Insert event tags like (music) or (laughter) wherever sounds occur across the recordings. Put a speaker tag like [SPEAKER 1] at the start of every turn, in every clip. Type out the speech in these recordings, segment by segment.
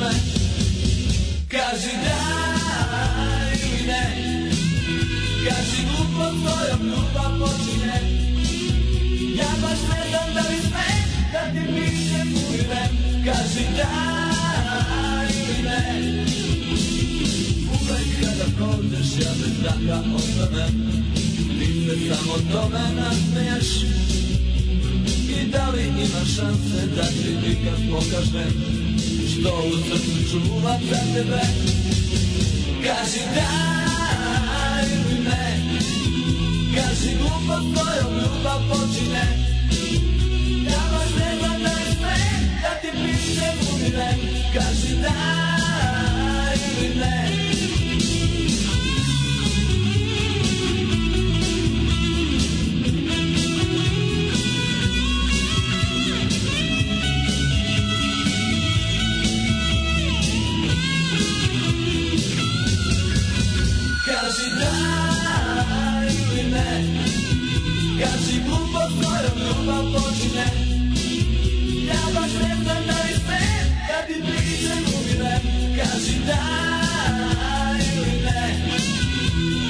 [SPEAKER 1] me Kaži da ili ne Kaži glupo tvojom ljubav počine Ja baš ne znam da li smem Da ti pišem u ime Kaži da ili ne Uvek kada pođeš ja bez zraka ostanem Ti se samo tome nasmeješ i da li ima šanse da ti nikad pokažem Što u srcu čuvam za tebe Kaži da ili ne Kaži glupa tvojom ljubav počine Ja vas ne znam da je sve Da ti pišem u mile Kaži da ili ne Kaži da ili ne Kaži glupo tvojom ljubav počine Ja baš ne znam da li sve Da ti pričam umire Kaži da ili ne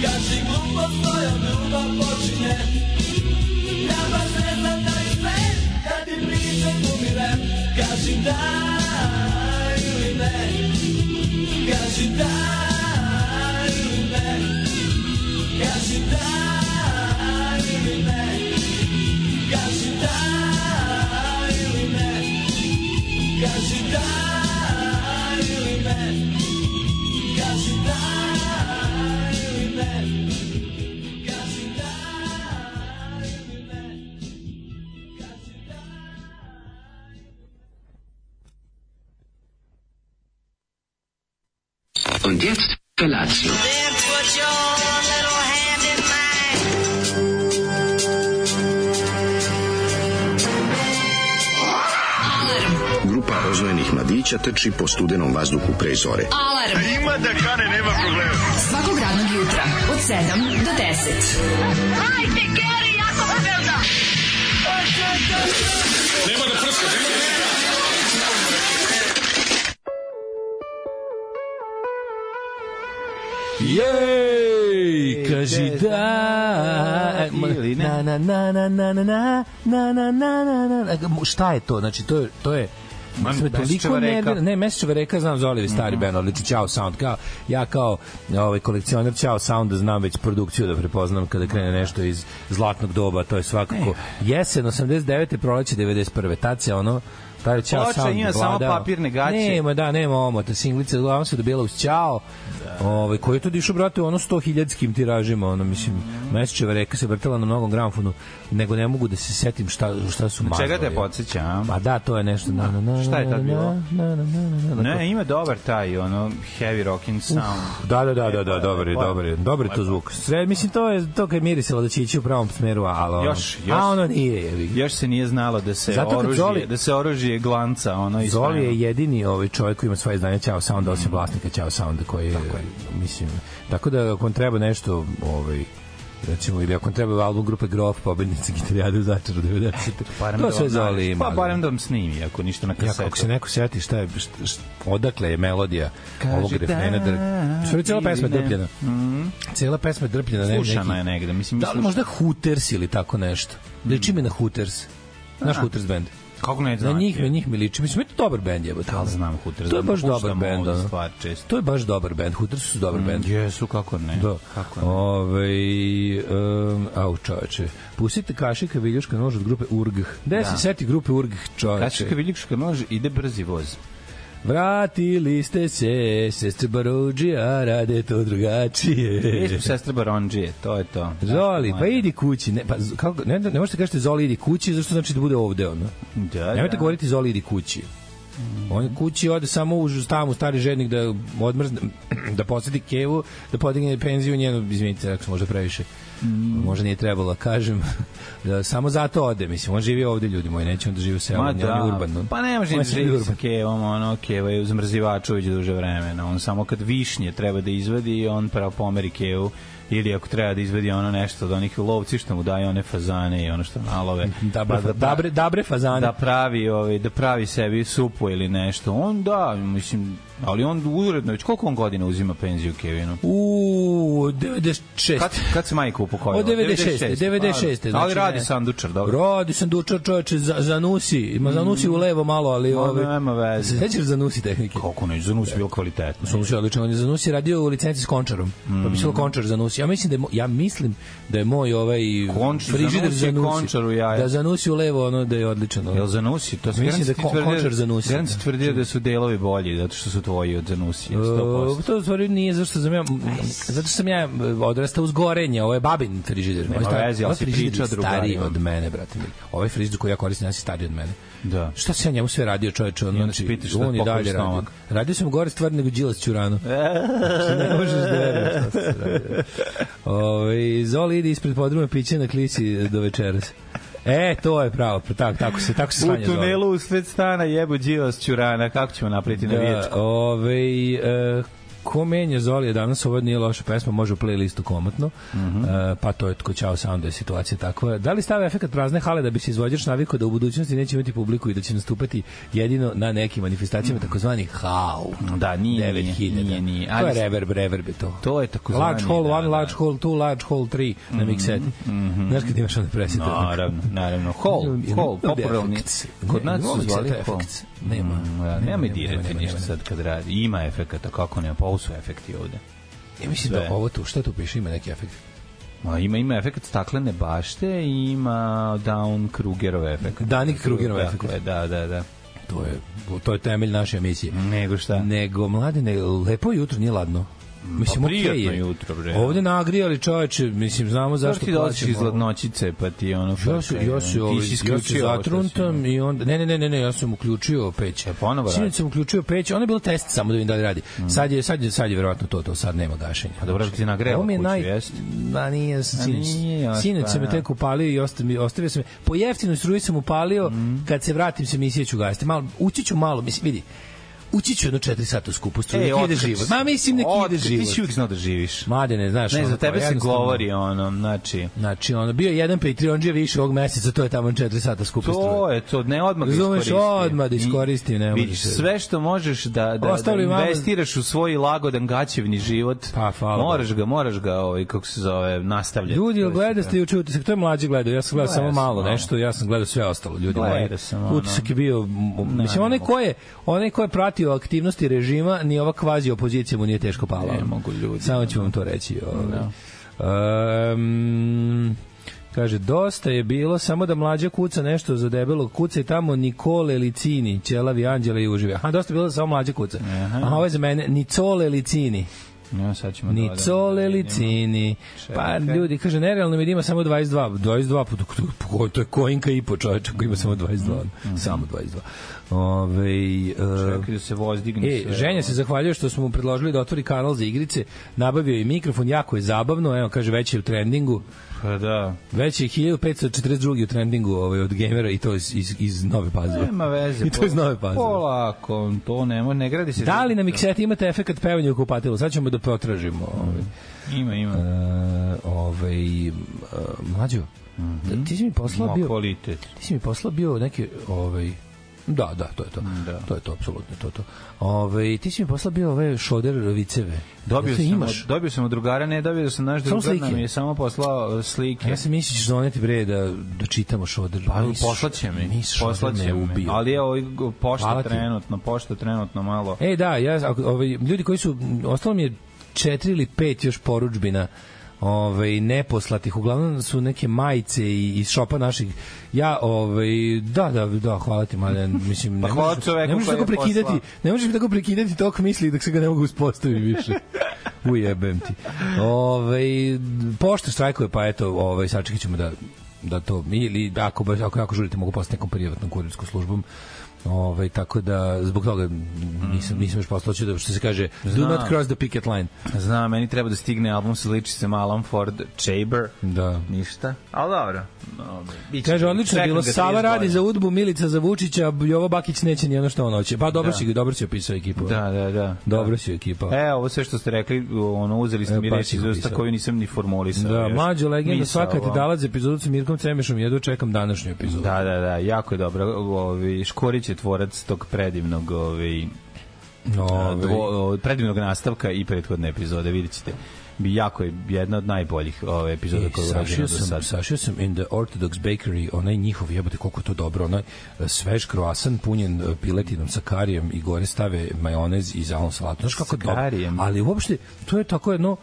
[SPEAKER 1] Kaži glupo tvojom ljubav počine Ja baš ne znam da li sve Da ti pričam umire Kaži da ili ne Kaži da ili ne Kaži da ili ne Kaži da ili ne Kaži da ili ne Kaži da ili ne Kaži da ili ne Kaži da
[SPEAKER 2] Und jetzt Felatio.
[SPEAKER 3] Then put your little hand in mine.
[SPEAKER 4] Grupa oznojenih mladića trči po studenom vazduhu pre zore.
[SPEAKER 5] Alarm. Ima da kane, nema problema. Svakog radnog jutra, od 7 do 10.
[SPEAKER 6] Jej, kaži
[SPEAKER 7] Te-
[SPEAKER 6] da. E, ma-
[SPEAKER 7] Ili
[SPEAKER 6] Na
[SPEAKER 7] ne?
[SPEAKER 6] na na na na na na na na na na na na Mo- šta je to? Znači to je to je
[SPEAKER 7] Ma,
[SPEAKER 6] Mislim, toliko
[SPEAKER 7] Mesečeva reka. Mhm.
[SPEAKER 6] nervira. Ne, Mesečeva reka znam za Olivi stari mm -hmm. band, odličan Ćao Sound. Kao, ja kao ovaj, kolekcioner Ćao Sounda znam već produkciju da prepoznam kada krene nešto iz zlatnog doba, to je
[SPEAKER 7] E.
[SPEAKER 6] svakako jesen 89. proleće 91. Tad se ono taj Ćao
[SPEAKER 7] Ploča
[SPEAKER 6] Sound
[SPEAKER 7] ima samo
[SPEAKER 6] vladao.
[SPEAKER 7] papirne gaće.
[SPEAKER 6] Nema, da, nema omota. Singlica uglavnom se dobijala uz Ćao. Da. Ovaj, koji je to dišu, brate, u ono 100.000-skim tiražima, ono, mislim, Mesečeva reka se vrtela na mnogom gramfonu, nego ne mogu da se setim šta, šta su mazali.
[SPEAKER 7] Čega te podsjeća, a?
[SPEAKER 6] Pa da, to je nešto. Na, na, na,
[SPEAKER 7] Šta je tad bilo?
[SPEAKER 6] Na, na, na, na, na,
[SPEAKER 7] Ne, ima dobar taj, ono, heavy rocking sound.
[SPEAKER 6] Da, da, da, da,
[SPEAKER 7] Lepo
[SPEAKER 6] da,
[SPEAKER 7] je,
[SPEAKER 6] dobar je,
[SPEAKER 7] lepo je.
[SPEAKER 6] dobar je. Dobar je to zvuk. Sve, mislim, to je to kad mirisalo da će ići u pravom smeru, ali ono,
[SPEAKER 7] Još, još.
[SPEAKER 6] a ono nije. jebi ga.
[SPEAKER 7] Još se nije znalo da se
[SPEAKER 6] Zato kad
[SPEAKER 7] oružje,
[SPEAKER 6] Zoli-
[SPEAKER 7] da se oružje glanca, ono i
[SPEAKER 6] Zoli je jedini ovaj čovjek koji ima svoje znanje Ćao da Sounda,
[SPEAKER 7] Mm.
[SPEAKER 6] osim vlasnika Ćao Sounda koji je, mislim, tako da ako vam treba nešto, ovaj, recimo, ili ako vam treba album grupe Grof, pobednici gitarijade u začaru 90. To sve Zoli ima.
[SPEAKER 7] Pa
[SPEAKER 6] ali-
[SPEAKER 7] barem da vam snimi, ako ništa na
[SPEAKER 6] Ja,
[SPEAKER 7] kasetu.
[SPEAKER 6] ako se neko sjeti šta je, šta, šta, odakle je melodija Kaži ovog
[SPEAKER 7] da,
[SPEAKER 6] refrena, da, u stvari cijela
[SPEAKER 7] ili
[SPEAKER 6] pesma je
[SPEAKER 7] ne. Mm.
[SPEAKER 6] drpljena. Cijela pesma je drpljena. ne,
[SPEAKER 7] Slušana
[SPEAKER 6] neki-
[SPEAKER 7] je negde, mislim,
[SPEAKER 6] Da li možda Hooters ili tako nešto? Liči mi na Hooters. Znaš Hooters band?
[SPEAKER 7] Kako ne
[SPEAKER 6] Na
[SPEAKER 7] znam?
[SPEAKER 6] njih, na njih mi liči. Mislim, je to dobar band jebote.
[SPEAKER 7] Ali znam Hooters.
[SPEAKER 6] To je
[SPEAKER 7] da
[SPEAKER 6] baš dobar
[SPEAKER 7] puštamo
[SPEAKER 6] bend,
[SPEAKER 7] ovu
[SPEAKER 6] ono.
[SPEAKER 7] Stvar često.
[SPEAKER 6] To je baš dobar band. Hooters su dobar band.
[SPEAKER 7] Jesu, kako ne.
[SPEAKER 6] Da.
[SPEAKER 7] Mm, Kako ne.
[SPEAKER 6] Ove, um, au čoveče. Pustite kašika viljuška nož od grupe Urg.
[SPEAKER 7] Da.
[SPEAKER 6] Gde se seti grupe Urg čoveče?
[SPEAKER 7] Kačka Viljuška nož ide brzi voz.
[SPEAKER 6] Vratili ste se, sestre Barođija, rade to
[SPEAKER 7] Mi
[SPEAKER 6] drugačije.
[SPEAKER 7] smo sestra Baronđije, to je to.
[SPEAKER 6] Zoli,
[SPEAKER 7] Znaš,
[SPEAKER 6] pa
[SPEAKER 7] moja.
[SPEAKER 6] idi kući. Ne, pa, z- kako, ne, ne da možete kažete Zoli idi kući, zašto znači da bude ovde, ono?
[SPEAKER 7] Da,
[SPEAKER 6] Nemojte
[SPEAKER 7] da.
[SPEAKER 6] govoriti Zoli idi kući. On kući ode samo u stavu stari žednik da odmrzne, da posjeti Kevu, da podigne penziju njenu, izvinite, ako sam možda previše
[SPEAKER 7] Mm.
[SPEAKER 6] Možda nije trebalo, (laughs) kažem. da samo zato ode, mislim. On živi ovde, ljudi moji, neće on da živi u selu, on je on je urbano.
[SPEAKER 7] Pa ne može
[SPEAKER 6] On
[SPEAKER 7] da
[SPEAKER 6] je
[SPEAKER 7] živi sa
[SPEAKER 6] urban.
[SPEAKER 7] kevom, ono, keva je u zamrzivaču već duže vremena. On samo kad višnje treba da izvadi, on pravo pomeri kevu ili ako treba da izvadi ono nešto od onih lovci što mu daju one fazane i ono što nalove.
[SPEAKER 6] Dabre,
[SPEAKER 7] pa da,
[SPEAKER 6] dabre, dabre fazane.
[SPEAKER 7] da pravi ovaj da pravi sebi supu ili nešto. On da, mislim, ali on uredno već koliko on godina uzima penziju Kevinu?
[SPEAKER 6] U 96.
[SPEAKER 7] Kad, kad se majka upokojila?
[SPEAKER 6] Od 96. 96.
[SPEAKER 7] Ali radi
[SPEAKER 6] znači ne.
[SPEAKER 7] sandučar, dobro. Mm.
[SPEAKER 6] Radi sandučar čoveče, za, zanusi, ma zanusi u levo malo, ali
[SPEAKER 7] Ma,
[SPEAKER 6] ovi...
[SPEAKER 7] nema veze.
[SPEAKER 6] Se Sećaš zanusi tehnike?
[SPEAKER 7] Koliko neću, zanus je bio kvalitetno.
[SPEAKER 6] Zanusi je odličan, on je zanusi radio u licenci s Končarom. Pa bi bilo
[SPEAKER 7] Mhm.
[SPEAKER 6] Končar zanusi. Ja mislim da je, mo- ja mislim da je moj ovaj
[SPEAKER 7] Konč-
[SPEAKER 6] frižider
[SPEAKER 7] zanusi je Končar u jaja.
[SPEAKER 6] Da zanusi u levo, ono da je odličan. ono.
[SPEAKER 7] Jel Zanusi? To
[SPEAKER 6] Mislim da Ko- Končar Zanusi,
[SPEAKER 7] Garanti
[SPEAKER 6] da.
[SPEAKER 7] tvrdio da su delovi bolji, zato što su tvoji od Zanusi. 100%.
[SPEAKER 6] E, to u stvari nije zato što sam ja zato što sam ja e, odrastao uz gorenje, ovo je babin frižider. Ovo je star-
[SPEAKER 7] veze, ali
[SPEAKER 6] ovaj
[SPEAKER 7] si
[SPEAKER 6] frižider je
[SPEAKER 7] pričao
[SPEAKER 6] stariji
[SPEAKER 7] drugarima.
[SPEAKER 6] od mene, brate. mili. Ovaj frižider koji ja koristim, ja si stariji od mene.
[SPEAKER 7] Da.
[SPEAKER 6] Šta se ja njemu sve radio, čoveče, on
[SPEAKER 7] onda
[SPEAKER 6] znači
[SPEAKER 7] ti pitaš da
[SPEAKER 6] on i
[SPEAKER 7] poklopiš
[SPEAKER 6] dalje radio.
[SPEAKER 7] stomak.
[SPEAKER 6] Radio sam gore stvari nego Đilas
[SPEAKER 7] (laughs)
[SPEAKER 6] Ćurano. Znači, ne možeš da veruješ šta se radio. Ovaj Zoli ide ispred podruma piće na klici do večeras. E, to je pravo, tako, tako se, tako se
[SPEAKER 7] U
[SPEAKER 6] slanja Zoli.
[SPEAKER 7] tunelu usred stana jebu Đilas Ćurana, kako ćemo napraviti na
[SPEAKER 6] Da,
[SPEAKER 7] viječku?
[SPEAKER 6] ovaj, e, ko menja Zoli je danas, ovo nije loša pesma, može u playlistu komotno,
[SPEAKER 7] Mhm.
[SPEAKER 6] e, pa to je tko čao sam da je situacija takva. Da li stave efekt prazne hale da bi se izvođač navikao da u budućnosti neće imati publiku i da će nastupati jedino na nekim manifestacijama takozvanih hau?
[SPEAKER 7] Da, nije, nije,
[SPEAKER 6] 9000.
[SPEAKER 7] nije, nije.
[SPEAKER 6] To je
[SPEAKER 7] Ali-
[SPEAKER 6] reverb, reverb je to.
[SPEAKER 7] To je takozvani,
[SPEAKER 6] Large hole
[SPEAKER 7] da,
[SPEAKER 6] 1,
[SPEAKER 7] da. Mhm,
[SPEAKER 6] large hole 2, large hole 3 na mikseti. Znaš kad imaš onda presite?
[SPEAKER 7] Naravno, naravno. Hol, hol, popularni. Kod nas su zvali hol.
[SPEAKER 6] Nema.
[SPEAKER 7] Mm, da, Nema i dirati ništa sad kad radi. Ima efekata, kako nema, pa ovo su efekti ovde.
[SPEAKER 6] Ja mislim
[SPEAKER 7] Sve.
[SPEAKER 6] da ovo tu, šta tu piše, ima neki efekt.
[SPEAKER 7] Ma, ima, ima efekt staklene bašte i ima down Krugerov efekt.
[SPEAKER 6] Danik Krugerov efekt.
[SPEAKER 7] Dakle, Da, da, da.
[SPEAKER 6] To je, to je temelj naše emisije.
[SPEAKER 7] Nego šta?
[SPEAKER 6] Nego, mladine, lepo je jutro, nije ladno. Mislim,
[SPEAKER 7] Pa
[SPEAKER 6] okej
[SPEAKER 7] prijatno
[SPEAKER 6] je.
[SPEAKER 7] jutro, bre.
[SPEAKER 6] Ovde nagrijali čoveče, mislim, znamo
[SPEAKER 7] Zašto
[SPEAKER 6] zašto
[SPEAKER 7] ti da dolaziš iz ladnoćice, pa ti ono...
[SPEAKER 6] Ja se ja se ovaj ja se zatruntam i onda ne ne ne ne ne ja sam uključio peć.
[SPEAKER 7] ponovo radi.
[SPEAKER 6] Sinoć sam uključio peć, ona je bila test samo da vidim da li radi. Sad je sad je sad je verovatno to to sad nema gašenja.
[SPEAKER 7] Pa dobro, ti nagreva
[SPEAKER 6] Ovo mi je
[SPEAKER 7] kuću,
[SPEAKER 6] naj...
[SPEAKER 7] jeste?
[SPEAKER 6] Da, nije, sinoć.
[SPEAKER 7] nije još,
[SPEAKER 6] Sinoć
[SPEAKER 7] pa
[SPEAKER 6] sam je
[SPEAKER 7] da.
[SPEAKER 6] tek upalio i ostavio, ostavio sam je. Po jeftinoj struji sam upalio,
[SPEAKER 7] Mm.
[SPEAKER 6] kad se vratim se misije ću gasiti. Malo, ući ću malo, mislim, vidi, ući ću jedno četiri sata u skupu struju,
[SPEAKER 7] E,
[SPEAKER 6] nek ide život. Ma mislim, nek ide
[SPEAKER 7] Ti si
[SPEAKER 6] život.
[SPEAKER 7] uvijek znao da živiš.
[SPEAKER 6] Mlade, ne znaš.
[SPEAKER 7] Ne,
[SPEAKER 6] ono,
[SPEAKER 7] za tebe
[SPEAKER 6] to,
[SPEAKER 7] se
[SPEAKER 6] jednostavno-
[SPEAKER 7] govori ono, znači...
[SPEAKER 6] Znači, ono, bio je jedan Patreonđija više ovog meseca, to je tamo četiri sata skupa struje.
[SPEAKER 7] To je to, ne odmah da
[SPEAKER 6] Razumeš,
[SPEAKER 7] iskoristi.
[SPEAKER 6] odmah da iskoristi, ne
[SPEAKER 7] Vidiš,
[SPEAKER 6] možeš da-
[SPEAKER 7] sve što možeš da, da, da
[SPEAKER 6] Ostavili mama-
[SPEAKER 7] investiraš u svoj lagodan gaćevni život,
[SPEAKER 6] Pa, hvala
[SPEAKER 7] moraš ga, moraš ga, ovaj, kako se zove, nastavljati.
[SPEAKER 6] Ljudi, jel gledaste juče utisak? To je mlađi gledao, ja sam gledao
[SPEAKER 7] Gledao
[SPEAKER 6] samo
[SPEAKER 7] sam
[SPEAKER 6] malo
[SPEAKER 7] malo.
[SPEAKER 6] nešto, ja sam gledao sve ostalo, ljudi.
[SPEAKER 7] Gledao
[SPEAKER 6] moji.
[SPEAKER 7] sam, ono.
[SPEAKER 6] Utisak je bio, m- mislim, onaj ko je, onaj ko je pratio aktivnosti režima, ni ova kvazi opozicija mu nije teško pala.
[SPEAKER 7] Ne mogu ljudi. da.
[SPEAKER 6] Samo ću vam to reći. Ovaj. Um, kaže, dosta je bilo, samo da mlađa kuca nešto za debelog kuca i tamo Nikole Licini, Ćelavi Anđela i užive. Aha, dosta je bilo samo mlađa kuca. Aha, Aha ovo je za mene, Nicole Licini.
[SPEAKER 7] Ja, sad ćemo da odemo,
[SPEAKER 6] Nicole
[SPEAKER 7] da vidimo.
[SPEAKER 6] Licini. Pa
[SPEAKER 7] Čekaj.
[SPEAKER 6] ljudi, kaže, nerealno mi da ima samo 22. 22, pa to, to- to je koinka i po čoveča koji ima samo 22. Samo 22. Ove,
[SPEAKER 7] Mm, Čekaj da se vozdigne.
[SPEAKER 6] E,
[SPEAKER 7] sve,
[SPEAKER 6] ženja se zahvaljuje što smo mu predložili da otvori kanal za igrice, nabavio je i mikrofon, jako je zabavno, evo kaže već je u trendingu,
[SPEAKER 7] Pa da.
[SPEAKER 6] već je 1542 u trendingu ovaj, od gamera i to iz, iz, iz nove pazove.
[SPEAKER 7] Nema veze.
[SPEAKER 6] I to iz nove pazove.
[SPEAKER 7] Polako, to ne, mo- ne gradi se.
[SPEAKER 6] Da li na mikseti imate efekt pevanja u kupatilu? Sad ćemo da potražimo. Ovaj.
[SPEAKER 7] Ima, ima.
[SPEAKER 6] E, ovaj, e, mlađo, da- ti si mi poslao
[SPEAKER 7] Mhm. Ima
[SPEAKER 6] bio,
[SPEAKER 7] kvalitet.
[SPEAKER 6] ti si mi poslao bio neki, ovaj, da, da, to je to.
[SPEAKER 7] da.
[SPEAKER 6] To je to, apsolutno, to je to. Ovaj, ti si mi poslao bio ove šoder viceve.
[SPEAKER 7] Dobio
[SPEAKER 6] Jel to
[SPEAKER 7] sam,
[SPEAKER 6] imaš?
[SPEAKER 7] od, dobio sam od drugara, ne, dobio sam naš
[SPEAKER 6] Samo
[SPEAKER 7] drugar nam
[SPEAKER 6] slike.
[SPEAKER 7] je Da samo poslao e, slike.
[SPEAKER 6] Ja sam misliš ćeš doneti bre da, da čitamo šoder.
[SPEAKER 7] Pa poslaće mi,
[SPEAKER 6] Mis šoder
[SPEAKER 7] poslaće
[SPEAKER 6] me
[SPEAKER 7] mi.
[SPEAKER 6] ubio.
[SPEAKER 7] Ali je ovaj go-
[SPEAKER 6] Hvala
[SPEAKER 7] pošta
[SPEAKER 6] ti.
[SPEAKER 7] trenutno, pošta trenutno malo.
[SPEAKER 6] E da, ja, ako- ovaj, ljudi koji su, ostalo mi je četiri ili pet još poručbina ovaj neposlatih uglavnom su neke majice i iz šopa naših ja ovaj da da da hvala ti malen mislim
[SPEAKER 7] Pa
[SPEAKER 6] ne
[SPEAKER 7] hvala
[SPEAKER 6] možeš-
[SPEAKER 7] čoveku
[SPEAKER 6] ne možeš
[SPEAKER 7] koji
[SPEAKER 6] tako
[SPEAKER 7] je
[SPEAKER 6] prekidati
[SPEAKER 7] poslao.
[SPEAKER 6] ne možeš mi tako prekidati tok misli dok se ga ne mogu uspostaviti više ujebem ti ovaj pošta štrajkuje pa eto ovaj sačekaćemo da da to ili ako baš ako jako žurite mogu poslati nekom privatnom kurirskom službom Ovaj tako da zbog toga nisam nisam još poslao da što se kaže do
[SPEAKER 7] Znam.
[SPEAKER 6] not cross the picket line.
[SPEAKER 7] Znam, meni treba da stigne album sa ličicem Alan Ford Chamber.
[SPEAKER 6] Da.
[SPEAKER 7] Ništa. Ali dobro. dobro. Biće-
[SPEAKER 6] Kaže, odlično je
[SPEAKER 7] čekam
[SPEAKER 6] bilo,
[SPEAKER 7] ga
[SPEAKER 6] Sava
[SPEAKER 7] 30
[SPEAKER 6] radi za
[SPEAKER 7] godina.
[SPEAKER 6] Udbu, Milica za Vučića, Jovo Bakić neće ni ono što on hoće. Pa dobro da. si, ga- dobro si opisao ekipu.
[SPEAKER 7] Da, da, da.
[SPEAKER 6] Dobro si ekipa.
[SPEAKER 7] E, ovo sve što ste rekli, ono, uzeli ste
[SPEAKER 6] Pa. E,
[SPEAKER 7] mi
[SPEAKER 6] baš
[SPEAKER 7] reći
[SPEAKER 6] ih
[SPEAKER 7] iz usta
[SPEAKER 6] upisao.
[SPEAKER 7] koju nisam ni formulisao.
[SPEAKER 6] Da,
[SPEAKER 7] još.
[SPEAKER 6] mlađa legenda,
[SPEAKER 7] Misao,
[SPEAKER 6] svaka ti
[SPEAKER 7] ono.
[SPEAKER 6] dalac epizodu sa Mirkom Cemešom, jedva čekam današnju epizodu.
[SPEAKER 7] Da, da, da, jako je dobro. Ovi, Škorić je tvorac tog predivnog, ovi,
[SPEAKER 6] Ove,
[SPEAKER 7] dvo, o, predivnog nastavka i prethodne epizode, vidjet ćete. Bi jako je jedna od najboljih ove epizode
[SPEAKER 6] E,
[SPEAKER 7] koju je urađena
[SPEAKER 6] sašio
[SPEAKER 7] do
[SPEAKER 6] sam,
[SPEAKER 7] sad.
[SPEAKER 6] sašio sam in the Orthodox Bakery, onaj njihov jebote koliko je to dobro, onaj e, svež kroasan punjen e, piletinom sa karijem i gore stave majonez i zalom salatu. Znaš kako
[SPEAKER 7] Sa
[SPEAKER 6] je dobro,
[SPEAKER 7] karijem? Mm.
[SPEAKER 6] ali uopšte to je tako jedno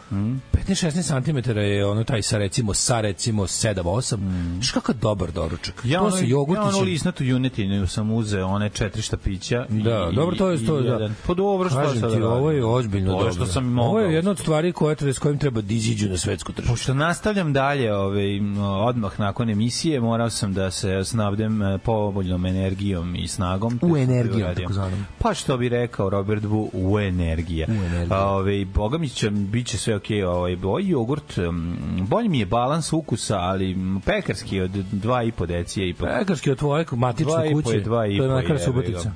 [SPEAKER 6] 15-16 cm je ono taj sa recimo sa recimo 7-8. Znaš kako je dobar doručak.
[SPEAKER 7] Mm. Ja
[SPEAKER 6] to
[SPEAKER 7] ono,
[SPEAKER 6] sa
[SPEAKER 7] ja ono
[SPEAKER 6] jogurtićem.
[SPEAKER 7] lisnatu junetinu sam uzeo, one četiri štapića. i-
[SPEAKER 6] Da,
[SPEAKER 7] i,
[SPEAKER 6] dobro to je to
[SPEAKER 7] i
[SPEAKER 6] da.
[SPEAKER 7] jedan. Pa dobro što
[SPEAKER 6] Kažem
[SPEAKER 7] sad
[SPEAKER 6] ti,
[SPEAKER 7] da radim?
[SPEAKER 6] ovo je ozbiljno
[SPEAKER 7] Ovo
[SPEAKER 6] dobro.
[SPEAKER 7] je što sam mogao.
[SPEAKER 6] Ovo je jedna od stvari koje treba s kojim treba da iziđu na svetsku tržištu.
[SPEAKER 7] Pošto nastavljam dalje, ovaj, m, odmah nakon emisije, morao sam da se snabdem e, povoljnom energijom i snagom.
[SPEAKER 6] U
[SPEAKER 7] Te sam
[SPEAKER 6] energijom,
[SPEAKER 7] to uradio.
[SPEAKER 6] takozvanom.
[SPEAKER 7] Pa što bi rekao Robert Bu, u energija.
[SPEAKER 6] U energija.
[SPEAKER 7] A, Ovaj, boga mi će, bit će sve okej. ovaj, ovaj jogurt, m, bolji mi je balans ukusa, ali m, pekarski od 2,5 decije i po.
[SPEAKER 6] Pekarski od tvoje
[SPEAKER 7] Dva
[SPEAKER 6] matične
[SPEAKER 7] i po
[SPEAKER 6] kuće.
[SPEAKER 7] je dva i
[SPEAKER 6] to je
[SPEAKER 7] po,
[SPEAKER 6] Mlekara
[SPEAKER 7] jebi
[SPEAKER 6] Subotica.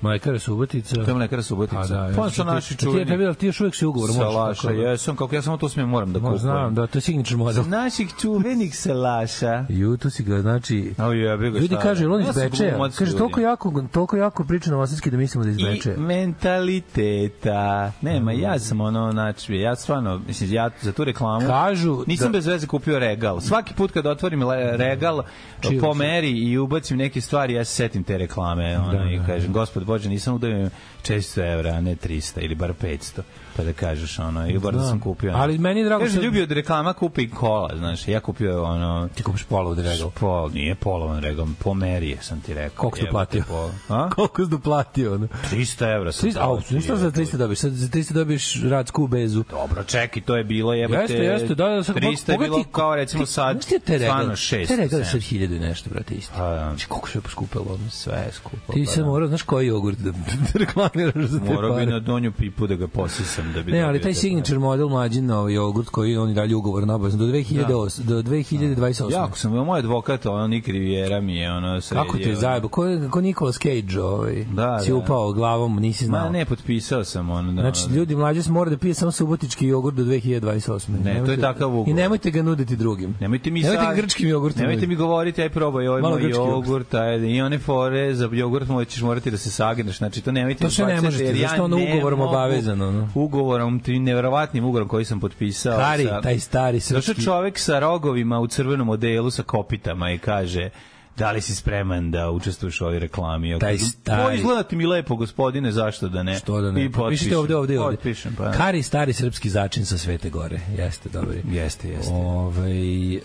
[SPEAKER 6] Mlekara Subotica.
[SPEAKER 7] To je mlekara Subotica.
[SPEAKER 6] A, da,
[SPEAKER 7] Pa
[SPEAKER 6] ja.
[SPEAKER 7] su naši
[SPEAKER 6] Ti- ti-
[SPEAKER 7] čuveni.
[SPEAKER 6] Ti, ja, ti još uvek si ugovor. možeš
[SPEAKER 7] Salaša,
[SPEAKER 6] tako da-
[SPEAKER 7] jesam, kako ja samo to smijem, moram da
[SPEAKER 6] Ma,
[SPEAKER 7] kupujem.
[SPEAKER 6] Znam, da, to je signature model.
[SPEAKER 7] Naših čuvenih salaša.
[SPEAKER 6] Ju, tu si ga, znači...
[SPEAKER 7] Au, jebi ga,
[SPEAKER 6] Ljudi
[SPEAKER 7] šta
[SPEAKER 6] kaže,
[SPEAKER 7] je?
[SPEAKER 6] on iz
[SPEAKER 7] Ja sam
[SPEAKER 6] Bečeja.
[SPEAKER 7] glumac,
[SPEAKER 6] Kaže,
[SPEAKER 7] ljudi.
[SPEAKER 6] toliko jako, toliko jako priča na Vasanski da mislimo da je iz Bečeja.
[SPEAKER 7] I mentaliteta. Nema, ja sam ono, znači, ja stvarno, mislim, ja za tu reklamu...
[SPEAKER 6] Kažu
[SPEAKER 7] Nisam
[SPEAKER 6] da-
[SPEAKER 7] bez veze kupio regal. Svaki put kad otvorim le- regal,
[SPEAKER 6] Čili
[SPEAKER 7] po
[SPEAKER 6] se.
[SPEAKER 7] meri i ubacim neke stvari, ja se setim te reklame. Ono,
[SPEAKER 6] Da,
[SPEAKER 7] I
[SPEAKER 6] da,
[SPEAKER 7] kažem, gospod Bože, nisam udavio 400 evra, a ne 300 ili bar 500. Pa da kažeš, ono, i bar da
[SPEAKER 6] Da.
[SPEAKER 7] sam kupio. ono.
[SPEAKER 6] Ali meni je drago
[SPEAKER 7] Kaže,
[SPEAKER 6] što-
[SPEAKER 7] ljubio od reklama kupi i kola, znaš. Ja kupio, ono...
[SPEAKER 6] Ti kupiš pola od regal.
[SPEAKER 7] Pol, nije polovan regal, po meri je, sam ti rekao.
[SPEAKER 6] Koliko si
[SPEAKER 7] Jebote,
[SPEAKER 6] platio?
[SPEAKER 7] pol- A?
[SPEAKER 6] (laughs) Koliko si duplatio? ono?
[SPEAKER 7] 300 evra sam
[SPEAKER 6] 300, a,
[SPEAKER 7] platio,
[SPEAKER 6] ništa za
[SPEAKER 7] jebote.
[SPEAKER 6] 300 dobiješ, sad za 300 dobiješ radsku bezu.
[SPEAKER 7] Dobro, čeki, to je bilo jebate.
[SPEAKER 6] Jeste, jeste, da, da, sad,
[SPEAKER 7] 300 je
[SPEAKER 6] koga
[SPEAKER 7] bilo
[SPEAKER 6] ti-
[SPEAKER 7] kao recimo
[SPEAKER 6] ti-
[SPEAKER 7] sad,
[SPEAKER 6] znaš ti te regal-
[SPEAKER 7] stvarno 600.
[SPEAKER 6] Te regal je sad
[SPEAKER 7] 700.
[SPEAKER 6] hiljadu i nešto, brate, isti.
[SPEAKER 7] Pa, da.
[SPEAKER 6] Znači, koliko se je poskupilo? ono?
[SPEAKER 7] Sve je skupo.
[SPEAKER 6] Ti
[SPEAKER 7] pa
[SPEAKER 6] se
[SPEAKER 7] da.
[SPEAKER 6] morao, znaš koji jogurt da, (laughs) da reklamiraš za te pare?
[SPEAKER 7] Morao bi na donju pipu da ga posisam da bi
[SPEAKER 6] pa- Ne, ali
[SPEAKER 7] dobio
[SPEAKER 6] taj
[SPEAKER 7] te
[SPEAKER 6] signature model mlađin ovaj jogurt koji oni dalje ugovor na obavezno do 2008 do
[SPEAKER 7] pare.
[SPEAKER 6] 2028.
[SPEAKER 7] Da. Jako sam, moj advokat, ono, Nik Riviera mi je, ono, sredio.
[SPEAKER 6] Kako ti je zajebo? Ko, je- ko Nicolas Cage ovaj,
[SPEAKER 7] Da,
[SPEAKER 6] si
[SPEAKER 7] da.
[SPEAKER 6] upao glavom, nisi znao.
[SPEAKER 7] Ma ne, potpisao sam, ono, da.
[SPEAKER 6] Znači, ljudi mlađi se mora da pije samo subotički jogurt do 2028.
[SPEAKER 7] to je
[SPEAKER 6] Nemojte-
[SPEAKER 7] takav ugovor.
[SPEAKER 6] I nemojte ga nuditi drugim.
[SPEAKER 7] Nemojte mi
[SPEAKER 6] nemojte
[SPEAKER 7] sad-
[SPEAKER 6] ga grčkim jogurtom.
[SPEAKER 7] Nemojte mi
[SPEAKER 6] nuditi.
[SPEAKER 7] govoriti aj probaj ovaj
[SPEAKER 6] Malo
[SPEAKER 7] moj
[SPEAKER 6] grčki jogurt.
[SPEAKER 7] jogurt, ajde i one fore za jogurt moj ćeš morati da se sagneš. Znači to nemojte
[SPEAKER 6] To sve ne
[SPEAKER 7] izbacujete,
[SPEAKER 6] možete,
[SPEAKER 7] jer
[SPEAKER 6] zašto ono
[SPEAKER 7] ne
[SPEAKER 6] ugovorom
[SPEAKER 7] mogu-
[SPEAKER 6] obavezan, ono?
[SPEAKER 7] Ugovorom, tim neverovatnim ugovorom koji sam potpisao.
[SPEAKER 6] Stari,
[SPEAKER 7] sa-
[SPEAKER 6] taj stari srpski.
[SPEAKER 7] Došao čovek sa rogovima u crvenom odelu sa kopitama i kaže da li si spreman da učestvuješ u ovoj reklami? Ja
[SPEAKER 6] Taj
[SPEAKER 7] kažem,
[SPEAKER 6] stari-
[SPEAKER 7] "Pa, izgledate mi lepo, gospodine, zašto da ne?
[SPEAKER 6] Što da ne?
[SPEAKER 7] I potpišem.
[SPEAKER 6] Pišite ovde, ovde, ovde.
[SPEAKER 7] Potpišem, pa.
[SPEAKER 6] Kari stari srpski začin sa Svete Gore. Jeste, dobri.
[SPEAKER 7] Jeste, jeste.
[SPEAKER 6] Ove, e,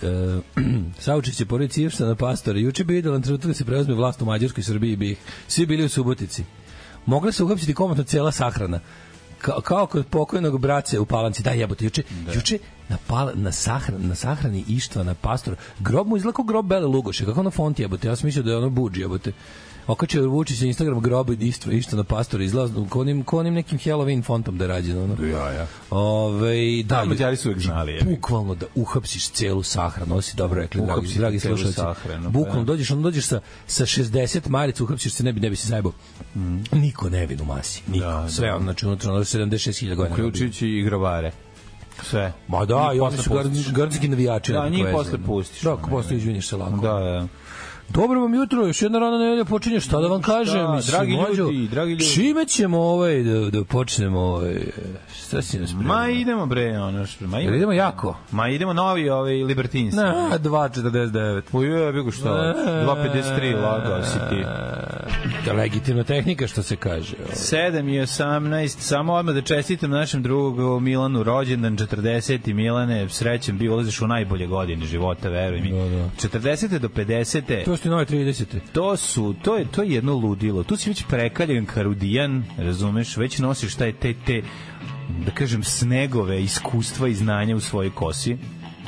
[SPEAKER 6] (clears throat) Saučić je pored Civšta na pastore. Juče bi idealan trenutak da se preozme vlast u Mađarskoj Srbiji bi ih. Svi bili u Subotici. Mogla se uhapsiti komotno cela sahrana. Ka, kao kod pokojnog brace u Palanci. Da, jebote, juče, da. juče na, pal, na, sahran, na sahrani Ištva na pastor. Grob mu izgleda kao grob Bele Lugoše. Kako ono font jebote? Ja sam mislio da je ono buđ jebote. Okačio je Vučić na Instagram grob Ištva, Ištva na pastor. Izlazno ko onim, ko onim nekim Halloween fontom da je rađeno. Ono.
[SPEAKER 7] Ja, ja.
[SPEAKER 6] Ove, da, ju-
[SPEAKER 7] Mađari su uvek znali. Je.
[SPEAKER 6] bukvalno da uhapsiš celu sahranu, ovo si dobro rekli, dragi,
[SPEAKER 7] Uhapsiti
[SPEAKER 6] dragi
[SPEAKER 7] celu
[SPEAKER 6] slušalci.
[SPEAKER 7] sahranu, pa
[SPEAKER 6] Bukvalno
[SPEAKER 7] da.
[SPEAKER 6] dođeš, onda dođeš sa, sa 60 marica, uhapsiš se, ne bi, ne bi se zajebao. Niko nevin u masi, niko.
[SPEAKER 7] Mm. Da, da.
[SPEAKER 6] Sve, on, znači, unutra, ono 76.000 godina.
[SPEAKER 7] Uključujući i grobare. Sve.
[SPEAKER 6] Ma da,
[SPEAKER 7] Njih
[SPEAKER 6] i
[SPEAKER 7] posle
[SPEAKER 6] oni su
[SPEAKER 7] pustiš.
[SPEAKER 6] gar- gardski navijači.
[SPEAKER 7] Da,
[SPEAKER 6] nema
[SPEAKER 7] njih
[SPEAKER 6] veze,
[SPEAKER 7] posle
[SPEAKER 6] ono.
[SPEAKER 7] pustiš,
[SPEAKER 6] Da,
[SPEAKER 7] ono,
[SPEAKER 6] ako
[SPEAKER 7] ne,
[SPEAKER 6] posle
[SPEAKER 7] ne.
[SPEAKER 6] izvinješ se lako.
[SPEAKER 7] Da, da.
[SPEAKER 6] Dobro vam jutro, još jedna rana nedelja počinje, šta da vam kažem? mislim,
[SPEAKER 7] dragi
[SPEAKER 6] mlađo,
[SPEAKER 7] ljudi, dragi ljudi.
[SPEAKER 6] Čime ćemo ovaj, da, da počnemo ovaj, e, šta si nas
[SPEAKER 7] Ma idemo bre, ono što, ma
[SPEAKER 6] Jel
[SPEAKER 7] idemo.
[SPEAKER 6] idemo jako?
[SPEAKER 7] Ma idemo novi ovaj libertinski.
[SPEAKER 6] Na, 2.49.
[SPEAKER 7] Uje, bih šta? 253 lagao si ti.
[SPEAKER 6] Da, legitimna tehnika, što se kaže. ovaj.
[SPEAKER 7] 7 i 18, samo odmah da čestitam našem drugu Milanu rođendan, 40. Milane, srećem, bio ulaziš u najbolje godine života, veruj mi.
[SPEAKER 6] Da, da.
[SPEAKER 7] 40. do 50.
[SPEAKER 6] To ste nove 30.
[SPEAKER 7] to su to je to je jedno ludilo tu si već prekaljen karudijan razumeš već nosiš taj te te da kažem snegove iskustva i znanja u svojoj kosi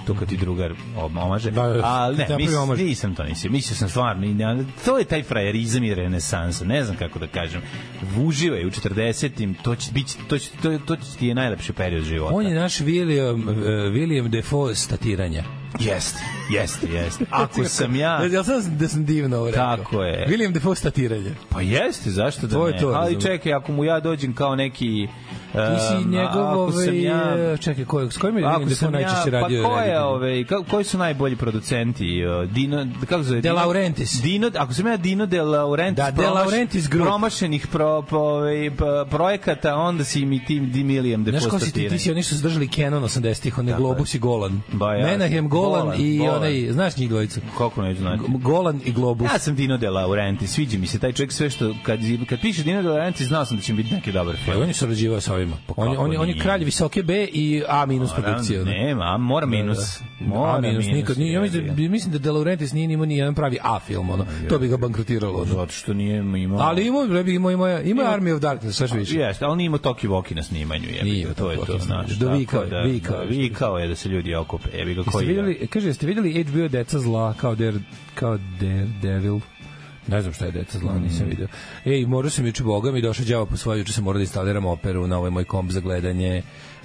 [SPEAKER 7] to kad ti drugar omaže.
[SPEAKER 6] Da, da, da.
[SPEAKER 7] Ali
[SPEAKER 6] Kad ti
[SPEAKER 7] ne,
[SPEAKER 6] napravi
[SPEAKER 7] mis,
[SPEAKER 6] omaž.
[SPEAKER 7] nisam to nisam. Mislio sam stvarno, i ne- to je taj frajerizam i renesansa, ne znam kako da kažem. Uživaj u 40-im, to će biti to će to, to će ti je najlepši period života.
[SPEAKER 6] On je naš William, uh, William Defoe statiranja.
[SPEAKER 7] Jeste, jeste,
[SPEAKER 6] (laughs)
[SPEAKER 7] jeste. Ako sam ja...
[SPEAKER 6] Ja sam da sam divno ovo rekao.
[SPEAKER 7] Tako je.
[SPEAKER 6] William Defoe statiranja.
[SPEAKER 7] Pa jeste, zašto da
[SPEAKER 6] To je
[SPEAKER 7] ne?
[SPEAKER 6] to, razumem.
[SPEAKER 7] Ali čekaj, ako mu ja dođem kao neki...
[SPEAKER 6] Ti si
[SPEAKER 7] em,
[SPEAKER 6] njegov,
[SPEAKER 7] ako sam
[SPEAKER 6] ovaj,
[SPEAKER 7] ja,
[SPEAKER 6] ja... čekaj, ko, je- s kojim je William
[SPEAKER 7] ako
[SPEAKER 6] Defoe
[SPEAKER 7] sam ja,
[SPEAKER 6] najčešće
[SPEAKER 7] pa
[SPEAKER 6] radio?
[SPEAKER 7] ko je,
[SPEAKER 6] reditelj?
[SPEAKER 7] ove, ka, koji su najbolji producenti? eh, Dino, kako se zove?
[SPEAKER 6] De
[SPEAKER 7] Dino-
[SPEAKER 6] Laurentiis.
[SPEAKER 7] Dino, ako sam ja Dino De Laurentiis,
[SPEAKER 6] Da, De
[SPEAKER 7] promaš-
[SPEAKER 6] Laurentiis Group.
[SPEAKER 7] promašenih pro, po, ove, p- projekata, onda si mi tim Dimilijem de
[SPEAKER 6] Znaš ko si ti, ti si oni što su držali Canon 80-ih, onaj Globus i Golan.
[SPEAKER 7] Ba, ja.
[SPEAKER 6] Menahem, Golan, Znači.
[SPEAKER 7] Golan,
[SPEAKER 6] i
[SPEAKER 7] Golan.
[SPEAKER 6] onaj, znaš njih dvojicu?
[SPEAKER 7] Kako neću znati?
[SPEAKER 6] G- Golan i Globus.
[SPEAKER 7] Ja sam Dino De Laurentiis, sviđa mi se taj čovjek sve što... Kad, kad piše Dino De Laurentiis, znao sam da će mi biti neki dobar
[SPEAKER 6] Pa
[SPEAKER 7] film.
[SPEAKER 6] on je sarađivao sa ovima.
[SPEAKER 7] Pa
[SPEAKER 6] on, je,
[SPEAKER 7] kako
[SPEAKER 6] on, je, on je
[SPEAKER 7] nije?
[SPEAKER 6] kralj visoke B i A minus
[SPEAKER 7] Moram,
[SPEAKER 6] produkcije. ono.
[SPEAKER 7] Pa da, Nema, a mora minus. Mora
[SPEAKER 6] A Da, minus, nikad. Nije, ja
[SPEAKER 7] jebi
[SPEAKER 6] mislim,
[SPEAKER 7] ga.
[SPEAKER 6] da- mislim da De Laurentiis nije imao ni jedan pravi A film, ono. To bi ga bankrotiralo. Ono.
[SPEAKER 7] Pa Zato što nije imao...
[SPEAKER 6] Ali imao, ima, ima, ima, ima Army of Darkness, sve više.
[SPEAKER 7] Jeste, ali nije imao Toki Voki na snimanju, jebi
[SPEAKER 6] Nije
[SPEAKER 7] ga,
[SPEAKER 6] imao
[SPEAKER 7] to je
[SPEAKER 6] Toki
[SPEAKER 7] to,
[SPEAKER 6] Voki na
[SPEAKER 7] znaš.
[SPEAKER 6] snimanju. Dovikao je,
[SPEAKER 7] tako da,
[SPEAKER 6] vikao je.
[SPEAKER 7] da, Vikao je da se ljudi okupe, jebi ga,
[SPEAKER 6] Jeste
[SPEAKER 7] koji je.
[SPEAKER 6] videli, kaže, jeste videli HBO Deca zla kao der, kao Daredevil? Ne znam šta je Deca zla,
[SPEAKER 7] Mm.
[SPEAKER 6] nisam video. Ej, morao sam juče Boga mi došao đavo po svoje, juče sam morao da instaliram operu na ovaj moj komp za gledanje.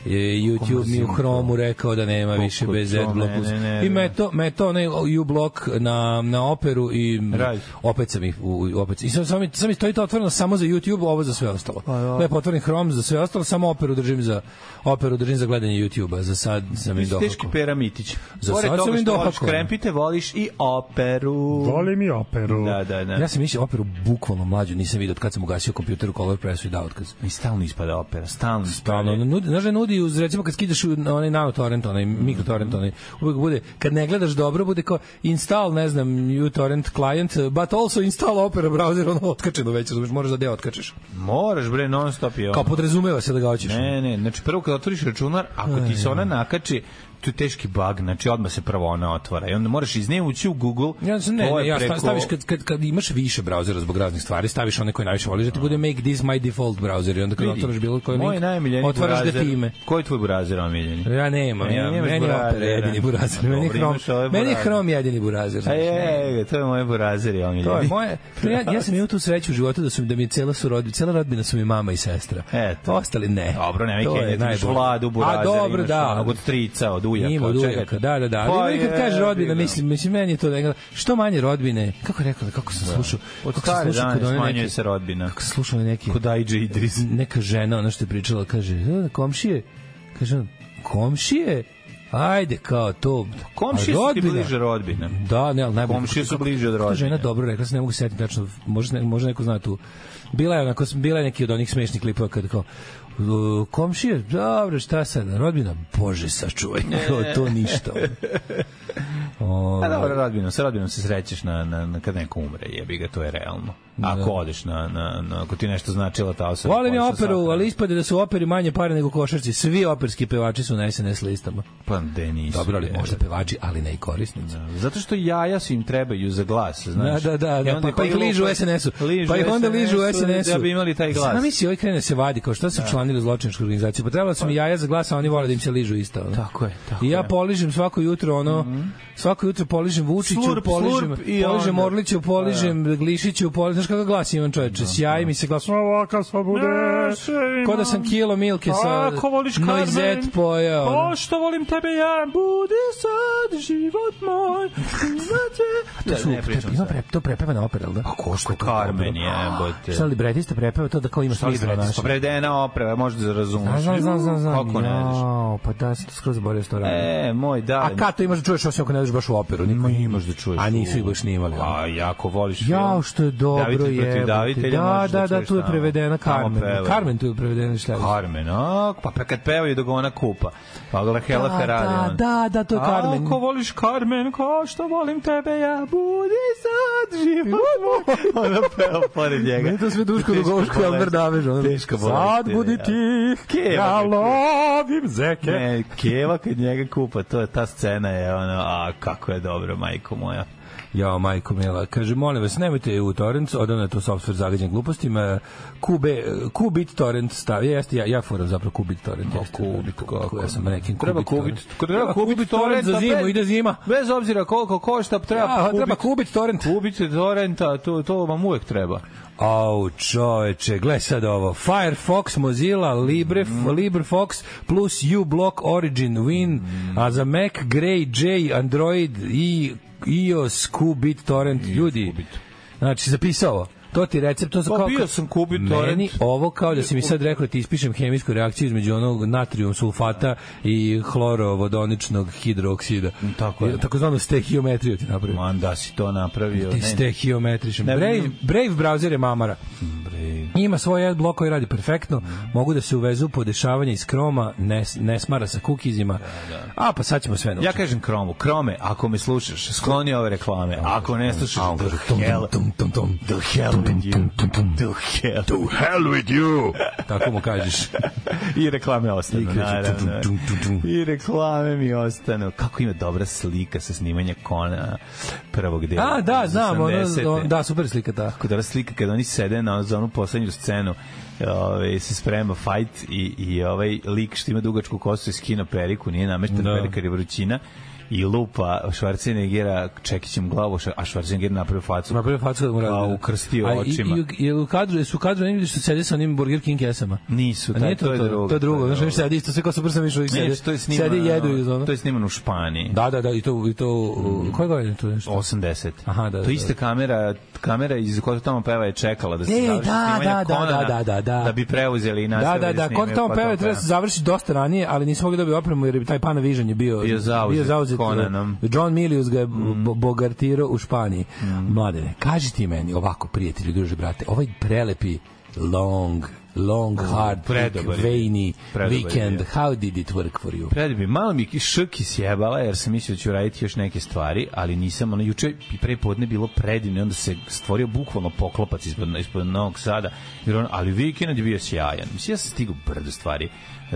[SPEAKER 6] E, YouTube mi u Hromu rekao da nema više bez
[SPEAKER 7] to,
[SPEAKER 6] adblock.
[SPEAKER 7] ne, ne, ne,
[SPEAKER 6] I me
[SPEAKER 7] ne.
[SPEAKER 6] to me to onaj ublok na na operu i
[SPEAKER 7] Raj.
[SPEAKER 6] opet sam ih u, u- opet. I sad sam sam stoji to otvoreno samo za YouTube, ovo za sve ostalo.
[SPEAKER 7] Pa da.
[SPEAKER 6] Lepo otvorim Chrome za sve ostalo, samo operu držim za operu držim za gledanje YouTubea. Za sad sam i
[SPEAKER 7] Ti si
[SPEAKER 6] dohako.
[SPEAKER 7] teški peramitić.
[SPEAKER 6] Za
[SPEAKER 7] Pored
[SPEAKER 6] sad sam
[SPEAKER 7] toga
[SPEAKER 6] im
[SPEAKER 7] što voliš
[SPEAKER 6] dohakao.
[SPEAKER 7] krempite, voliš i operu.
[SPEAKER 8] Volim i operu.
[SPEAKER 7] Da, da, da.
[SPEAKER 6] Ja sam mislio operu bukvalno mlađu, nisam vidio od kad sam ugasio kompjuter u Color Pressu i dao otkaz.
[SPEAKER 7] Mi stalno ispada opera, stalno ispada.
[SPEAKER 6] Stalno, ono, nudi, znaš da nudi uz, recimo kad skidaš u na onaj nanotorrent, onaj mikrotorrent, onaj, uvek bude, kad ne gledaš dobro, bude kao install, ne znam, uTorrent client, but also install Opera browser, ono, otkačeno već, razumiješ, moraš da deo otkačeš.
[SPEAKER 7] Moraš, bre, non stop je ono.
[SPEAKER 6] Kao podrazumeva se da ga hoćeš.
[SPEAKER 7] Pa Ne, ne, znači prvo kad otvoriš računar, ako ti se ona nakači, tu je teški bug, znači odmah se prvo ona otvara i onda moraš iz nje ući u Google.
[SPEAKER 6] Ja sam ne,
[SPEAKER 7] to je
[SPEAKER 6] ne, ja
[SPEAKER 7] preko-
[SPEAKER 6] preko... staviš kad, kad, kad imaš više brauzera zbog raznih stvari, staviš one koje najviše voliš, da ti bude make this my default browser i onda kad
[SPEAKER 7] Vidi,
[SPEAKER 6] otvaraš bilo koji
[SPEAKER 7] moj
[SPEAKER 6] link,
[SPEAKER 7] najmiljeni
[SPEAKER 6] otvaraš da
[SPEAKER 7] burazer-
[SPEAKER 6] ti ime.
[SPEAKER 7] Koji je tvoj burazer omiljeni?
[SPEAKER 6] Pa Ja nemam, ja,
[SPEAKER 7] Nemaš
[SPEAKER 6] meni je opera
[SPEAKER 7] burazera.
[SPEAKER 6] jedini burazer, meni je
[SPEAKER 7] Dobro,
[SPEAKER 6] hrom,
[SPEAKER 7] imaš ove
[SPEAKER 6] meni je
[SPEAKER 7] burazere.
[SPEAKER 6] hrom jedini burazer.
[SPEAKER 7] A
[SPEAKER 6] znaš, ne.
[SPEAKER 7] je, to je moj burazer i omiljeni.
[SPEAKER 6] To je moje, to ja, ja sam imao tu sreću u životu da su mi da mi je cela surod, cela rodbina su mi mama i sestra.
[SPEAKER 7] Eto.
[SPEAKER 6] Ostali ne.
[SPEAKER 7] E, Dobro, nemoj
[SPEAKER 6] To je
[SPEAKER 7] kenjati, imaš
[SPEAKER 6] najbolje.
[SPEAKER 7] vladu, burazer,
[SPEAKER 6] A dobro,
[SPEAKER 7] imaš
[SPEAKER 6] da.
[SPEAKER 7] onog od trica, od ujaka.
[SPEAKER 6] Ima od
[SPEAKER 7] čega
[SPEAKER 6] ujaka,
[SPEAKER 7] ti-
[SPEAKER 6] da, da, da.
[SPEAKER 7] Pa
[SPEAKER 6] Ali pa kad kaže
[SPEAKER 7] jebi
[SPEAKER 6] rodbina,
[SPEAKER 7] ga.
[SPEAKER 6] mislim, mislim, meni je to nekada. Što manje rodbine, kako je rekao, kako sam slušao,
[SPEAKER 7] Da. Od
[SPEAKER 6] kako sam
[SPEAKER 7] stare
[SPEAKER 6] slušao
[SPEAKER 7] dane
[SPEAKER 6] kod one
[SPEAKER 7] smanjuje
[SPEAKER 6] neke,
[SPEAKER 7] se rodbina.
[SPEAKER 6] kako sam slušao one neke,
[SPEAKER 7] Kod Ajđe Idris.
[SPEAKER 6] neka žena, ona što je pričala, kaže, "E, komšije, kaže, on, komšije, ajde, kao to,
[SPEAKER 7] Komšije
[SPEAKER 6] a
[SPEAKER 7] su ti
[SPEAKER 6] rodbina?"
[SPEAKER 7] bliže rodbina.
[SPEAKER 6] Da, ne, ali najbolje.
[SPEAKER 7] Komšije su bliže od
[SPEAKER 6] Kako
[SPEAKER 7] rodbine.
[SPEAKER 6] Žena dobro rekla, se ne mogu setiti tačno, možda, ne, možda neko zna tu. Bila je onako, bila je neki od onih smešnih klipova kada kao, "U, komšije, dobro, šta sad, rodbina, bože, sačuvaj,
[SPEAKER 7] E.
[SPEAKER 6] kao to ništa. O,
[SPEAKER 7] A dobro, rodbinom, sa rodbinom se srećeš na, na, na kad neko umre, jebi ga, to je realno. Ako odeš na, na, na, ako ti nešto značila ta osoba.
[SPEAKER 6] Da. Volim je
[SPEAKER 7] koja se
[SPEAKER 6] operu,
[SPEAKER 7] sakrala.
[SPEAKER 6] ali ispade da su u operi manje pare nego košarci. Svi operski pevači su na SNS listama.
[SPEAKER 7] Pa gde nisu.
[SPEAKER 6] Dobro, ali
[SPEAKER 7] jebe.
[SPEAKER 6] možda pevači, ali ne i korisnici.
[SPEAKER 7] Zato što jaja su im trebaju za glas,
[SPEAKER 6] Da,
[SPEAKER 7] znaš.
[SPEAKER 6] da, da,
[SPEAKER 7] I
[SPEAKER 6] da
[SPEAKER 7] onda
[SPEAKER 6] pa, pa ih ližu u
[SPEAKER 7] lupa-
[SPEAKER 6] SNS-u.
[SPEAKER 7] ližu
[SPEAKER 6] Pa ih onda ližu u SNS-u.
[SPEAKER 7] Da bi imali taj glas. Da.
[SPEAKER 6] Znam misli, ovaj krene se vadi, kao što su članili u zločinačku organizaciju. Pa trebalo su mi jaja za glas, a oni vole da im se ližu isto. Ono.
[SPEAKER 7] Tako je, tako
[SPEAKER 6] I ja
[SPEAKER 7] je. Mhm.
[SPEAKER 6] poližem svako jutro, ono, svako jutro poližem Vučiću,
[SPEAKER 7] Slurp,
[SPEAKER 6] poližem,
[SPEAKER 7] slurp i
[SPEAKER 6] poližem
[SPEAKER 7] onda- Pa da.
[SPEAKER 6] Orliću, poližem Glišiću, poližem, znaš kakav glas imam čoveče, sjaji mi se glas,
[SPEAKER 8] Ovaka sva bude.
[SPEAKER 6] ko da sam kilo milke sa
[SPEAKER 8] Ako voliš
[SPEAKER 6] noizet
[SPEAKER 8] Carmen,
[SPEAKER 6] pojeo. ono.
[SPEAKER 8] Pošto volim tebe ja, budi sad život
[SPEAKER 6] (laughs)
[SPEAKER 8] moj. Znate...
[SPEAKER 6] To
[SPEAKER 7] Da,
[SPEAKER 6] su,
[SPEAKER 7] ne pričam
[SPEAKER 6] to, ima
[SPEAKER 7] sad.
[SPEAKER 6] pre, to prepeva na operel, da?
[SPEAKER 7] Ko što Carmen jebote.
[SPEAKER 6] Šta libretista prepeva to da kao ima smisla
[SPEAKER 7] Libretista.
[SPEAKER 6] znaš.
[SPEAKER 7] Prevedena opera, možda da razumeš.
[SPEAKER 6] Znam, znam, znam, znam.
[SPEAKER 7] Kako ne znaš?
[SPEAKER 6] Jao, pa da, sam to skroz zaboravio što radim.
[SPEAKER 7] E, moj, da.
[SPEAKER 6] A kad to imaš da čuješ osim ako ne ideš baš u operu? Niko
[SPEAKER 7] imaš da čuješ?
[SPEAKER 6] A nisu ih baš ni imali. ono.
[SPEAKER 7] A, jako voliš film.
[SPEAKER 6] Jao, što je
[SPEAKER 7] Davitelj
[SPEAKER 6] dobro
[SPEAKER 7] protiv
[SPEAKER 6] je.
[SPEAKER 7] davitelja,
[SPEAKER 6] Da,
[SPEAKER 7] možeš
[SPEAKER 6] da, da,
[SPEAKER 7] čuješ
[SPEAKER 6] tu je
[SPEAKER 7] tamo.
[SPEAKER 6] prevedena
[SPEAKER 7] Tamo
[SPEAKER 6] Carmen.
[SPEAKER 7] peva.
[SPEAKER 6] Carmen tu je prevedena šta je?
[SPEAKER 7] Carmen, a, pa pa kad pevaju da ga ona kupa. Pa ga Hela
[SPEAKER 6] Da,
[SPEAKER 7] Ferrari.
[SPEAKER 6] da,
[SPEAKER 7] ono.
[SPEAKER 6] da, da, to je Carmen.
[SPEAKER 7] Ako voliš Carmen, kao što volim tebe, ja budi sad život moj. (laughs) Ona peva pored njega.
[SPEAKER 6] Meni to sve Duško
[SPEAKER 7] Teška
[SPEAKER 6] Dugovško i
[SPEAKER 7] bolest.
[SPEAKER 6] Albert Davež. ono.
[SPEAKER 7] Teška bolest.
[SPEAKER 6] Sad budi
[SPEAKER 7] ja.
[SPEAKER 6] tih,
[SPEAKER 7] Keva
[SPEAKER 6] ja
[SPEAKER 7] ga-
[SPEAKER 6] lovim zeke.
[SPEAKER 7] Ne, Keva kad njega kupa, to je ta scena je ono, a kako je dobro, majko moja.
[SPEAKER 6] Jao, majko mila. Kaže, molim vas, nemojte u torrent, odavno je to software zagađen glupostima. Kube, Kubit torrent stavi. Jeste, ja, ja furam zapravo Kubit torrent. Jeste,
[SPEAKER 7] Kubit, kako?
[SPEAKER 6] Ja sam rekin.
[SPEAKER 7] Treba
[SPEAKER 6] Kubit torrent.
[SPEAKER 7] kubit, treba kubit torrent
[SPEAKER 6] za
[SPEAKER 7] pa
[SPEAKER 6] zimu,
[SPEAKER 7] bez-
[SPEAKER 6] ide zima.
[SPEAKER 7] Bez obzira koliko košta, treba
[SPEAKER 6] Ja,
[SPEAKER 7] kubit.
[SPEAKER 6] treba Kubit torrent.
[SPEAKER 7] Kubit torrenta, to, to vam uvek treba.
[SPEAKER 6] Au, čoveče, gle sad ovo. Firefox, Mozilla, Libre,
[SPEAKER 7] Mhm.
[SPEAKER 6] LibreFox plus uBlock Origin Win, a za Mac Grey J, Android i iOS, Qbit, Torrent, ljudi. Znači, zapisao. To ti je recept, to za
[SPEAKER 7] Pa
[SPEAKER 6] kao...
[SPEAKER 7] bio sam Qubit
[SPEAKER 6] Meni
[SPEAKER 7] torrent.
[SPEAKER 6] ovo kao da si mi sad rekao da ti ispišem hemijsku reakciju između onog natrium sulfata i hlorovodoničnog hidrooksida.
[SPEAKER 7] Tako je.
[SPEAKER 6] Takozvanu stehiometriju ti napravio.
[SPEAKER 7] Man, da si to napravio.
[SPEAKER 6] Ti
[SPEAKER 7] ne,
[SPEAKER 6] stehiometrišem.
[SPEAKER 7] Ne,
[SPEAKER 6] Brave,
[SPEAKER 7] ne.
[SPEAKER 6] Brave browser je mamara.
[SPEAKER 7] bre.
[SPEAKER 6] Ima svoj ad blok koji radi perfektno, mogu da se uvezu po dešavanja iz kroma, ne, ne smara sa kukizima. A pa sad ćemo sve naučiti.
[SPEAKER 7] Da, Ja kažem Kromu, Krome, ako me slušaš, skloni ove reklame. Ako ne slušaš,
[SPEAKER 6] A on
[SPEAKER 7] the
[SPEAKER 6] kaže tum,
[SPEAKER 7] hell,
[SPEAKER 6] tum, tum, tum,
[SPEAKER 7] the hell
[SPEAKER 6] tum,
[SPEAKER 7] with
[SPEAKER 6] tum, tum,
[SPEAKER 7] you.
[SPEAKER 6] tum, tum.
[SPEAKER 7] The hell.
[SPEAKER 4] hell with you!
[SPEAKER 6] Tako mu kažeš.
[SPEAKER 7] (laughs) I reklame ostanu,
[SPEAKER 6] I kreće tum,
[SPEAKER 7] naravno.
[SPEAKER 6] tum, tum, tum.
[SPEAKER 7] I reklame mi ostanu. Kako ima dobra slika sa snimanja Kona prvog dela.
[SPEAKER 6] A, da,
[SPEAKER 7] iz
[SPEAKER 6] znam, ono,
[SPEAKER 7] 80-te.
[SPEAKER 6] on- da, super slika ta.
[SPEAKER 7] Kako dobra slika kada oni sede na, za onu poslednju scenu ove, se sprema fight i, i ovaj lik što ima dugačku kosu i skino periku, nije namešten
[SPEAKER 6] Da.
[SPEAKER 7] da. perika jer je vrućina i lupa Schwarzeneggera čekićem glavu, a Schwarzenegger napravio facu.
[SPEAKER 6] Napravio facu da mu radi.
[SPEAKER 7] A, Pa, ukrstio
[SPEAKER 6] A i-
[SPEAKER 7] očima.
[SPEAKER 6] I, i, jel u kadru, jesu u kadru ne vidiš što sede sa onim Burger King kesama?
[SPEAKER 7] Nisu,
[SPEAKER 6] A
[SPEAKER 7] taj-
[SPEAKER 6] nije to, to, je drugo. To je drugo, znaš, oni sede isto, sve kao super sam išao i
[SPEAKER 7] da. Ne,
[SPEAKER 6] sede.
[SPEAKER 7] to je snimano,
[SPEAKER 6] Sede i jedu iz ono.
[SPEAKER 7] to je Mm. snimano u Španiji.
[SPEAKER 6] Da, da, da, i to, i to, u- koje godine je to nešto?
[SPEAKER 7] 80.
[SPEAKER 6] Aha, da,
[SPEAKER 7] to
[SPEAKER 6] da,
[SPEAKER 7] ista kamera, kamera iz koje tamo peva je čekala da se
[SPEAKER 6] E,
[SPEAKER 7] završi
[SPEAKER 6] da,
[SPEAKER 7] snimanje
[SPEAKER 6] da, da,
[SPEAKER 7] Konana,
[SPEAKER 6] da, da, da.
[SPEAKER 7] da bi preuzeli i
[SPEAKER 6] Da,
[SPEAKER 7] nastavili
[SPEAKER 6] da, da,
[SPEAKER 7] snimaju,
[SPEAKER 6] kod tamo
[SPEAKER 7] pa
[SPEAKER 6] peva
[SPEAKER 7] to
[SPEAKER 6] treba se završi dosta ranije, ali nismo mogli dobiti opremu jer bi taj Panavision je bio
[SPEAKER 7] Bio zauzet
[SPEAKER 6] bio zauzet uh, Mm.
[SPEAKER 7] Conanom.
[SPEAKER 6] John Milius ga je bo- bogartirao u Španiji. Mladene, kaži ti meni ovako prijatelju, druže brate, ovaj prelepi long long hard
[SPEAKER 7] predobar je.
[SPEAKER 6] veiny
[SPEAKER 7] Predobar je
[SPEAKER 6] weekend
[SPEAKER 7] bio.
[SPEAKER 6] how did it work for you
[SPEAKER 7] Pred bi malo mi ki- šk sjebala jer sam mislio da ću raditi još neke stvari, ali nisam, ono juče i pre podne bilo predivno, i onda se stvorio bukvalno poklopac ispod, ispod Novog Sada, jer on, ali vikend je bio sjajan. Mislim, ja sam stigao brdo stvari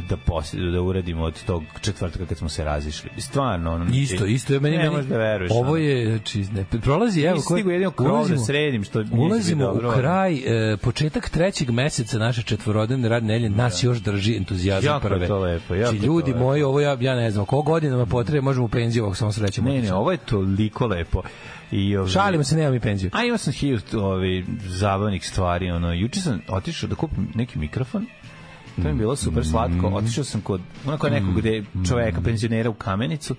[SPEAKER 7] da, posle, da uradimo od tog četvrtka kad smo se razišli. Stvarno, ono...
[SPEAKER 6] Isto, isto je meni
[SPEAKER 7] ne
[SPEAKER 6] meni-
[SPEAKER 7] možeš da veruješ. ono.
[SPEAKER 6] Ovo je znači ne prolazi evo
[SPEAKER 7] Nisi stigao jedino krov da sredim, što nije
[SPEAKER 6] ulazimo
[SPEAKER 7] bilo dobro,
[SPEAKER 6] u
[SPEAKER 7] ali.
[SPEAKER 6] kraj e, početak trećeg meseca naše četvorodnevne radne nelje nas još drži entuzijazam
[SPEAKER 7] Jako je
[SPEAKER 6] prve.
[SPEAKER 7] to lepo, jako
[SPEAKER 6] Znači,
[SPEAKER 7] je to
[SPEAKER 6] ljudi
[SPEAKER 7] lepo.
[SPEAKER 6] moji, ovo ja ja ne znam, koliko godinama potrebe možemo u penziju ovako samo srećemo.
[SPEAKER 7] Ne, ne, ovo je toliko lepo. I, ovaj,
[SPEAKER 6] Šalimo se, nemam i penziju.
[SPEAKER 7] A imao sam hiljadu ovaj, zabavnih stvari. Ono. Juče sam otišao da kupim neki mikrofon. To mi je bilo super slatko.
[SPEAKER 6] Mm.
[SPEAKER 7] Otišao sam kod onako nekog gde čoveka penzionera u kamenicu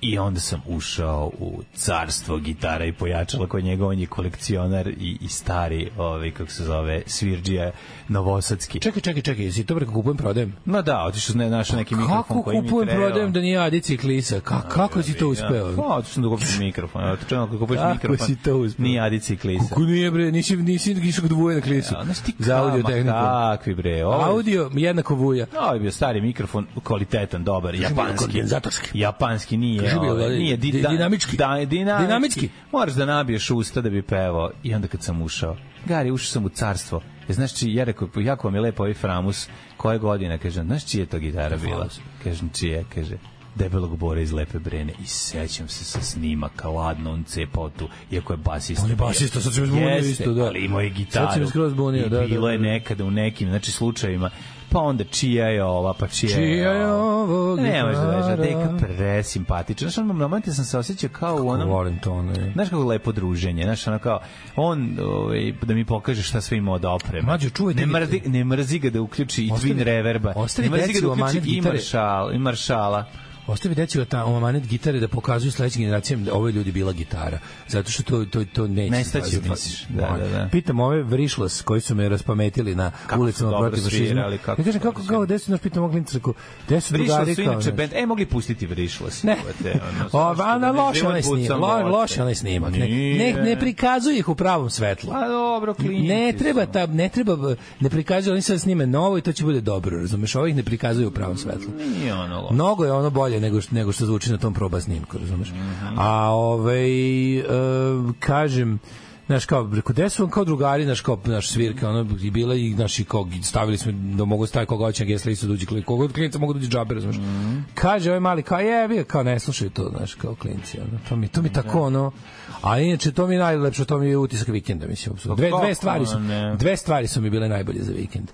[SPEAKER 7] i onda sam ušao u carstvo gitara i pojačala koje njega on je kolekcionar i, i stari ovaj, kako se zove svirđija novosadski
[SPEAKER 6] Čekaj, čekaj, čekaj, jesi to preko kupujem, prodajem?
[SPEAKER 7] no da otišao sam na našao neki mikrofon
[SPEAKER 6] Kako
[SPEAKER 7] koji mi
[SPEAKER 6] kupujem,
[SPEAKER 7] treba.
[SPEAKER 6] prodajem da nije Adi ciklisa? Ka, kako si to uspeo?
[SPEAKER 7] Pa, otišao sam da kupim mikrofon. Evo, to čemu kad kupuješ
[SPEAKER 6] Kako
[SPEAKER 7] mikrofon.
[SPEAKER 6] si to uspeo?
[SPEAKER 7] Nije adi ciklisa.
[SPEAKER 6] Kako nije bre, nisi nisi išao kod vuja na klisu.
[SPEAKER 7] Da, Znaš ti
[SPEAKER 6] Za audio
[SPEAKER 7] kama,
[SPEAKER 6] tehniku.
[SPEAKER 7] Kakvi bre, ovo je-
[SPEAKER 6] Audio jednako vuja.
[SPEAKER 7] ovo je bio stari mikrofon, kvalitetan, dobar, japanski.
[SPEAKER 6] kondenzatorski.
[SPEAKER 7] Japanski nije,
[SPEAKER 6] Kažu bio,
[SPEAKER 7] ovaj,
[SPEAKER 6] ali,
[SPEAKER 7] nije
[SPEAKER 6] di- dinamički.
[SPEAKER 7] Da, dinamički.
[SPEAKER 6] Dinamički.
[SPEAKER 7] Moraš da nabiješ usta da bi pevao. I onda kad sam ušao, Gari, ušao sam u carstvo. E, znaš či, ja rekao, pa jako vam je lepo ovaj Framus, koje godine, kaže, znaš čije je to gitara bila? Kažem, čije, kaže, debelog bora iz Lepe Brene i sećam se sa snimaka, ladno on cepao tu, iako je basista.
[SPEAKER 6] On je basista, sad si me zbunio
[SPEAKER 7] Jeste,
[SPEAKER 6] isto, da.
[SPEAKER 7] ali imao je
[SPEAKER 6] Sad si me
[SPEAKER 7] gitaru.
[SPEAKER 6] skroz zbunio,
[SPEAKER 7] I
[SPEAKER 6] da, da,
[SPEAKER 7] bilo je
[SPEAKER 6] da, da.
[SPEAKER 7] nekada u nekim, znači, slučajevima, pa onda čija je ova, pa čija,
[SPEAKER 6] Čija je ovo
[SPEAKER 7] Ne, možeš da
[SPEAKER 6] gitara?
[SPEAKER 7] veš, deka presimpatičan. Znaš, ono, na momente sam se osjećao kao u onom...
[SPEAKER 6] Volim to, ne.
[SPEAKER 7] Znaš kako lepo druženje, znaš, ono kao, on, ovaj, da mi pokaže šta sve ima od opreme.
[SPEAKER 6] Mlađe, čuvajte
[SPEAKER 7] ne,
[SPEAKER 6] gitare.
[SPEAKER 7] mrzi, ne mrzi ga da uključi i
[SPEAKER 6] Ostavi-
[SPEAKER 7] twin reverba.
[SPEAKER 6] ostavi
[SPEAKER 7] Ne mrzi
[SPEAKER 6] deci
[SPEAKER 7] ga
[SPEAKER 6] u
[SPEAKER 7] da uključi
[SPEAKER 6] amanet
[SPEAKER 7] i,
[SPEAKER 6] gitare.
[SPEAKER 7] maršal, i maršala.
[SPEAKER 6] Ostavi deci o ta omanet gitare da pokazuju sledećim generacijama da ovo je ljudi bila gitara. Zato što to to to neće.
[SPEAKER 7] Nestaće,
[SPEAKER 6] izlaziti.
[SPEAKER 7] misliš? Da, da, da.
[SPEAKER 6] Pitam ove vrišlos koji su me raspametili na
[SPEAKER 7] Kako su
[SPEAKER 6] ulicama
[SPEAKER 7] dobro
[SPEAKER 6] protiv fašizma.
[SPEAKER 7] svirali, kako
[SPEAKER 6] Ja kažem
[SPEAKER 7] su
[SPEAKER 6] kako
[SPEAKER 7] dobro
[SPEAKER 6] kao desu naš pitam oglinca kako desu
[SPEAKER 7] Vrišla
[SPEAKER 6] drugari
[SPEAKER 7] su
[SPEAKER 6] kao.
[SPEAKER 7] inače bend. E, mogli pustiti Vrišla.
[SPEAKER 6] Ne. O, (laughs) a
[SPEAKER 7] da
[SPEAKER 6] na loš onaj snimak, lo, loš onaj snimak. Ne, ne, ne prikazuje ih u pravom svetlu.
[SPEAKER 7] Pa dobro, klinci.
[SPEAKER 6] Ne treba
[SPEAKER 7] su.
[SPEAKER 6] ta, ne treba, ne prikazuju, oni sad snime novo i to će bude dobro, razumeš, ovih ne prikazuju u pravom svetlu.
[SPEAKER 7] Nije ono loš.
[SPEAKER 6] Mnogo je ono bolje nego što, nego
[SPEAKER 7] Mhm.
[SPEAKER 6] što zvuči na tom proba snimku, razumeš? A ovaj, e, kažem, znaš kao preko gde su vam kao drugari naš kao naš svirka ono i bila i naši kao stavili smo da mogu staviti koga hoće gesla isto dođi klik koga od klinica mogu dođi džabe razumeš
[SPEAKER 7] Mhm.
[SPEAKER 6] kaže ovaj mali kao jebi kao ne slušaj to znaš kao klinci ono to mi to
[SPEAKER 7] Da.
[SPEAKER 6] mi tako ono a inače to mi je najlepše to mi je utisak vikenda mislim apsolutno. dve
[SPEAKER 7] Pa kako,
[SPEAKER 6] dve stvari su
[SPEAKER 7] ne?
[SPEAKER 6] dve stvari su mi bile najbolje za vikend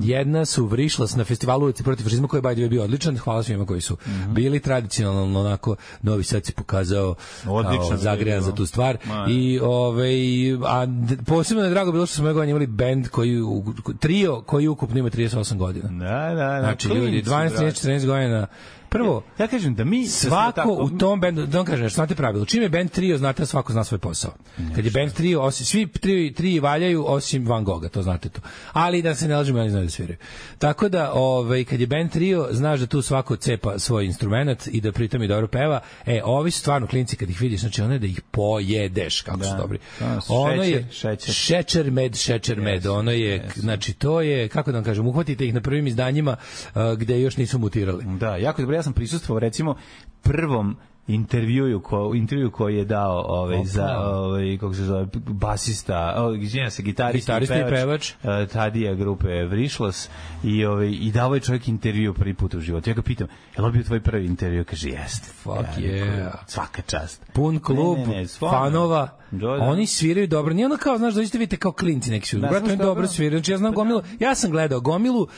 [SPEAKER 6] jedna su vrišlas na festivalu ulici protiv fašizma koji je by the way bio odličan hvala svima koji su bili tradicionalno onako Novi Sad se pokazao
[SPEAKER 7] Odličan
[SPEAKER 6] kao, zagrejan
[SPEAKER 7] video.
[SPEAKER 6] za tu stvar
[SPEAKER 7] Ma,
[SPEAKER 6] i i ovaj a d- posebno je drago bilo što smo ove godine imali bend koji u- trio koji ukupno ima 38 godina.
[SPEAKER 7] Da, da, da.
[SPEAKER 6] Znači
[SPEAKER 7] klinci,
[SPEAKER 6] ljudi 12,
[SPEAKER 7] brate.
[SPEAKER 6] 13, 14 godina. Prvo
[SPEAKER 7] Ja kažem da mi se
[SPEAKER 6] svako
[SPEAKER 7] tako-
[SPEAKER 6] u tom bendu, da vam kažem, nešto, znate pravilo, čim je band trio, znate da svako zna svoj posao. Kad je band trio, osim, svi tri, tri valjaju osim Van Goga, to znate to. Ali da se ne lažemo, oni znaju da sviraju. Tako da, ovaj, kad je band trio, znaš da tu svako cepa svoj instrument i da pritom i dobro peva. E, ovi su stvarno klinci, kad ih vidiš, znači ono je da ih pojedeš, kako su dobri.
[SPEAKER 7] Da, su
[SPEAKER 6] Ono
[SPEAKER 7] šećer,
[SPEAKER 6] je
[SPEAKER 7] šećer.
[SPEAKER 6] šećer med, šećer med, ono je, znači to je, kako da vam kažem, uhvatite ih na prvim izdanjima uh, gde još nisu mutirali.
[SPEAKER 7] Da, jako dobro, ja sam prisustvovao recimo prvom intervjuju ko intervju koji je dao ovaj
[SPEAKER 6] Opa.
[SPEAKER 7] za ovaj kako se zove basista ovaj izvinjavam se gitarista,
[SPEAKER 6] Gitarista i
[SPEAKER 7] eh, Tadija grupe Vrišlas i ovaj i davao je čovjek intervju prvi put u životu ja ga pitam jel ovo bio tvoj prvi intervju kaže jeste
[SPEAKER 6] Fuck
[SPEAKER 7] rekao,
[SPEAKER 6] yeah.
[SPEAKER 7] svaka čast
[SPEAKER 6] pun klub
[SPEAKER 7] Ne, ne, ne, stvarno.
[SPEAKER 6] fanova.
[SPEAKER 7] Da, da.
[SPEAKER 6] Oni sviraju dobro. Nije ono kao, znaš, dođete vidite kao klinci neki sviraju.
[SPEAKER 7] Da, Pa
[SPEAKER 6] Brate,
[SPEAKER 7] znaš
[SPEAKER 6] oni
[SPEAKER 7] dobro.
[SPEAKER 6] dobro sviraju. Znači, ja znam gomilu, ja sam gledao gomilu, uh,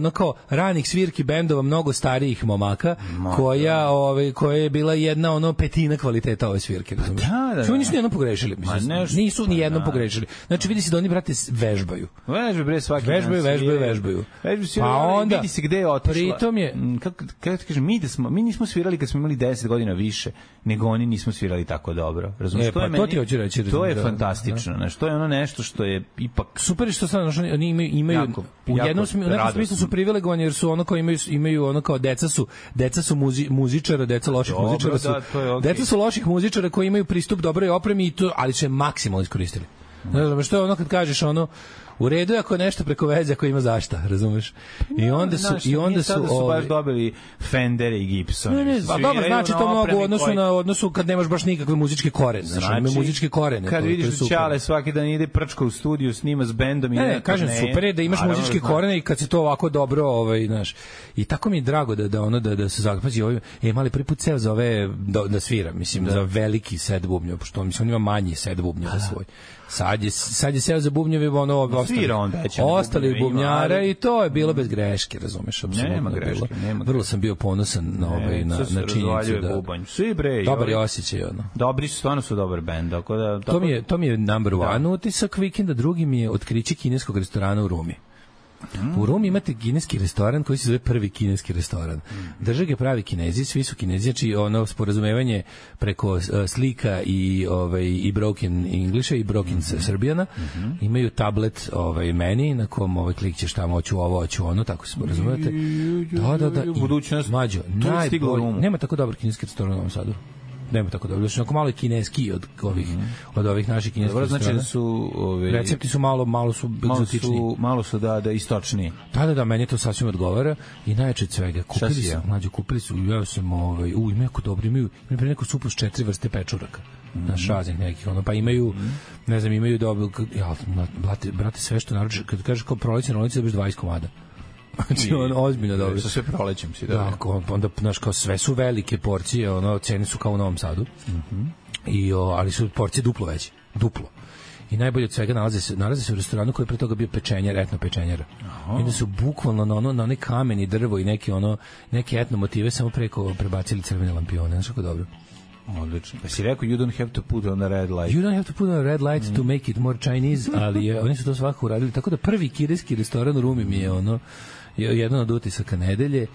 [SPEAKER 6] no kao ranih svirki bendova, mnogo starijih momaka, koja,
[SPEAKER 7] da.
[SPEAKER 6] ovaj, koja je bila jedna ono petina kvaliteta ove svirke. razumeš?
[SPEAKER 7] da, da.
[SPEAKER 6] Što oni su nijednom pogrešili. Mislim,
[SPEAKER 7] Ma, nešto,
[SPEAKER 6] nisu
[SPEAKER 7] pa
[SPEAKER 6] ni jednom
[SPEAKER 7] da.
[SPEAKER 6] pogrešili. Znači, vidi se da oni, brate, s- vežbaju.
[SPEAKER 7] Vežbaju bre svaki
[SPEAKER 6] Vežbaju,
[SPEAKER 7] dan.
[SPEAKER 6] vežbaju,
[SPEAKER 7] sviraju.
[SPEAKER 6] vežbaju.
[SPEAKER 7] Vežbaju
[SPEAKER 6] Pa
[SPEAKER 7] pa onda,
[SPEAKER 6] onda,
[SPEAKER 7] vidi se gde je otišla.
[SPEAKER 6] pritom je-
[SPEAKER 7] Mm, Kako, kako ti kažem, mi, da smo, mi nismo svirali kad smo imali 10 godina više, nego oni nismo svirali tako dobro. Razumiješ?
[SPEAKER 6] E, pa to ti hoću reći,
[SPEAKER 7] To je
[SPEAKER 6] da,
[SPEAKER 7] fantastično. Znaš, to je ono nešto što je ipak...
[SPEAKER 6] super je što sad znaš, oni oni imaju imaju
[SPEAKER 7] Jako,
[SPEAKER 6] u
[SPEAKER 7] jako
[SPEAKER 6] jednom smislu u nekom
[SPEAKER 7] radosno.
[SPEAKER 6] smislu su privilegovani jer su ono kao imaju imaju ono kao deca su deca su muzi, muzičara, deca loših
[SPEAKER 7] Dobro,
[SPEAKER 6] muzičara su.
[SPEAKER 7] da, to je okej.
[SPEAKER 6] Deca su loših muzičara koji imaju pristup dobroj opremi i to ali su je maksimalno iskoristili. Ne znam što je ono kad kažeš ono u redu je ako je nešto preko veze ako ima zašta, razumeš? I onda su
[SPEAKER 7] Znaš,
[SPEAKER 6] i
[SPEAKER 7] nije
[SPEAKER 6] onda su
[SPEAKER 7] sad da su
[SPEAKER 6] ovaj-
[SPEAKER 7] baš dobili Fender i Gibson.
[SPEAKER 6] Ne, ne, pa dobro, znači to mnogo u odnosu na
[SPEAKER 7] Znači,
[SPEAKER 6] odnosu kad nemaš baš nikakve muzičke korene, znači, znači ima muzičke korene.
[SPEAKER 7] Kad
[SPEAKER 6] to- to je
[SPEAKER 7] vidiš da
[SPEAKER 6] super.
[SPEAKER 7] Čale svaki dan ide prčka u studiju, snima s bendom i
[SPEAKER 6] Ne,
[SPEAKER 7] ide
[SPEAKER 6] ne,
[SPEAKER 7] na
[SPEAKER 6] E, kažem
[SPEAKER 7] turneje.
[SPEAKER 6] super je da imaš
[SPEAKER 7] Naravno,
[SPEAKER 6] muzičke
[SPEAKER 7] znaš.
[SPEAKER 6] korene i kad se to ovako dobro, ovaj, znaš. I tako mi je drago da da ono da da se zagpazi ovaj e mali prvi put ceo za ove da, da svira, mislim za veliki set bubnjeva, pošto on, mislim on ima manji set bubnjeva
[SPEAKER 7] Da.
[SPEAKER 6] svoj. Sad je sad je ceo za bubnjeve ono ostali,
[SPEAKER 7] svira on veće na
[SPEAKER 6] ostali
[SPEAKER 7] bubnjeve, ima,
[SPEAKER 6] bubnjara
[SPEAKER 7] ali-
[SPEAKER 6] i to je bilo bez greške, razumeš, apsolutno.
[SPEAKER 7] Nema
[SPEAKER 6] je bilo.
[SPEAKER 7] greške, nema
[SPEAKER 6] Vrlo sam bio ponosan na ovaj na
[SPEAKER 7] Sve E, se
[SPEAKER 6] na činjenicu
[SPEAKER 7] razvaljuje
[SPEAKER 6] da
[SPEAKER 7] bubanj. Svi bre. i ovaj-
[SPEAKER 6] dobar
[SPEAKER 7] ovi-
[SPEAKER 6] je osjećaj ono.
[SPEAKER 7] Dobri su, stvarno su dobar bend, tako da...
[SPEAKER 6] To mi je to mi je number one utisak vikenda, drugi mi je otkriće kineskog restorana u Rumi.
[SPEAKER 7] Mm.
[SPEAKER 6] U Rumi imate kineski restoran koji se zove prvi kineski restoran.
[SPEAKER 7] Mm.
[SPEAKER 6] Drže ga pravi kinezi, svi su kinezi, znači ono sporazumevanje preko eh, slika i ovaj i broken Englisha i broken
[SPEAKER 7] Mm-hmm.
[SPEAKER 6] Srbijana. Imaju tablet ovaj meni na kom ovaj klikćeš tamo hoću ovo, hoću ono, tako se sporazumevate. Da, da, da. i-
[SPEAKER 7] Budućnost.
[SPEAKER 6] Mlađo,
[SPEAKER 7] Tu je stiglo u
[SPEAKER 6] najbolji-
[SPEAKER 7] Rumu.
[SPEAKER 6] nema tako dobar kineski restoran u Novom Sadu. Nema tako dobro. Znači, onako malo je kineski od ovih, od ovih naših kineskih
[SPEAKER 7] Mhm. Dobro, znači da
[SPEAKER 6] restorana.
[SPEAKER 7] su... Ove,
[SPEAKER 6] Recepti su malo, malo su
[SPEAKER 7] malo
[SPEAKER 6] egzotični.
[SPEAKER 7] su, malo su da, da istočni.
[SPEAKER 6] Da, da, da, meni to sasvim odgovara i najjače od svega. Kupili
[SPEAKER 7] si
[SPEAKER 6] su,
[SPEAKER 7] jeo?
[SPEAKER 6] mlađe, kupili su, jeo sam, ovaj, u, imaju jako dobro, imaju, imaju pre neku supu s četiri vrste pečuraka.
[SPEAKER 7] Mhm.
[SPEAKER 6] Mm. Naš raznih nekih, ono, pa imaju, ne znam, imaju dobro, k- ja, na- brate, brate, sve što naručiš, kad kažeš kao proleće na ulici, dobiješ 20 komada. (laughs) Znači, on ozbiljno dobro.
[SPEAKER 7] Sa sve prolećem si, da.
[SPEAKER 6] Da, ako- onda znaš kao sve su velike porcije, ono cene su kao u Novom Sadu. I o, ali su porcije duplo veće, duplo. I najbolje od svega nalaze se, nalaze se u restoranu koji je pre toga bio pečenjar, etno pečenjara. I onda su bukvalno na ono na onaj kamen i drvo i neke ono neke etno motive samo preko prebacili crvene lampione, znači kako dobro.
[SPEAKER 7] Odlično. Pa si rekao, you don't have to put on a red light.
[SPEAKER 6] Da. You don't have to put on a red light to make it more Chinese, ali je, oni su to svakako uradili. Tako da prvi kineski restoran u Rumi mi je ono je jedan od utisaka nedelje.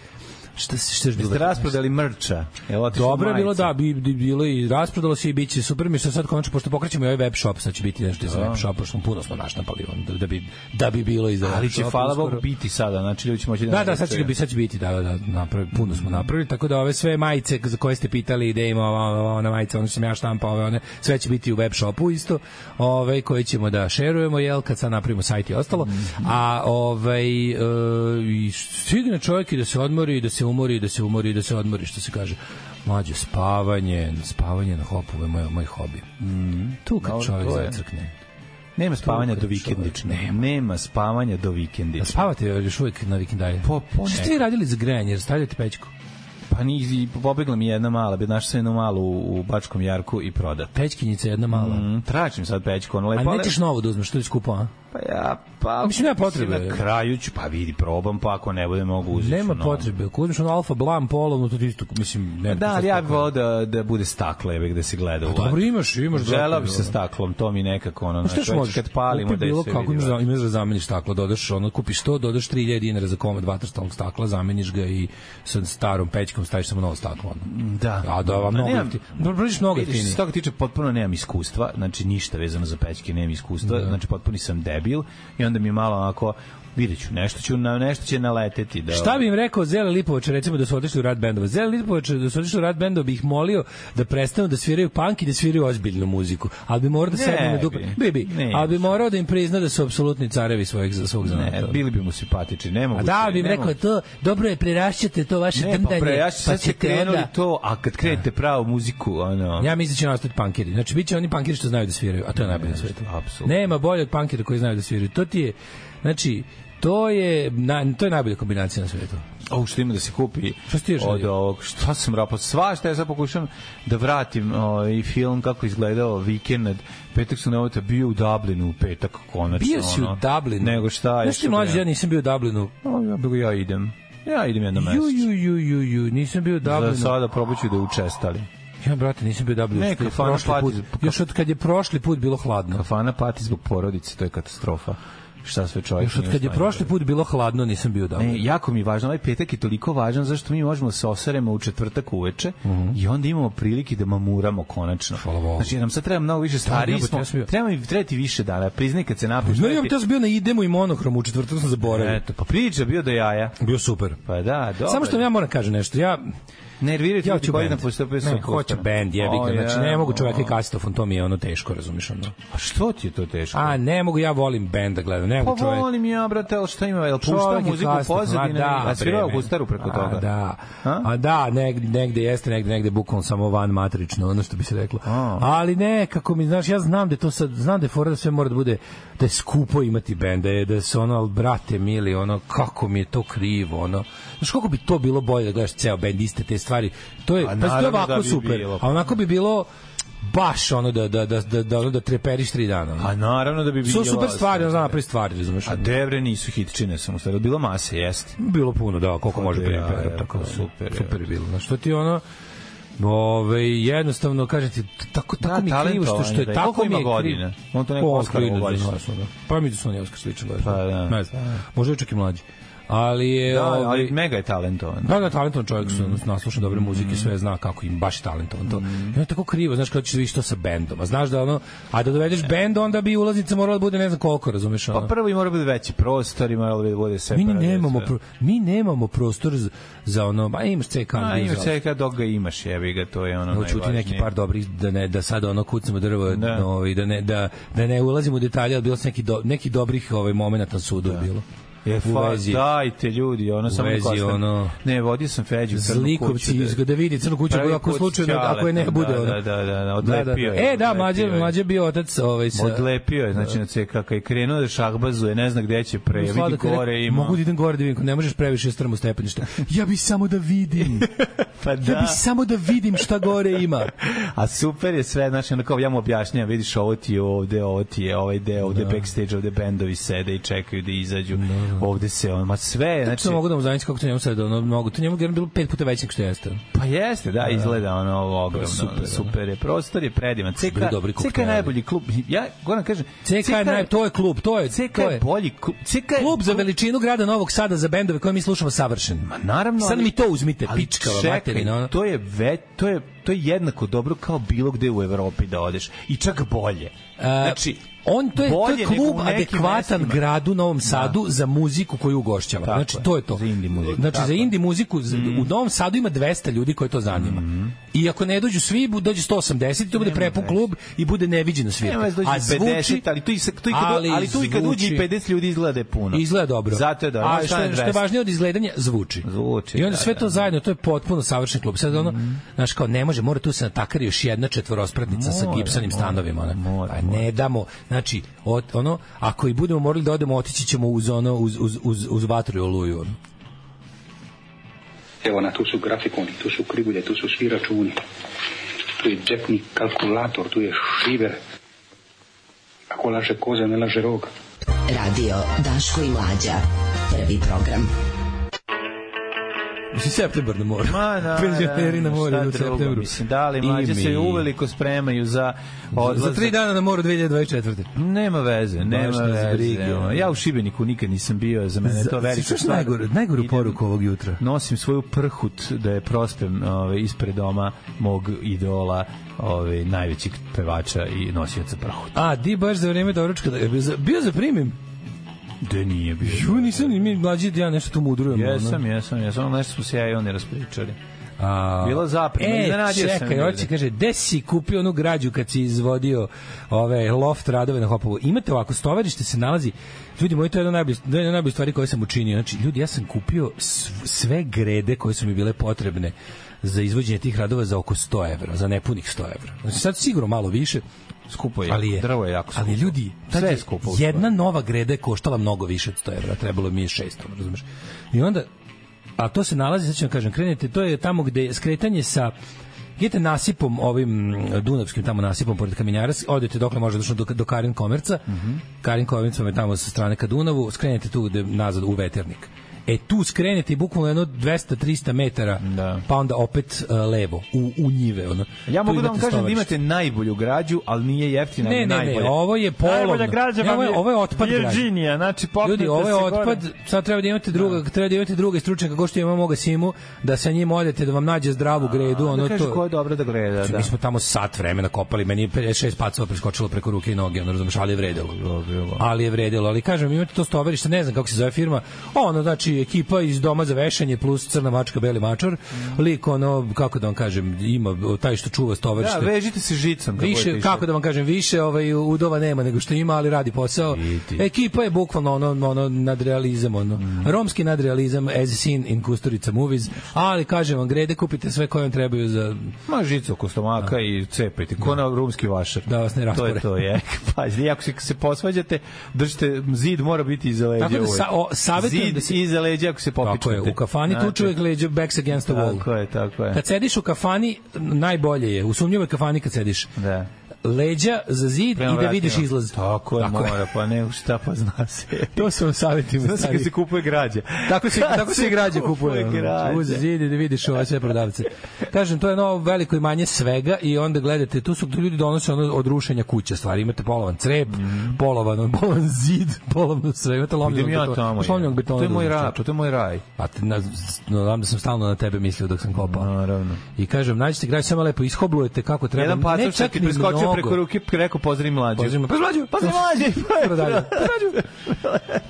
[SPEAKER 6] Šta se šta je bilo?
[SPEAKER 7] Ste rasprodali mrča. Evo, otišla
[SPEAKER 6] Dobro je bilo
[SPEAKER 7] majica.
[SPEAKER 6] da bi, bi bilo i rasprodalo se i biće super mi što sad konačno pošto pokrećemo i ovaj web shop sad će biti nešto
[SPEAKER 7] Da.
[SPEAKER 6] za web shop pošto smo puno smo naštampali on da, da bi da bi bilo i za
[SPEAKER 7] Ali
[SPEAKER 6] web
[SPEAKER 7] će,
[SPEAKER 6] shop
[SPEAKER 7] hvala
[SPEAKER 6] uskoro.
[SPEAKER 7] Bog, biti sada. Znači, ljudi će moći da...
[SPEAKER 6] Da, da, sad će, bi, sad će biti, da, da, da, napravi, puno smo napravili, tako da ove sve majice za koje ste pitali, ide ima ova, ova, ona majica, ono što sam ja štampa, ove, one, sve će biti u web shopu isto, ove, koje ćemo da šerujemo, jel, kad sad napravimo sajt i ostalo, a ovaj, e, i stigne čovjek i da se odmori, i da se umori, i da se umori, i da se odmori, što se kaže. Mlađe, spavanje, spavanje na hopu je moj, moj hobi. Mm. Tu kad
[SPEAKER 7] Mhm. Dobro,
[SPEAKER 6] čovjek
[SPEAKER 7] to je.
[SPEAKER 6] zacrkne.
[SPEAKER 7] Nema spavanja
[SPEAKER 6] kad
[SPEAKER 7] do vikendične.
[SPEAKER 6] čovjek-
[SPEAKER 7] Nema. spavanja do
[SPEAKER 6] A
[SPEAKER 7] vikendične.
[SPEAKER 6] spavate još uvijek na vikendaju?
[SPEAKER 7] Po-
[SPEAKER 6] Šta
[SPEAKER 7] po
[SPEAKER 6] ste
[SPEAKER 7] nekad.
[SPEAKER 6] vi radili za grejanje? Jer Stavljate pećku?
[SPEAKER 7] Pa ni, pobegla mi jedna mala, bi našla sam jednu malu u, u Bačkom Jarku i prodata.
[SPEAKER 6] Pećkinjica jedna mala.
[SPEAKER 7] Mm, tračim sad pećku, ono
[SPEAKER 6] A
[SPEAKER 7] lepo. ali-
[SPEAKER 6] nećeš novu da uzmeš, što je skupo, a?
[SPEAKER 7] Pa ja, pa...
[SPEAKER 6] A mislim, nema potrebe.
[SPEAKER 7] mislim, Na kraju ću, pa vidi, probam, pa ako ne bude mogu uzeti.
[SPEAKER 6] Nema potrebe. Ako uzmeš ono alfa blam polovno, to ti isto, mislim, nema.
[SPEAKER 7] Da, ali ja bih
[SPEAKER 6] volao.
[SPEAKER 7] volao da, da bude stakla, jebek, da se gleda u
[SPEAKER 6] Pa Dobro, imaš, imaš.
[SPEAKER 7] Želao
[SPEAKER 6] brate,
[SPEAKER 7] bi sa staklom, to mi nekako ono,
[SPEAKER 6] Pa što
[SPEAKER 7] znaš,
[SPEAKER 6] još
[SPEAKER 7] već
[SPEAKER 6] možeš?
[SPEAKER 7] kad palimo
[SPEAKER 6] Kupi
[SPEAKER 7] da je
[SPEAKER 6] bilo
[SPEAKER 7] sve
[SPEAKER 6] kako
[SPEAKER 7] vidi.
[SPEAKER 6] imaš za, imaš za zameniš staklo, dodaš ono, kupiš to, dodaš 3000 dinara za komad vatrastalnog stakla, zameniš ga i sa starom pećkom staviš samo novo staklo. Ono.
[SPEAKER 7] Da.
[SPEAKER 6] A da vam mnogo
[SPEAKER 7] nemam-
[SPEAKER 6] jeftinije. Dobro, Brodiš mnogo
[SPEAKER 7] Vidiš, što
[SPEAKER 6] jeftinije.
[SPEAKER 7] se toga tiče, potpuno nemam iskustva, znači ništa vezano za pećke, nemam iskustva,
[SPEAKER 6] Da.
[SPEAKER 7] znači potpuni sam debil i onda mi je malo onako, vidjet ću, nešto, ću, na, nešto će naleteti. Da,
[SPEAKER 6] Šta bi im rekao Zele Lipovača recimo da su otišli u rad bendova? Zele Lipovača da su otišli u rad bendova bi ih molio da prestanu da sviraju punk i da sviraju ozbiljnu muziku. Ali bi morao da
[SPEAKER 7] Ne
[SPEAKER 6] sedne na
[SPEAKER 7] bi.
[SPEAKER 6] dupe. Bi, bi.
[SPEAKER 7] Ne.
[SPEAKER 6] Ali bi morao da im prizna da su apsolutni carevi svojeg, svog zanata.
[SPEAKER 7] Ne, bili bi mu simpatični, ne mogu.
[SPEAKER 6] A da, bi im rekao to, dobro je, prerašćete to vaše
[SPEAKER 7] ne, pa
[SPEAKER 6] drndanje,
[SPEAKER 7] pre, ja ću,
[SPEAKER 6] pa
[SPEAKER 7] sad ste
[SPEAKER 6] ćete
[SPEAKER 7] krenuli
[SPEAKER 6] onda... Da.
[SPEAKER 7] to, a kad krenete pravu muziku, ono...
[SPEAKER 6] Ja mislim da će nastati pankeri. Znači, bit će oni pankeri što znaju da sviraju, a to je najbolje na svetu.
[SPEAKER 7] apsolutno.
[SPEAKER 6] Nema bolje od pankera koji znaju da sviraju. To ti je, znači, to je, na, to je najbolja kombinacija na svetu.
[SPEAKER 7] O, što ima da se kupi
[SPEAKER 6] Šta si ti još
[SPEAKER 7] od
[SPEAKER 6] radio?
[SPEAKER 7] ovog, šta sam rapao, sva šta ja sad pokušam da vratim ovaj film kako je izgledao vikend, petak sam na ovoj bio u Dublinu u petak konačno.
[SPEAKER 6] Bio si u
[SPEAKER 7] ono.
[SPEAKER 6] Dublinu.
[SPEAKER 7] Nego šta je?
[SPEAKER 6] Znaš ti mlađe, ja nisam bio u Dublinu.
[SPEAKER 7] ja, bih- ja idem. Ja idem jedno mesto.
[SPEAKER 6] Ju, ju, ju, ju, ju, nisam bio u
[SPEAKER 7] Da
[SPEAKER 6] Dublinu.
[SPEAKER 7] sada probaću da učestali.
[SPEAKER 6] Ja, brate, nisam bio u Dublinu.
[SPEAKER 7] Neka
[SPEAKER 6] Još
[SPEAKER 7] fana
[SPEAKER 6] prošli
[SPEAKER 7] pati
[SPEAKER 6] put-
[SPEAKER 7] zbog-
[SPEAKER 6] Još od kad je prošli put bilo hladno.
[SPEAKER 7] Kafana pati zbog porodice, to je katastrofa. Šta sve čovjek
[SPEAKER 6] Još od
[SPEAKER 7] nije
[SPEAKER 6] kad je
[SPEAKER 7] smanjio.
[SPEAKER 6] prošli put bilo hladno, nisam bio u Dublinu.
[SPEAKER 7] Ne, jako mi je važno, ovaj petak je toliko važan zašto mi možemo da se osaremo u četvrtak uveče i onda imamo prilike da mamuramo konačno.
[SPEAKER 6] Mhm. Hvala Bogu.
[SPEAKER 7] Znači, nam sad treba mnogo više stariji
[SPEAKER 6] jebote,
[SPEAKER 7] smo,
[SPEAKER 6] ja sam bio-
[SPEAKER 7] treba mi trebati više dana, priznaj kad se napiš.
[SPEAKER 6] Ne,
[SPEAKER 7] treba
[SPEAKER 6] ja
[SPEAKER 7] ti-
[SPEAKER 6] bih sam bio na idemu i monohromu, u četvrtak sam zaboravio.
[SPEAKER 7] Eto, pa priča bio do jaja.
[SPEAKER 6] Bio super.
[SPEAKER 7] Pa da, dobro.
[SPEAKER 6] Samo što vam ja moram kažem nešto. Ja
[SPEAKER 7] nervirati
[SPEAKER 6] ja hoću
[SPEAKER 7] godina
[SPEAKER 6] bend.
[SPEAKER 7] posle
[SPEAKER 6] Ne, hoću bend, jebi ga. Znači, ne mogu čoveka i kasetofon, to mi je ono teško, razumiješ ono.
[SPEAKER 7] A što ti je to teško?
[SPEAKER 6] A, ne mogu, ja volim bend da gledam, ne
[SPEAKER 7] Pa
[SPEAKER 6] mogu čovek.
[SPEAKER 7] volim ja, brate, ali šta ima, jel pušta
[SPEAKER 6] Čovek je
[SPEAKER 7] muziku
[SPEAKER 6] kasno,
[SPEAKER 7] pozadine,
[SPEAKER 6] a da,
[SPEAKER 7] a svirao
[SPEAKER 6] bre,
[SPEAKER 7] gustaru preko
[SPEAKER 6] a
[SPEAKER 7] toga.
[SPEAKER 6] Da.
[SPEAKER 7] A?
[SPEAKER 6] A da, negde, negde jeste, negde, negde bukvalno samo van matrično, ono što bi se reklo.
[SPEAKER 7] A.
[SPEAKER 6] Ali ne, kako mi, znaš, ja znam da je to sad, znam da je fora da sve mora da bude, da je skupo imati bend, da je, da se ono, ali brate mili, ono, kako mi je to krivo, ono. Znaš, kako bi to bilo bolje da gledaš ceo bend, iste te stvari. To je,
[SPEAKER 7] Pa
[SPEAKER 6] pa, to je
[SPEAKER 7] naravno
[SPEAKER 6] ovako
[SPEAKER 7] da bi
[SPEAKER 6] super,
[SPEAKER 7] bilo.
[SPEAKER 6] a onako bi bilo baš ono da, da, da, da, da, ono da treperiš tri dana. ono.
[SPEAKER 7] A naravno da bi bilo...
[SPEAKER 6] Su super stvari, ono, znam napravi stvari, razumeš?
[SPEAKER 7] A devre nisu hitčine, samo stvari. Bilo mase, jeste.
[SPEAKER 6] Bilo puno, da, koliko može
[SPEAKER 7] Hotel,
[SPEAKER 6] prije
[SPEAKER 7] ja,
[SPEAKER 6] pera,
[SPEAKER 7] ja,
[SPEAKER 6] tako da,
[SPEAKER 7] pa, super,
[SPEAKER 6] super,
[SPEAKER 7] ja.
[SPEAKER 6] super je bilo. Znaš, što ti ono, Ove, jednostavno, kažem ti, t- tako, tako
[SPEAKER 7] Da,
[SPEAKER 6] mi je krivo što, što
[SPEAKER 7] talentovan je,
[SPEAKER 6] je,
[SPEAKER 7] da.
[SPEAKER 6] tako
[SPEAKER 7] Koliko
[SPEAKER 6] mi
[SPEAKER 7] ima
[SPEAKER 6] je krivo.
[SPEAKER 7] godina? On to neko
[SPEAKER 6] Pa,
[SPEAKER 7] Oskar
[SPEAKER 6] klinac,
[SPEAKER 7] godište.
[SPEAKER 6] znaš, ono. Pa mi da su oni Oskar slični, baš.
[SPEAKER 7] Pa, da.
[SPEAKER 6] Ne znam. Možda je čak i mlađi. Ali je...
[SPEAKER 7] Da,
[SPEAKER 6] ovaj,
[SPEAKER 7] ali mega je talentovan.
[SPEAKER 6] Da, da, talentovan čovjek, mm. naslušan dobre muzike, sve zna kako im baš je talentovan to.
[SPEAKER 7] Mm.
[SPEAKER 6] I onda je tako krivo, znaš, kada ćeš da vidiš to sa bendom. A znaš da ono, a da dovedeš bend, onda bi ulaznica morala da bude ne znam koliko, razumeš?
[SPEAKER 7] Pa
[SPEAKER 6] Ono?
[SPEAKER 7] prvo i mora biti veći prostor, i mora da bude sve.
[SPEAKER 6] mi
[SPEAKER 7] prave, da.
[SPEAKER 6] nemamo
[SPEAKER 7] sve.
[SPEAKER 6] pro, mi nemamo prostor za, za ono a imaš CK
[SPEAKER 7] A
[SPEAKER 6] Andrija
[SPEAKER 7] imaš
[SPEAKER 6] za-
[SPEAKER 7] čeka dok ga imaš, jebi ga, to je ono
[SPEAKER 6] Hoću ti neki
[SPEAKER 7] najvažnije.
[SPEAKER 6] par dobrih da ne da sad ono kucamo drvo
[SPEAKER 7] Da.
[SPEAKER 6] da. ovaj da ne da da ne ulazimo u detalje, ali bilo su neki do, neki dobrih ovaj momenata na sudu da. bilo.
[SPEAKER 7] Je,
[SPEAKER 6] u
[SPEAKER 7] E, fa,
[SPEAKER 6] vezi.
[SPEAKER 7] dajte ljudi, ono samo
[SPEAKER 6] vezi,
[SPEAKER 7] Kostan-
[SPEAKER 6] ono-
[SPEAKER 7] Ne, vodio sam Feđu u crnu kuću,
[SPEAKER 6] Zlikovci izgleda da vidi crnu kuću
[SPEAKER 7] Pravi
[SPEAKER 6] ako
[SPEAKER 7] put
[SPEAKER 6] slučajno
[SPEAKER 7] Ćaleta,
[SPEAKER 6] ako je ne bude
[SPEAKER 7] da,
[SPEAKER 6] ono.
[SPEAKER 7] Da, da, da, da, odlepio je.
[SPEAKER 6] E da,
[SPEAKER 7] odlepio
[SPEAKER 6] mlađe
[SPEAKER 7] je.
[SPEAKER 6] mlađe bio otac ovaj sa
[SPEAKER 7] Odlepio je, znači na CKK i krenuo da šahbazuje, ne zna gde će pre, vidi
[SPEAKER 6] Sladak je rekao,
[SPEAKER 7] gore ima.
[SPEAKER 6] Mogu da idem gore da vidim, ne možeš previše strmo stepenište. Ja bi samo da
[SPEAKER 7] (laughs)
[SPEAKER 6] vidim.
[SPEAKER 7] pa
[SPEAKER 6] Ja bi samo da vidim šta gore ima.
[SPEAKER 7] A super je sve, znači, ono kao ja mu objašnjam, vidiš ovo ti je ovde, ovo ti je ovaj deo,
[SPEAKER 6] Da.
[SPEAKER 7] ovde backstage, ovde bendovi sede i čekaju da izađu, ovde se on, ma sve,
[SPEAKER 6] Znači,
[SPEAKER 7] je, znači,
[SPEAKER 6] to mogu da mu zamislim kako to njemu sad ono mogu. To njemu vjerujem bilo pet puta veće nego što jeste.
[SPEAKER 7] pa jeste, da, izgleda ono ovo ogromno,
[SPEAKER 6] super,
[SPEAKER 7] super,
[SPEAKER 6] da.
[SPEAKER 7] super je, prostor je predivan, CK,
[SPEAKER 6] Bili dobri
[SPEAKER 7] CK je
[SPEAKER 6] kokteli.
[SPEAKER 7] najbolji klub, ja, govorim kažem,
[SPEAKER 6] CK je naj, to je klub, to je,
[SPEAKER 7] CK
[SPEAKER 6] to
[SPEAKER 7] je
[SPEAKER 6] je
[SPEAKER 7] bolji klub, CK je
[SPEAKER 6] klub za veličinu grada Novog Sada za bendove koje mi slušamo savršen. Ma
[SPEAKER 7] Naravno,
[SPEAKER 6] Sad
[SPEAKER 7] ali-
[SPEAKER 6] mi to uzmite,
[SPEAKER 7] ali
[SPEAKER 6] pičkava
[SPEAKER 7] čekaj,
[SPEAKER 6] materina. Ono.
[SPEAKER 7] To je ve, to je to je jednako dobro kao bilo gde u Evropi da odeš i čak bolje. Znači,
[SPEAKER 6] E, on to je, to
[SPEAKER 7] bolje
[SPEAKER 6] je
[SPEAKER 7] nego
[SPEAKER 6] klub
[SPEAKER 7] u nekim
[SPEAKER 6] adekvatan
[SPEAKER 7] mestima. Da.
[SPEAKER 6] gradu Novom Sadu za muziku koju ugošćava.
[SPEAKER 7] Tako
[SPEAKER 6] znači
[SPEAKER 7] je,
[SPEAKER 6] to je to.
[SPEAKER 7] za indie muziku,
[SPEAKER 6] Znači
[SPEAKER 7] tako
[SPEAKER 6] za
[SPEAKER 7] je. Mm.
[SPEAKER 6] indie muziku z- u Novom Sadu ima 200 ljudi koje to zanima. I ako ne dođu svi, bu- dođe 180 i to bude prepun klub i bude neviđena svirka.
[SPEAKER 7] Nema vas dođe
[SPEAKER 6] A
[SPEAKER 7] 50, ali tu i, sa- tu i kad, ali, tu i kad uđe i
[SPEAKER 6] zvuči-
[SPEAKER 7] 50 ljudi izgleda da je puno.
[SPEAKER 6] Izgleda dobro.
[SPEAKER 7] Pa, Zato je dobro.
[SPEAKER 6] A što, je- što je važnije od izgledanja, zvuči.
[SPEAKER 7] Zvuči,
[SPEAKER 6] I onda
[SPEAKER 7] da,
[SPEAKER 6] sve
[SPEAKER 7] da.
[SPEAKER 6] to zajedno, to je potpuno savršen klub. Sad ono, znaš kao, ne može, mora tu se natakari još jedna četvorospratnica sa
[SPEAKER 7] Mora,
[SPEAKER 6] gipsanim
[SPEAKER 7] mora,
[SPEAKER 6] stanovima. Ona.
[SPEAKER 7] mora,
[SPEAKER 6] pa
[SPEAKER 7] mora.
[SPEAKER 6] ne damo, znači, od, ono, ako i budemo morali da odemo, otići ćemo uz ono, uz, uz, uz, uz vatru i oluju. ono.
[SPEAKER 2] Evo na, tu su grafikoni, tu su krivulje, tu su svi računi. Tu je džepni kalkulator, tu je šiver. Ako laže koza, ne laže roga.
[SPEAKER 5] Radio Daško i Mlađa. Prvi program.
[SPEAKER 6] Mislim, septembar na moru. (laughs)
[SPEAKER 7] Ma, da,
[SPEAKER 6] Penzioneri
[SPEAKER 7] da,
[SPEAKER 6] na moru
[SPEAKER 7] šta
[SPEAKER 6] idu u
[SPEAKER 7] drugo,
[SPEAKER 6] septembru.
[SPEAKER 7] Mislim, da li
[SPEAKER 6] I
[SPEAKER 7] mlađe
[SPEAKER 6] mi.
[SPEAKER 7] se uveliko spremaju za
[SPEAKER 6] Za
[SPEAKER 7] odlazak. E,
[SPEAKER 6] tri dana na moru 2024.
[SPEAKER 7] Nema veze, nema
[SPEAKER 6] nas
[SPEAKER 7] veze.
[SPEAKER 6] briga.
[SPEAKER 7] evo. Ja u Šibeniku nikad nisam bio, za mene je to veliko.
[SPEAKER 6] Čuš najgoru, najgoru poruku ovog jutra?
[SPEAKER 7] nosim svoju prhut da je prospem ovaj ispred doma mog idola, ovaj najvećeg pevača i nosioca prhuta.
[SPEAKER 6] A, di baš za vreme doručka, da, bio za primim?
[SPEAKER 7] Da nije bio.
[SPEAKER 6] Ju, nisam, ni mi mlađi, ja nešto tu mudrujem. ono.
[SPEAKER 7] Jesam, jesam, jesam, ono nešto smo se ja i oni raspričali.
[SPEAKER 6] A,
[SPEAKER 7] Bila zaprema,
[SPEAKER 6] E,
[SPEAKER 7] iznenadio sam
[SPEAKER 6] čekaj,
[SPEAKER 7] ljude.
[SPEAKER 6] hoće kaže, gde si kupio onu građu kad si izvodio ove loft radove na Hopovu? Imate ovako, stovarište se nalazi, ljudi moji, to je jedna od najboljih- jedna od najboljih stvari koje sam učinio. Znači, ljudi, ja sam kupio sv- sve grede koje su mi bile potrebne za izvođenje tih radova za oko 100 evra, za nepunih 100 evra. Znači, sad sigurno malo više,
[SPEAKER 7] Skupo je,
[SPEAKER 6] ali je,
[SPEAKER 7] drvo je jako skupo.
[SPEAKER 6] Ali ljudi, tad
[SPEAKER 7] Sve je
[SPEAKER 6] je
[SPEAKER 7] skupo u
[SPEAKER 6] Jedna nova greda je koštala mnogo više od 100 evra, trebalo mi je 600, razumeš? I onda, a to se nalazi, sad ću vam kažem, krenete, to je tamo gde je skretanje sa idete nasipom ovim mm, dunavskim tamo nasipom pored kamenjara odete dokle može došlo do, do Karin Komerca
[SPEAKER 7] Mhm.
[SPEAKER 6] Karin Komerca vam je tamo sa strane ka Dunavu skrenete tu gde nazad u Veternik e tu skrenete i bukvalno jedno 200-300 metara
[SPEAKER 7] Da.
[SPEAKER 6] pa onda opet e, levo u, u njive ono.
[SPEAKER 7] Ja
[SPEAKER 6] Tu
[SPEAKER 7] mogu
[SPEAKER 6] imate
[SPEAKER 7] da vam kažem da
[SPEAKER 6] stovarište.
[SPEAKER 7] imate najbolju građu, ali nije jeftina,
[SPEAKER 6] Ne,
[SPEAKER 7] ali
[SPEAKER 6] ne,
[SPEAKER 7] najbolja.
[SPEAKER 6] ne, ovo je polovno.
[SPEAKER 7] Najbolja građa
[SPEAKER 6] Ne,
[SPEAKER 7] vam
[SPEAKER 6] ovo je,
[SPEAKER 7] je
[SPEAKER 6] ovo je otpad građe.
[SPEAKER 7] Virginija, znači popnete
[SPEAKER 6] Ljudi, ovo je
[SPEAKER 7] se gore.
[SPEAKER 6] otpad, sad treba da imate druga, treba da imate druga stručnjaka, kao što imamo moga Simu, da sa njim odete, da vam nađe zdravu gredu, ono
[SPEAKER 7] Da kaže ko
[SPEAKER 6] to.
[SPEAKER 7] je dobro da gleda, da.
[SPEAKER 6] Mi smo tamo sat vremena kopali, meni je 56 pacova preskočilo preko ruke i noge, ono razumeš, ali je vredilo. Ali je vredilo, ali kažem, imate to stovarište, ne znam kako se zove firma, ono, znači, ekipa iz doma za vešanje plus crna mačka, beli mačor, lik, ono, kako da vam kažem, ima taj što čuva
[SPEAKER 7] Mm. Da,
[SPEAKER 6] stovarište.
[SPEAKER 7] vežite se žicom. kad budete
[SPEAKER 6] Više,
[SPEAKER 7] išli.
[SPEAKER 6] kako da vam kažem, više ovaj, udova nema nego što ima, ali radi posao.
[SPEAKER 7] Vidi.
[SPEAKER 6] Ekipa je bukvalno ono, ono nadrealizam, ono.
[SPEAKER 7] Mm.
[SPEAKER 6] Romski nadrealizam as seen in Kusturica movies, ali kažem vam, grede kupite sve koje vam trebaju za...
[SPEAKER 7] Ma žicu oko stomaka i cepajte, ko na rumski vašar.
[SPEAKER 6] Da vas ne
[SPEAKER 7] To
[SPEAKER 6] raspore.
[SPEAKER 7] je
[SPEAKER 6] (laughs)
[SPEAKER 7] to, je. Pazi, ako se, se posvađate, držite, zid mora biti iza leđa.
[SPEAKER 6] Tako da
[SPEAKER 7] uvek.
[SPEAKER 6] sa- o, savjetujem
[SPEAKER 7] zid
[SPEAKER 6] da se-
[SPEAKER 7] iza leđa ako se popičete. Znači,
[SPEAKER 6] Tako je, u kafani tu čovjek leđe backs against the wall.
[SPEAKER 7] Tako je, tako je.
[SPEAKER 6] Kad sediš u kafani, najbolje je. U sumnjivoj kafani kad sediš.
[SPEAKER 7] Da.
[SPEAKER 6] Leđa za zid
[SPEAKER 7] Prema
[SPEAKER 6] i da vidiš
[SPEAKER 7] vratima.
[SPEAKER 6] izlaz.
[SPEAKER 7] Tako je, mora, pa ne, šta pa
[SPEAKER 6] (laughs)
[SPEAKER 7] zna se.
[SPEAKER 6] To su vam savjeti.
[SPEAKER 7] Zna se kad se kupuje građa.
[SPEAKER 6] Tako se tako se građa kupuje.
[SPEAKER 7] građa.
[SPEAKER 6] Uz zid i da vidiš ove sve prodavce. Kažem, to je novo veliko imanje svega i onda gledate, tu su ljudi donose ono od rušenja kuća stvari. Imate polovan crep, polovan, polovan zid, (laughs) polovno sve. Imate lomljenog
[SPEAKER 7] Idem Mhm. ja tamo.
[SPEAKER 6] betona. Lomljenog
[SPEAKER 7] je.
[SPEAKER 6] betona.
[SPEAKER 7] To je moj
[SPEAKER 6] razumeš,
[SPEAKER 7] raj, to je moj raj.
[SPEAKER 6] Pa te, na, znam da sam stalno na tebe mislio dok sam kopao.
[SPEAKER 7] Naravno.
[SPEAKER 6] I kažem, nađite graj samo lepo, ishoblujete kako treba.
[SPEAKER 7] Da. Jedan
[SPEAKER 6] ne
[SPEAKER 7] pacar što
[SPEAKER 6] čak
[SPEAKER 7] ti
[SPEAKER 6] ni
[SPEAKER 7] preskočio
[SPEAKER 6] mnogo.
[SPEAKER 7] preko ruke, rekao pozdrav mlađu.
[SPEAKER 6] Pozdrav-
[SPEAKER 7] Pa mlađu, pozdrav (laughs)
[SPEAKER 6] (laughs)
[SPEAKER 7] mlađu.
[SPEAKER 6] Prodavlja.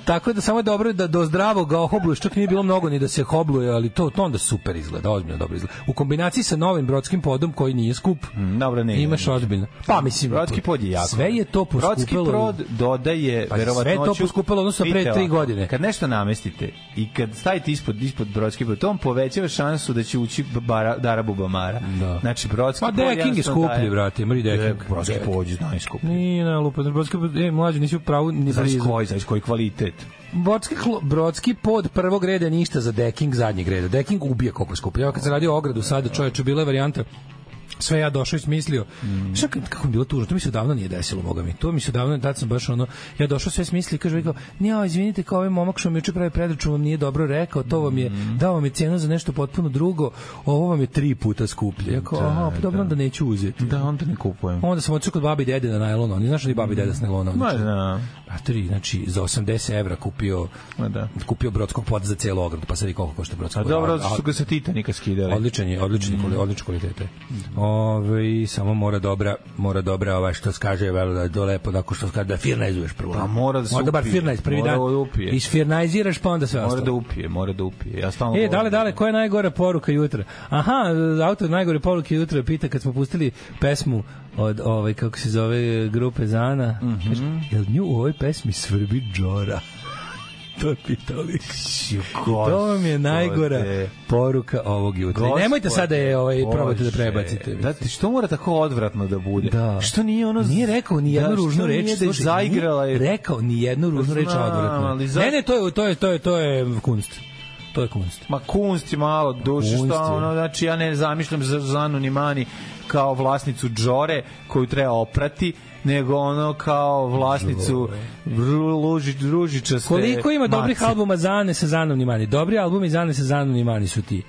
[SPEAKER 6] Tako da samo je dobro da do zdravog ga ohobluješ, čak nije bilo mnogo ni da se hobluje, ali to, to onda super izgleda, ozbiljno dobro izgleda. U kombinaciji sa novim brodskim podom koji nije skup,
[SPEAKER 7] Dobro, ne.
[SPEAKER 6] imaš ozbiljno. Pa mislim,
[SPEAKER 7] Brodski pod je jako.
[SPEAKER 6] sve je to
[SPEAKER 7] Brodski
[SPEAKER 6] poskupelo.
[SPEAKER 7] prod
[SPEAKER 6] Pazi,
[SPEAKER 7] dodaje
[SPEAKER 6] sve
[SPEAKER 7] verovatnoću.
[SPEAKER 6] je to poskupelo odnosno pre
[SPEAKER 7] Vidite
[SPEAKER 6] tri
[SPEAKER 7] ovako,
[SPEAKER 6] godine.
[SPEAKER 7] Kad nešto namestite i kad stavite ispod ispod brodski prod, to vam povećava šansu da će ući bara, darabu bamara.
[SPEAKER 6] Da.
[SPEAKER 7] Znači brodski
[SPEAKER 6] Ma,
[SPEAKER 7] prod
[SPEAKER 6] decking je
[SPEAKER 7] jednostavno
[SPEAKER 6] skuplji,
[SPEAKER 7] daje-
[SPEAKER 6] brate, mri decking.
[SPEAKER 7] E, Brodski pod je najskuplji.
[SPEAKER 6] Nije na lupa, brodski pod, e, mlađe, nisi u pravu, ni
[SPEAKER 7] Znaš
[SPEAKER 6] blizu.
[SPEAKER 7] koji, znaš koji kvalitet.
[SPEAKER 6] Brodski, klo- brodski pod prvog reda je ništa za deking zadnjeg reda. Deking ubija koliko je skuplje. Ja kad sam radio ogradu sada, čoveče, bila je varijanta sve ja došao i smislio. Mm. Šta kad- kako mi je bilo tužno, to mi se davno nije desilo, boga mi. To mi se davno, tad sam baš ono, ja došao sve smislio i kažem, kao, nije, a, izvinite, kao ovaj momak što mi juče pravi predračun vam nije dobro rekao, to vam je,
[SPEAKER 7] Mm.
[SPEAKER 6] dao vam je cenu za nešto potpuno drugo, ovo vam je tri puta skuplje. Ja kao, aha, pa dobro, onda neću uzeti.
[SPEAKER 7] Da, onda ne kupujem.
[SPEAKER 6] Onda sam otišao kod babi i dede na najlonu, oni znaš da je babi i deda s najlonom.
[SPEAKER 7] Ma,
[SPEAKER 6] znači?
[SPEAKER 7] da.
[SPEAKER 6] A tri, znači, za 80 evra kupio
[SPEAKER 7] Ma da.
[SPEAKER 6] kupio brodskog poda za celu ogradu, pa sad i koliko košta brodskog
[SPEAKER 7] A dobro,
[SPEAKER 6] ali-
[SPEAKER 7] su ga Mm. sa Titanika skidali.
[SPEAKER 6] Odličan je, odličan je, kvali- odlična kvaliteta. je. Ove, Ovaj, samo mora dobra, mora dobra, ova što skaže, velo da je to lepo, tako što skaže da firnajzuješ prvo.
[SPEAKER 7] Pa mora da se
[SPEAKER 6] Mora dobar
[SPEAKER 7] upije,
[SPEAKER 6] firnajz, prvi
[SPEAKER 7] mora
[SPEAKER 6] dan.
[SPEAKER 7] da upije.
[SPEAKER 6] Isfirnajziraš, pa onda sve
[SPEAKER 7] Mora
[SPEAKER 6] ostalo.
[SPEAKER 7] da upije, mora da upije. Ja
[SPEAKER 6] E,
[SPEAKER 7] stalno govorim.
[SPEAKER 6] dale, dale, koja je najgora poruka jutra? Aha, autor najgore poruke jutra pita kad smo pustili pesmu od ovaj kako se zove grupe Zana. Mm
[SPEAKER 7] Mhm.
[SPEAKER 6] -hmm. Jel nju u ovoj pesmi svrbi džora? (laughs) to je pitao lik. To vam je najgora
[SPEAKER 7] Gospode.
[SPEAKER 6] poruka ovog jutra. I Nemojte sada je ovaj, probate da prebacite.
[SPEAKER 7] Da, ti što mora tako odvratno da bude?
[SPEAKER 6] Da.
[SPEAKER 7] Što nije ono...
[SPEAKER 6] Nije rekao ni jednu
[SPEAKER 7] da,
[SPEAKER 6] da,
[SPEAKER 7] što
[SPEAKER 6] ružnu reč.
[SPEAKER 7] Nije da je
[SPEAKER 6] slušaj,
[SPEAKER 7] zaigrala
[SPEAKER 6] nije
[SPEAKER 7] je...
[SPEAKER 6] Rekao ni jednu ružnu reč
[SPEAKER 7] Znam,
[SPEAKER 6] odvratno.
[SPEAKER 7] ali za-
[SPEAKER 6] Ne, ne, to je to je to je to je kunst. To je kunst.
[SPEAKER 7] Ma kunst je malo duše,
[SPEAKER 6] Kunst
[SPEAKER 7] šta
[SPEAKER 6] je.
[SPEAKER 7] ono, znači ja ne zamišljam za Zanu ni mani kao vlasnicu džore koju treba oprati, nego ono kao vlasnicu ru- luži, ružičaste
[SPEAKER 6] Koliko ima
[SPEAKER 7] mace.
[SPEAKER 6] dobrih albuma Zane sa Zanom Nimani? Dobri albumi Zane sa Zanom Nimani su ti.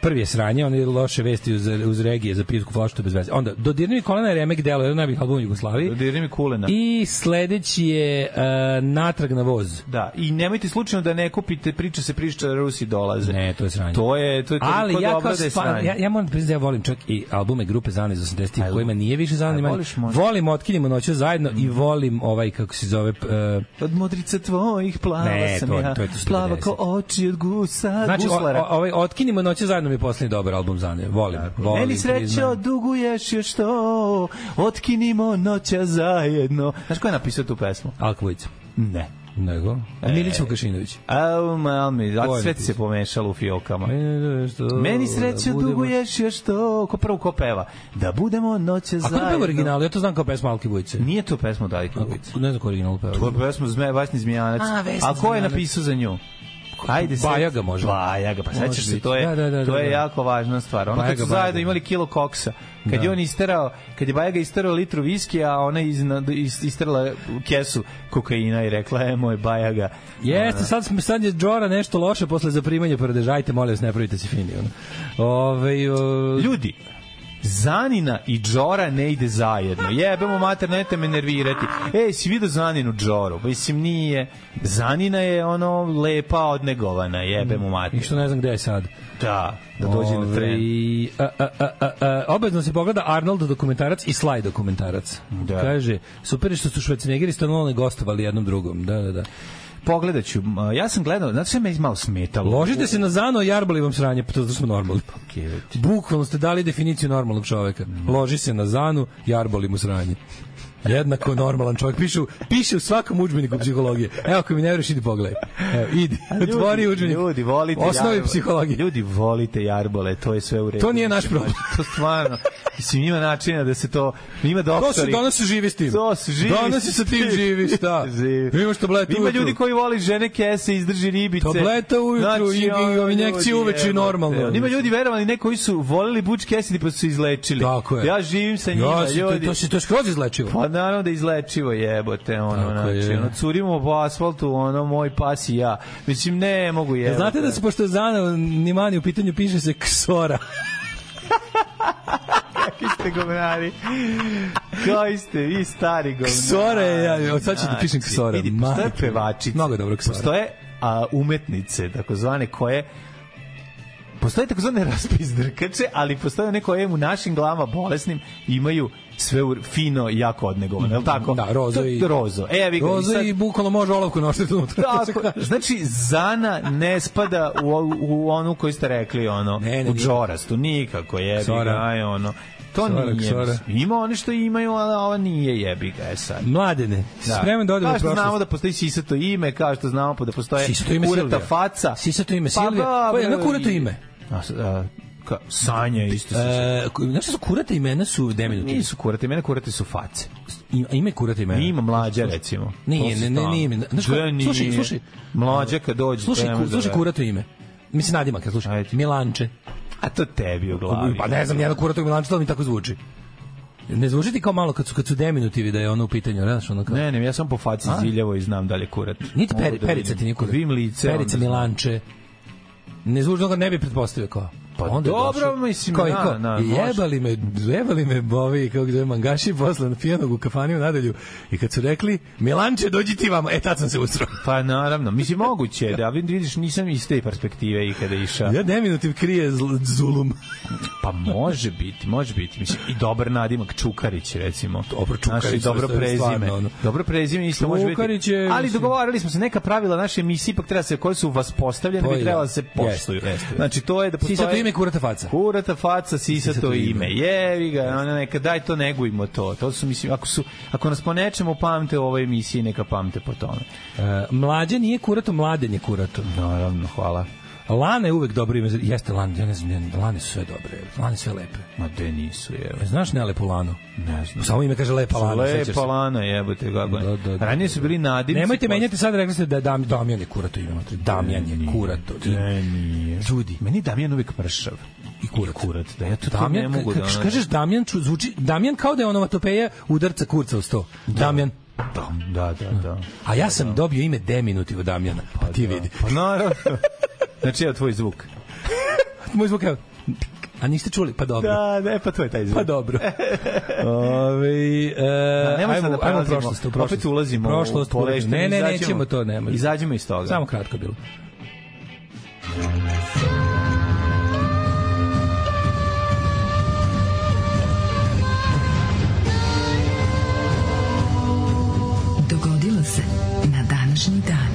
[SPEAKER 6] Prvi je sranje, one loše vesti uz, uz regije za pijesku flaštu bez veze. Onda, Dodirni mi kolena je remek delo, jedan od najboljih albuma u Jugoslaviji.
[SPEAKER 7] Dodirni mi kulena.
[SPEAKER 6] I sledeći je uh, Natrag na voz.
[SPEAKER 7] Da, i nemojte slučajno da ne kupite, priča se priča da Rusi dolaze.
[SPEAKER 6] Ne, to je sranje.
[SPEAKER 7] To je, to je toliko
[SPEAKER 6] Ali ja kao
[SPEAKER 7] dobro da je
[SPEAKER 6] spa,
[SPEAKER 7] sranje.
[SPEAKER 6] ja, ja moram priznati da ja volim čak i albume grupe Zane iz 80-ih u kojima nije više Zane
[SPEAKER 7] a
[SPEAKER 6] Nimani.
[SPEAKER 7] voliš možda? Mm.
[SPEAKER 6] Volim Otkinimo noću zajedno i volim ovaj kako se zove uh,
[SPEAKER 7] Od modrica tvojih plava
[SPEAKER 6] Ne,
[SPEAKER 7] sam
[SPEAKER 6] to je-
[SPEAKER 7] ja,
[SPEAKER 6] to je 150.
[SPEAKER 7] plava ko oči od gusa,
[SPEAKER 6] Znači, o,
[SPEAKER 7] guslara.
[SPEAKER 6] o, ovaj, otkinimo noće zajedno mi je poslednji dobar album Zane. Volim, volim.
[SPEAKER 7] Meni srećo,
[SPEAKER 6] priznajem.
[SPEAKER 7] duguješ još to, otkinimo noća zajedno. Znaš ko je napisao tu pesmu?
[SPEAKER 6] Alka Vujica.
[SPEAKER 7] Ne.
[SPEAKER 6] Nego? E. A Milić Vukašinović.
[SPEAKER 7] Au, mal mi,
[SPEAKER 6] Ko
[SPEAKER 7] a
[SPEAKER 6] je
[SPEAKER 7] sve ti se
[SPEAKER 6] napisao?
[SPEAKER 7] pomešalo u fiokama.
[SPEAKER 6] Meni srećo,
[SPEAKER 7] Meni srećo,
[SPEAKER 6] da budemo-
[SPEAKER 7] duguješ još to, ko prvo ko peva, da budemo noća
[SPEAKER 6] A ko
[SPEAKER 7] zajedno.
[SPEAKER 6] peva original? Ja to znam kao pesma Alke Vujice.
[SPEAKER 7] Nije to pesma Daliko
[SPEAKER 6] A,
[SPEAKER 7] Vujica.
[SPEAKER 6] Ne znam ko original peva.
[SPEAKER 7] To je pesma Zme, Vasni Zmijanac.
[SPEAKER 6] A, Vesna
[SPEAKER 7] A ko je
[SPEAKER 6] Zmijanac.
[SPEAKER 7] napisao za nju? Ajde se.
[SPEAKER 6] Bajaga možda.
[SPEAKER 7] Bajaga, pa
[SPEAKER 6] Može
[SPEAKER 7] sećaš se,
[SPEAKER 6] biti.
[SPEAKER 7] to je,
[SPEAKER 6] Da, da, da,
[SPEAKER 7] to je
[SPEAKER 6] da.
[SPEAKER 7] jako važna stvar. Ono kad
[SPEAKER 6] Bajaga, Da.
[SPEAKER 7] su zajedno
[SPEAKER 6] Bajaga.
[SPEAKER 7] imali kilo koksa, kad je on isterao, kad je Bajaga isterao litru viski, a ona iz, is- isterala kesu kokaina i rekla, e, moj Bajaga.
[SPEAKER 6] Jeste, sad, smo- sad je Džora nešto loše posle zaprimanja prdeža. Ajte, molim vas, ne pravite se fini. Ono. Ove, o,
[SPEAKER 7] Ljudi, Zanina i Džora ne ide zajedno. Jebemo mater, nemojte me nervirati. E, si vidio Zaninu Džoru? Mislim, nije. Zanina je ono lepa odnegovana, jebemo mater.
[SPEAKER 6] Mm. I što ne znam gde je sad.
[SPEAKER 7] Da, da dođe na tren.
[SPEAKER 6] Ovaj, a, a, a, a, a, obavezno se pogleda Arnold dokumentarac i Sly dokumentarac.
[SPEAKER 7] Da.
[SPEAKER 6] Kaže, super je što su Švarcenegeri stanovali gostovali jednom drugom. Da, da, da.
[SPEAKER 7] Pogledat ću. Ma, Ja sam gledao, znači se me malo smetalo.
[SPEAKER 6] Ložite se na Zano i Arbali vam sranje, pa to zato smo normalni.
[SPEAKER 7] Kevet.
[SPEAKER 6] Bukvalno ste dali definiciju normalnog čoveka. Loži se na Zanu i Arbali mu sranje. Jednako normalan čovjek. Piše, u- piše u svakom udžbeniku psihologije. Evo, ako mi ne veruješ, idi pogledaj. Evo, idi. Otvori udžbenik.
[SPEAKER 7] Ljudi, volite
[SPEAKER 6] Osnovi
[SPEAKER 7] jarbole.
[SPEAKER 6] psihologije.
[SPEAKER 7] Ljudi, volite jarbole, to je sve u redu.
[SPEAKER 6] To nije naš problem.
[SPEAKER 7] (laughs) To stvarno, mislim, ima načina da se to, ima
[SPEAKER 6] To se
[SPEAKER 7] doktori.
[SPEAKER 6] danas se živi s tim.
[SPEAKER 7] To se živi.
[SPEAKER 6] Danas se sa tim živi, šta?
[SPEAKER 7] (laughs) živi.
[SPEAKER 6] Imaš tablete
[SPEAKER 7] Ima
[SPEAKER 6] ujutru.
[SPEAKER 7] ljudi koji voli žene kese, izdrži ribice. Znači,
[SPEAKER 6] Tableta ujutru i- i
[SPEAKER 7] ono,
[SPEAKER 6] ovi injekcije
[SPEAKER 7] ljudi,
[SPEAKER 6] uveče i
[SPEAKER 7] evo,
[SPEAKER 6] normalno.
[SPEAKER 7] evo. Ima ljudi, verovali, ne koji su volili Butch Cassidy pa su se izlečili.
[SPEAKER 6] Tako je.
[SPEAKER 7] Ja živim sa njima,
[SPEAKER 6] Ja, se- to,
[SPEAKER 7] ljudi.
[SPEAKER 6] to, se to je skroz izlečivo.
[SPEAKER 7] Pa naravno da je izlečivo jebote, ono,
[SPEAKER 6] Tako
[SPEAKER 7] znači,
[SPEAKER 6] je.
[SPEAKER 7] ono, curimo po asfaltu, ono, moj pas i ja. Mislim, ne mogu jebote.
[SPEAKER 6] Znate da se
[SPEAKER 7] (laughs)
[SPEAKER 6] pošto je Zana Nimani u pitanju piše se Ksora.
[SPEAKER 7] Kakvi ste govnari. Koji ste vi stari govnari. Znači,
[SPEAKER 6] Ksora je, ja, od sad ću da pišem Ksora.
[SPEAKER 7] Vidi, postoje
[SPEAKER 6] Majke.
[SPEAKER 7] pevačice.
[SPEAKER 6] Mnogo je dobro Ksora.
[SPEAKER 7] Postoje a, umetnice, takozvane, koje postoje takozvane (laughs) raspizdrkače, ali postoje neko koje u našim glavama bolesnim imaju sve u, fino i jako odnegovano, je li tako?
[SPEAKER 6] Da, rozo i-
[SPEAKER 7] To- Rozo. E, vi ga,
[SPEAKER 6] Roza
[SPEAKER 7] sad-
[SPEAKER 6] i bukvalno može olovku noštiti unutra. to se
[SPEAKER 7] Tako,
[SPEAKER 6] kaže.
[SPEAKER 7] znači, Zana ne spada u, u onu koju ste rekli, ono,
[SPEAKER 6] Ne, ne,
[SPEAKER 7] u
[SPEAKER 6] ne.
[SPEAKER 7] džorastu, nikako, jebi
[SPEAKER 6] Ksora.
[SPEAKER 7] ga, aj, ono. To
[SPEAKER 6] Ksora,
[SPEAKER 7] nije,
[SPEAKER 6] ksora.
[SPEAKER 7] mislim. ima oni što imaju, ali ova nije, jebi ga, je sad.
[SPEAKER 6] Mladene, da. spreman da odemo u
[SPEAKER 7] Kao što
[SPEAKER 6] prošlost.
[SPEAKER 7] znamo da postoji sisato ime, kao što znamo pa da postoje
[SPEAKER 6] Sisato ime
[SPEAKER 7] kurata
[SPEAKER 6] Silvija.
[SPEAKER 7] faca. da,
[SPEAKER 6] Sisato ime Silvija. Pa je,
[SPEAKER 7] bre,
[SPEAKER 6] kako kurato
[SPEAKER 7] i-
[SPEAKER 6] ime?
[SPEAKER 7] A, s- a, ka, Sanja je isto. E,
[SPEAKER 6] E, ku- znaš šta su kurate imena su deminutivne?
[SPEAKER 7] nisu kurate imena, kurate su face.
[SPEAKER 6] Ima- Ime kurate imena.
[SPEAKER 7] Ima mlađa, recimo.
[SPEAKER 6] E, Nije,
[SPEAKER 7] To se
[SPEAKER 6] ne, ne,
[SPEAKER 7] zna.
[SPEAKER 6] nije ime. Znaš ko-
[SPEAKER 7] Da, nije.
[SPEAKER 6] slušaj, slušaj.
[SPEAKER 7] Mlađa kad dođe.
[SPEAKER 6] Slušaj,
[SPEAKER 7] nema
[SPEAKER 6] ku,
[SPEAKER 7] da
[SPEAKER 6] slušaj
[SPEAKER 7] veruje.
[SPEAKER 6] kurato ime. Mislim nadimak, ja slušaj.
[SPEAKER 7] Ajde.
[SPEAKER 6] Milanče.
[SPEAKER 7] A to tebi u glavi.
[SPEAKER 6] Pa ne znam, jedno kurato Milanče, to mi tako zvuči. Ne zvuči ti kao malo kad su, kad su diminutivi da je ono u pitanju, znaš, ono kao...
[SPEAKER 7] Ne, ne, ja sam po faci ziljavo i znam da li je kurat.
[SPEAKER 6] Niti
[SPEAKER 7] Mogu
[SPEAKER 6] peri,
[SPEAKER 7] da
[SPEAKER 6] perica
[SPEAKER 7] vidim.
[SPEAKER 6] ti nikuda.
[SPEAKER 7] Vidim lice.
[SPEAKER 6] Perica
[SPEAKER 7] onda-
[SPEAKER 6] Milanče. Ne zvuči, ga ne bi pretpostavio kao.
[SPEAKER 7] Pa
[SPEAKER 6] Onda je
[SPEAKER 7] dobro,
[SPEAKER 6] došao-
[SPEAKER 7] mislim,
[SPEAKER 6] kao, i
[SPEAKER 7] da,
[SPEAKER 6] kao,
[SPEAKER 7] da, može.
[SPEAKER 6] jebali me, jebali me bovi, kako zove, mangaši posle pijanog u kafani u nadalju. I kad su rekli, Milanče, dođi ti vamo. E, tad sam se usrao.
[SPEAKER 7] Pa naravno, mislim moguće je da vidim vidiš nisam iz te perspektive ikada išao.
[SPEAKER 6] Ja deminutiv krije zl- zulum.
[SPEAKER 7] Pa može biti, može biti. Mislim i dobar nadimak Čukarić recimo.
[SPEAKER 6] Dobro, Čukarić,
[SPEAKER 7] Znaš, i dobro
[SPEAKER 6] to je
[SPEAKER 7] prezime.
[SPEAKER 6] stvarno, ono.
[SPEAKER 7] Dobro prezime isto može
[SPEAKER 6] Čukarić
[SPEAKER 7] biti.
[SPEAKER 6] je,
[SPEAKER 7] Ali
[SPEAKER 6] mislim-
[SPEAKER 7] dogovarali smo se neka pravila naše emisije ipak treba se koje su vas postavljene
[SPEAKER 6] To
[SPEAKER 7] bi
[SPEAKER 6] je,
[SPEAKER 7] trebala da se poštuju.
[SPEAKER 6] jeste, jeste.
[SPEAKER 7] Znači to je da postoje
[SPEAKER 6] Sisa to ime kurata faca.
[SPEAKER 7] Kurata faca, sisa to ime. Jevi ga, ona neka daj to negujmo to. To su mislim ako su ako nas po nečemu pamte u ovoj emisiji neka pamte po tome.
[SPEAKER 6] E, mlađe nije kurato, mladen je kurato.
[SPEAKER 7] Naravno, hvala.
[SPEAKER 6] Lana je uvek dobro ime. za- Jeste Lana, ja ne znam, ja- Lane su sve dobre. Lane su sve lepe. E,
[SPEAKER 7] Ma de nisu, je.
[SPEAKER 6] Znaš nelepu Lanu?
[SPEAKER 7] Ne znam.
[SPEAKER 6] Samo ime kaže lepa Lana. sećaš se?
[SPEAKER 7] Lepa lana, Pa jebote kako.
[SPEAKER 6] Da, da, da.
[SPEAKER 7] Ranije su bili nadimci. pa-
[SPEAKER 6] Nemojte
[SPEAKER 7] posle-
[SPEAKER 6] menjati sad, rekli ste da je Dam, Damjan je kurato ime. mater. Damjan je kurato.
[SPEAKER 7] Ne, nije.
[SPEAKER 6] Ljudi.
[SPEAKER 7] Meni je Damjan uvek mršav.
[SPEAKER 6] I kurat.
[SPEAKER 7] kurat, da ja to- to
[SPEAKER 6] Damjan,
[SPEAKER 7] ne mogu
[SPEAKER 6] ka-
[SPEAKER 7] da,
[SPEAKER 6] ka-
[SPEAKER 7] ono-
[SPEAKER 6] Kažeš Damjan, ču, zvuči, Damjan kao da je onomatopeja udarca kurca u sto. Damjan.
[SPEAKER 7] Da, da, da. da.
[SPEAKER 6] A ja sam dobio ime deminutiv od Damjana. Pa ti vidi.
[SPEAKER 7] Pa naravno. Znači, evo tvoj zvuk.
[SPEAKER 6] Moj zvuk je... A niste čuli? Pa dobro.
[SPEAKER 7] Da, ne, pa to je taj zvuk.
[SPEAKER 6] Pa dobro. Ove, e,
[SPEAKER 7] Da, nemoj
[SPEAKER 6] ajmo-
[SPEAKER 7] sad da
[SPEAKER 6] ajmo
[SPEAKER 7] prelazimo.
[SPEAKER 6] prošlost, u prošlost.
[SPEAKER 7] Opet ulazimo u
[SPEAKER 6] prošlost,
[SPEAKER 7] poleštine,
[SPEAKER 6] Ne, ne,
[SPEAKER 7] izađemo.
[SPEAKER 6] nećemo to, ne može.
[SPEAKER 7] Izađemo iz toga.
[SPEAKER 6] Samo kratko bilo.
[SPEAKER 5] Dogodilo se na današnji dan.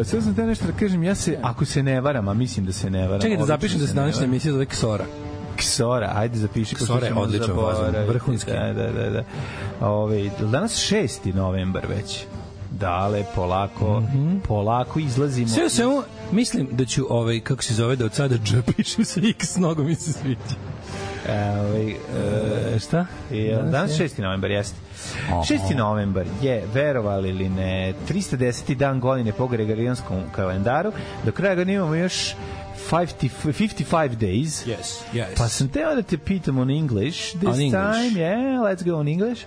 [SPEAKER 7] E, sad sam te nešto da kažem, ja se, ako se ne varam, a mislim da se ne varam.
[SPEAKER 6] Čekaj da
[SPEAKER 7] odlično
[SPEAKER 6] zapišem da se
[SPEAKER 7] ne
[SPEAKER 6] današnja
[SPEAKER 7] varam.
[SPEAKER 6] emisija zove Ksora.
[SPEAKER 7] Ksora, ajde zapiši. pošto
[SPEAKER 6] Ksora je
[SPEAKER 7] ćemo
[SPEAKER 6] odličan
[SPEAKER 7] zaboraviti.
[SPEAKER 6] fazon, vrhunski.
[SPEAKER 7] Da, da, da. da. Ove, danas 6. novembar već. Dale, polako, polako izlazimo.
[SPEAKER 6] Mhm. Sve u svemu, mislim da ću, ovaj, kako se zove, da od sada (laughs) džapišem sa X nogom mi se sviđa.
[SPEAKER 7] E, ovaj, e,
[SPEAKER 6] Šta?
[SPEAKER 7] I, e, danas 6. novembar jeste. 6. novembar je, verovali li ne, 310. dan godine po Gregorijanskom kalendaru. Do kraja godine imamo još 50, 55 days.
[SPEAKER 6] Yes, yes.
[SPEAKER 7] Pa sam teo da te pitam on English this
[SPEAKER 6] On English.
[SPEAKER 7] time. Yeah, let's go on English.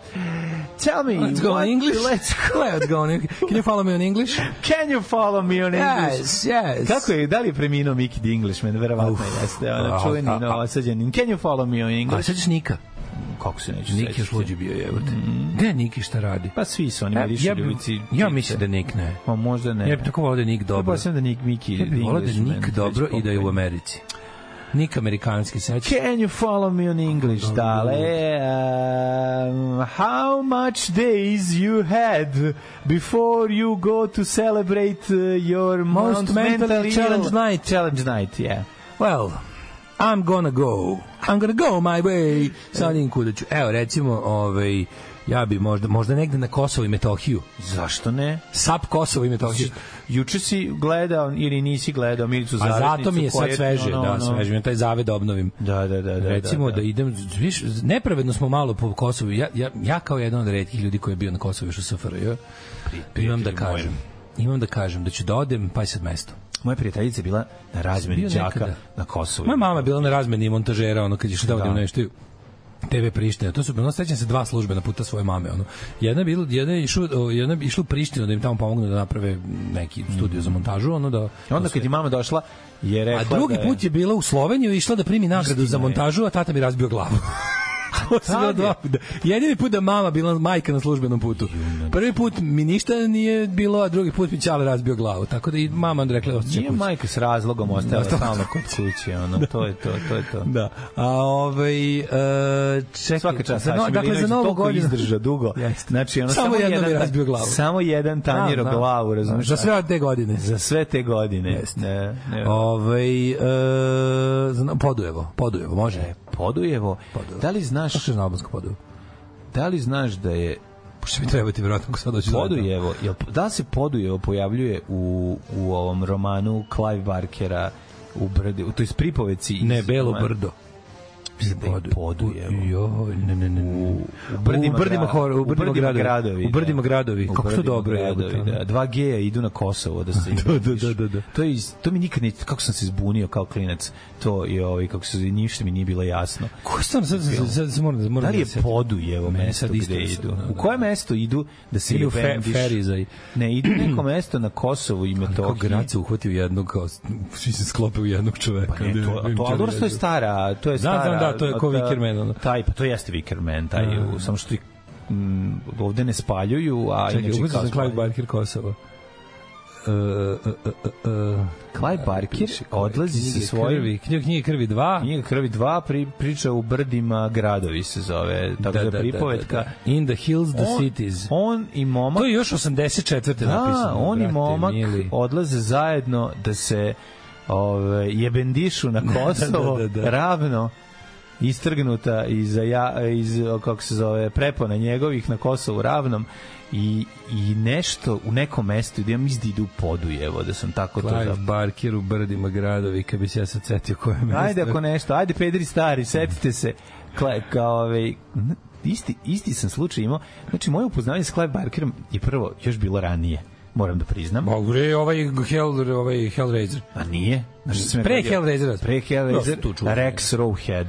[SPEAKER 7] Tell me,
[SPEAKER 6] Let's go
[SPEAKER 7] what-
[SPEAKER 6] on English.
[SPEAKER 7] Let's go.
[SPEAKER 6] Let's go on English. Can you follow me on English?
[SPEAKER 7] Can you follow me on English?
[SPEAKER 6] Yes, yes.
[SPEAKER 7] Kako je, da li je preminuo Mickey the Englishman? Verovatno jeste, ona
[SPEAKER 6] A,
[SPEAKER 7] čuveni
[SPEAKER 6] a, a.
[SPEAKER 7] novosadjanin. Can you follow me on
[SPEAKER 6] A
[SPEAKER 7] English?
[SPEAKER 6] Da, sećaš Nika?
[SPEAKER 7] Kako se neću
[SPEAKER 6] Nik je
[SPEAKER 7] sećati?
[SPEAKER 6] sluđi bio, jebote. Gde je Niki šta radi?
[SPEAKER 7] Pa svi su oni
[SPEAKER 6] E,
[SPEAKER 7] mirišu
[SPEAKER 6] ja,
[SPEAKER 7] ja,
[SPEAKER 6] bi-
[SPEAKER 7] ljubici.
[SPEAKER 6] ja mislim da Nik ne.
[SPEAKER 7] Pa možda ne.
[SPEAKER 6] Ja bih tako volao da je Nik
[SPEAKER 7] dobro.
[SPEAKER 6] dobro.
[SPEAKER 7] Pa sam da Nik Miki.
[SPEAKER 6] Ja bih volao da je
[SPEAKER 7] Englishman,
[SPEAKER 6] Nik
[SPEAKER 7] već
[SPEAKER 6] dobro i da je u
[SPEAKER 7] pokojni.
[SPEAKER 6] Americi. Nik amerikanski seća.
[SPEAKER 7] Can you follow me on English, dale? Um, how much days you had before you go to celebrate uh, your
[SPEAKER 6] Most
[SPEAKER 7] mom's
[SPEAKER 6] mentally
[SPEAKER 7] mentally
[SPEAKER 6] challenged
[SPEAKER 7] ill-
[SPEAKER 6] night.
[SPEAKER 7] Challenge night, yeah.
[SPEAKER 6] Well, I'm gonna go. I'm gonna go my way. Sad im kuda ću. Evo, recimo, ovaj, ja bi možda, možda negde na Kosovo i Metohiju.
[SPEAKER 7] Zašto ne?
[SPEAKER 6] Sap Kosovo i Metohiju.
[SPEAKER 7] Juče si gledao ili nisi gledao Milicu
[SPEAKER 6] A
[SPEAKER 7] Zavetnicu.
[SPEAKER 6] Pa zato mi je sad
[SPEAKER 7] koja
[SPEAKER 6] sveže,
[SPEAKER 7] ono,
[SPEAKER 6] da,
[SPEAKER 7] ono-
[SPEAKER 6] sveže. mi je, Taj zaved obnovim.
[SPEAKER 7] Da, da, da. da
[SPEAKER 6] recimo da,
[SPEAKER 7] da, da.
[SPEAKER 6] idem viš nepravedno smo malo po Kosovu ja, ja, ja kao jedan od retkih ljudi koji je bio na Kosovu još u SFRJ imam da
[SPEAKER 7] moj.
[SPEAKER 6] kažem imam da kažem da ću da odem pa je sad mesto
[SPEAKER 7] Moja prijateljica je bila na razmeni
[SPEAKER 6] Bio
[SPEAKER 7] đaka
[SPEAKER 6] nekada.
[SPEAKER 7] na Kosovu.
[SPEAKER 6] moja mama je bila na razmeni montažera ono kad je što da odim
[SPEAKER 7] Da.
[SPEAKER 6] nešto TV Priština. To su bilo sećam se dva službena puta svoje mame ono. Jedna je bila jedna je išla jedna je išla u Prištinu da im tamo pomognu da naprave neki
[SPEAKER 7] Mm.
[SPEAKER 6] studio za montažu ono da
[SPEAKER 7] I onda kad je mama došla, je
[SPEAKER 6] A
[SPEAKER 7] rekla
[SPEAKER 6] drugi
[SPEAKER 7] da
[SPEAKER 6] put je bila u Sloveniju i išla da primi nagradu za montažu, a tata mi razbio glavu. To (laughs) su bila
[SPEAKER 7] tad je?
[SPEAKER 6] dva puta. Jedini put da mama bila majka na službenom putu. Prvi put mi ništa nije bilo, a drugi put mi ćale razbio glavu. Tako da i mama onda rekla ostaće
[SPEAKER 7] Nije
[SPEAKER 6] kući.
[SPEAKER 7] majka s razlogom ostala stalno kod kuće, ono, to je to, to je to.
[SPEAKER 6] Da. A ovaj e, čekaj,
[SPEAKER 7] Svaka čast,
[SPEAKER 6] za, no,
[SPEAKER 7] Saša
[SPEAKER 6] dakle, za
[SPEAKER 7] Milinović
[SPEAKER 6] novu
[SPEAKER 7] toliko
[SPEAKER 6] godinu
[SPEAKER 7] izdrža dugo.
[SPEAKER 6] (laughs) Jeste.
[SPEAKER 7] Znači, ono,
[SPEAKER 6] Samo
[SPEAKER 7] samo,
[SPEAKER 6] jednom
[SPEAKER 7] jedan,
[SPEAKER 6] je razbio glavu.
[SPEAKER 7] Samo jedan tanjiro
[SPEAKER 6] Znam, znam.
[SPEAKER 7] glavu, razumiješ?
[SPEAKER 6] Da, Za sve te godine.
[SPEAKER 7] za sve te godine.
[SPEAKER 6] Jeste.
[SPEAKER 7] Ne, ne.
[SPEAKER 6] Ovaj e, za, Podujevo, Podujevo, može.
[SPEAKER 7] E. Podujevo, da li znaš,
[SPEAKER 6] Što je na albansko Podujevo?
[SPEAKER 7] da li znaš da je
[SPEAKER 6] Pošto mi trebati verovatno ako sad dođe.
[SPEAKER 7] Podujevo, jel, da li se Podujevo pojavljuje u, u ovom romanu Clive Barkera u brdi, u toj pripoveci iz-
[SPEAKER 6] Ne, Belo brdo.
[SPEAKER 7] mislim da i podu je.
[SPEAKER 6] Jo, ne, ne, ne. U,
[SPEAKER 7] Brdima
[SPEAKER 6] u Brdima,
[SPEAKER 7] grad-
[SPEAKER 6] hor, u
[SPEAKER 7] u
[SPEAKER 6] Brdima,
[SPEAKER 7] Brdima
[SPEAKER 6] gradovi.
[SPEAKER 7] gradovi,
[SPEAKER 6] U Brdima
[SPEAKER 7] da.
[SPEAKER 6] gradovi.
[SPEAKER 7] U
[SPEAKER 6] Kako su
[SPEAKER 7] Brdima
[SPEAKER 6] dobro je.
[SPEAKER 7] gradovi, Da, dva geja idu na Kosovo da se
[SPEAKER 6] (laughs) Da, da, da, da, da.
[SPEAKER 7] To je iz- to mi nikad ne kako sam se zbunio kao klinac. To i ovaj kako se ništa mi nije bilo jasno.
[SPEAKER 6] Ko sam sad, sad, sad, sad moram, moram
[SPEAKER 7] Da li je
[SPEAKER 6] da se-
[SPEAKER 7] Podujevo
[SPEAKER 6] Meni
[SPEAKER 7] mesto
[SPEAKER 6] sad isto
[SPEAKER 7] gde
[SPEAKER 6] da sam,
[SPEAKER 7] idu?
[SPEAKER 6] da, da.
[SPEAKER 7] U koje mesto idu da se
[SPEAKER 6] Ili u fe,
[SPEAKER 7] bendiš?
[SPEAKER 6] Ferizaj.
[SPEAKER 7] Ne, idu neko mesto na Kosovu i
[SPEAKER 6] Kao
[SPEAKER 7] Metohiji.
[SPEAKER 6] grad se uhvatio jednog, kao, svi se sklope u jednog čoveka. da
[SPEAKER 7] Pa ne, to, a to, ali dobro, to je stara, to je
[SPEAKER 6] Znam,
[SPEAKER 7] stara.
[SPEAKER 6] znam, da, to je ko
[SPEAKER 7] ta-
[SPEAKER 6] Wickerman, ono. Da,
[SPEAKER 7] Taj, pa to jeste Wickerman, taj, u- samo što ih, mm, ovde ne spaljuju, a
[SPEAKER 6] Čekaj,
[SPEAKER 7] inače
[SPEAKER 6] ubrzao
[SPEAKER 7] kao
[SPEAKER 6] sam Clive
[SPEAKER 7] spaljuju.
[SPEAKER 6] Barker Kosovo. Uh, uh, uh, uh, uh.
[SPEAKER 7] Clive Barker odlazi sa
[SPEAKER 6] Knjige
[SPEAKER 7] svojim
[SPEAKER 6] krvi, knjiga, knjige krvi 2.
[SPEAKER 7] Knjiga krvi 2 pri, priča u brdima gradovi se zove, tako da, da pripovetka.
[SPEAKER 6] da, da. In the hills, the
[SPEAKER 7] On-
[SPEAKER 6] cities.
[SPEAKER 7] On i momak
[SPEAKER 6] To je još 84.
[SPEAKER 7] Da,
[SPEAKER 6] napisano.
[SPEAKER 7] on i
[SPEAKER 6] brate
[SPEAKER 7] momak
[SPEAKER 6] mili.
[SPEAKER 7] odlaze zajedno da se ove, jebendišu na
[SPEAKER 6] (laughs)
[SPEAKER 7] Kosovo
[SPEAKER 6] da, da, da.
[SPEAKER 7] ravno istrgnuta iz, ja, iz o, kako se zove, prepona njegovih na Kosovu ravnom i, i nešto u nekom mestu gde ja mislim da idu u Podujevo, da sam tako to
[SPEAKER 6] Clive
[SPEAKER 7] zapravo.
[SPEAKER 6] Barker u Brdima gradovi, kad bi se ja sad setio koje mesto.
[SPEAKER 7] Ajde ako nešto, ajde pedri stari, setite se. Kle, kao, ovaj, n- isti, isti sam slučaj imao. Znači, moje upoznavanje s Clive Barkerom je prvo još bilo ranije, moram da priznam.
[SPEAKER 6] Mogu re, ovaj, Hell, ovaj Hellraiser.
[SPEAKER 7] A nije? Znaš šta sam ja
[SPEAKER 6] Pre
[SPEAKER 7] radio?
[SPEAKER 6] Hellraisera.
[SPEAKER 7] Pre Hellraiser,
[SPEAKER 6] Prosto tu čuo.
[SPEAKER 7] Rex Rowhead.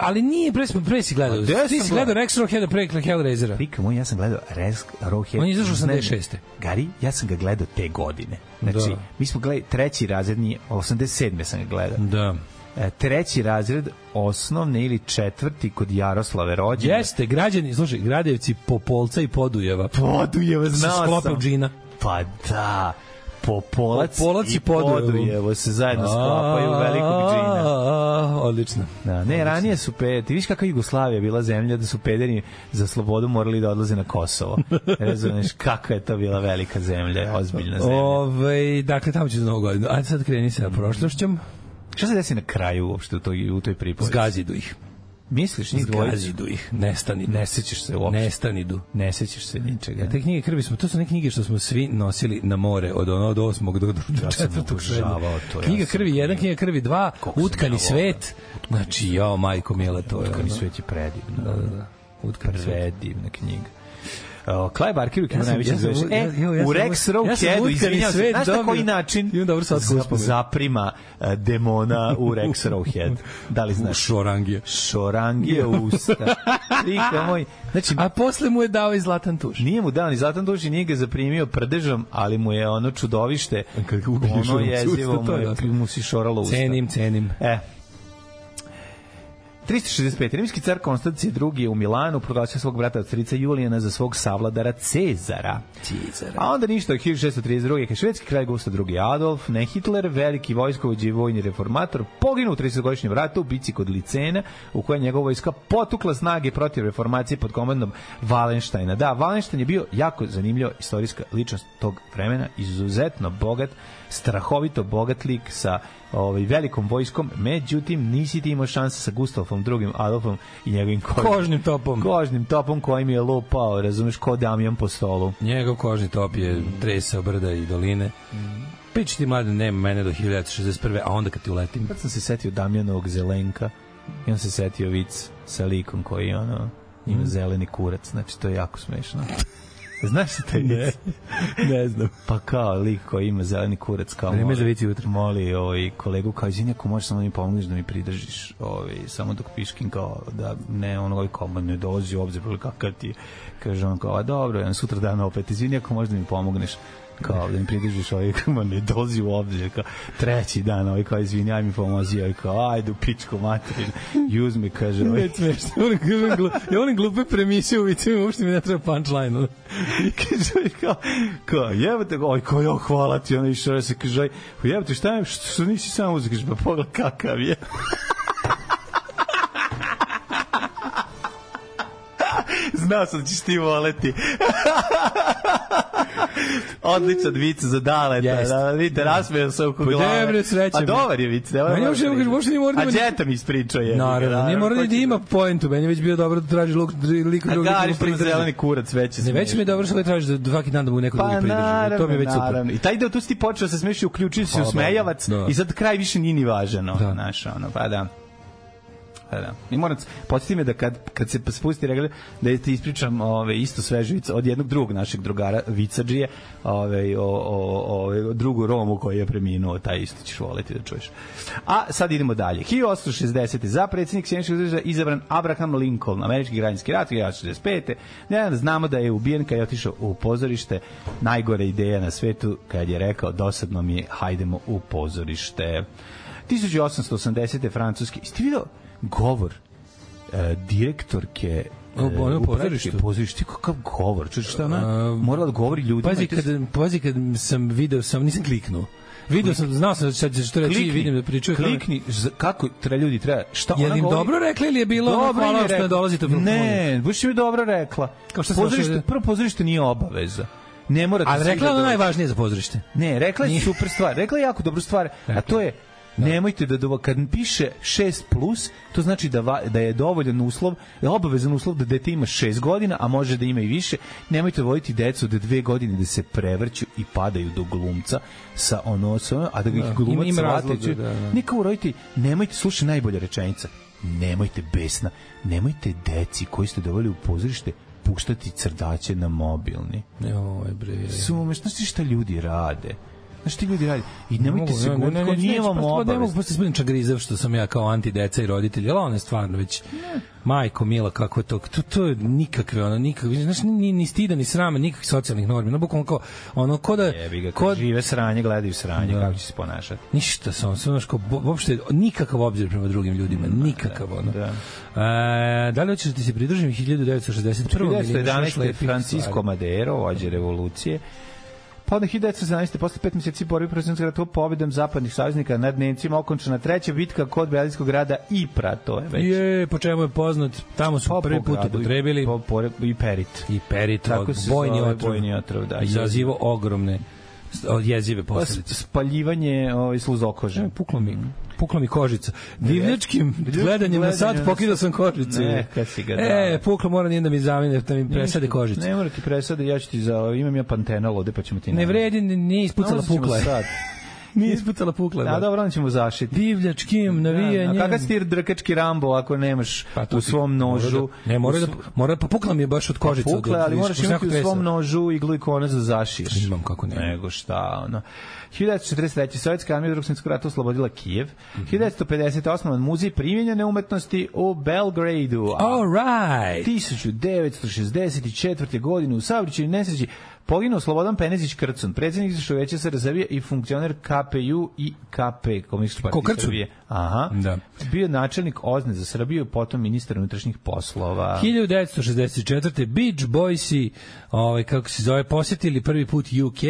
[SPEAKER 6] Ali nije, pre, smo- pre si gledao.
[SPEAKER 7] A gde
[SPEAKER 6] Ti
[SPEAKER 7] sam
[SPEAKER 6] si gledao Rex Rockheada pre Hellraisera.
[SPEAKER 7] Pika moj, ja sam gledao Rex Rowhead.
[SPEAKER 6] On je izašao
[SPEAKER 7] Ne,
[SPEAKER 6] 86..
[SPEAKER 7] Gari, ja sam ga gledao te godine. Znači,
[SPEAKER 6] Da.
[SPEAKER 7] mi smo gledali treći razred, nije, 87. sam ga gledao.
[SPEAKER 6] Da.
[SPEAKER 7] E, treći razred osnovne ili četvrti kod Jaroslave rođene.
[SPEAKER 6] Jeste, građani, slušaj, Gradevci Popolca i Podujeva.
[SPEAKER 7] Podujevo,
[SPEAKER 6] Sa
[SPEAKER 7] znao
[SPEAKER 6] sklopom
[SPEAKER 7] sam.
[SPEAKER 6] džina.
[SPEAKER 7] Pa da, Popolac,
[SPEAKER 6] Popolac i
[SPEAKER 7] i
[SPEAKER 6] Podujevo.
[SPEAKER 7] Podujevo se zajedno sklapaju velikog džina.
[SPEAKER 6] džina. Odlično.
[SPEAKER 7] Da, ne, ranije su pe, ti viš kakva Jugoslavija bila zemlja da su pederi za slobodu morali da odlaze na
[SPEAKER 6] (laughs)
[SPEAKER 7] Kosovo. Razumeš kakva je to bila velika zemlja, ozbiljna zemlja.
[SPEAKER 6] Ove, dakle, tamo će za novu godinu. Ajde sad kreni
[SPEAKER 7] Mm.
[SPEAKER 6] sa prošlošćom.
[SPEAKER 7] Šta se desi na kraju uopšte u toj, u toj pripovesti?
[SPEAKER 6] Zgazidu ih.
[SPEAKER 7] Misliš, njih dvojicu?
[SPEAKER 6] Zgazidu ih. Nestani.
[SPEAKER 7] Ne sećaš se uopšte.
[SPEAKER 6] Nestanidu.
[SPEAKER 7] Ne sećaš se ničega.
[SPEAKER 6] Te knjige krvi smo, to su neke knjige što smo svi nosili na more od ono od 8. do
[SPEAKER 7] Ja
[SPEAKER 6] 4.
[SPEAKER 7] sam obožavao to, ja
[SPEAKER 6] knjiga
[SPEAKER 7] sam
[SPEAKER 6] krvi 1, knjiga krvi 2,
[SPEAKER 7] Koliko sam ja
[SPEAKER 6] Utkani
[SPEAKER 7] voleo. da
[SPEAKER 6] svet. Znači, jao, majko mila, to je.
[SPEAKER 7] Kako mi
[SPEAKER 6] ono.
[SPEAKER 7] sveti predivno.
[SPEAKER 6] Da, da, da. Utkani svet.
[SPEAKER 7] Predivna knjiga. O, Clive Barker je
[SPEAKER 6] Ja sam-
[SPEAKER 7] najveći
[SPEAKER 6] ja sam-
[SPEAKER 7] zvezda.
[SPEAKER 6] ja-
[SPEAKER 7] E,
[SPEAKER 6] ja- ja
[SPEAKER 7] u
[SPEAKER 6] sam-
[SPEAKER 7] Rex
[SPEAKER 6] ja sam
[SPEAKER 7] Rowheadu,
[SPEAKER 6] utkani
[SPEAKER 7] izvinjam se,
[SPEAKER 6] svet
[SPEAKER 7] znaš na
[SPEAKER 6] dobio.
[SPEAKER 7] koji način
[SPEAKER 6] Imam dobru slatku
[SPEAKER 7] zap-
[SPEAKER 6] uspomenu.
[SPEAKER 7] zaprima e, demona u Rex Rowhead. Da li
[SPEAKER 6] U
[SPEAKER 7] znaš?
[SPEAKER 6] Šorangije.
[SPEAKER 7] Šorangije
[SPEAKER 6] (laughs)
[SPEAKER 7] usta. Lika moj. Znači,
[SPEAKER 6] A posle mu je dao i zlatan tuš.
[SPEAKER 7] nije mu dao ni zlatan duž i nije ga zaprimio prdežom, ali mu je ono čudovište.
[SPEAKER 6] Kad ga ubiješ,
[SPEAKER 7] ono
[SPEAKER 6] ono mu se
[SPEAKER 7] jezivo
[SPEAKER 6] usta,
[SPEAKER 7] mu,
[SPEAKER 6] to je
[SPEAKER 7] je,
[SPEAKER 6] jasno.
[SPEAKER 7] mu si šoralo usta.
[SPEAKER 6] Cenim, cenim.
[SPEAKER 7] E. 365. Rimski car Konstancije II. je u Milanu proglasio svog brata od strica Julijana za svog savladara Cezara.
[SPEAKER 6] Cezara.
[SPEAKER 7] A onda ništa, 1632. kad švedski kralj Gustav II. Adolf, ne Hitler, veliki vojskovođi i vojni reformator, poginuo u 30-godišnjem ratu u bici kod Licena, u kojoj je njegova vojska potukla snage protiv reformacije pod komandom Valenštajna. Da, Valenštajn je bio jako zanimljiva istorijska ličnost tog vremena, izuzetno bogat, strahovito bogat lik sa ovaj, velikom vojskom, međutim nisi ti imao šanse sa Gustavom II. Adolfom i njegovim kožnim,
[SPEAKER 6] Kožnim topom.
[SPEAKER 7] kožnim topom kojim je lupao, razumeš, ko Damjan po stolu.
[SPEAKER 6] Njegov kožni top je tresao brda i doline. Priči ti mlade, nema mene do 1961. A onda kad ti uletim,
[SPEAKER 7] Kad sam se setio Damjanovog zelenka i on se setio vic sa likom koji ono, ima zeleni kurac, znači to je jako smešno. Znaš šta taj vic?
[SPEAKER 6] ne znam.
[SPEAKER 7] Pa kao lik koji ima zeleni kurac kao
[SPEAKER 6] Vreme
[SPEAKER 7] moli-
[SPEAKER 6] za vic jutro.
[SPEAKER 7] Moli ovaj kolegu kao izvinja ako možeš samo da mi pomogneš da mi pridržiš ovaj samo dok piškin kao da ne on ovaj komad ne dolazi u obzir kakav ti je. kaže on kao a dobro ja sutra dan opet izvini ako možeš da mi pomogneš kao da mi pridržiš ovaj (laughs) kao ne dolazi u obzir kao treći dan ovaj kao izvini aj mi pomozi ovaj kao ajde u pičku materinu i uzme
[SPEAKER 6] (laughs)
[SPEAKER 7] kaže ovaj,
[SPEAKER 6] Već smešno. Ja volim, ja volim glu- ja volim glupe premise u vicima, uopšte mi ne treba punchline. ono.
[SPEAKER 7] I kaže, ovaj, kao, kao, jebate, oj, kao, jo, hvala ti, ono išao, ja se kaže, oj, jebate, šta je, što, što nisi sam uzeo, kaže, pa pogledaj kakav je. (laughs) Znao sam da ćeš ti voleti. (laughs) Odličan vic za dale. Da,
[SPEAKER 6] Jest.
[SPEAKER 7] da, vidite, rasmeo se oko
[SPEAKER 6] Pa
[SPEAKER 7] glave.
[SPEAKER 6] dobro, sreća
[SPEAKER 7] A
[SPEAKER 6] mi.
[SPEAKER 7] dobar je vic. Ne,
[SPEAKER 6] Ma ja uopšte ne mogu- uopšte nije morao da
[SPEAKER 7] A
[SPEAKER 6] ima ni-
[SPEAKER 7] džeta mi ispričao je.
[SPEAKER 6] Naravno, nije mora ni da
[SPEAKER 7] Hoće-
[SPEAKER 6] ima poentu, meni je već bio dobro da traži luk, dri- lik
[SPEAKER 7] pa A
[SPEAKER 6] drugi da
[SPEAKER 7] gari
[SPEAKER 6] mu
[SPEAKER 7] što ima zeleni
[SPEAKER 6] pridrži.
[SPEAKER 7] kurac već je
[SPEAKER 6] Ne, već mi je dobro što ga tražiš da svaki dan da mu neko drugi
[SPEAKER 7] Pa
[SPEAKER 6] pridrži. To mi
[SPEAKER 7] naravno,
[SPEAKER 6] je već super.
[SPEAKER 7] naravno. I taj deo tu si ti počeo da se smeši, uključio si
[SPEAKER 6] Pa,
[SPEAKER 7] u smejavac
[SPEAKER 6] da.
[SPEAKER 7] i sad kraj više nije ni važan. Ono,
[SPEAKER 6] Da.
[SPEAKER 7] Znaš, ono, pa da. Da, da. I moram, podsjeti me da kad, kad se spusti regal, da ti ispričam ove, isto svežu vicu od jednog drugog našeg drugara, Vicađije, ove, o, o, o, o drugu Romu koji je preminuo, taj isto ćeš voleti da čuješ. A sad idemo dalje. 1860. za predsjednik Sjeničkog država izabran Abraham Lincoln, američki građanski rat, 1865. Ja znamo da je ubijen kad je otišao u pozorište. Najgore ideja na svetu kad je rekao dosadno mi je, hajdemo u pozorište. 1880. francuski. Jeste vidio govor e, direktorke e,
[SPEAKER 6] O, ono u pozorištu?
[SPEAKER 7] Pozorište, kakav govor? Čuješ šta ona?
[SPEAKER 6] A,
[SPEAKER 7] Morala da govori ljudima.
[SPEAKER 6] Pazi
[SPEAKER 7] i to
[SPEAKER 6] kad,
[SPEAKER 7] se-
[SPEAKER 6] pazi kad sam video, sam nisam kliknuo. Video sam, znao sam šta ćeš to reći i vidim da pričuje. kao-
[SPEAKER 7] Klikni, z- kako tre ljudi treba, šta ona
[SPEAKER 6] Jel im
[SPEAKER 7] govori?
[SPEAKER 6] dobro rekli ili je bilo ono,
[SPEAKER 7] Dobro im
[SPEAKER 6] hvala
[SPEAKER 7] je
[SPEAKER 6] vam što
[SPEAKER 7] rekla.
[SPEAKER 6] ne dolazite u
[SPEAKER 7] Ne, baš mi dobro rekla.
[SPEAKER 6] Kao šta sam
[SPEAKER 7] pozorište,
[SPEAKER 6] došao-
[SPEAKER 7] prvo pozorište nije obaveza. Ne morate
[SPEAKER 6] Ali
[SPEAKER 7] svi
[SPEAKER 6] rekla
[SPEAKER 7] da
[SPEAKER 6] je ono
[SPEAKER 7] dođete.
[SPEAKER 6] najvažnije za pozorište.
[SPEAKER 7] Ne, rekla je super stvar. Rekla je jako dobru stvar, a to je nemojte da dovo, kad piše 6 plus, to znači da, va, da je dovoljan uslov, da je obavezan uslov da dete ima 6 godina, a može da ima i više. Nemojte voditi decu da dve godine da se prevrću i padaju do glumca sa ono, sa ono a da ga da, glumac
[SPEAKER 6] ima- ima
[SPEAKER 7] shvate,
[SPEAKER 6] razloga,
[SPEAKER 7] će-
[SPEAKER 6] da, da.
[SPEAKER 7] Ne kao uroditi, nemojte, slušaj najbolja rečenica, nemojte besna, nemojte deci koji ste doveli u pozorište puštati crdaće na mobilni.
[SPEAKER 6] Joj, bre.
[SPEAKER 7] Sumeš, znaš ti šta ljudi rade? Znaš ti ljudi rade? I nemojte se
[SPEAKER 6] ne, ne,
[SPEAKER 7] guditi,
[SPEAKER 6] ne,
[SPEAKER 7] kao
[SPEAKER 6] neću,
[SPEAKER 7] nije
[SPEAKER 6] neću,
[SPEAKER 7] vam
[SPEAKER 6] prosto, Ne mogu,
[SPEAKER 7] obavez.
[SPEAKER 6] prosto spodem čagrizav što sam ja kao antideca i roditelj, ali ono je stvarno već, majko mila, kako je to, to, to je nikakve, ono, nikakve, znaš, ni, ni stida, ni srama, nikakvih socijalnih normi, no bukvalno kao, ono, ko da,
[SPEAKER 7] Jebi ga,
[SPEAKER 6] ko,
[SPEAKER 7] kad žive sranje, gledaju sranje,
[SPEAKER 6] Da.
[SPEAKER 7] kako će se ponašati.
[SPEAKER 6] ništa sam, sve znaš, kao, bo- uopšte, nikakav obzir prema drugim ljudima, nikakav, ono.
[SPEAKER 7] da.
[SPEAKER 6] E, da li hoćeš da ti se pridržim 1961. ili imaš još
[SPEAKER 7] 1911. je
[SPEAKER 6] lepih
[SPEAKER 7] Francisco
[SPEAKER 6] stvari?
[SPEAKER 7] Madero, vođe revolucije, Pa onda 1917. posle pet meseci borbi protiv Srpskog rata pobedom zapadnih saveznika nad Nemcima okončana treća bitka kod Belijskog grada Ipra, to je već.
[SPEAKER 6] Je, po čemu je poznat, tamo su
[SPEAKER 7] Pa po
[SPEAKER 6] prvi put
[SPEAKER 7] gradu i-
[SPEAKER 6] upotrebili
[SPEAKER 7] po- po- i Perit.
[SPEAKER 6] i peritrog,
[SPEAKER 7] Tako se
[SPEAKER 6] bojni
[SPEAKER 7] zove,
[SPEAKER 6] otrov.
[SPEAKER 7] bojni otrov, da.
[SPEAKER 6] Izazivo ogromne s- o, jezive
[SPEAKER 7] Pa
[SPEAKER 6] posledice.
[SPEAKER 7] spaljivanje ovaj, sluzokože. Mhm.
[SPEAKER 6] Puklo mi, puklo mi kožica. Divljačkim gledanjem na sat
[SPEAKER 7] gledanjem na
[SPEAKER 6] pokidao sam kožicu.
[SPEAKER 7] Neka si ga
[SPEAKER 6] E,
[SPEAKER 7] dao.
[SPEAKER 6] puklo mora nije da mi zamine, da mi presade
[SPEAKER 7] Ništa,
[SPEAKER 6] kožicu.
[SPEAKER 7] Ne mora ti presade, ja ću ti za imam ja pantenol ovde pa ćemo ti.
[SPEAKER 6] Ne vredi, n- nije ispucala
[SPEAKER 7] Nalazit da ćemo
[SPEAKER 6] pukla. je.
[SPEAKER 7] (laughs) Sad.
[SPEAKER 6] (laughs) Nije ispucala pukla.
[SPEAKER 7] Da,
[SPEAKER 6] je.
[SPEAKER 7] dobro, onda ćemo zašiti.
[SPEAKER 6] Divljačkim
[SPEAKER 7] Ja,
[SPEAKER 6] navijanjem. Pa
[SPEAKER 7] a Da, kakav si ti drkački Rambo ako nemaš
[SPEAKER 6] to
[SPEAKER 7] u
[SPEAKER 6] ti-
[SPEAKER 7] svom
[SPEAKER 6] mora
[SPEAKER 7] nožu?
[SPEAKER 6] Da, ne, mora
[SPEAKER 7] u
[SPEAKER 6] da,
[SPEAKER 7] svom-
[SPEAKER 6] mora, pa pukla mi je baš od kožice. od-
[SPEAKER 7] Pukle,
[SPEAKER 6] od-
[SPEAKER 7] ali
[SPEAKER 6] iz-
[SPEAKER 7] moraš
[SPEAKER 6] iz-
[SPEAKER 7] imati u
[SPEAKER 6] nekog
[SPEAKER 7] svom
[SPEAKER 6] tresa.
[SPEAKER 7] nožu iglu i konac da zašiješ.
[SPEAKER 6] Imam, kako ne.
[SPEAKER 7] Nego šta, ono. 1943. Sovjetska armija drugog svjetskog rata oslobodila Kijev.
[SPEAKER 6] Mhm.
[SPEAKER 7] 1958. Muzej primjenjene umetnosti u Belgradu. A
[SPEAKER 6] All
[SPEAKER 7] E.
[SPEAKER 6] right.
[SPEAKER 7] 1964. godine u saobraćaju nesreći poginuo Slobodan Penezić Krcun, predsjednik izvršnog veća SRZV i funkcioner KPU i KP, Komunističke partije
[SPEAKER 6] Ko Krcun?
[SPEAKER 7] Srbije. Aha.
[SPEAKER 6] Da.
[SPEAKER 7] Bio je načelnik OZNE za Srbiju, potom ministar unutrašnjih poslova.
[SPEAKER 6] 1964. Beach Boysi, ovaj, kako se zove, posjetili prvi put UK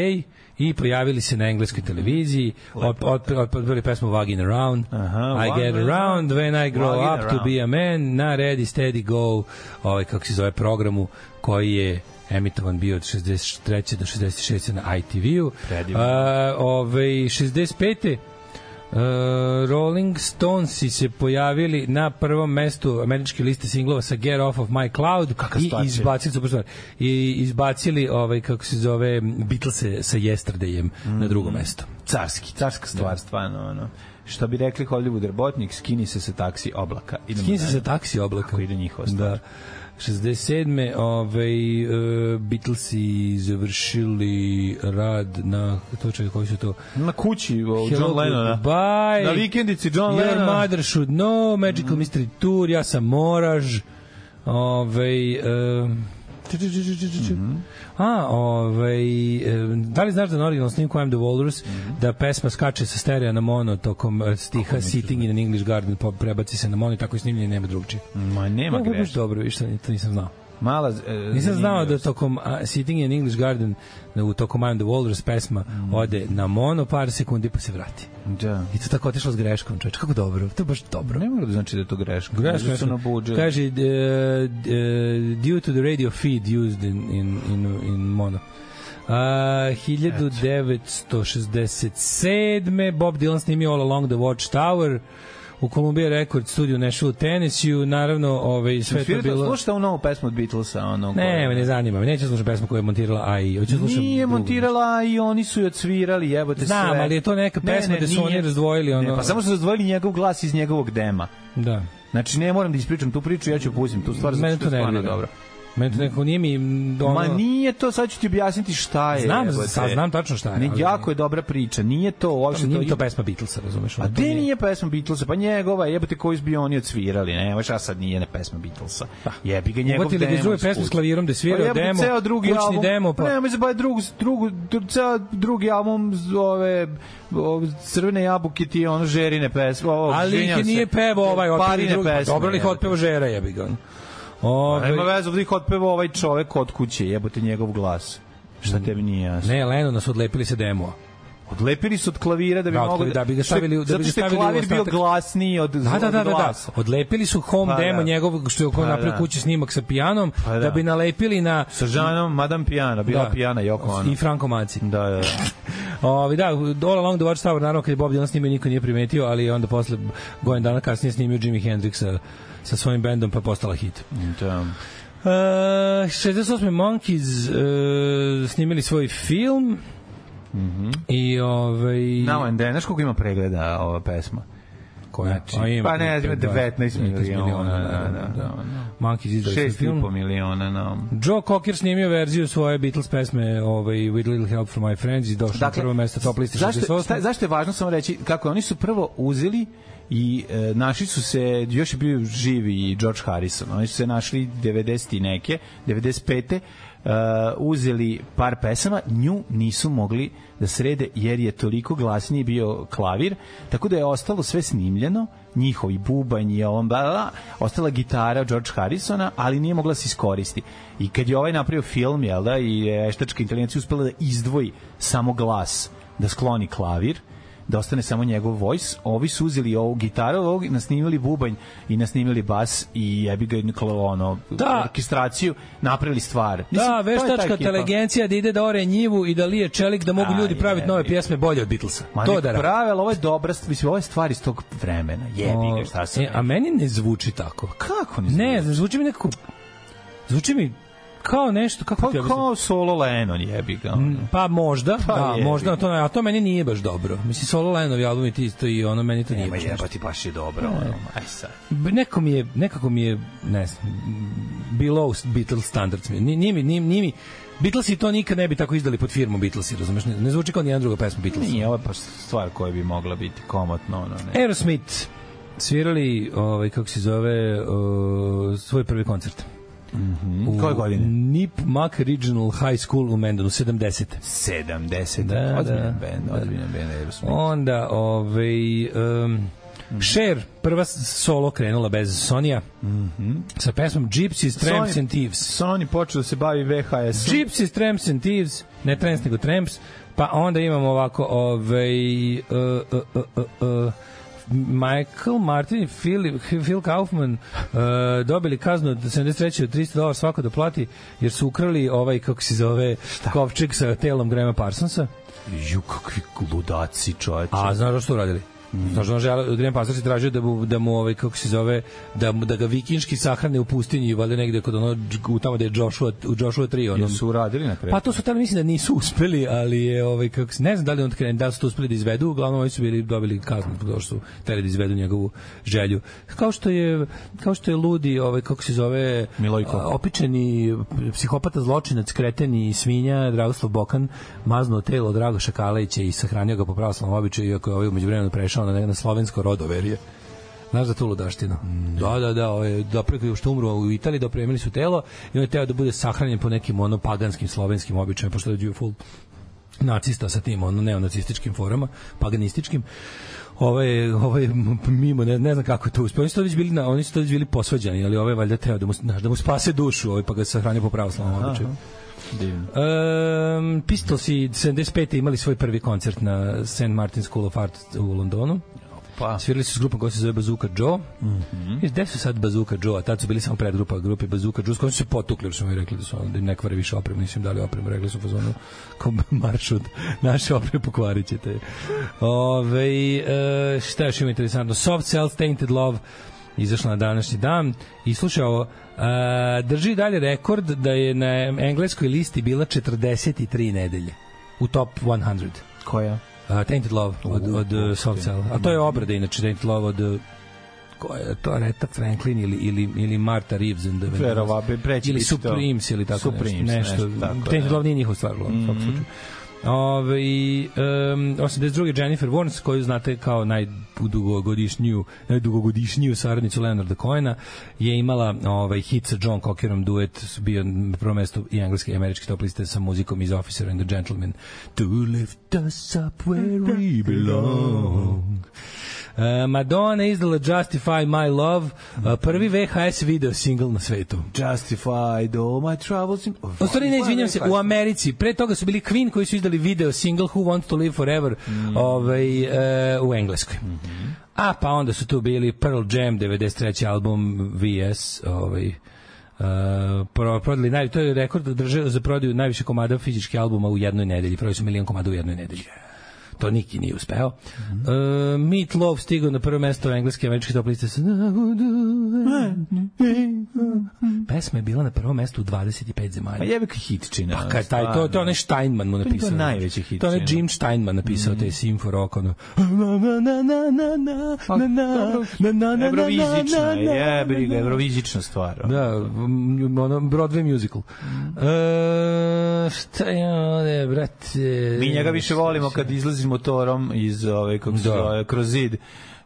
[SPEAKER 6] i pojavili se na engleskoj televiziji. Od- od- od- Odpevali pesmu Wagging Around.
[SPEAKER 7] Aha,
[SPEAKER 6] I get
[SPEAKER 7] Wagging
[SPEAKER 6] around when I grow
[SPEAKER 7] Wagging
[SPEAKER 6] up to be a man. Na Ready Steady Go, ovaj, kako se zove, programu koji je emitovan bio od 63. do 66. na ITV-u.
[SPEAKER 7] Predivno.
[SPEAKER 6] A, ovaj, 65. Uh, Rolling Stonesi se pojavili na prvom mestu američke liste singlova sa Get Off of My Cloud i
[SPEAKER 7] stvar,
[SPEAKER 6] izbacili super stvar. I izbacili ovaj kako se zove Beatles sa Yesterdayem na drugo mesto.
[SPEAKER 7] Carski,
[SPEAKER 6] Da.
[SPEAKER 7] carska stvar, stvarno, ono. Što bi rekli Hollywood robotnik, skini se sa taksi oblaka. Idemo
[SPEAKER 6] Skini se
[SPEAKER 7] dalje.
[SPEAKER 6] sa taksi oblaka.
[SPEAKER 7] Kako ide njihova stvar.
[SPEAKER 6] Da. 67. ovaj uh, Beatlesi završili rad na to čekaj koji su to
[SPEAKER 7] Na kući
[SPEAKER 6] Hello,
[SPEAKER 7] o,
[SPEAKER 6] da.
[SPEAKER 7] John Lennona. da.
[SPEAKER 6] goodbye.
[SPEAKER 7] Na vikendici John Mm.
[SPEAKER 6] Your
[SPEAKER 7] Lennon.
[SPEAKER 6] mother should know, Magical Mystery Tour, ja sam Moraž. Ovaj em, ču, ču, ču, ču, ču, ču.
[SPEAKER 7] Mhm.
[SPEAKER 6] A, ovaj, em, da li znaš da na originalnom snimku I'm the Walrus
[SPEAKER 7] Mhm.
[SPEAKER 6] da pesma skače sa stereo na mono tokom eh, stiha Sitting in an English Garden pa prebaci se na mono i tako je snimljen i nema drugčije.
[SPEAKER 7] Ma nema
[SPEAKER 6] Ovo je baš
[SPEAKER 7] greške.
[SPEAKER 6] dobro, viš, to ni- to nisam znao.
[SPEAKER 7] Mala, e,
[SPEAKER 6] Nisam znao da
[SPEAKER 7] zanimljivost.
[SPEAKER 6] tokom a, Sitting in an English Garden da u tokom I'm the Walrus pesma
[SPEAKER 7] Mhm.
[SPEAKER 6] ode na mono par sekundi pa se vrati.
[SPEAKER 7] Da.
[SPEAKER 6] I to tako otišlo s greškom, čoveč. Kako dobro, to je baš dobro.
[SPEAKER 7] Ne mora da znači da je to greška. Možda su nabuđili.
[SPEAKER 6] Kaže, uh, uh, due to the radio feed used in, in, in, in mono. Uh, 1967. Bob Dylan snimio All Along the Watchtower u Columbia Record studiju u Nashville, Tennessee, naravno, ovaj, sve to
[SPEAKER 7] Svirate,
[SPEAKER 6] bilo...
[SPEAKER 7] slušate ovu novu pesmu od Beatlesa, ono...
[SPEAKER 6] Ne,
[SPEAKER 7] koju-
[SPEAKER 6] me ne zanima, me neće slušati pesmu koju je montirala AI, hoću slušati
[SPEAKER 7] Nije
[SPEAKER 6] drugu.
[SPEAKER 7] montirala i oni su je odsvirali, jebote sve.
[SPEAKER 6] Znam, ali je to neka pesma gde su
[SPEAKER 7] nije.
[SPEAKER 6] oni razdvojili, ono-
[SPEAKER 7] Ne, pa samo su razdvojili njegov glas iz njegovog dema.
[SPEAKER 6] Da.
[SPEAKER 7] Znači, ne moram da ispričam tu priču, ja ću pustim tu stvar, zato
[SPEAKER 6] Mene
[SPEAKER 7] što je
[SPEAKER 6] to
[SPEAKER 7] stvarno
[SPEAKER 6] nervira.
[SPEAKER 7] dobro.
[SPEAKER 6] Mene to nekako nije mi... mm, Ono,
[SPEAKER 7] Ma nije to, sad ću ti objasniti šta je.
[SPEAKER 6] Znam,
[SPEAKER 7] jebote.
[SPEAKER 6] sad znam tačno šta je,
[SPEAKER 7] Ne,
[SPEAKER 6] ali-
[SPEAKER 7] jako je dobra priča, nije to uopšte
[SPEAKER 6] Nije mi
[SPEAKER 7] to
[SPEAKER 6] to pesma Beatlesa, razumeš?
[SPEAKER 7] A
[SPEAKER 6] ono, to
[SPEAKER 7] gde
[SPEAKER 6] nije-
[SPEAKER 7] nije pesma Beatlesa? Pa njegova, jebote, koju bi oni odsvirali, ne, baš, a sad nije ne pesma Beatlesa. Jebi ga njegov
[SPEAKER 6] Uvatili Da. ga iz druge
[SPEAKER 7] iz
[SPEAKER 6] pesme s
[SPEAKER 7] kuće.
[SPEAKER 6] klavirom gde svira
[SPEAKER 7] Pa jebote,
[SPEAKER 6] demo,
[SPEAKER 7] ceo drugi
[SPEAKER 6] kućni
[SPEAKER 7] album,
[SPEAKER 6] demo, pa-
[SPEAKER 7] Ne, mislim, ba, drug, drugu, dru- ceo drugi album z- ove, o, crvene jabuke ti je ono žerine pesme. O,
[SPEAKER 6] ali
[SPEAKER 7] izvinjavam
[SPEAKER 6] ih
[SPEAKER 7] se.
[SPEAKER 6] nije pevao ovaj otpili
[SPEAKER 7] Parine
[SPEAKER 6] drugi.
[SPEAKER 7] pesme,
[SPEAKER 6] Dobro li ih
[SPEAKER 7] jebote.
[SPEAKER 6] otpevao Žera, jebi ga. ono.
[SPEAKER 7] Pa
[SPEAKER 6] Ovaj,
[SPEAKER 7] Nema veze, ovdje ih otpeva ovaj čovek od kuće, jebote njegov glas. Šta tebi nije jasno?
[SPEAKER 6] Mm. ne, Lenona su odlepili se demo.
[SPEAKER 7] Odlepili su od klavira da bi
[SPEAKER 6] Da,
[SPEAKER 7] mogli...
[SPEAKER 6] otkli- da bi ga stavili u- da bi ga
[SPEAKER 7] zato što je
[SPEAKER 6] stavili u
[SPEAKER 7] klavir bio
[SPEAKER 6] ostatak.
[SPEAKER 7] glasniji od,
[SPEAKER 6] Da, da, da,
[SPEAKER 7] od
[SPEAKER 6] da, da.
[SPEAKER 7] glasa.
[SPEAKER 6] Odlepili su home
[SPEAKER 7] Pa,
[SPEAKER 6] demo
[SPEAKER 7] da.
[SPEAKER 6] njegov što je oko
[SPEAKER 7] Pa,
[SPEAKER 6] napravio
[SPEAKER 7] da.
[SPEAKER 6] kući snimak sa pijanom
[SPEAKER 7] Pa,
[SPEAKER 6] da.
[SPEAKER 7] da.
[SPEAKER 6] bi nalepili na
[SPEAKER 7] Sa Žanom, Madame Pijana, bila pijana Joko Ono.
[SPEAKER 6] Da. I Franco Maci.
[SPEAKER 7] Da, da, da.
[SPEAKER 6] (laughs) Ovi, da, All Along the Watchtower, naravno, kad je Bob Dylan snimio, niko nije primetio, ali onda posle, godin dana kasnije snimio Jimi Hendrixa sa svojim bendom, pa je postala hit.
[SPEAKER 7] da.
[SPEAKER 6] Uh, 68. Monkeys uh, snimili svoj film
[SPEAKER 7] Mhm.
[SPEAKER 6] i ovaj...
[SPEAKER 7] Now and then, znaš koliko ima pregleda ova pesma?
[SPEAKER 6] koja?
[SPEAKER 7] Znači, pa ne, ima 19 miliona, da, da, da, da.
[SPEAKER 6] Monkeys izdali svoj
[SPEAKER 7] 6,5
[SPEAKER 6] film.
[SPEAKER 7] miliona, da. no.
[SPEAKER 6] Joe Cocker snimio verziju svoje Beatles pesme ovaj, With Little Help From My Friends i došao na prvo mesto top liste 68.
[SPEAKER 7] Dakle, zašto, šta, zašto je važno samo reći kako je, oni su prvo uzeli i e, naši su se, još je bio živi i George Harrison, oni su se našli 90 i neke, 95. Uh, uzeli par pesama, nju nisu mogli da srede jer je toliko glasniji bio klavir, tako da je ostalo sve snimljeno, njihovi bubanj i ovom, bla, bla, bla, ostala gitara George Harrisona, ali nije mogla da se iskoristi. I kad je ovaj napravio film, jel da, i je veštačka inteligencija uspela da izdvoji samo glas da skloni klavir, da ostane samo njegov voice. Ovi su uzeli ovu gitaru, ovog, nasnimili bubanj i nasnimili bas i jebi ga niklo, ono,
[SPEAKER 6] Da.
[SPEAKER 7] orkestraciju, napravili stvar. Mislim, to
[SPEAKER 6] Da,
[SPEAKER 7] je ta
[SPEAKER 6] veštačka
[SPEAKER 7] ekipa.
[SPEAKER 6] inteligencija da ide da ore njivu i da lije čelik da mogu
[SPEAKER 7] A,
[SPEAKER 6] ljudi praviti
[SPEAKER 7] jebi
[SPEAKER 6] nove
[SPEAKER 7] ga.
[SPEAKER 6] pjesme bolje od Beatlesa.
[SPEAKER 7] Ma
[SPEAKER 6] to
[SPEAKER 7] nek
[SPEAKER 6] da radi.
[SPEAKER 7] prave, ali ovo je dobra, stvar, mislim, ovo je stvar iz tog vremena. Jebi ga, šta sam
[SPEAKER 6] E, a meni ne zvuči tako.
[SPEAKER 7] Kako
[SPEAKER 6] Ne, zvuči mi nekako... Zvuči mi kao nešto... Kako
[SPEAKER 7] Pa
[SPEAKER 6] ti objasnim?
[SPEAKER 7] kao solo Lennon, jebi ga. ono.
[SPEAKER 6] Pa možda,
[SPEAKER 7] Pa
[SPEAKER 6] da,
[SPEAKER 7] jebi
[SPEAKER 6] možda,
[SPEAKER 7] ga.
[SPEAKER 6] a to, a to meni nije baš dobro. Mislim, solo Lenovi albumi ti isto i ono, meni to nije
[SPEAKER 7] Nema
[SPEAKER 6] baš nešto.
[SPEAKER 7] jebati, baš je dobro. Ono. Aj sad.
[SPEAKER 6] B- Neko mi je, nekako mi je, ne znam, m, below Beatles standards. mi je. Ni- Nije mi, nije, nije mi, Beatlesi to nikad ne bi tako izdali pod firmom Beatlesi, razumeš? Ne, ne zvuči kao nijedna druga pesma Beatlesa.
[SPEAKER 7] Nije, ovo je pa stvar koja bi mogla biti komotno, ono,
[SPEAKER 6] E,
[SPEAKER 7] ne.
[SPEAKER 6] Aerosmith svirali ovaj kako se zove uh, svoj prvi koncert.
[SPEAKER 7] Mm, Koje godine?
[SPEAKER 6] Nip Mac Regional High School u Mendonu 70.
[SPEAKER 7] 70.
[SPEAKER 6] Da,
[SPEAKER 7] Da,
[SPEAKER 6] da,
[SPEAKER 7] ozbiljan bend, ozbiljan bend Aerosmith.
[SPEAKER 6] Onda ovaj um, Cher prva s- solo krenula bez Sonija sa pesmom Gypsies, Tramps and Thieves.
[SPEAKER 7] Sony počeo da se bavi VHS. -om.
[SPEAKER 6] Gypsies, Tramps and Thieves, ne Tramps nego Tramps, pa onda imamo ovako ovaj, uh, uh, uh, uh, uh, Michael Martin i Phil, Phil Kaufman uh, dobili kaznu od 73. od 300 dolara svako da plati jer su ukrali ovaj kako se zove kovčeg sa telom Grema Parsonsa
[SPEAKER 7] Ju, kakvi ludaci, čoveče.
[SPEAKER 6] a Pa, znaš što uradili Znaš, on žele, Graham Parsons je tražio da mu, da mu ovaj, kako se zove, da, mu, da ga vikinški sahrane u pustinji, valjda negde kod ono, u tamo da je Joshua, u Joshua 3, onom,
[SPEAKER 7] su uradili na kraju.
[SPEAKER 6] Pa to su tamo mislim da nisu uspeli, ali je ovaj kako se- ne znam da li on krene da li su to uspeli da izvedu, uglavnom oni su bili dobili kaznu zato što su teli da izvedu njegovu želju. Kao što je kao što je ludi ovaj kako se zove
[SPEAKER 7] Milojko.
[SPEAKER 6] a, opičeni psihopata zločinac kreteni svinja Dragoslav Bokan maznuo telo Dragoša Kalajića i sahranio ga po pravoslavnom običaju iako je ovaj u međuvremenu prešao na, na slovensko rodoverje. Znaš za tu ludaštinu? Da, da, da, ovaj, da preko što umro u Italiji, dopremili su telo i on je teo da bude sahranjen po nekim ono paganskim slovenskim običajima, pošto je bio full nacista sa tim, ono, neonacističkim forama, paganističkim. Ovaj ovaj m- mimo ne, ne znam kako je to uspeo. Oni su to već bili na oni su to već bili posvađani, ali ovaj valjda teo da mu znaš, da mu spase dušu, ovaj pa ga sahranio po pravoslavnom običaju.
[SPEAKER 7] Divno.
[SPEAKER 6] Um, Pistols i 75. imali svoj prvi koncert na St. Martin School of Art u Londonu.
[SPEAKER 7] Pa.
[SPEAKER 6] Svirali su s grupom koja se zove Bazooka Joe. Mm -hmm. Gde su sad Bazooka Joe? A tad su bili samo predgrupa grupe Bazooka Joe, s kojom su se potukli, jer su mi rekli da su ono, da im ne kvare više opremu, nisu im dali opremu, rekli su u fazonu kao maršut, naše opreme pokvarit ćete. Ove, e, šta još ima interesantno? Soft Cells, Tainted Love, izašla na današnji dan i slušaj ovo, a, drži dalje rekord da je na engleskoj listi bila 43 nedelje u top 100.
[SPEAKER 7] Koja?
[SPEAKER 6] Uh, Tainted Love od, od uh, Soft Cell. A to je obrada, inače, Tainted Love od uh, ko je to Reta Franklin ili ili ili Marta Reeves and the Vandellas.
[SPEAKER 7] Verovatno, preći
[SPEAKER 6] ili
[SPEAKER 7] biti to.
[SPEAKER 6] Supremes ili tako
[SPEAKER 7] Supremes,
[SPEAKER 6] nešto.
[SPEAKER 7] nešto tako, Mhm.
[SPEAKER 6] Tainted
[SPEAKER 7] da.
[SPEAKER 6] Love nije njihov stvar, uglavnom, u svakom slučaju. Ove, i, um, 82. Jennifer Warnes, koju znate kao najdugogodišnju, najdugogodišnju saradnicu Leonarda Cohena, je imala ovaj, hit sa John Cockerom, duet su bio na prvo mesto i engleske i američke top liste sa muzikom iz Officer and the Gentleman. To lift us up where we belong. E, Madonna je izdala Justify My Love, e, prvi VHS video single na svetu.
[SPEAKER 7] Justified all my troubles. In...
[SPEAKER 6] U stvari ne, izvinjam se, u Americi. Pre toga su bili Queen koji su izdali video single Who Wants to Live Forever ovaj, e, u Engleskoj. A pa onda su tu bili Pearl Jam, 93. album VS, ovaj, Uh, pro, prodali naj, to je rekord da drže za prodaju najviše komada fizičkih albuma u jednoj nedelji. Prodali su milion komada u jednoj nedelji. To niki nije uspeo. Mm -hmm. uh, Meat Love stigao na prvo mesto engleske i američke top liste sa Pesma je bila na prvom mestu u 25 zemalja.
[SPEAKER 7] A jebe ka hitčina.
[SPEAKER 6] Pa kad taj, to, to je onaj Steinman mu napisao.
[SPEAKER 7] To je najveći hit, Mhm.
[SPEAKER 6] To je onaj
[SPEAKER 7] sigurno.
[SPEAKER 6] Jim Steinman napisao, mm. te Sim for Rock, ono... Na, na, na, na, na, na,
[SPEAKER 7] Pa,
[SPEAKER 6] na, na, na, na, na,
[SPEAKER 7] Evrovizična,
[SPEAKER 6] na, na, na,
[SPEAKER 7] je, briga,
[SPEAKER 6] na, na.
[SPEAKER 7] evrovizična stvar. ono.
[SPEAKER 6] Da, m, ono, Broadway musical.
[SPEAKER 7] Mhm.
[SPEAKER 6] E, šta je ovde, brate...
[SPEAKER 7] Mi njega više volimo kad izlazi motorom iz ove kako se
[SPEAKER 6] Da.
[SPEAKER 7] zove, kroz zid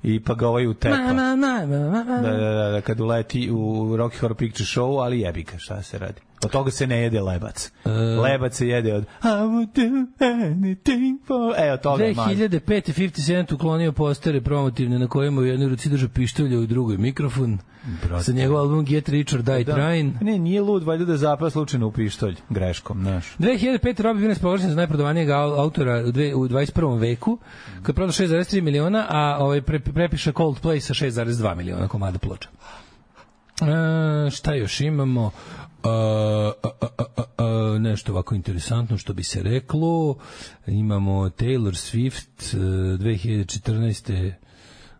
[SPEAKER 7] i pa ga ovaj utepa.
[SPEAKER 6] Na, na, na, na, na, na.
[SPEAKER 7] Da, da, da, da, kad uleti u Rocky Horror Picture Show, ali jebika, šta se radi? Od toga se ne jede lebac.
[SPEAKER 6] E.
[SPEAKER 7] Lebac se jede od I would do anything for... E, od toga je manj.
[SPEAKER 6] 2005. 50 Cent uklonio postere promotivne na kojima u jednoj ruci drža pištolje, u drugoj mikrofon. Sa njegov album Get Rich or Die
[SPEAKER 7] Da.
[SPEAKER 6] Trying.
[SPEAKER 7] Ne, nije lud, valjda da zapra slučajno u pištolj, greškom, znaš.
[SPEAKER 6] 2005. Robbie Williams proglašen za najprodovanijeg au- autora u, dve, u 21. veku, koji je prodao 6,3 miliona, a ovaj pre, prepiše Coldplay sa 6,2 miliona komada ploča. E, šta još imamo? E, a, a, a, a, a, nešto ovako interesantno što bi se reklo. Imamo Taylor Swift e, 2014.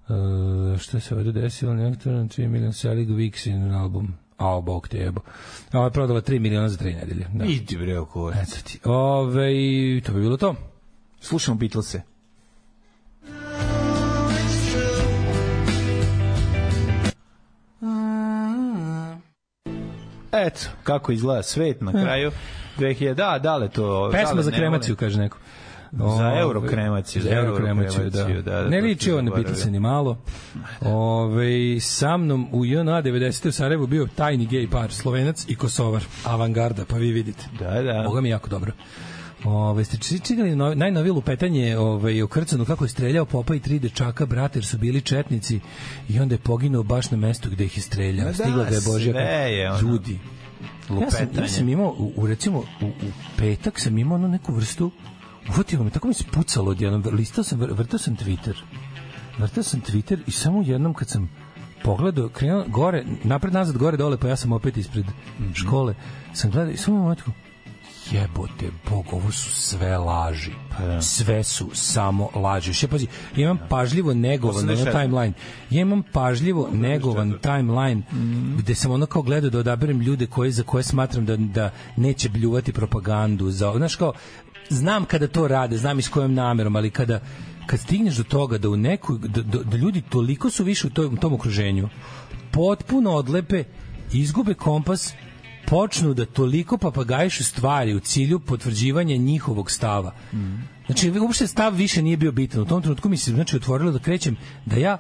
[SPEAKER 6] Uh, šta se ovde desilo? Nektoran 3 miliona selig Vixin album. A, bog te jebo. A, ovo je prodala 3 miliona za 3 nedelje. Da.
[SPEAKER 7] Idi bre, oko ovo.
[SPEAKER 6] Eto ti. Ove, i to bi bilo to.
[SPEAKER 7] Slušamo Beatlese.
[SPEAKER 6] Mm.
[SPEAKER 7] Eto, kako izgleda svet na kraju. 2000, da, da li to... da
[SPEAKER 6] E. Pesma
[SPEAKER 7] li
[SPEAKER 6] za
[SPEAKER 7] ne
[SPEAKER 6] kremaciju,
[SPEAKER 7] volim?
[SPEAKER 6] kaže neko.
[SPEAKER 7] Za
[SPEAKER 6] Ove,
[SPEAKER 7] euro kremaciju,
[SPEAKER 6] Ovaj, Za euro kremaciju, da.
[SPEAKER 7] da, da,
[SPEAKER 6] ne
[SPEAKER 7] to
[SPEAKER 6] liči
[SPEAKER 7] si
[SPEAKER 6] on,
[SPEAKER 7] zaboravio.
[SPEAKER 6] biti se ni malo. Ove, sa mnom u JNA 90. u Sarajevu bio tajni gej par, slovenac i kosovar, avangarda, pa vi vidite.
[SPEAKER 7] Da, da.
[SPEAKER 6] Boga mi jako dobro. Ove, ste či- čitali no, najnovije lupetanje ove, o Krcanu kako je streljao popa i tri dečaka brate jer su bili četnici i onda je poginuo baš na mestu gde ih je streljao.
[SPEAKER 7] Ma da,
[SPEAKER 6] Stigla ga je Božja.
[SPEAKER 7] sve je ono.
[SPEAKER 6] Ljudi, ja sam, ja
[SPEAKER 7] Lupetanje.
[SPEAKER 6] sam imao, u, u recimo, u, u petak sam imao ono neku vrstu, uhvatilo me, tako mi se pucalo odjednom, listao sam, vr- vrtao sam Twitter, vrtao sam Twitter i samo jednom kad sam pogledao, krenuo gore, napred, nazad, gore, dole, pa ja sam opet ispred
[SPEAKER 7] Mhm.
[SPEAKER 6] škole, sam gledao i samo imao tako, jebote, bog, ovo su sve laži. Sve su samo laži. Še, pazi, ja imam pažljivo negovan ono
[SPEAKER 7] 84.
[SPEAKER 6] timeline. Ja imam pažljivo negovan timeline gde sam ono kao gledao da odaberem ljude koje, za koje smatram da, da neće bljuvati propagandu. Za, znaš kao, znam kada to rade, znam i s kojom namerom, ali kada kad stigneš do toga da u nekoj da, da, da ljudi toliko su više u tom, tom okruženju potpuno odlepe izgube kompas počnu da toliko papagajišu stvari u cilju potvrđivanja njihovog stava. Mm. Znači, uopšte stav više nije bio bitan. U tom trenutku mi se znači, otvorilo da krećem da ja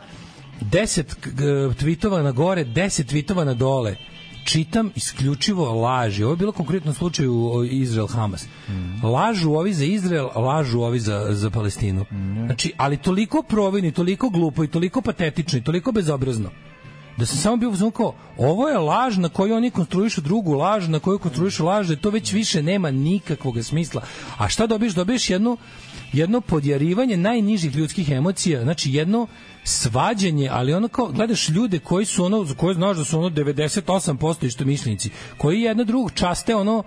[SPEAKER 6] 10 k- g- tweetova na gore, 10 tweetova na dole čitam isključivo laži. Ovo je bilo konkretno u slučaju o, Izrael-Hamas. Lažu ovi za Izrael, lažu ovi za, za Palestinu. Znači, ali toliko provini, toliko glupo i toliko patetično i toliko bezobrazno da sam samo bio u fazonu kao ovo je laž na koju oni konstruišu drugu laž na koju konstruišu laž da to već više nema nikakvog smisla a šta dobiješ dobiješ jednu jedno podjarivanje najnižih ljudskih emocija, znači jedno svađanje, ali ono kao gledaš ljude koji su ono za koje znaš da su ono 98% istomišljenici, koji jedno drugog časte ono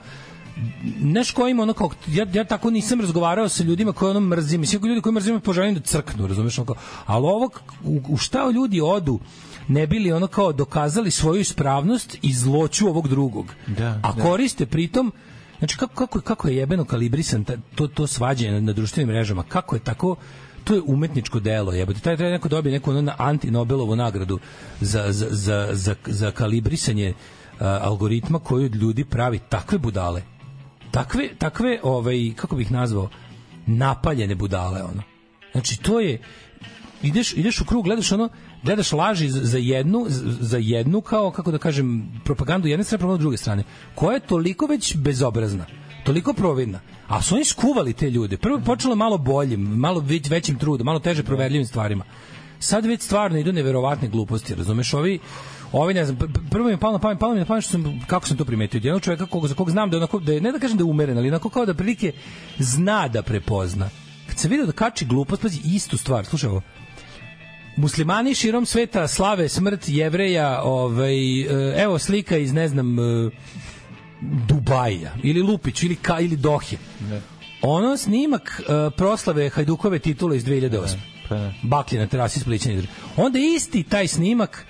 [SPEAKER 6] znaš kojim ono kao, ja, ja tako nisam razgovarao sa ljudima koji ono mrzim, mislim ljudi koji mrzim poželim da crknu, razumeš, ono kao, ali ovo, k- u, u šta ljudi odu, ne bili ono kao dokazali svoju ispravnost i zloću ovog drugog.
[SPEAKER 7] Da,
[SPEAKER 6] A
[SPEAKER 7] da.
[SPEAKER 6] koriste pritom Znači kako kako kako je jebeno kalibrisan ta, to to svađanje na, na društvenim mrežama. Kako je tako to je umetničko delo, jebote. Taj taj neko dobije neku ono na antinobelovu nagradu za za za za, za kalibrisanje uh, algoritma koji od ljudi pravi takve budale. Takve takve ovaj kako bih nazvao napaljene budale ono. Znači to je ideš ideš u krug gledaš ono gledaš laži za- za jednu z- za jednu kao kako da kažem propagandu jedne strane propagandu druge strane koja je toliko već bezobrazna toliko providna a su oni skuvali te ljude prvo je počelo malo boljim malo već većim trudom malo teže proverljivim stvarima sad već stvarno idu neverovatne gluposti razumeš ovi ovi ne znam pr- pr- prvo mi je palo na pamet palo mi je na pamet što sam kako sam to primetio od jednog čoveka kog za kog znam da je onako da je, ne da kažem da je umeren ali onako kao da prilike zna da prepozna kad se video da kači glupost pazi istu stvar slušaj ovo muslimani širom sveta slave smrt jevreja, ovaj, e, evo slika iz, ne znam, e, Dubaja, ili Lupić, ili, Ka, ili Dohe. Ne. Ono snimak e, proslave Hajdukove titule iz 2008.
[SPEAKER 7] pa da.
[SPEAKER 6] Baklje na terasi Splića. Nidre. Onda isti taj snimak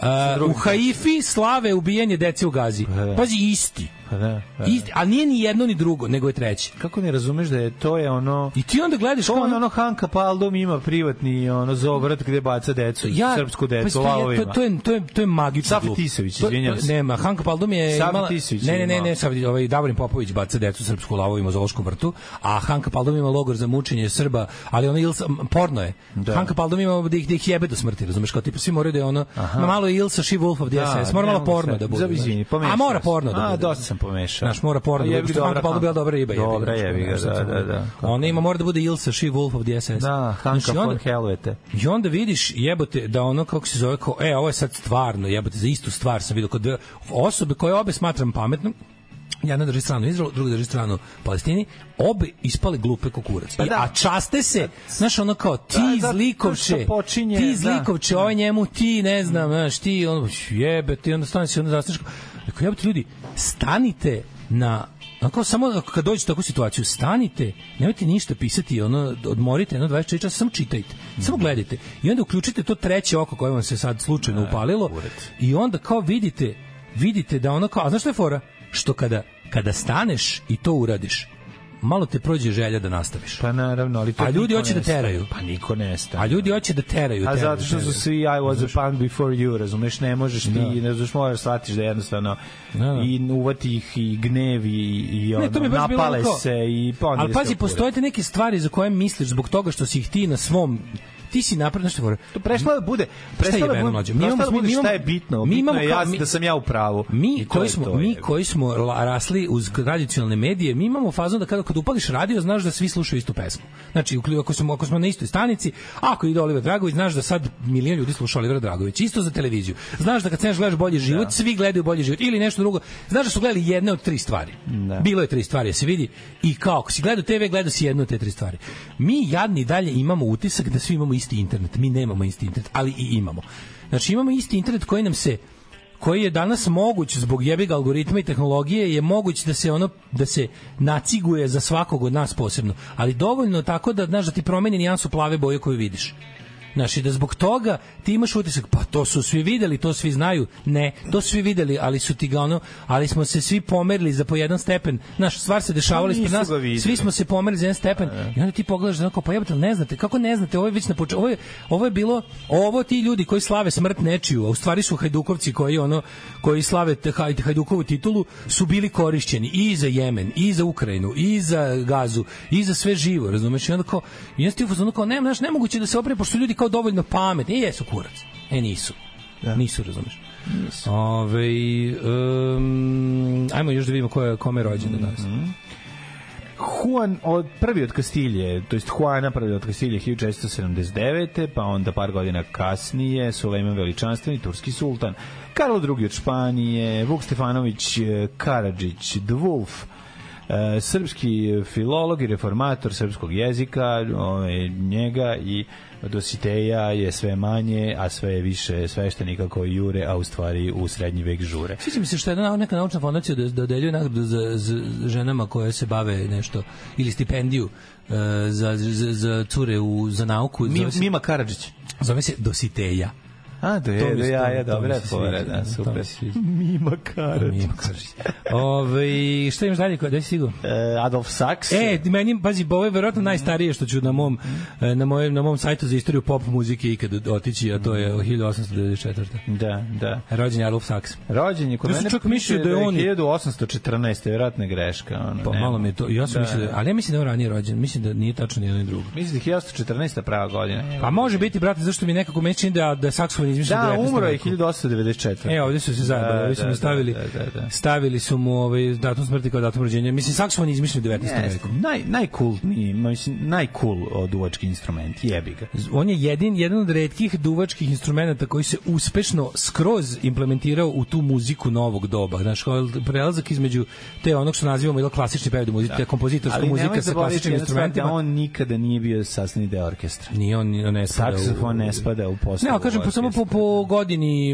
[SPEAKER 6] e, u Haifi slave ubijenje dece u Gazi.
[SPEAKER 7] da.
[SPEAKER 6] Pazi, isti.
[SPEAKER 7] Pa da, pa da.
[SPEAKER 6] Isti, a nije ni jedno ni drugo, nego je treći.
[SPEAKER 7] Kako ne razumeš da je to je ono...
[SPEAKER 6] I ti onda gledaš
[SPEAKER 7] To
[SPEAKER 6] kao
[SPEAKER 7] on
[SPEAKER 6] ono-
[SPEAKER 7] ono Hanka Paldum ima privatni ono zovrat gde baca decu, ja, srpsku
[SPEAKER 6] pa
[SPEAKER 7] decu,
[SPEAKER 6] to je-
[SPEAKER 7] lavovima.
[SPEAKER 6] To, to, je, to, je, to je magično.
[SPEAKER 7] Safi
[SPEAKER 6] glupo.
[SPEAKER 7] Tisović,
[SPEAKER 6] To- to-
[SPEAKER 7] izvinjavam se.
[SPEAKER 6] Nema, Hanka Paldum je
[SPEAKER 7] Safi
[SPEAKER 6] imala...
[SPEAKER 7] Tisović
[SPEAKER 6] ne,
[SPEAKER 7] je
[SPEAKER 6] ne, ne,
[SPEAKER 7] imala.
[SPEAKER 6] ne, Safi, ovaj, Davorin Popović baca decu srpsku lavovima u Zološkom vrtu, a Hanka Paldum ima logor za mučenje Srba, ali ono Ilsa, m, porno je.
[SPEAKER 7] Da.
[SPEAKER 6] Hanka Paldum ima da ih, da ih jebe do smrti, razumeš, kao tipa svi moraju da je ono... Ma malo je Ilsa She Wolf of DSS, mora
[SPEAKER 7] ne
[SPEAKER 6] malo
[SPEAKER 7] mogu
[SPEAKER 6] porno
[SPEAKER 7] sad.
[SPEAKER 6] da bude.
[SPEAKER 7] Zabi,
[SPEAKER 6] znaš.
[SPEAKER 7] izvini, pomešao
[SPEAKER 6] a mora
[SPEAKER 7] sam.
[SPEAKER 6] porno da bude.
[SPEAKER 7] A, dosta sam pomešao.
[SPEAKER 6] Znaš, mora porno da
[SPEAKER 7] Jebi
[SPEAKER 6] bude.
[SPEAKER 7] ga,
[SPEAKER 6] Što Hanka Paldum bila
[SPEAKER 7] Hanka.
[SPEAKER 6] dobra riba. jebi ga,
[SPEAKER 7] Dobra
[SPEAKER 6] znaš,
[SPEAKER 7] jebi ga,
[SPEAKER 6] znaš,
[SPEAKER 7] da,
[SPEAKER 6] znaš,
[SPEAKER 7] da, da.
[SPEAKER 6] Ona ima, mora da bude Ilsa She Wolf of DSS.
[SPEAKER 7] Da, Hanka
[SPEAKER 6] Znaš, i
[SPEAKER 7] von
[SPEAKER 6] onda-
[SPEAKER 7] Helvete.
[SPEAKER 6] I onda vidiš jebote da ono kako se zove kao e ovo je sad stvarno jebote za istu stvar sam video kod dve osobe koje obe smatram pametnom jedna drži stranu Izraelu, druga drži stranu Palestini, obe ispale glupe kokurac. Pa
[SPEAKER 7] da.
[SPEAKER 6] A časte se, znaš, ono kao, ti
[SPEAKER 7] zato što
[SPEAKER 6] zlikovče,
[SPEAKER 7] počinje,
[SPEAKER 6] ti
[SPEAKER 7] da.
[SPEAKER 6] zlikovče, ovaj njemu, ti, ne znam, znaš, ti, ono, jebe, ti, onda stane se, onda zastaneš. kao- Rekao, jebote, ljudi, stanite na Onako, samo kad dođete u takvu situaciju, stanite, nemojte ništa pisati, ono, odmorite jedno 24 časa, samo čitajte, samo gledajte. I onda uključite to treće oko koje vam se sad
[SPEAKER 7] E,
[SPEAKER 6] slučajno upalilo i onda kao vidite, vidite da ono kao, a znaš što je fora? Što kada, kada staneš i to uradiš, malo te prođe želja da nastaviš.
[SPEAKER 7] Pa naravno, ali to
[SPEAKER 6] A
[SPEAKER 7] niko
[SPEAKER 6] ljudi hoće da
[SPEAKER 7] ne stane.
[SPEAKER 6] teraju.
[SPEAKER 7] Pa niko nestaje.
[SPEAKER 6] A ljudi hoće da teraju. teraju,
[SPEAKER 7] A Pa zato što su
[SPEAKER 6] teraju.
[SPEAKER 7] svi I was a punk before you, razumeš, ne možeš ti, ne znaš, moraš shvatiš da jednostavno
[SPEAKER 6] da.
[SPEAKER 7] i uvati ih i gnev i, i ono,
[SPEAKER 6] Ne, to mi je baš bilo
[SPEAKER 7] napale
[SPEAKER 6] onako-
[SPEAKER 7] se i pa onda
[SPEAKER 6] Ali
[SPEAKER 7] se
[SPEAKER 6] pazi,
[SPEAKER 7] opure.
[SPEAKER 6] postoje te neke stvari za koje misliš zbog toga što si ih ti na svom ti si napravio nešto fora.
[SPEAKER 7] To prešla da bude, prešla da
[SPEAKER 6] jebeno,
[SPEAKER 7] bude,
[SPEAKER 6] mlađe?
[SPEAKER 7] mlađe.
[SPEAKER 6] Mi
[SPEAKER 7] Mi
[SPEAKER 6] imamo-
[SPEAKER 7] imamo,
[SPEAKER 6] mi
[SPEAKER 7] mi
[SPEAKER 6] imamo-
[SPEAKER 7] šta je bitno,
[SPEAKER 6] mi
[SPEAKER 7] mi
[SPEAKER 6] imamo
[SPEAKER 7] imamo, bitno
[SPEAKER 6] kao-
[SPEAKER 7] je
[SPEAKER 6] mi-
[SPEAKER 7] jasno da sam ja u pravu.
[SPEAKER 6] Mi
[SPEAKER 7] I to
[SPEAKER 6] koji
[SPEAKER 7] je
[SPEAKER 6] smo
[SPEAKER 7] to,
[SPEAKER 6] mi
[SPEAKER 7] jebi.
[SPEAKER 6] koji smo la- rasli uz tradicionalne medije, mi imamo fazu da kada kad upališ radio znaš da svi slušaju istu pesmu. Znači uključ ako smo ako smo na istoj stanici, ako ide Oliver Dragović, znaš da sad milion ljudi sluša Olivera Dragović. Isto za televiziju. Znaš da kad seš gledaš bolji život, svi gledaju bolji život ili nešto drugo. Znaš da su gledali jedne od tri stvari.
[SPEAKER 7] Da.
[SPEAKER 6] Bilo je tri stvari, ja se vidi i kao ako si gledao TV, gledao si jednu od te tri stvari. Mi jadni dalje imamo utisak da svi imamo isti internet. Mi nemamo isti internet, ali i imamo. Znači imamo isti internet koji nam se koji je danas moguć zbog jebiga algoritma i tehnologije je moguć da se ono da se naciguje za svakog od nas posebno, ali dovoljno tako da znaš da ti promeni nijansu plave boje koju vidiš. Znaš, i da zbog toga ti imaš utisak, pa to su svi videli, to svi znaju. Ne, to su svi videli, ali su ti ga ono, ali smo se svi pomerili za po jedan stepen. Znaš, stvar se dešavala ispred
[SPEAKER 7] Nisu
[SPEAKER 6] nas,
[SPEAKER 7] ga videli.
[SPEAKER 6] svi smo se pomerili za jedan stepen. I onda ti pogledaš onako, pa jebote, ali ne znate, kako ne znate, ovo je već na početku, ovo, je- ovo je bilo, ovo ti ljudi koji slave smrt nečiju, a u stvari su Hajdukovci koji ono, koji slave te- Haj- Hajdukovu titulu, su bili korišćeni i za Jemen, i za Ukrajinu, i za Gazu, i za sve živo, razumeš? I onda kao, i onda ti u fazonu kao, ne, znaš, nemoguće da se opre, pošto su ljudi kao dovoljno pametni, i jesu kurac, e nisu, nisu, razumeš? Ove, um, ajmo još da vidimo ko je, kome je rođen danas.
[SPEAKER 7] Juan od prvi od Kastilje, to jest Juana prvi od Kastilje 1479. pa onda par godina kasnije Sulejman Veličanstveni turski sultan, Karlo II od Španije, Vuk Stefanović eh, Karadžić, e, Dvulf E, srpski filolog i reformator srpskog jezika, ovaj, njega i Dositeja je sve manje, a sve je više sveštenika koji jure, a u stvari u srednji vek žure.
[SPEAKER 6] Sviđa mi se što je jedna neka naučna fondacija da dodeljuje nagradu za, za ženama koje se bave nešto ili stipendiju e, za, za, za cure u, za nauku.
[SPEAKER 7] Mi,
[SPEAKER 6] zove, se,
[SPEAKER 7] Mima Karadžić.
[SPEAKER 6] zove se Dositeja.
[SPEAKER 7] A, do
[SPEAKER 6] To
[SPEAKER 7] je,
[SPEAKER 6] mi
[SPEAKER 7] do
[SPEAKER 6] se-
[SPEAKER 7] ja,
[SPEAKER 6] to mi-
[SPEAKER 7] ja,
[SPEAKER 6] to mi
[SPEAKER 7] dobro,
[SPEAKER 6] se
[SPEAKER 7] fora,
[SPEAKER 6] sviđa,
[SPEAKER 7] da,
[SPEAKER 6] to mi se
[SPEAKER 7] super.
[SPEAKER 6] sviđa.
[SPEAKER 7] Mima Karadžić.
[SPEAKER 6] Mima Karadžić. Ove, šta imaš dalje? Ko- Gde si stigao?
[SPEAKER 7] E, Adolf Sachs.
[SPEAKER 6] E, meni, pazi, ovo je verovatno najstarije što ću na mom, e, na mojem, na mom sajtu za istoriju pop muzike ikad otići, a to je 1894.
[SPEAKER 7] Da, da.
[SPEAKER 6] Rođen je Adolf Sachs.
[SPEAKER 7] Rođen je kod
[SPEAKER 6] Ja sam
[SPEAKER 7] mene
[SPEAKER 6] čak
[SPEAKER 7] piše
[SPEAKER 6] mislio da je on-
[SPEAKER 7] 1814. Vjerojatno je greška. Ono,
[SPEAKER 6] Pa
[SPEAKER 7] ne.
[SPEAKER 6] malo mi je to, ja sam
[SPEAKER 7] Da.
[SPEAKER 6] da. mislio, da- ali ja mislim da je on ranije rođen, mislim da nije tačno ni jedno ni drugo.
[SPEAKER 7] Mislim da je 1814. prava godina.
[SPEAKER 6] Pa može biti, brate, zašto mi nekako meni se čini da, da je saksofon izmišljen u
[SPEAKER 7] Da,
[SPEAKER 6] 19.
[SPEAKER 7] umro je
[SPEAKER 6] veku.
[SPEAKER 7] 1894.
[SPEAKER 6] E, ovde su se zajebali,
[SPEAKER 7] Da,
[SPEAKER 6] ovi su
[SPEAKER 7] da,
[SPEAKER 6] mi stavili,
[SPEAKER 7] da, da, da.
[SPEAKER 6] stavili su mu ovaj datum smrti kao datum rođenja. Mislim, saksofon je izmišljen u 19.
[SPEAKER 7] Jeste,
[SPEAKER 6] veku.
[SPEAKER 7] Naj, najkultniji, mislim, najcool od duvački instrument, jebi ga.
[SPEAKER 6] On je jedin, jedan od retkih duvačkih instrumenta koji se uspešno skroz implementirao u tu muziku novog doba. Znaš, kao prelazak između te onog što nazivamo ili klasični period muzike, da. kompozitorska
[SPEAKER 7] Ali nemoj
[SPEAKER 6] muzika sa
[SPEAKER 7] zaboraviti
[SPEAKER 6] klasičnim
[SPEAKER 7] jednu stvar,
[SPEAKER 6] instrumentima.
[SPEAKER 7] Da on nikada nije bio sastavni deo orkestra.
[SPEAKER 6] Nije on ni- ne spada
[SPEAKER 7] Saksofon
[SPEAKER 6] u-
[SPEAKER 7] ne pa spada u
[SPEAKER 6] Ne,
[SPEAKER 7] postavu.
[SPEAKER 6] ali kažem, po, samo po,
[SPEAKER 7] orkestra. da.
[SPEAKER 6] po godini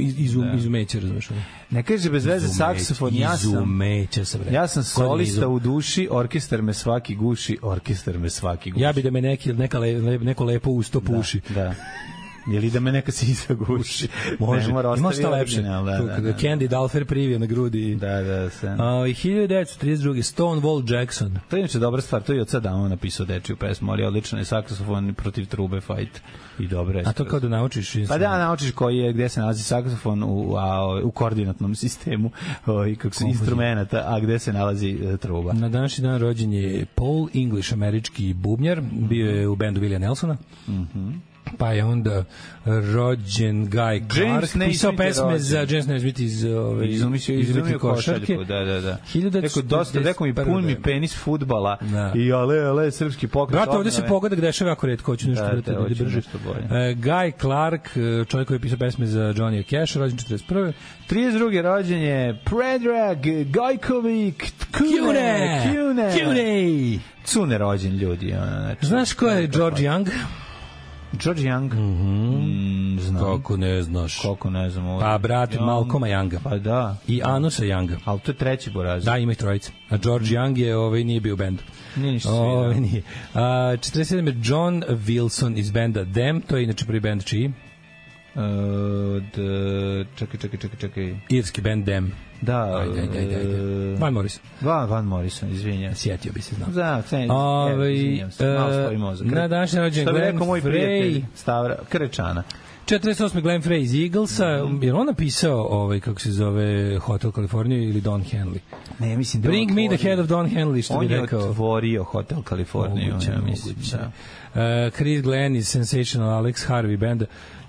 [SPEAKER 6] iz, iz, da. izumeće, razumeš? ono.
[SPEAKER 7] Ne kaže bez veze
[SPEAKER 6] Izumeće,
[SPEAKER 7] saksofon, ja sam...
[SPEAKER 6] Izumeće sam rekao.
[SPEAKER 7] Ja sam
[SPEAKER 6] Godine
[SPEAKER 7] solista u duši, orkestar me svaki guši, orkestar me svaki guši.
[SPEAKER 6] Ja bi da me neki, neka le, le, neko lepo usto puši.
[SPEAKER 7] Da. Ili da me neka siza guši.
[SPEAKER 6] Može,
[SPEAKER 7] Ne, mora
[SPEAKER 6] ima
[SPEAKER 7] ostavi
[SPEAKER 6] šta lepše.
[SPEAKER 7] original, Da, da, da.
[SPEAKER 6] Candy Dalfer privio na grudi. Ovaj,
[SPEAKER 7] Da, da, sve.
[SPEAKER 6] A, 1932. Stonewall Jackson.
[SPEAKER 7] To je inače dobra stvar, to je i od sad on napisao dečiju pesmu, ali odličan je saksofon protiv trube fight i dobro je.
[SPEAKER 6] A to kao da naučiš
[SPEAKER 7] Pa
[SPEAKER 6] instrument.
[SPEAKER 7] da, naučiš koji je, gde se nalazi saksofon u, a, ovaj, u koordinatnom (laughs) sistemu o, i kako se instrumenta, a gde se nalazi e, truba.
[SPEAKER 6] Na današnji dan rođen je Paul English, američki bubnjar, bio je u bendu Willia Nelsona. Mhm. pa je onda rođen Guy Clark,
[SPEAKER 7] Naismith
[SPEAKER 6] pisao
[SPEAKER 7] je
[SPEAKER 6] pesme
[SPEAKER 7] rođen.
[SPEAKER 6] za James Naismith iz, ovaj, ove,
[SPEAKER 7] Izumio izumio košarku, da, da, da.
[SPEAKER 6] 1941.
[SPEAKER 7] Rekao, dosta, rekao mi, pun mi penis futbala
[SPEAKER 6] Da.
[SPEAKER 7] i ale, ale, srpski pokret.
[SPEAKER 6] Brate, ovde se
[SPEAKER 7] obnove.
[SPEAKER 6] pogodak dešava jako redko, hoću nešto
[SPEAKER 7] Da,
[SPEAKER 6] da, brate,
[SPEAKER 7] da,
[SPEAKER 6] da, ide
[SPEAKER 7] hoću
[SPEAKER 6] brže.
[SPEAKER 7] nešto bolje.
[SPEAKER 6] E, Guy Clark, e, čovjek koji je pisao pesme za Johnny Cash, rođen 41.
[SPEAKER 7] 32. rođen je Predrag Gojković Kune.
[SPEAKER 6] Kune! Kune!
[SPEAKER 7] Cune rođen ljudi. Ono, znači,
[SPEAKER 6] Znaš ko je George Young?
[SPEAKER 7] George Young? Mm, znam.
[SPEAKER 6] Kako ne znaš.
[SPEAKER 7] Koliko ne znam. Ovo.
[SPEAKER 6] Mhm. Pa brat
[SPEAKER 7] Young.
[SPEAKER 6] Malcoma Younga.
[SPEAKER 7] Pa da.
[SPEAKER 6] I Anusa Younga.
[SPEAKER 7] Ali to je treći boraz.
[SPEAKER 6] Da, ima ih trojica. A George Young je, ovaj, nije bio u bendu.
[SPEAKER 7] Nije ništa svirao.
[SPEAKER 6] Ovaj, nije. A, 47 je John Wilson iz benda Dem, to je inače prvi bend čiji?
[SPEAKER 7] E, Od, e, čekaj, čekaj, čekaj, čekaj.
[SPEAKER 6] Irski bend Dem.
[SPEAKER 7] Da.
[SPEAKER 6] Ajde, ajde, ajde, ajde.
[SPEAKER 7] e,
[SPEAKER 6] Van Morrison.
[SPEAKER 7] Van, Van Morrison, izvinjam se.
[SPEAKER 6] Sjetio bi se, znam.
[SPEAKER 7] Da, cen,
[SPEAKER 6] Ovaj,
[SPEAKER 7] Ove, izvinjam se, malo
[SPEAKER 6] e,
[SPEAKER 7] stoji mozak.
[SPEAKER 6] na današnji rođen
[SPEAKER 7] Što bi
[SPEAKER 6] Glenn
[SPEAKER 7] rekao moj prijatelj
[SPEAKER 6] Frey.
[SPEAKER 7] Stavra Krečana.
[SPEAKER 6] 48. Glenn Frey iz Eaglesa,
[SPEAKER 7] Mhm.
[SPEAKER 6] jer on napisao ovaj, kako se zove Hotel California ili Don Henley.
[SPEAKER 7] Ne, mislim da je
[SPEAKER 6] Bring
[SPEAKER 7] on
[SPEAKER 6] me the
[SPEAKER 7] otvorio.
[SPEAKER 6] head of Don Henley, što
[SPEAKER 7] On
[SPEAKER 6] bi
[SPEAKER 7] je
[SPEAKER 6] rekao.
[SPEAKER 7] otvorio Hotel Kaliforniju,
[SPEAKER 6] Moguće,
[SPEAKER 7] ja mislim.
[SPEAKER 6] moguće.
[SPEAKER 7] Da.
[SPEAKER 6] Uh, Chris Glenn iz Sensational Alex Harvey benda.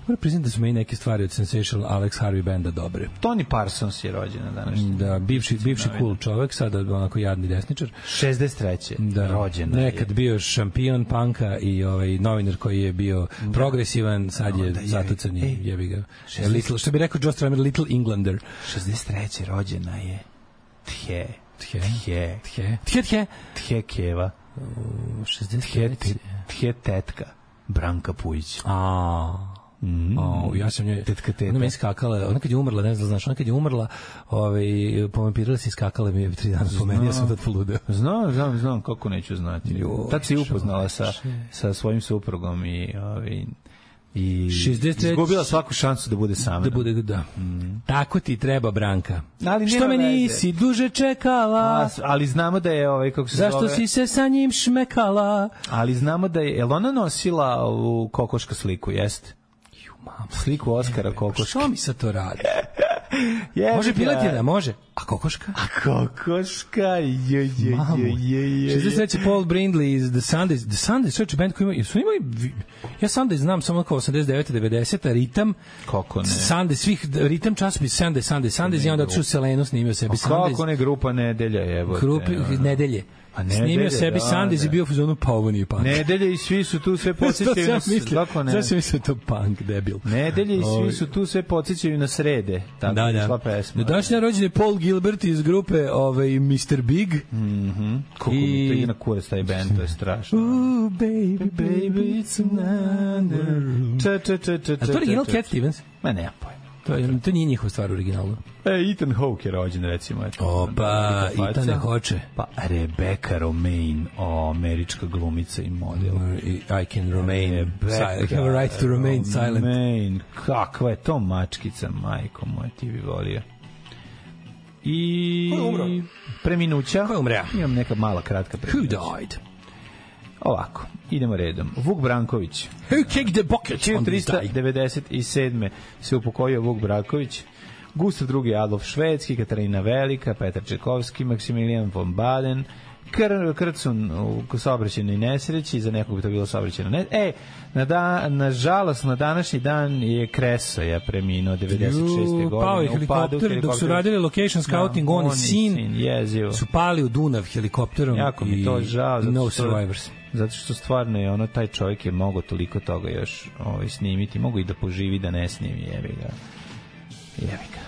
[SPEAKER 6] Moram priznati da su meni neke stvari od Sensational Alex Harvey benda dobre.
[SPEAKER 7] Tony Parsons je rođen na današnji.
[SPEAKER 6] Da, bivši, bivši cool čovek, sada onako jadni desničar.
[SPEAKER 7] 63.
[SPEAKER 6] Da,
[SPEAKER 7] Rođen.
[SPEAKER 6] Nekad bio šampion panka i ovaj novinar koji je bio
[SPEAKER 7] Da.
[SPEAKER 6] progresivan, sad je zatocan
[SPEAKER 7] e,
[SPEAKER 6] i jebi ga. Little, što bi rekao Joe Stramer, Little Englander.
[SPEAKER 7] 63. rođena je Tje.
[SPEAKER 6] Tje.
[SPEAKER 7] Tje.
[SPEAKER 6] Tje, tje, tje.
[SPEAKER 7] Tje Keva.
[SPEAKER 6] 63.
[SPEAKER 7] Tje tetka. Branka Pujić.
[SPEAKER 6] A. O, ja sam njoj,
[SPEAKER 7] Tetka, teta.
[SPEAKER 6] ona mi je skakala, ona kad je umrla, ne znam, znaš, ona kad je umrla, ovaj, povampirila se i skakala mi je tri dana po meni, ja sam tad poludeo.
[SPEAKER 7] Znam, znam, znam kako neću znati.
[SPEAKER 6] Joj,
[SPEAKER 7] Tad se i upoznala sa, sa svojim suprugom i ovaj i
[SPEAKER 6] 63.
[SPEAKER 7] izgubila svaku šansu da bude sama.
[SPEAKER 6] Da bude, da. Tako ti treba, Branka.
[SPEAKER 7] Ali
[SPEAKER 6] Što
[SPEAKER 7] nema
[SPEAKER 6] me
[SPEAKER 7] veze.
[SPEAKER 6] nisi duže čekala?
[SPEAKER 7] A, ali znamo da je ovaj kako se
[SPEAKER 6] Zašto
[SPEAKER 7] zove,
[SPEAKER 6] si se sa njim šmekala?
[SPEAKER 7] ali znamo da je jel ona nosila ovu kokoška sliku, jeste? Sliku Oskara kokoška.
[SPEAKER 6] Što mi se to radi?
[SPEAKER 7] Je,
[SPEAKER 6] Može piletina, može. A kokoška?
[SPEAKER 7] Kokoška, je, je,
[SPEAKER 6] Mamu.
[SPEAKER 7] je, je, je.
[SPEAKER 6] 63. Paul Brindley iz The Sundays. The Sundays, sveće band koji imaju, su imali, vi- ja Sundays znam samo kao 89. 90. ritam,
[SPEAKER 7] Kako ne?
[SPEAKER 6] Sunday, svih ritam časopis Pa Sunday, Sunday, Sunday, i onda su Selenu snimio sebi Sundays. Da,
[SPEAKER 7] Kako ne grupa nedelja je?
[SPEAKER 6] Krupi, Pa nedelje.
[SPEAKER 7] A ne,
[SPEAKER 6] Snimio
[SPEAKER 7] dede,
[SPEAKER 6] sebi
[SPEAKER 7] da,
[SPEAKER 6] Sandez i
[SPEAKER 7] da.
[SPEAKER 6] bio u fazonu pa ovo nije punk. (laughs)
[SPEAKER 7] Nedelje i svi su tu, sve
[SPEAKER 6] Što
[SPEAKER 7] podsjećaju
[SPEAKER 6] sam ja
[SPEAKER 7] nas.
[SPEAKER 6] mislio?
[SPEAKER 7] Kako ne?
[SPEAKER 6] Sve sam mislio da je to punk, debil.
[SPEAKER 7] Nedelje i
[SPEAKER 6] Ovi.
[SPEAKER 7] svi su tu, sve podsjećaju na srede. Tako
[SPEAKER 6] da,
[SPEAKER 7] je išla
[SPEAKER 6] da.
[SPEAKER 7] pesma.
[SPEAKER 6] Na današnji dan rođen je Paul Gilbert iz grupe ovaj, Mr. Big.
[SPEAKER 7] Kako mi to
[SPEAKER 6] I-
[SPEAKER 7] ide na kurac taj band,
[SPEAKER 6] (laughs)
[SPEAKER 7] to je strašno.
[SPEAKER 6] Ooh, baby,
[SPEAKER 7] Baby, it's another... Ča, ča, ča, ča,
[SPEAKER 6] A to je
[SPEAKER 7] ča,
[SPEAKER 6] original
[SPEAKER 7] ča,
[SPEAKER 6] Cat
[SPEAKER 7] ča.
[SPEAKER 6] Stevens?
[SPEAKER 7] Ma nema pojma.
[SPEAKER 6] To, je, to nije njihova stvar originalno.
[SPEAKER 7] E, Ethan Hawke je rođen, recimo. eto.
[SPEAKER 6] Opa,
[SPEAKER 7] Velika faca.
[SPEAKER 6] Ethan ne hoće.
[SPEAKER 7] Pa, Rebecca Romaine, o, američka glumica i model.
[SPEAKER 6] I can remain silent. E, Eh, I
[SPEAKER 7] Rebecca
[SPEAKER 6] have a right to remain silent.
[SPEAKER 7] Romaine, kakva je to mačkica, majko moja, ti bi volio. I...
[SPEAKER 6] Ko je umro?
[SPEAKER 7] Preminuća.
[SPEAKER 6] Ko je umreo?
[SPEAKER 7] Imam neka mala, kratka
[SPEAKER 6] Who
[SPEAKER 7] preminuća.
[SPEAKER 6] died?
[SPEAKER 7] Ovako, idemo redom. Vuk Branković.
[SPEAKER 6] Who kicked the bucket on this day?
[SPEAKER 7] 1397. se upokojio Vuk Braković, Gustav II. Adolf Švedski, Katarina Velika, Petar Čekovski, Maksimilijan von Baden, Kr Krcun u saobraćenoj nesreći, za nekog bi to bilo saobraćeno ne... E, na, da, na žalost, na današnji dan je Kresoja preminuo 96.
[SPEAKER 6] Ju,
[SPEAKER 7] godine.
[SPEAKER 6] Pao je
[SPEAKER 7] u padu Da,
[SPEAKER 6] helikopter dok su
[SPEAKER 7] helikoptera.
[SPEAKER 6] radili location scouting, on i sin
[SPEAKER 7] jezivo.
[SPEAKER 6] su pali u Dunav helikopterom
[SPEAKER 7] Jako mi
[SPEAKER 6] i
[SPEAKER 7] je to žao. zato
[SPEAKER 6] no
[SPEAKER 7] što-
[SPEAKER 6] survivors.
[SPEAKER 7] Zato što stvarno je ono, taj čovjek je mogao toliko toga još ovaj, snimiti. Mogu i da poživi da ne snimi, jebi ga. Jebi ga.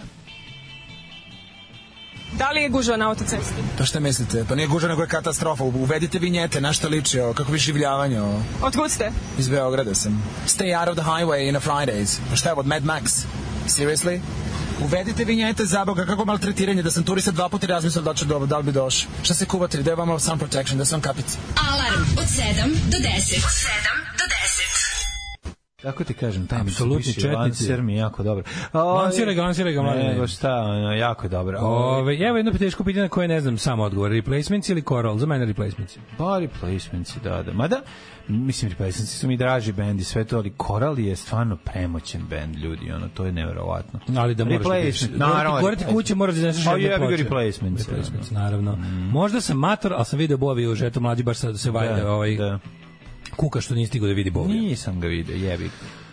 [SPEAKER 9] Da li je gužva na autocesti?
[SPEAKER 10] Pa šta mislite? Pa nije gužva, nego je katastrofa. Uvedite vinjete, na šta liči ovo, kako bi življavanje ovo.
[SPEAKER 9] Otkud ste?
[SPEAKER 10] Iz Beograda sam. Stay out of the highway in a Fridays. Pa šta je ovo od Mad Max? Seriously? Uvedite vinjete za Boga, kako maltretiranje, da sam turista dva puta razmislio da, ću, do- da li bi došao. Šta se kuvate, da je vama sun protection, da sam kapic.
[SPEAKER 5] Alarm od 7 do 10. Od 7 do 10.
[SPEAKER 7] Kako ti kažem, taj
[SPEAKER 6] Apsolutni
[SPEAKER 7] Mitsubishi
[SPEAKER 6] četnici.
[SPEAKER 7] Lancer mi je jako dobro. O,
[SPEAKER 6] Lancire ga, lancire ga, mladine.
[SPEAKER 7] Nego šta, ono, jako Ovaj, je dobro. O,
[SPEAKER 6] Ove, evo jedno teško pitanje na koje ne znam samo odgovor. Replacements ili Coral? Za mene replacements.
[SPEAKER 7] pa replacements, da, da. Mada, mislim, replacements su mi draži bend i sve to, ali Coral je stvarno premoćen bend, ljudi, ono, to je nevjerovatno.
[SPEAKER 6] Ali da moraš
[SPEAKER 7] Replacement,
[SPEAKER 6] da
[SPEAKER 7] naravno,
[SPEAKER 6] Goreti
[SPEAKER 7] replacement.
[SPEAKER 6] kuće moraš da znaš
[SPEAKER 7] A jebi ga, da. replacements,
[SPEAKER 6] Replacements, da. Mm. naravno. Možda sam mator, ali sam video Boviju, že eto mlađi baš sad se vajda
[SPEAKER 7] Da,
[SPEAKER 6] ovaj,
[SPEAKER 7] da.
[SPEAKER 6] kuka što nije stigao da vidi Boviju.
[SPEAKER 7] Nisam ga video, jebi ga.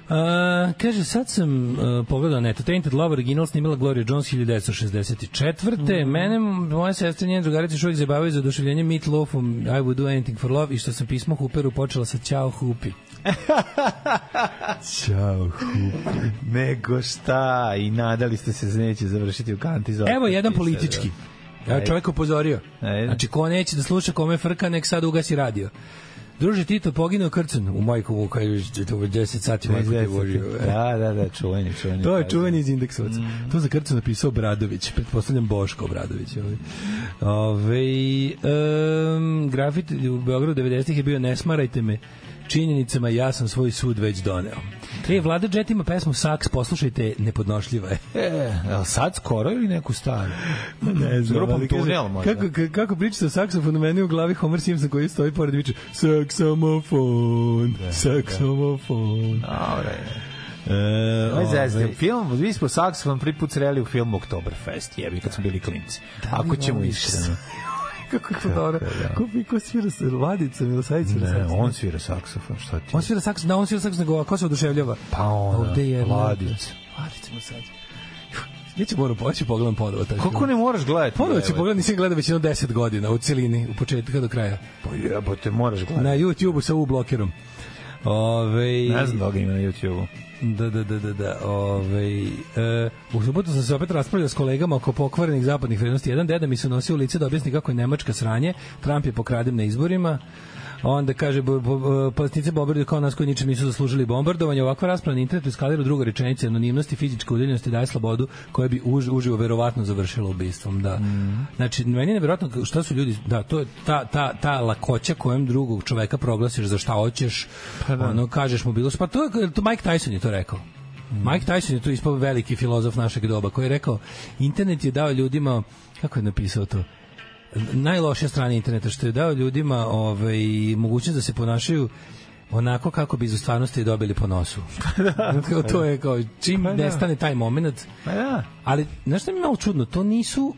[SPEAKER 6] A, kaže, sad sam uh, pogledao neto. Tainted Love original snimila Gloria Jones
[SPEAKER 7] Mhm.
[SPEAKER 6] 1964. Mene, moja sestra i njene drugarice još uvijek zabavaju za oduševljenje Meat Loafom I Would Do Anything For Love i što sam pismo Hooperu počela sa Ćao Hupi.
[SPEAKER 7] (laughs) Ćao, Hupi. Nego šta, i nadali ste se da neće završiti u kanti za... da.
[SPEAKER 6] Evo jedan politički. Evo čovjek upozorio.
[SPEAKER 7] Ajde.
[SPEAKER 6] Znači, ko neće da sluša kome frka, nek sad ugasi radio. Druže Tito poginuo krcen u Majkovu, kada je to 10 sati Majko te vožio.
[SPEAKER 7] Da, da, da, čuveni, čuveni.
[SPEAKER 6] To je
[SPEAKER 7] kaže.
[SPEAKER 6] čuveni iz indeksovaca. To za krcu napisao Bradović, pretpostavljam Boško Bradović. Ovaj. Ove, um, grafit u Beogradu 90-ih je bio Ne smarajte me činjenicama, ja sam svoj sud već doneo. E, Vlada Jet ima pesmu Saks, poslušajte, je, nepodnošljiva je.
[SPEAKER 7] E, ali sad skoro ili neku staru?
[SPEAKER 6] Ne znam,
[SPEAKER 7] Grupom
[SPEAKER 6] ali kaže,
[SPEAKER 7] Tunel
[SPEAKER 6] (laughs)
[SPEAKER 7] možda.
[SPEAKER 6] Kako, ka- kako pričate o saksofonu, meni u glavi Homer Simpson koji stoji pored i viče saksofon, saksofon.
[SPEAKER 7] Dobre.
[SPEAKER 6] E,
[SPEAKER 7] Ovo je zezde.
[SPEAKER 6] ovaj,
[SPEAKER 7] Film, mi smo saksofon prvi put sreli u filmu Oktoberfest, jebi, kad smo bili klinci.
[SPEAKER 6] Da
[SPEAKER 7] Ako ćemo iskreno.
[SPEAKER 6] (laughs) Kako je da. to dobro. Ko, ko svira sa Vladica Milosavicom?
[SPEAKER 7] Ne, on svira saksofon, šta ti?
[SPEAKER 6] On svira saks, da, on svira saks, nego ko se oduševljava?
[SPEAKER 7] Pa ona,
[SPEAKER 6] Ovde je
[SPEAKER 7] Vladić.
[SPEAKER 6] Vladić mu sad. (laughs) Ja ću moram poći pogledam ponovo taj
[SPEAKER 7] Kako
[SPEAKER 6] film.
[SPEAKER 7] ne moraš gledati?
[SPEAKER 6] Ponovo ću
[SPEAKER 7] jebote?
[SPEAKER 6] pogledati, nisam gledao već jedno 10 godina u celini, u početka do kraja.
[SPEAKER 7] Pa jebote, moraš
[SPEAKER 6] Na
[SPEAKER 7] gledati.
[SPEAKER 6] YouTube-u sa U blokerom. Ove,
[SPEAKER 7] Ne znam da li ga ima na YouTube-u.
[SPEAKER 6] Da, da, da, da, da. Ove, e, u subotu sam se opet raspravljao s kolegama oko pokvarenih zapadnih vrednosti. Jedan deda mi se nosio u lice da objasni kako je Nemačka sranje. Trump je pokradem na izborima. Onda kaže, bo, bo, bo, palestinice bombarduju kao nas koji ničem nisu zaslužili bombardovanje. Ovakva rasprava na internetu eskalira u drugoj rečenici anonimnosti, fizičke udaljenosti daje slobodu koja bi už, uživo verovatno završila ubistvom. Da. Znači, meni je nevjerojatno šta su ljudi, da, to je ta, ta, ta lakoća kojem drugog čoveka proglasiš za šta hoćeš, ono, kažeš mu bilo, šta. pa to, je- to Mike Tyson je to rekao. Mike Tyson je tu ispao veliki filozof našeg doba koji je rekao internet je dao ljudima kako je napisao to najlošija strana interneta što je dao ljudima ovaj mogućnost da se ponašaju onako kako bi iz stvarnosti dobili po nosu. Kao to je kao čim nestane taj momenat.
[SPEAKER 7] Pa da.
[SPEAKER 6] Ali znaš šta mi je malo čudno, to nisu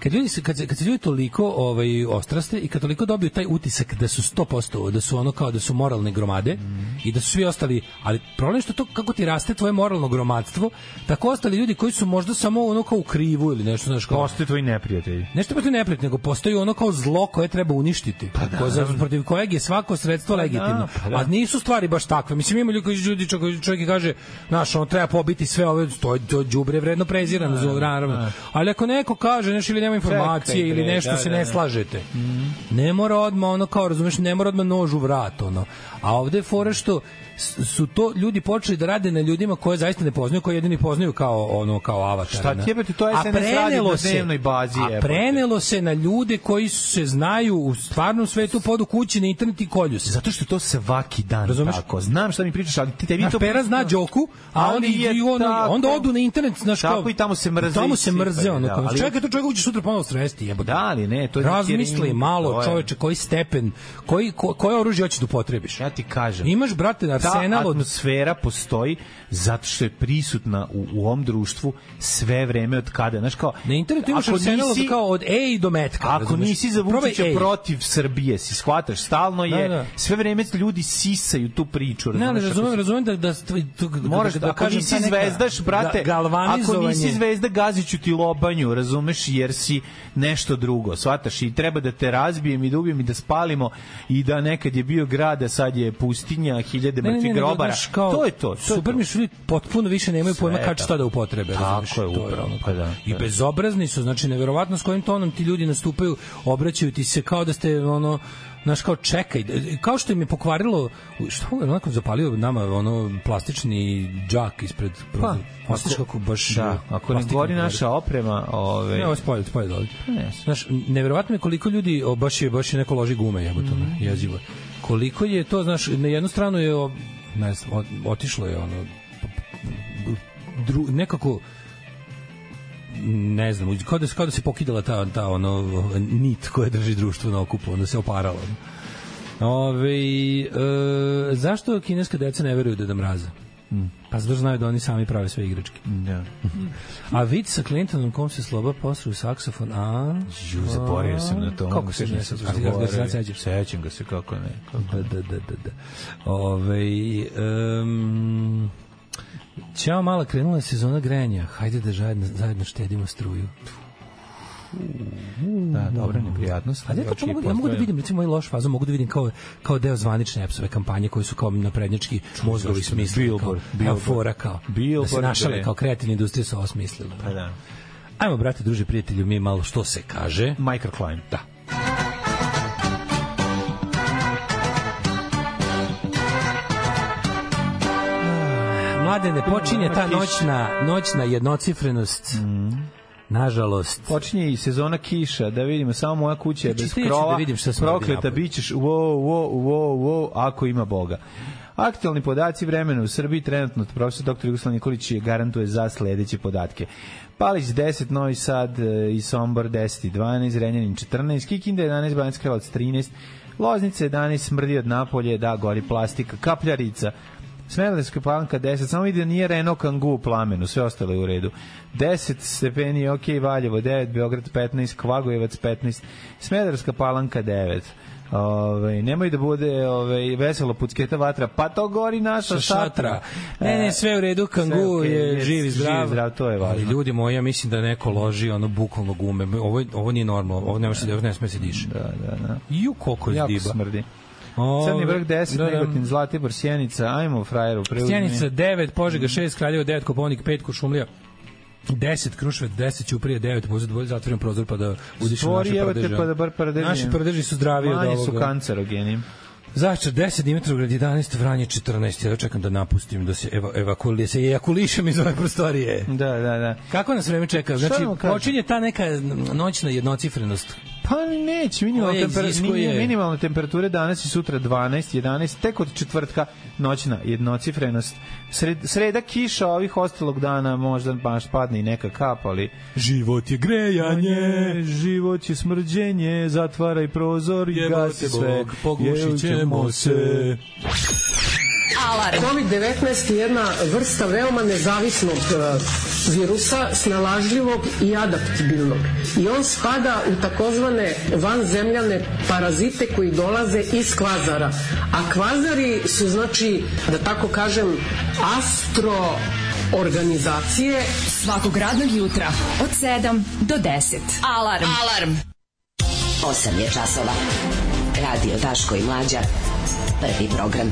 [SPEAKER 6] kad ljudi se kad se, kad se ljudi toliko ovaj ostraste i kad toliko dobiju taj utisak da su 100% da su ono kao da su moralne gromade mm. i da su svi ostali ali problem je što to kako ti raste tvoje moralno gromadstvo tako ostali ljudi koji su možda samo ono kao u krivu ili nešto znaš kao
[SPEAKER 7] Postoje tvoji neprijatelji.
[SPEAKER 6] nešto protiv neprijatelj, nego postoji ono kao zlo koje treba uništiti, pa da, koje, za- protiv kojeg je svako sredstvo legitimno.
[SPEAKER 7] pa
[SPEAKER 6] Pa
[SPEAKER 7] da.
[SPEAKER 6] da. A nisu stvari baš takve. Mislim, ima ljudi koji ljudi čo- koji čovjek i kaže, znaš, on treba pobiti sve ove, to je to đubre vredno prezirano, da, naravno. Ali ako neko kaže, znaš, ili nema informacije,
[SPEAKER 7] Čekaj,
[SPEAKER 6] ili
[SPEAKER 7] bre,
[SPEAKER 6] nešto
[SPEAKER 7] da,
[SPEAKER 6] se
[SPEAKER 7] da,
[SPEAKER 6] ne
[SPEAKER 7] da.
[SPEAKER 6] slažete. Ne mora odmah ono kao, razumeš, ne mora odmah nož u vrat, ono. A ovde je fora što s- su to ljudi počeli da rade na ljudima koje zaista ne poznaju, koje jedini poznaju kao ono kao avatar.
[SPEAKER 7] Šta ti jebote, to SNS radi na dnevnoj bazi,
[SPEAKER 6] A
[SPEAKER 7] jebote.
[SPEAKER 6] prenelo se na ljude koji su se znaju u stvarnom svetu, podu kući na internet i kolju se.
[SPEAKER 7] Zato što je to svaki dan
[SPEAKER 6] Razumeš?
[SPEAKER 7] tako. Znam šta mi pričaš, ali ti tebi
[SPEAKER 6] Naš
[SPEAKER 7] to...
[SPEAKER 6] pera zna Đoku, a
[SPEAKER 7] Ali
[SPEAKER 6] oni
[SPEAKER 7] je
[SPEAKER 6] i on,
[SPEAKER 7] tako.
[SPEAKER 6] onda odu na internet, znaš
[SPEAKER 7] Tako
[SPEAKER 6] kao-
[SPEAKER 7] i tamo se mrze i
[SPEAKER 6] Tamo se
[SPEAKER 7] sipaju,
[SPEAKER 6] mrze, ono,
[SPEAKER 7] da,
[SPEAKER 6] kao,
[SPEAKER 7] ali-
[SPEAKER 6] čekaj, to čovjek uđe sutra ponovo sresti, jebote.
[SPEAKER 7] Da, ali ne, to je...
[SPEAKER 6] Razmisli
[SPEAKER 7] To
[SPEAKER 6] malo,
[SPEAKER 7] je-
[SPEAKER 6] čoveče, koji stepen, koji, ko, koje oružje hoćeš da upotrebiš.
[SPEAKER 7] Ja ti kažem.
[SPEAKER 6] Imaš, brate, arsenal
[SPEAKER 7] ta
[SPEAKER 6] od
[SPEAKER 7] atmosfera postoji zato što je prisutna u, u ovom društvu sve vreme od kada, znaš kao
[SPEAKER 6] Na internetu imaš
[SPEAKER 7] ako
[SPEAKER 6] arsenal
[SPEAKER 7] nisi-
[SPEAKER 6] od kao od A do metka.
[SPEAKER 7] Ako
[SPEAKER 6] razumeš?
[SPEAKER 7] nisi za Vučića
[SPEAKER 6] Probaj A.
[SPEAKER 7] protiv Srbije, si shvataš, stalno je,
[SPEAKER 6] Da, da.
[SPEAKER 7] sve vreme ljudi sisaju tu priču.
[SPEAKER 6] Ne,
[SPEAKER 7] razumeš,
[SPEAKER 6] ali
[SPEAKER 7] ako
[SPEAKER 6] razumem,
[SPEAKER 7] si-
[SPEAKER 6] razumem da, da, da, da
[SPEAKER 7] Moraš,
[SPEAKER 6] da,
[SPEAKER 7] da,
[SPEAKER 6] da
[SPEAKER 7] ako
[SPEAKER 6] kažem,
[SPEAKER 7] nisi
[SPEAKER 6] ta neka
[SPEAKER 7] zvezdaš, brate,
[SPEAKER 6] ga- galvanizovanje.
[SPEAKER 7] ako nisi zvezda, gaziću ti lobanju, razumeš, jer si nešto drugo, shvataš, i treba da te razbijem i da ubijem i da spalimo i da nekad je bio grad, a sad je pustinja, hiljade
[SPEAKER 6] Ne, ne,
[SPEAKER 7] mrtvih
[SPEAKER 6] ne, nego,
[SPEAKER 7] grobara.
[SPEAKER 6] znaš, kao,
[SPEAKER 7] to je to. to je
[SPEAKER 6] super
[SPEAKER 7] to.
[SPEAKER 6] mi što ljudi potpuno više nemaju pojma
[SPEAKER 7] Sve,
[SPEAKER 6] kad
[SPEAKER 7] da.
[SPEAKER 6] šta da upotrebe.
[SPEAKER 7] Tako
[SPEAKER 6] razumeš,
[SPEAKER 7] je,
[SPEAKER 6] to
[SPEAKER 7] upravo,
[SPEAKER 6] ono.
[SPEAKER 7] pa da,
[SPEAKER 6] I
[SPEAKER 7] da.
[SPEAKER 6] bezobrazni su, znači, neverovatno s kojim tonom ti ljudi nastupaju, obraćaju ti se kao da ste, ono, znaš kao čekaj kao što im je pokvarilo što je onako zapalio nama ono plastični džak ispred
[SPEAKER 7] Pa,
[SPEAKER 6] pa, osjetiš
[SPEAKER 7] ako-
[SPEAKER 6] kako baš
[SPEAKER 7] Da,
[SPEAKER 6] eh,
[SPEAKER 7] ako ne
[SPEAKER 6] plastika
[SPEAKER 7] gori
[SPEAKER 6] pokvari.
[SPEAKER 7] naša oprema, ove, Pa
[SPEAKER 6] Ne, ovo je spolje, spolje dole.
[SPEAKER 7] Ne.
[SPEAKER 6] Znaš, neverovatno je koliko ljudi, o, baš je, baš je neko loži gume, jebote, mm.
[SPEAKER 7] Mhm.
[SPEAKER 6] jezivo. je. Koliko je to, znaš, na jednu stranu je, o, ne znam, o- otišlo je ono, dru, nekako, ne znam, kao da, se- kao da se pokidala ta, ta ono, nit koja drži društvo na okupu, onda se oparala. Ove, e, zašto kineska deca ne veruju da da mraza?
[SPEAKER 7] Mm.
[SPEAKER 6] Pa zato što znaju da oni sami prave sve igračke.
[SPEAKER 7] Da.
[SPEAKER 6] A vid sa Clintonom kom se sloba posru u saksofon, a...
[SPEAKER 7] Ju, zaboravio sam na to.
[SPEAKER 6] Kako se ne sećaš? Kako Da se ne sećaš?
[SPEAKER 7] Sećam ga se, kako ne.
[SPEAKER 6] Da, da, da, da. da. Ove, um, Ćao, mala, krenula je sezona grejanja. Hajde da zajedno, zajedno štedimo struju.
[SPEAKER 7] Da, dobra neprijatnost.
[SPEAKER 6] A ja tačno mogu, ja mogu da vidim, recimo, moj loš fazu, mogu da vidim kao, kao deo zvanične EPS-ove kampanje koji su kao naprednjački mozgovi
[SPEAKER 7] zašto ne?
[SPEAKER 6] smislili.
[SPEAKER 7] Billboard,
[SPEAKER 6] kao,
[SPEAKER 7] Billboard.
[SPEAKER 6] kao fora, kao. da se
[SPEAKER 7] Billboard, bre.
[SPEAKER 6] našale, kao kreativna industrija se osmislila.
[SPEAKER 7] Pa da.
[SPEAKER 6] Ajmo, brate, druže, prijatelju, mi malo što se kaže.
[SPEAKER 7] Microclimb.
[SPEAKER 6] Da. Mlade, ne počinje ta noćna, noćna jednocifrenost.
[SPEAKER 7] Mm.
[SPEAKER 6] Nažalost.
[SPEAKER 7] Počinje i sezona kiša, da vidimo, samo moja kuća je
[SPEAKER 6] Znači,
[SPEAKER 7] bez
[SPEAKER 6] ti ću da
[SPEAKER 7] krova,
[SPEAKER 6] vidim šta smo
[SPEAKER 7] prokleta
[SPEAKER 6] radili
[SPEAKER 7] bićeš, wo, wo, wo, wo, ako ima Boga. Aktualni podaci vremena u Srbiji trenutno profesor dr. Jugoslav Nikolić je garantuje za sledeće podatke. Palić 10, Novi Sad e, i Sombor 10 i 12, Renjanin 14, Kikinda 11, Banacka Kralovac 13, Loznica 11, smrdi od napolje, da, gori plastika, Kapljarica Smederevska palanka 10, samo vidi da nije Renault Kangoo u plamenu, sve ostalo je u redu. 10 stepeni je ok, Valjevo 9, Beograd 15, Kvagojevac 15, Smederevska palanka 9. Ove, nemoj da bude ove, veselo pucketa vatra, pa to gori naša šatra. E,
[SPEAKER 6] šatra. Ne, ne, sve u redu, kangu
[SPEAKER 7] okej,
[SPEAKER 6] je
[SPEAKER 7] je
[SPEAKER 6] živ i zdrav.
[SPEAKER 7] živ i zdrav, to je važno.
[SPEAKER 6] Ali ljudi moji, ja mislim da neko loži ono bukvalno gume. Ovo, je- ovo nije normalno, ovo ne, može, se- ovo ne sme se diše.
[SPEAKER 7] Da, da, da.
[SPEAKER 6] Ju, koliko je
[SPEAKER 7] Jako
[SPEAKER 6] diba.
[SPEAKER 7] smrdi.
[SPEAKER 6] Ove,
[SPEAKER 7] Crni vrh 10, da, da. Negotin, Zlatibor, Sjenica, ajmo frajeru, preuzmi.
[SPEAKER 6] Sjenica 9, Požega 6, Kraljevo 9, Koponik 5, Kuršumlija 10, Kruševac 10, Ćuprije 9, možda dvoje zatvoren prozor pa da udišem
[SPEAKER 7] Stvori,
[SPEAKER 6] naše
[SPEAKER 7] evo te,
[SPEAKER 6] prdeže.
[SPEAKER 7] pa da bar prdeže.
[SPEAKER 6] Naši prdeži su zdravi od
[SPEAKER 7] Manji
[SPEAKER 6] ovoga.
[SPEAKER 7] su kancerogeni.
[SPEAKER 6] Zaječar 10, Dimitrovgrad 11, Vranje 14. Ja čekam da napustim, da se eva, evakulijem, se ejakulišem iz ove prostorije.
[SPEAKER 7] Da, da, da.
[SPEAKER 6] Kako nas vreme čeka? Znači,
[SPEAKER 7] da vam kažem?
[SPEAKER 6] počinje ta neka noćna jednocifrenost.
[SPEAKER 7] Pa neće, minimalna,
[SPEAKER 6] Koje
[SPEAKER 7] temper,
[SPEAKER 6] iziskuje-
[SPEAKER 7] minimalna temperature danas i sutra 12, 11, tek od četvrtka noćna jednocifrenost. Sred, sreda kiša ovih ostalog dana možda baš padne i neka kap, ali
[SPEAKER 6] Život je grejanje,
[SPEAKER 7] život je smrđenje, zatvaraj prozor i
[SPEAKER 6] jebote
[SPEAKER 7] gasi sve.
[SPEAKER 6] Bog, pogušit ćemo
[SPEAKER 7] Jevćemo
[SPEAKER 6] se.
[SPEAKER 5] Alarm.
[SPEAKER 11] COVID-19 je jedna vrsta veoma nezavisnog e, virusa, snalažljivog i adaptibilnog. I on spada u takozvane vanzemljane parazite koji dolaze iz kvazara. A kvazari su, znači, da tako kažem, astro organizacije.
[SPEAKER 5] Svakog radnog jutra od 7 do 10. Alarm. Alarm.
[SPEAKER 12] 8 je časova. Radio Daško i Mlađa. Prvi program.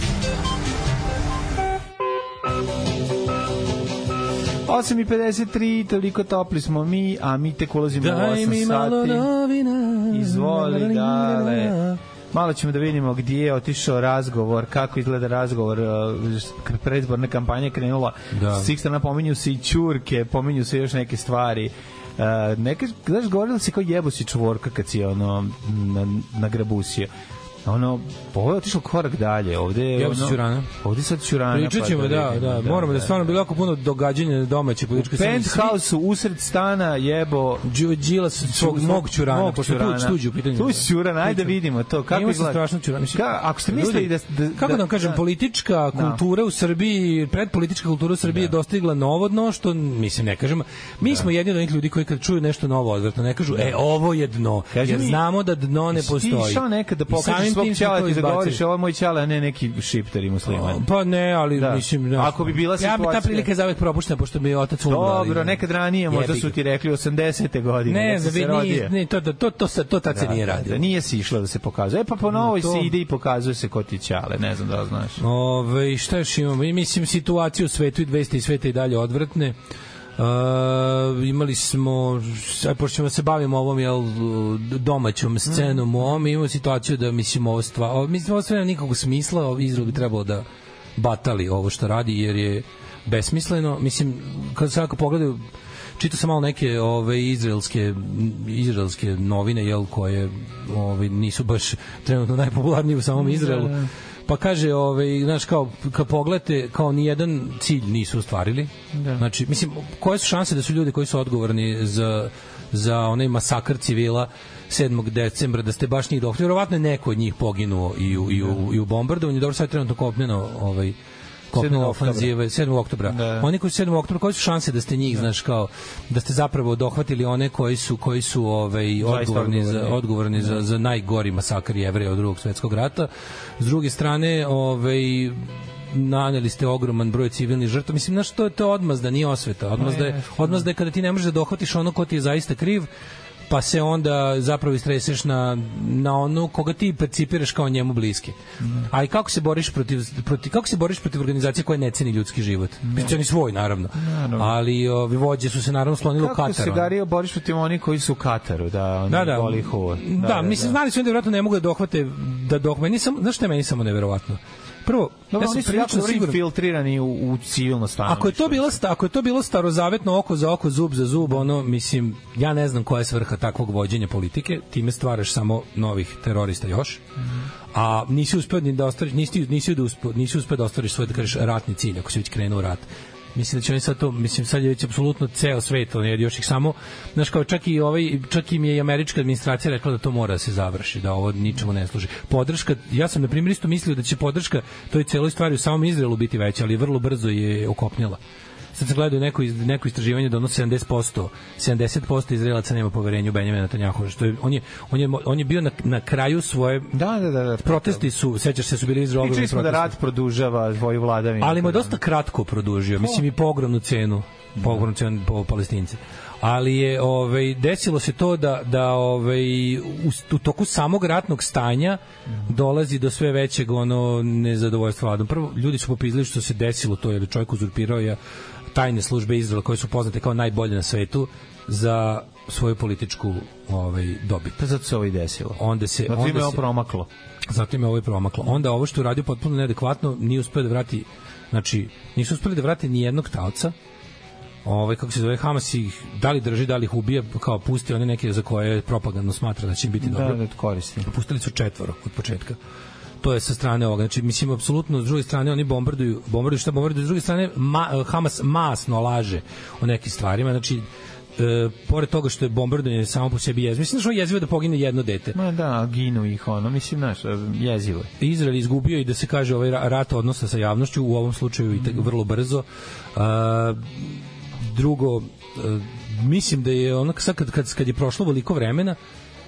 [SPEAKER 7] 8.53, toliko topli smo mi, a mi tek ulazimo u
[SPEAKER 6] Daj
[SPEAKER 7] 8
[SPEAKER 6] mi malo
[SPEAKER 7] sati.
[SPEAKER 6] novina. Mm-hmm.
[SPEAKER 7] Izvoli, dale. Malo ćemo da vidimo gdje je otišao razgovor, kako izgleda razgovor, eh, k- predizborna kampanja je krenula.
[SPEAKER 6] Da.
[SPEAKER 7] S tih strana pominju se i čurke, pominju se još neke stvari. Uh, neka, znaš, govorili si kao jebo si čvorka kad si ono, na, na grabusio. Ono, ovo je otišao korak dalje. Ovde je
[SPEAKER 6] Jebo si
[SPEAKER 7] ono,
[SPEAKER 6] ćurana.
[SPEAKER 7] Ovde je sad ćurana. pa
[SPEAKER 6] Pričat ćemo, da, da, moramo da stvarno bilo jako puno događanja domaće političke scene.
[SPEAKER 7] penthouse usred stana jebo
[SPEAKER 6] Đu- Đilas svog mog ćurana, pošto je tu tuđi u pitanju. da.
[SPEAKER 7] Tu je ćuran, ajde vidimo to. Kako
[SPEAKER 6] Ima se
[SPEAKER 7] izgleda?
[SPEAKER 6] strašno ćuran. Mislim,
[SPEAKER 7] Ka, ako ste mislili da,
[SPEAKER 6] ljudi,
[SPEAKER 7] da,
[SPEAKER 6] Kako da vam kažem,
[SPEAKER 7] da, Da.
[SPEAKER 6] politička kultura u Srbiji, predpolitička kultura u Srbiji je dostigla novo dno, što, mislim, ne kažem. Mi smo jedni od onih ljudi koji kad čuju nešto novo odvratno, ne kažu, e, ovo je dno.
[SPEAKER 7] Da. Kaži
[SPEAKER 6] jer
[SPEAKER 7] mi,
[SPEAKER 6] znamo da dno ne postoji.
[SPEAKER 7] Ti išao nekad da
[SPEAKER 6] I samim
[SPEAKER 7] pokažeš svog
[SPEAKER 6] tim smo
[SPEAKER 7] ćala
[SPEAKER 6] to
[SPEAKER 7] i da
[SPEAKER 6] izbacili.
[SPEAKER 7] govoriš ovo je moj ćala, a ne neki šipter i musliman.
[SPEAKER 6] Pa ne, ali
[SPEAKER 7] Da.
[SPEAKER 6] mislim... znaš,
[SPEAKER 7] Ako bi bila
[SPEAKER 6] Ja bi ta
[SPEAKER 7] situacija-
[SPEAKER 6] prilika zavek propuštena, pošto mi je otac umro. ali-
[SPEAKER 7] Dobro, nekad ranije možda
[SPEAKER 6] Jebi
[SPEAKER 7] su
[SPEAKER 6] ga.
[SPEAKER 7] ti rekli 80. godine.
[SPEAKER 6] Ne,
[SPEAKER 7] kad si
[SPEAKER 6] za
[SPEAKER 7] se rodio.
[SPEAKER 6] ne, to, to, to, to, to, to tad se
[SPEAKER 7] Da,
[SPEAKER 6] nije
[SPEAKER 7] da, da,
[SPEAKER 6] radilo.
[SPEAKER 7] nije se išlo da se pokazuje. E pa po novoj
[SPEAKER 6] Mm, to-
[SPEAKER 7] se ide i pokazuje se ko ti ćale, ne znam da li znaš.
[SPEAKER 6] Ove, šta još imamo? I, Mislim, situacija u svetu i 200 i sveta i dalje odvratne. E, imali smo, aj, pošto ćemo da se bavimo ovom jel, domaćom scenom u ovom, imamo situaciju da mislim ovo stvar, ovo, mislim ovo sve nema nikakvog smisla, ovo Izrael bi trebalo da batali ovo što radi, jer je besmisleno. Mislim, kad se ako pogledaju, čitao sam malo neke ove izraelske izraelske novine jel koje ove nisu baš trenutno najpopularnije u samom Izraelu. Pa kaže, ovaj, znaš, kao, kad pogledate, kao nijedan cilj nisu ostvarili. Da. Znači, mislim, koje su šanse da su ljudi koji su odgovorni za, za onaj masakr civila 7. decembra, da ste baš njih dohli? Verovatno je neko od njih poginuo i u, i u, i u bombardovanju. Dobro, sad je trenutno kopneno, ovaj, kopnena
[SPEAKER 7] 7. oktobra.
[SPEAKER 6] ofanziva 7. ovaj, oktobra.
[SPEAKER 7] Da.
[SPEAKER 6] Oni koji su 7. oktobra, koje su šanse da ste njih, znaš, kao, da ste zapravo dohvatili one koji su, koji su ovaj, odgovorni, za,
[SPEAKER 7] odgovorni.
[SPEAKER 6] odgovorni za, za najgori masakar jevreja od drugog svetskog rata. S druge strane, ovaj, naneli ste ogroman broj civilnih žrtava. Mislim, znaš, to je to je odmazda, nije osveta. Odmazda je, odmazda je kada ti ne možeš da dohvatiš ono ko ti je zaista kriv, pa se onda zapravo istreseš na, na onu koga ti percipiraš kao njemu bliski. A i kako se boriš protiv, protiv, kako se boriš protiv organizacije koja ne ceni ljudski život? Ne. Ceni svoj, naravno. Ali ovi vođe su se naravno slonile u
[SPEAKER 7] Kako
[SPEAKER 6] Katar.
[SPEAKER 7] se da
[SPEAKER 6] ono.
[SPEAKER 7] Dario boriš protiv oni koji su u Kataru, da,
[SPEAKER 6] Da, da.
[SPEAKER 7] boli hod.
[SPEAKER 6] Da, da, mislim, znali su oni da verovatno ne mogu da dohvate, da dok, meni sam, znaš šta je meni samo neverovatno? Prvo,
[SPEAKER 7] Dobro,
[SPEAKER 6] ja sam
[SPEAKER 7] oni su jako
[SPEAKER 6] prilično
[SPEAKER 7] dobro
[SPEAKER 6] siguran,
[SPEAKER 7] infiltrirani u, u civilno stanje.
[SPEAKER 6] ako je to bilo sta- ako je to bilo starozavetno oko za oko zub za zub ono mislim ja ne znam koja je svrha takvog vođenja politike time stvaraš samo novih terorista još a nisi uspeo ni da ostvariš nisi nisi da uspo, nisi uspeo da ostvariš svoj da kažeš ratni cilj ako si već krenuo u rat mislim da će oni sad to mislim sad je već apsolutno ceo svet on jer još ih samo znaš kao čak i ovaj čak im je i američka administracija rekla da to mora da se završi da ovo ničemu ne služi podrška ja sam na primjer isto mislio da će podrška toj celoj stvari u samom Izraelu biti veća ali vrlo brzo je okopnjela sad sam gledao neko, iz, neko istraživanje da ono 70%, 70% Izraelaca nema poverenja u Benjamina Netanjahova, što je, on je, on je, on je bio na, na kraju svoje
[SPEAKER 7] Da, da, da. da.
[SPEAKER 6] protesti su, sećaš se, su bili izrobljeni
[SPEAKER 7] Pričali smo da rat produžava svoju vladavinu.
[SPEAKER 6] ali mu je dosta kratko produžio, mislim i po ogromnu cenu, po ogromnu cenu po palestince. Ali je ovaj desilo se to da da ovaj u, u toku samog ratnog stanja dolazi do sve većeg ono nezadovoljstva vladom. Prvo ljudi su popizli što se desilo to jer je čovjek uzurpirao je tajne službe Izraela koje su poznate kao najbolje na svetu za svoju političku ovaj dobit.
[SPEAKER 7] Pa zato se ovo i desilo.
[SPEAKER 6] Onda se
[SPEAKER 7] Zato im
[SPEAKER 6] onda
[SPEAKER 7] je ovo
[SPEAKER 6] se,
[SPEAKER 7] promaklo.
[SPEAKER 6] zato im je ovo i promaklo. Onda ovo što je uradio potpuno neadekvatno, nije uspeo da vrati, znači, nisu uspeli da vrate ni jednog taoca, ovaj, kako se zove, Hamas ih da li drži, da li ih ubija, kao pusti one neke za koje propagandno smatra da će im biti
[SPEAKER 7] Da,
[SPEAKER 6] dobro.
[SPEAKER 7] da koristim.
[SPEAKER 6] Pustili su četvoro od početka. To je sa strane ovoga. Znači, mislim, apsolutno, s druge strane, oni bombarduju, bombarduju šta bombarduju, s druge strane, ma, Hamas masno laže o nekim stvarima. Znači, e, pored toga što je bombardovanje samo po sebi jezivo, mislim da što je jezivo da pogine jedno dete.
[SPEAKER 7] Ma da, ginu ih ono, mislim, znaš, jezivo je.
[SPEAKER 6] Izrael izgubio i da se kaže ovaj ra- rat odnosa sa javnošću, u ovom slučaju i tak, vrlo brzo. A, drugo, e, mislim da je ono, sad kad, kad, kad je prošlo veliko vremena,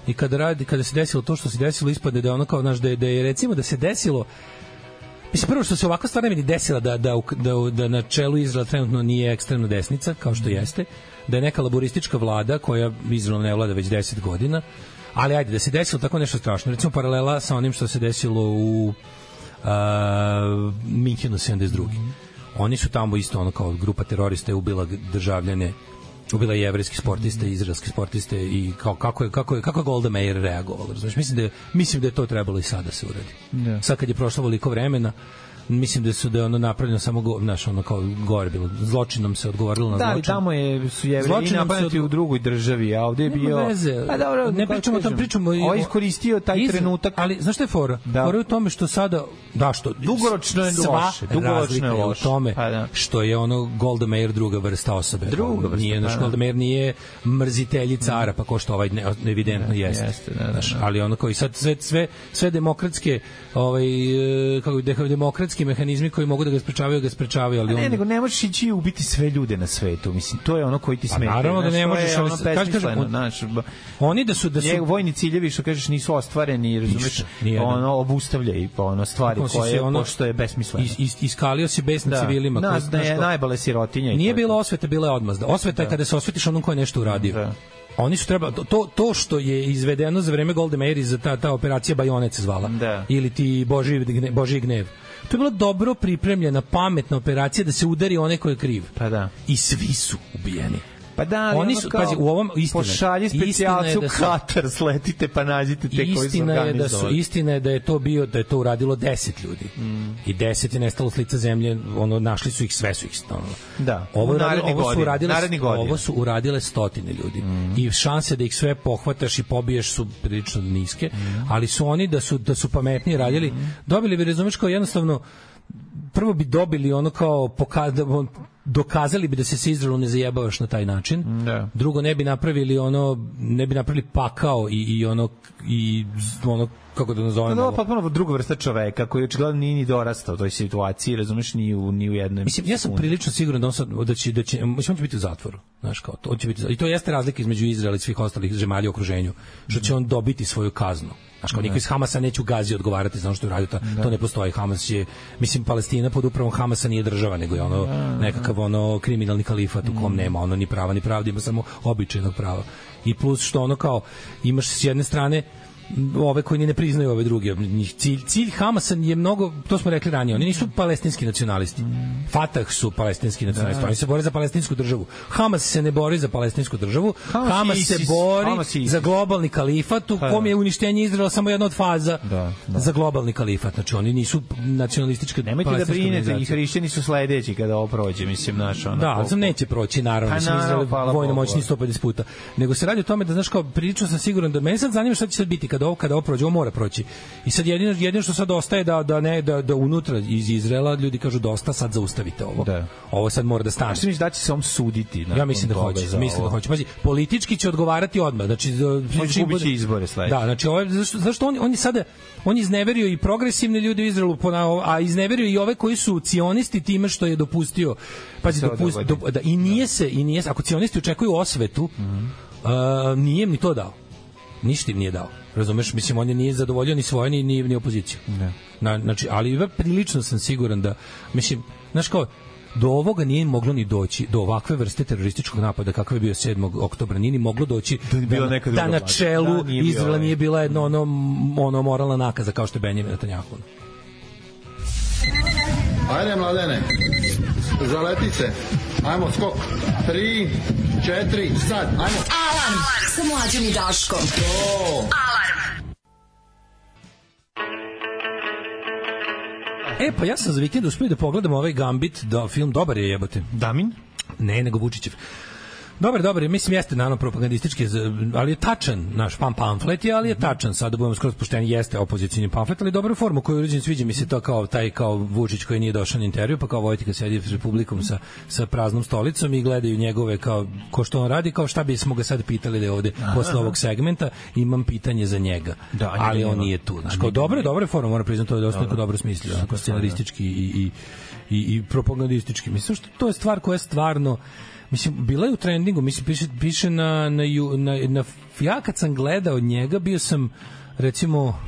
[SPEAKER 6] i kada radi kada se desilo to što se desilo ispade da je ono kao znaš da je, da je recimo da se desilo Mislim, prvo što se ovakva stvar ne bi ni desila da, da, u- da, u- da na čelu Izraela trenutno nije ekstremno desnica, kao što jeste, da je neka laboristička vlada koja Izraelom ne vlada već 10 godina, ali ajde, da se desilo tako nešto strašno. Recimo, paralela sa onim što se desilo u a, Minhenu 72. Oni su tamo isto ono kao grupa terorista je ubila državljane ubila je jevrejski sportiste,
[SPEAKER 7] Mhm.
[SPEAKER 6] izraelski sportiste i kao, kako je kako je kako je Golda Meir reagovala. Znači mislim da je, mislim da je to trebalo i sada se uradi.
[SPEAKER 7] Da.
[SPEAKER 6] Sad kad je prošlo veliko vremena, mislim da su da je ono napravljeno samo go, znaš, ono kao gore bilo. Zločinom se odgovorilo na
[SPEAKER 7] Da, ali
[SPEAKER 6] zločin.
[SPEAKER 7] tamo je, su jevreji
[SPEAKER 6] Zločinom se
[SPEAKER 7] napadnuti
[SPEAKER 6] odgo-
[SPEAKER 7] u drugoj državi, a ovde je
[SPEAKER 6] Nema
[SPEAKER 7] bio...
[SPEAKER 6] veze.
[SPEAKER 7] Pa dobro,
[SPEAKER 6] ne
[SPEAKER 7] kako
[SPEAKER 6] pričamo o tom,
[SPEAKER 7] kažem,
[SPEAKER 6] pričamo i
[SPEAKER 7] Ovo
[SPEAKER 6] o-
[SPEAKER 7] je iskoristio taj
[SPEAKER 6] Izra-
[SPEAKER 7] trenutak.
[SPEAKER 6] Ali znaš šta je fora?
[SPEAKER 7] Da.
[SPEAKER 6] Fora je u tome što sada da što
[SPEAKER 7] Dugoročno je
[SPEAKER 6] sva
[SPEAKER 7] loše, dugoročno je
[SPEAKER 6] razlika
[SPEAKER 7] loše.
[SPEAKER 6] u tome
[SPEAKER 7] Pa da.
[SPEAKER 6] što je ono Golda Meir druga vrsta osobe.
[SPEAKER 7] Druga vrsta,
[SPEAKER 6] Nije naš
[SPEAKER 7] pa da.
[SPEAKER 6] Golda Meir nije mrziteljica Arapa kao što ovaj ne, evidentno jeste.
[SPEAKER 7] jeste, da, da,
[SPEAKER 6] Znaš,
[SPEAKER 7] da.
[SPEAKER 6] ali ono koji sad sve sve sve demokratske ovaj e, kako bih rekao demokratski mehanizmi koji mogu da ga sprečavaju ga sprečavaju, ali
[SPEAKER 7] Ne,
[SPEAKER 6] on
[SPEAKER 7] nego ne možeš ići i ubiti sve ljude na svetu, mislim, to je ono koji ti
[SPEAKER 6] Pa
[SPEAKER 7] smeta.
[SPEAKER 6] naravno da
[SPEAKER 7] znaš,
[SPEAKER 6] ne
[SPEAKER 7] to je
[SPEAKER 6] možeš, ali
[SPEAKER 7] ono
[SPEAKER 6] s- kažem, kažem,
[SPEAKER 7] besmisleno,
[SPEAKER 6] on-
[SPEAKER 7] znaš, ba-
[SPEAKER 6] oni da su da su
[SPEAKER 7] Njegov vojni ciljevi što kažeš nisu ostvareni, razumeš,
[SPEAKER 6] Ništa, nijedan.
[SPEAKER 7] ono obustavlja i pa ono stvari
[SPEAKER 6] Kako si
[SPEAKER 7] koje
[SPEAKER 6] se ono-
[SPEAKER 7] pošto je besmisleno.
[SPEAKER 6] is, is, iskalio se bes na civilima.
[SPEAKER 7] Da,
[SPEAKER 6] koji-
[SPEAKER 7] nas, da
[SPEAKER 6] znaš
[SPEAKER 7] je
[SPEAKER 6] ko-
[SPEAKER 7] najbale sirotinja. i
[SPEAKER 6] Nije
[SPEAKER 7] to je
[SPEAKER 6] bila osveta, bila je odmazda. Osveta je kada se osvetiš onom ko je nešto uradio.
[SPEAKER 7] Da.
[SPEAKER 6] Oni su treba to to što je izvedeno za vreme Golda Meir i za ta ta operacija Bajonet se zvala.
[SPEAKER 7] Da.
[SPEAKER 6] Ili ti Boži gnev, Boži gnev. To je bila dobro pripremljena, pametna operacija da se udari onaj ko je kriv.
[SPEAKER 7] Pa da.
[SPEAKER 6] I svi su ubijeni.
[SPEAKER 7] Pa da, ali
[SPEAKER 6] Oni
[SPEAKER 7] ono
[SPEAKER 6] su-
[SPEAKER 7] kao,
[SPEAKER 6] pazi, u ovom- istina je-
[SPEAKER 7] Pošalji
[SPEAKER 6] istina je
[SPEAKER 7] specijalcu
[SPEAKER 6] da
[SPEAKER 7] da
[SPEAKER 6] su-
[SPEAKER 7] Katar, sletite pa nađite te koji su
[SPEAKER 6] istina je da su
[SPEAKER 7] organizovali. Mm.
[SPEAKER 6] istina je da je to bio da je to uradilo 10 ljudi. I 10 je nestalo s lica zemlje, ono našli su ih, sve su ih stalno.
[SPEAKER 7] Da,
[SPEAKER 6] Ovo,
[SPEAKER 7] u
[SPEAKER 6] je uradilo,
[SPEAKER 7] narednih
[SPEAKER 6] ovo, su
[SPEAKER 7] godina,
[SPEAKER 6] uradile,
[SPEAKER 7] narednih godina. Mm.
[SPEAKER 6] ovo su uradile stotine ljudi. I šanse da ih sve pohvataš i pobiješ su prilično niske,
[SPEAKER 7] Mm.
[SPEAKER 6] ali su oni da su da su pametnije radili, dobili bi razumeš kao jednostavno prvo bi dobili ono kao poka- da on- dokazali bi da se sa Izraelom ne zajebavaš na taj način.
[SPEAKER 7] Da.
[SPEAKER 6] Drugo ne bi napravili ono ne bi napravili pakao i i ono i ono kako da
[SPEAKER 7] Pa
[SPEAKER 6] nazovem.
[SPEAKER 7] da, ovo je potpuno druga vrsta čoveka koji očigledno nije ni dorastao u toj situaciji, razumeš, ni u, ni u jednoj
[SPEAKER 6] Mislim, ja sam
[SPEAKER 7] sekundi.
[SPEAKER 6] prilično siguran da on sad, da će, da će, mislim, on će biti u zatvoru. Znaš, kao to, on će biti, I to jeste razlika između Izraela i svih ostalih zemalja u okruženju, što će on dobiti svoju kaznu. Znaš,
[SPEAKER 7] Da.
[SPEAKER 6] kao niko iz Hamasa neće u Gazi odgovarati za ono što je uradio, ta, to ne postoji. Hamas je, mislim, Palestina pod upravom Hamasa nije država, nego je
[SPEAKER 7] Da,
[SPEAKER 6] ono nekakav ono kriminalni kalifat u
[SPEAKER 7] Mm.
[SPEAKER 6] kom nema ono ni prava ni pravda, ima samo običajnog prava. I plus što ono kao, imaš s jedne strane ove koji ni ne priznaju ove druge njih cilj cilj Hamasa je mnogo to smo rekli ranije oni nisu palestinski nacionalisti Fatah su palestinski
[SPEAKER 7] Da.
[SPEAKER 6] nacionalisti oni se bore za palestinsku državu Hamas se ne bori za palestinsku državu
[SPEAKER 7] Hamas
[SPEAKER 6] Hamas,
[SPEAKER 7] je
[SPEAKER 6] se
[SPEAKER 7] ISIS,
[SPEAKER 6] bori
[SPEAKER 7] Hamas je ISIS.
[SPEAKER 6] za globalni kalifat u
[SPEAKER 7] Pa
[SPEAKER 6] kom
[SPEAKER 7] da.
[SPEAKER 6] je uništenje Izraela samo jedna od faza
[SPEAKER 7] Da, da.
[SPEAKER 6] za globalni kalifat znači oni nisu nacionalističke
[SPEAKER 7] Nemojte da
[SPEAKER 6] palestinske
[SPEAKER 7] brinete, i
[SPEAKER 6] organizacije.
[SPEAKER 7] hrišćani su sledeći kada ovo prođe, mislim, naš ono...
[SPEAKER 6] Da, ali sam neće proći, naravno,
[SPEAKER 7] Pa
[SPEAKER 6] mislim,
[SPEAKER 7] naravno,
[SPEAKER 6] Izrael
[SPEAKER 7] hvala
[SPEAKER 6] je vojno
[SPEAKER 7] Bogu.
[SPEAKER 6] moćni 150 puta. Nego se radi o tome da, znaš, kao prilično sam siguran da mene sad zanima šta će sad biti kada ovo, kada ovo prođe, ovo mora proći. I sad jedino, jedino što sad ostaje da, da, ne, da, da unutra iz Izraela ljudi kažu dosta, sad zaustavite ovo.
[SPEAKER 7] Da.
[SPEAKER 6] Ovo sad mora da stane.
[SPEAKER 7] Mislim da će se on suditi.
[SPEAKER 6] Ja
[SPEAKER 7] nakon
[SPEAKER 6] mislim da
[SPEAKER 7] toga
[SPEAKER 6] hoće,
[SPEAKER 7] za
[SPEAKER 6] mislim da
[SPEAKER 7] ovo.
[SPEAKER 6] hoće. Pazi, politički će odgovarati odmah. Znači, za- čim
[SPEAKER 7] izgubit će
[SPEAKER 6] bude-
[SPEAKER 7] izbore sledeće.
[SPEAKER 6] Da, znači ovaj zašto zašto on on je sada on je izneverio i progresivne ljude u Izraelu, pona- a izneverio i ove koji su cionisti time što je dopustio. Pazi,
[SPEAKER 7] Se
[SPEAKER 6] dopust,
[SPEAKER 7] odogodi.
[SPEAKER 6] dop, da, i nije se i nije se- ako cionisti očekuju osvetu,
[SPEAKER 7] Mhm.
[SPEAKER 6] a, nije im ni to dao. Ništa im nije dao. Razumeš, mislim on je nije zadovoljio ni svoje ni ni, ni opoziciju.
[SPEAKER 7] Ne.
[SPEAKER 6] Na, znači, ali ja prilično sam siguran da, mislim, znaš kao, do ovoga nije moglo ni doći, do ovakve vrste terorističkog napada kakav je bio 7. oktobra, nije ni moglo doći
[SPEAKER 7] Da je bila
[SPEAKER 6] na-
[SPEAKER 7] neka
[SPEAKER 6] da
[SPEAKER 7] druga
[SPEAKER 6] na
[SPEAKER 7] vlada.
[SPEAKER 6] čelu
[SPEAKER 7] Da, nije bio
[SPEAKER 6] Izraela
[SPEAKER 7] ovaj.
[SPEAKER 6] nije bila jedno ono, ono moralna nakaza kao što je Benjamin Netanjahu.
[SPEAKER 13] Ajde, mladene, zaleti se. Ajmo, skok. Tri, četiri, sad, ajmo.
[SPEAKER 5] Alarm sa mlađom i Daškom. Alarm.
[SPEAKER 6] E, pa ja sam za vikend uspio da pogledam ovaj Gambit, da film dobar je jebote.
[SPEAKER 7] Damin?
[SPEAKER 6] Ne, nego Vučićev. Dobar, dobar, mislim jeste naravno propagandistički, z- ali je tačan naš pam pamflet, je, ali je tačan, sad da budemo skroz pošteni, jeste opozicioni pamflet, ali dobra forma koju je urađen, sviđa mi se to kao taj kao Vučić koji nije došao na intervju, pa kao Vojtika sedi s republikom sa, sa praznom stolicom i gledaju njegove kao ko što on radi, kao šta bismo ga sad pitali da je ovde
[SPEAKER 7] Aha.
[SPEAKER 6] posle ovog segmenta, imam pitanje za njega.
[SPEAKER 7] Da, a njega
[SPEAKER 6] ali on
[SPEAKER 7] nema.
[SPEAKER 6] nije tu. Znači,
[SPEAKER 7] A
[SPEAKER 6] kao
[SPEAKER 7] njega
[SPEAKER 6] dobro,
[SPEAKER 7] nema.
[SPEAKER 6] dobro je forma, moram priznati, to je dosta
[SPEAKER 7] Dobro.
[SPEAKER 6] neko dobro smislio, onako scenaristički
[SPEAKER 7] da.
[SPEAKER 6] politički i, i, i, i propagandistički. Mislim što to je stvar koja je stvarno mislim bila je u trendingu, mislim piše piše na na ju- na, na ja kad sam gledao njega bio sam recimo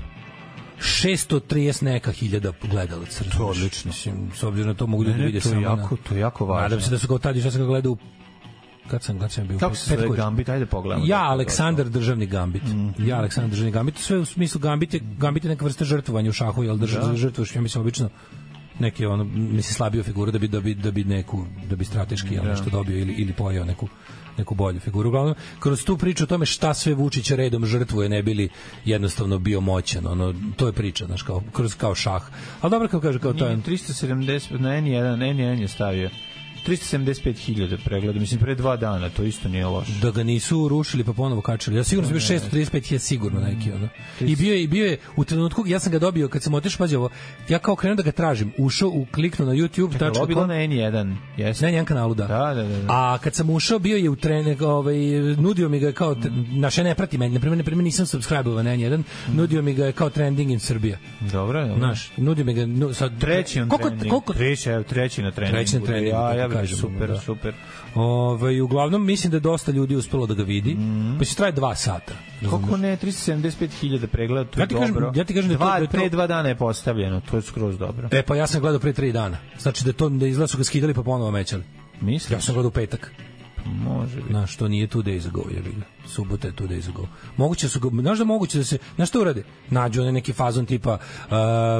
[SPEAKER 6] 630 neka hiljada gledalaca. To odlično. Mislim, s obzirom na to mogu ljudi
[SPEAKER 7] Ne, ne,
[SPEAKER 6] vidjeti
[SPEAKER 7] to je
[SPEAKER 6] samo
[SPEAKER 7] jako- to je jako važno.
[SPEAKER 6] Nadam se da su kao tad, ja sam ga gledao u kad sam, kad sam bio
[SPEAKER 7] Kako se
[SPEAKER 6] Pet
[SPEAKER 7] zove
[SPEAKER 6] koji-
[SPEAKER 7] Gambit? Ajde pogledamo. Mhm.
[SPEAKER 6] ja Aleksandar državni gambit ja Aleksandar državni gambit sve u smislu gambit je, gambit je neka vrsta žrtvovanja u šahu jel drž,
[SPEAKER 7] Da.
[SPEAKER 6] da. žrtvuješ ja mislim obično neke ono mislim slabiju figuru da bi da bi da bi neku da bi strateški jel,
[SPEAKER 7] Da.
[SPEAKER 6] nešto dobio ili ili pojeo neku neku bolju figuru. Uglavnom, kroz tu priču o tome šta sve Vučić redom žrtvuje ne bili jednostavno bio moćan. Ono, to je priča, znaš, kao, kroz kao šah. Ali dobro kako kaže, kao to je...
[SPEAKER 7] Nije, 370, na N1, N1 je stavio. 375.000 pregleda, mislim pre dva dana, to isto nije loše.
[SPEAKER 6] da ga nisu rušili pa ponovo kačili. Ja sigurno sam bio 635 je sigurno neki ono. I bio da. Mm, je i bio je u trenutku ja sam ga dobio kad sam otišao pađe ovo. Ja kao krenuo da ga tražim, ušao u kliknuo na YouTube
[SPEAKER 7] Čekaj, ovo je bilo
[SPEAKER 6] tačno
[SPEAKER 7] na N1, jeste?
[SPEAKER 6] na njen kanalu da.
[SPEAKER 7] Da, da, da. da.
[SPEAKER 6] A kad sam ušao bio je u trening, ovaj nudio mi ga je kao t- naše ne E prati meni, na primer, na primer nisam subscribe-ovan na N1, nudio mi ga je kao trending in Srbija.
[SPEAKER 7] Dobro, dobro.
[SPEAKER 6] Znaš, nudio mi ga nu, sad
[SPEAKER 7] Treći on
[SPEAKER 6] koliko,
[SPEAKER 7] trening.
[SPEAKER 6] koliko,
[SPEAKER 7] treći, evo, treći na treningu.
[SPEAKER 6] Treći na treningu,
[SPEAKER 7] Ja,
[SPEAKER 6] kako
[SPEAKER 7] ja bih
[SPEAKER 6] kažemo,
[SPEAKER 7] super,
[SPEAKER 6] da.
[SPEAKER 7] super.
[SPEAKER 6] Ovaj uglavnom mislim da je dosta ljudi uspelo da ga vidi. Pa će traje 2 sata.
[SPEAKER 7] Koliko ne, 375.000 pregleda, to je
[SPEAKER 6] Ja ti kažem-
[SPEAKER 7] dobro.
[SPEAKER 6] ja ti kažem da je
[SPEAKER 7] dva,
[SPEAKER 6] to- da je to-
[SPEAKER 7] Pre dva dana je postavljeno, to je skroz dobro.
[SPEAKER 6] E pa ja sam gledao pre 3 dana. Znači da to da izgleda su ga skidali pa ponovo mećali.
[SPEAKER 7] Misliš?
[SPEAKER 6] Ja sam gledao u petak.
[SPEAKER 7] Može biti.
[SPEAKER 6] Na što nije two days ago je bilo. Subota je two days ago. Moguće su ga, znaš da moguće da se, znaš što urade? Nađu one neki fazon tipa uh,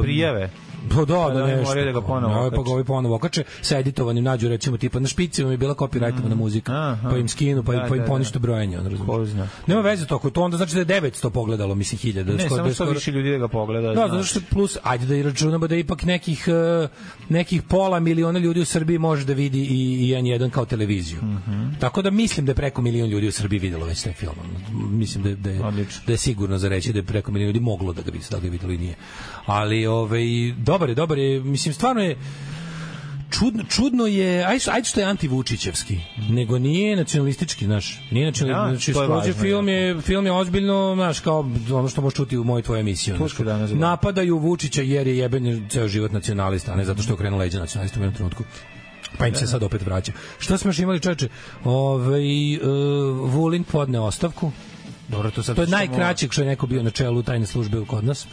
[SPEAKER 7] Prijave.
[SPEAKER 6] Pa da,
[SPEAKER 7] da
[SPEAKER 6] da
[SPEAKER 7] oni
[SPEAKER 6] nešto.
[SPEAKER 7] moraju da ga ponovo
[SPEAKER 6] Ovaj, pa
[SPEAKER 7] okače.
[SPEAKER 6] ga ovi ponovo okače sa editovanim nađu recimo tipa na špicima je bila copyrightovana muzika.
[SPEAKER 7] Mhm. aha.
[SPEAKER 6] Pa im skinu, pa,
[SPEAKER 7] Da,
[SPEAKER 6] da, pa im
[SPEAKER 7] da,
[SPEAKER 6] ponište brojanje, on
[SPEAKER 7] Ko
[SPEAKER 6] razumije.
[SPEAKER 7] zna.
[SPEAKER 6] Nema veze to, ako je to onda znači da je 900 pogledalo, mislim 1000.
[SPEAKER 7] Ne,
[SPEAKER 6] skoro-
[SPEAKER 7] samo što
[SPEAKER 6] skoro-
[SPEAKER 7] više ljudi da ga pogleda.
[SPEAKER 6] Da,
[SPEAKER 7] znaš.
[SPEAKER 6] zato što plus, ajde da i računamo da ipak nekih, eh, nekih pola miliona ljudi u Srbiji može da vidi i, i N1 kao televiziju.
[SPEAKER 7] Mhm.
[SPEAKER 6] Tako da mislim da je preko milion ljudi u Srbiji videlo već taj film. Mislim da, je- da, je,
[SPEAKER 7] Odlično.
[SPEAKER 6] da je sigurno za reći da je preko milion ljudi moglo da ga vidi, da li ga je videlo i nije. Ali ovaj, dobar je, dobar je. Mislim, stvarno je čudno, čudno je, ajde, ajde što je antivučićevski, nego nije nacionalistički, znaš, nije
[SPEAKER 7] Da,
[SPEAKER 6] nacionalistički, znači,
[SPEAKER 7] to je
[SPEAKER 6] skroz je
[SPEAKER 7] važno,
[SPEAKER 6] film je, film je ozbiljno, znaš, kao ono što možeš čuti u mojoj tvojoj emisiji.
[SPEAKER 7] Tuško
[SPEAKER 6] znaš,
[SPEAKER 7] danas, da.
[SPEAKER 6] napadaju Vučića jer je jeben ceo život nacionalista, a ne zato što je okrenuo leđa nacionalista u jednom trenutku. Pa im se sad opet vraća. Šta smo još imali, čoveče? Ovaj, e, Vulin podne ostavku.
[SPEAKER 7] Dobro, to sad
[SPEAKER 6] To je
[SPEAKER 7] ćemo-
[SPEAKER 6] najkraćeg što je neko bio na čelu tajne službe kod nas.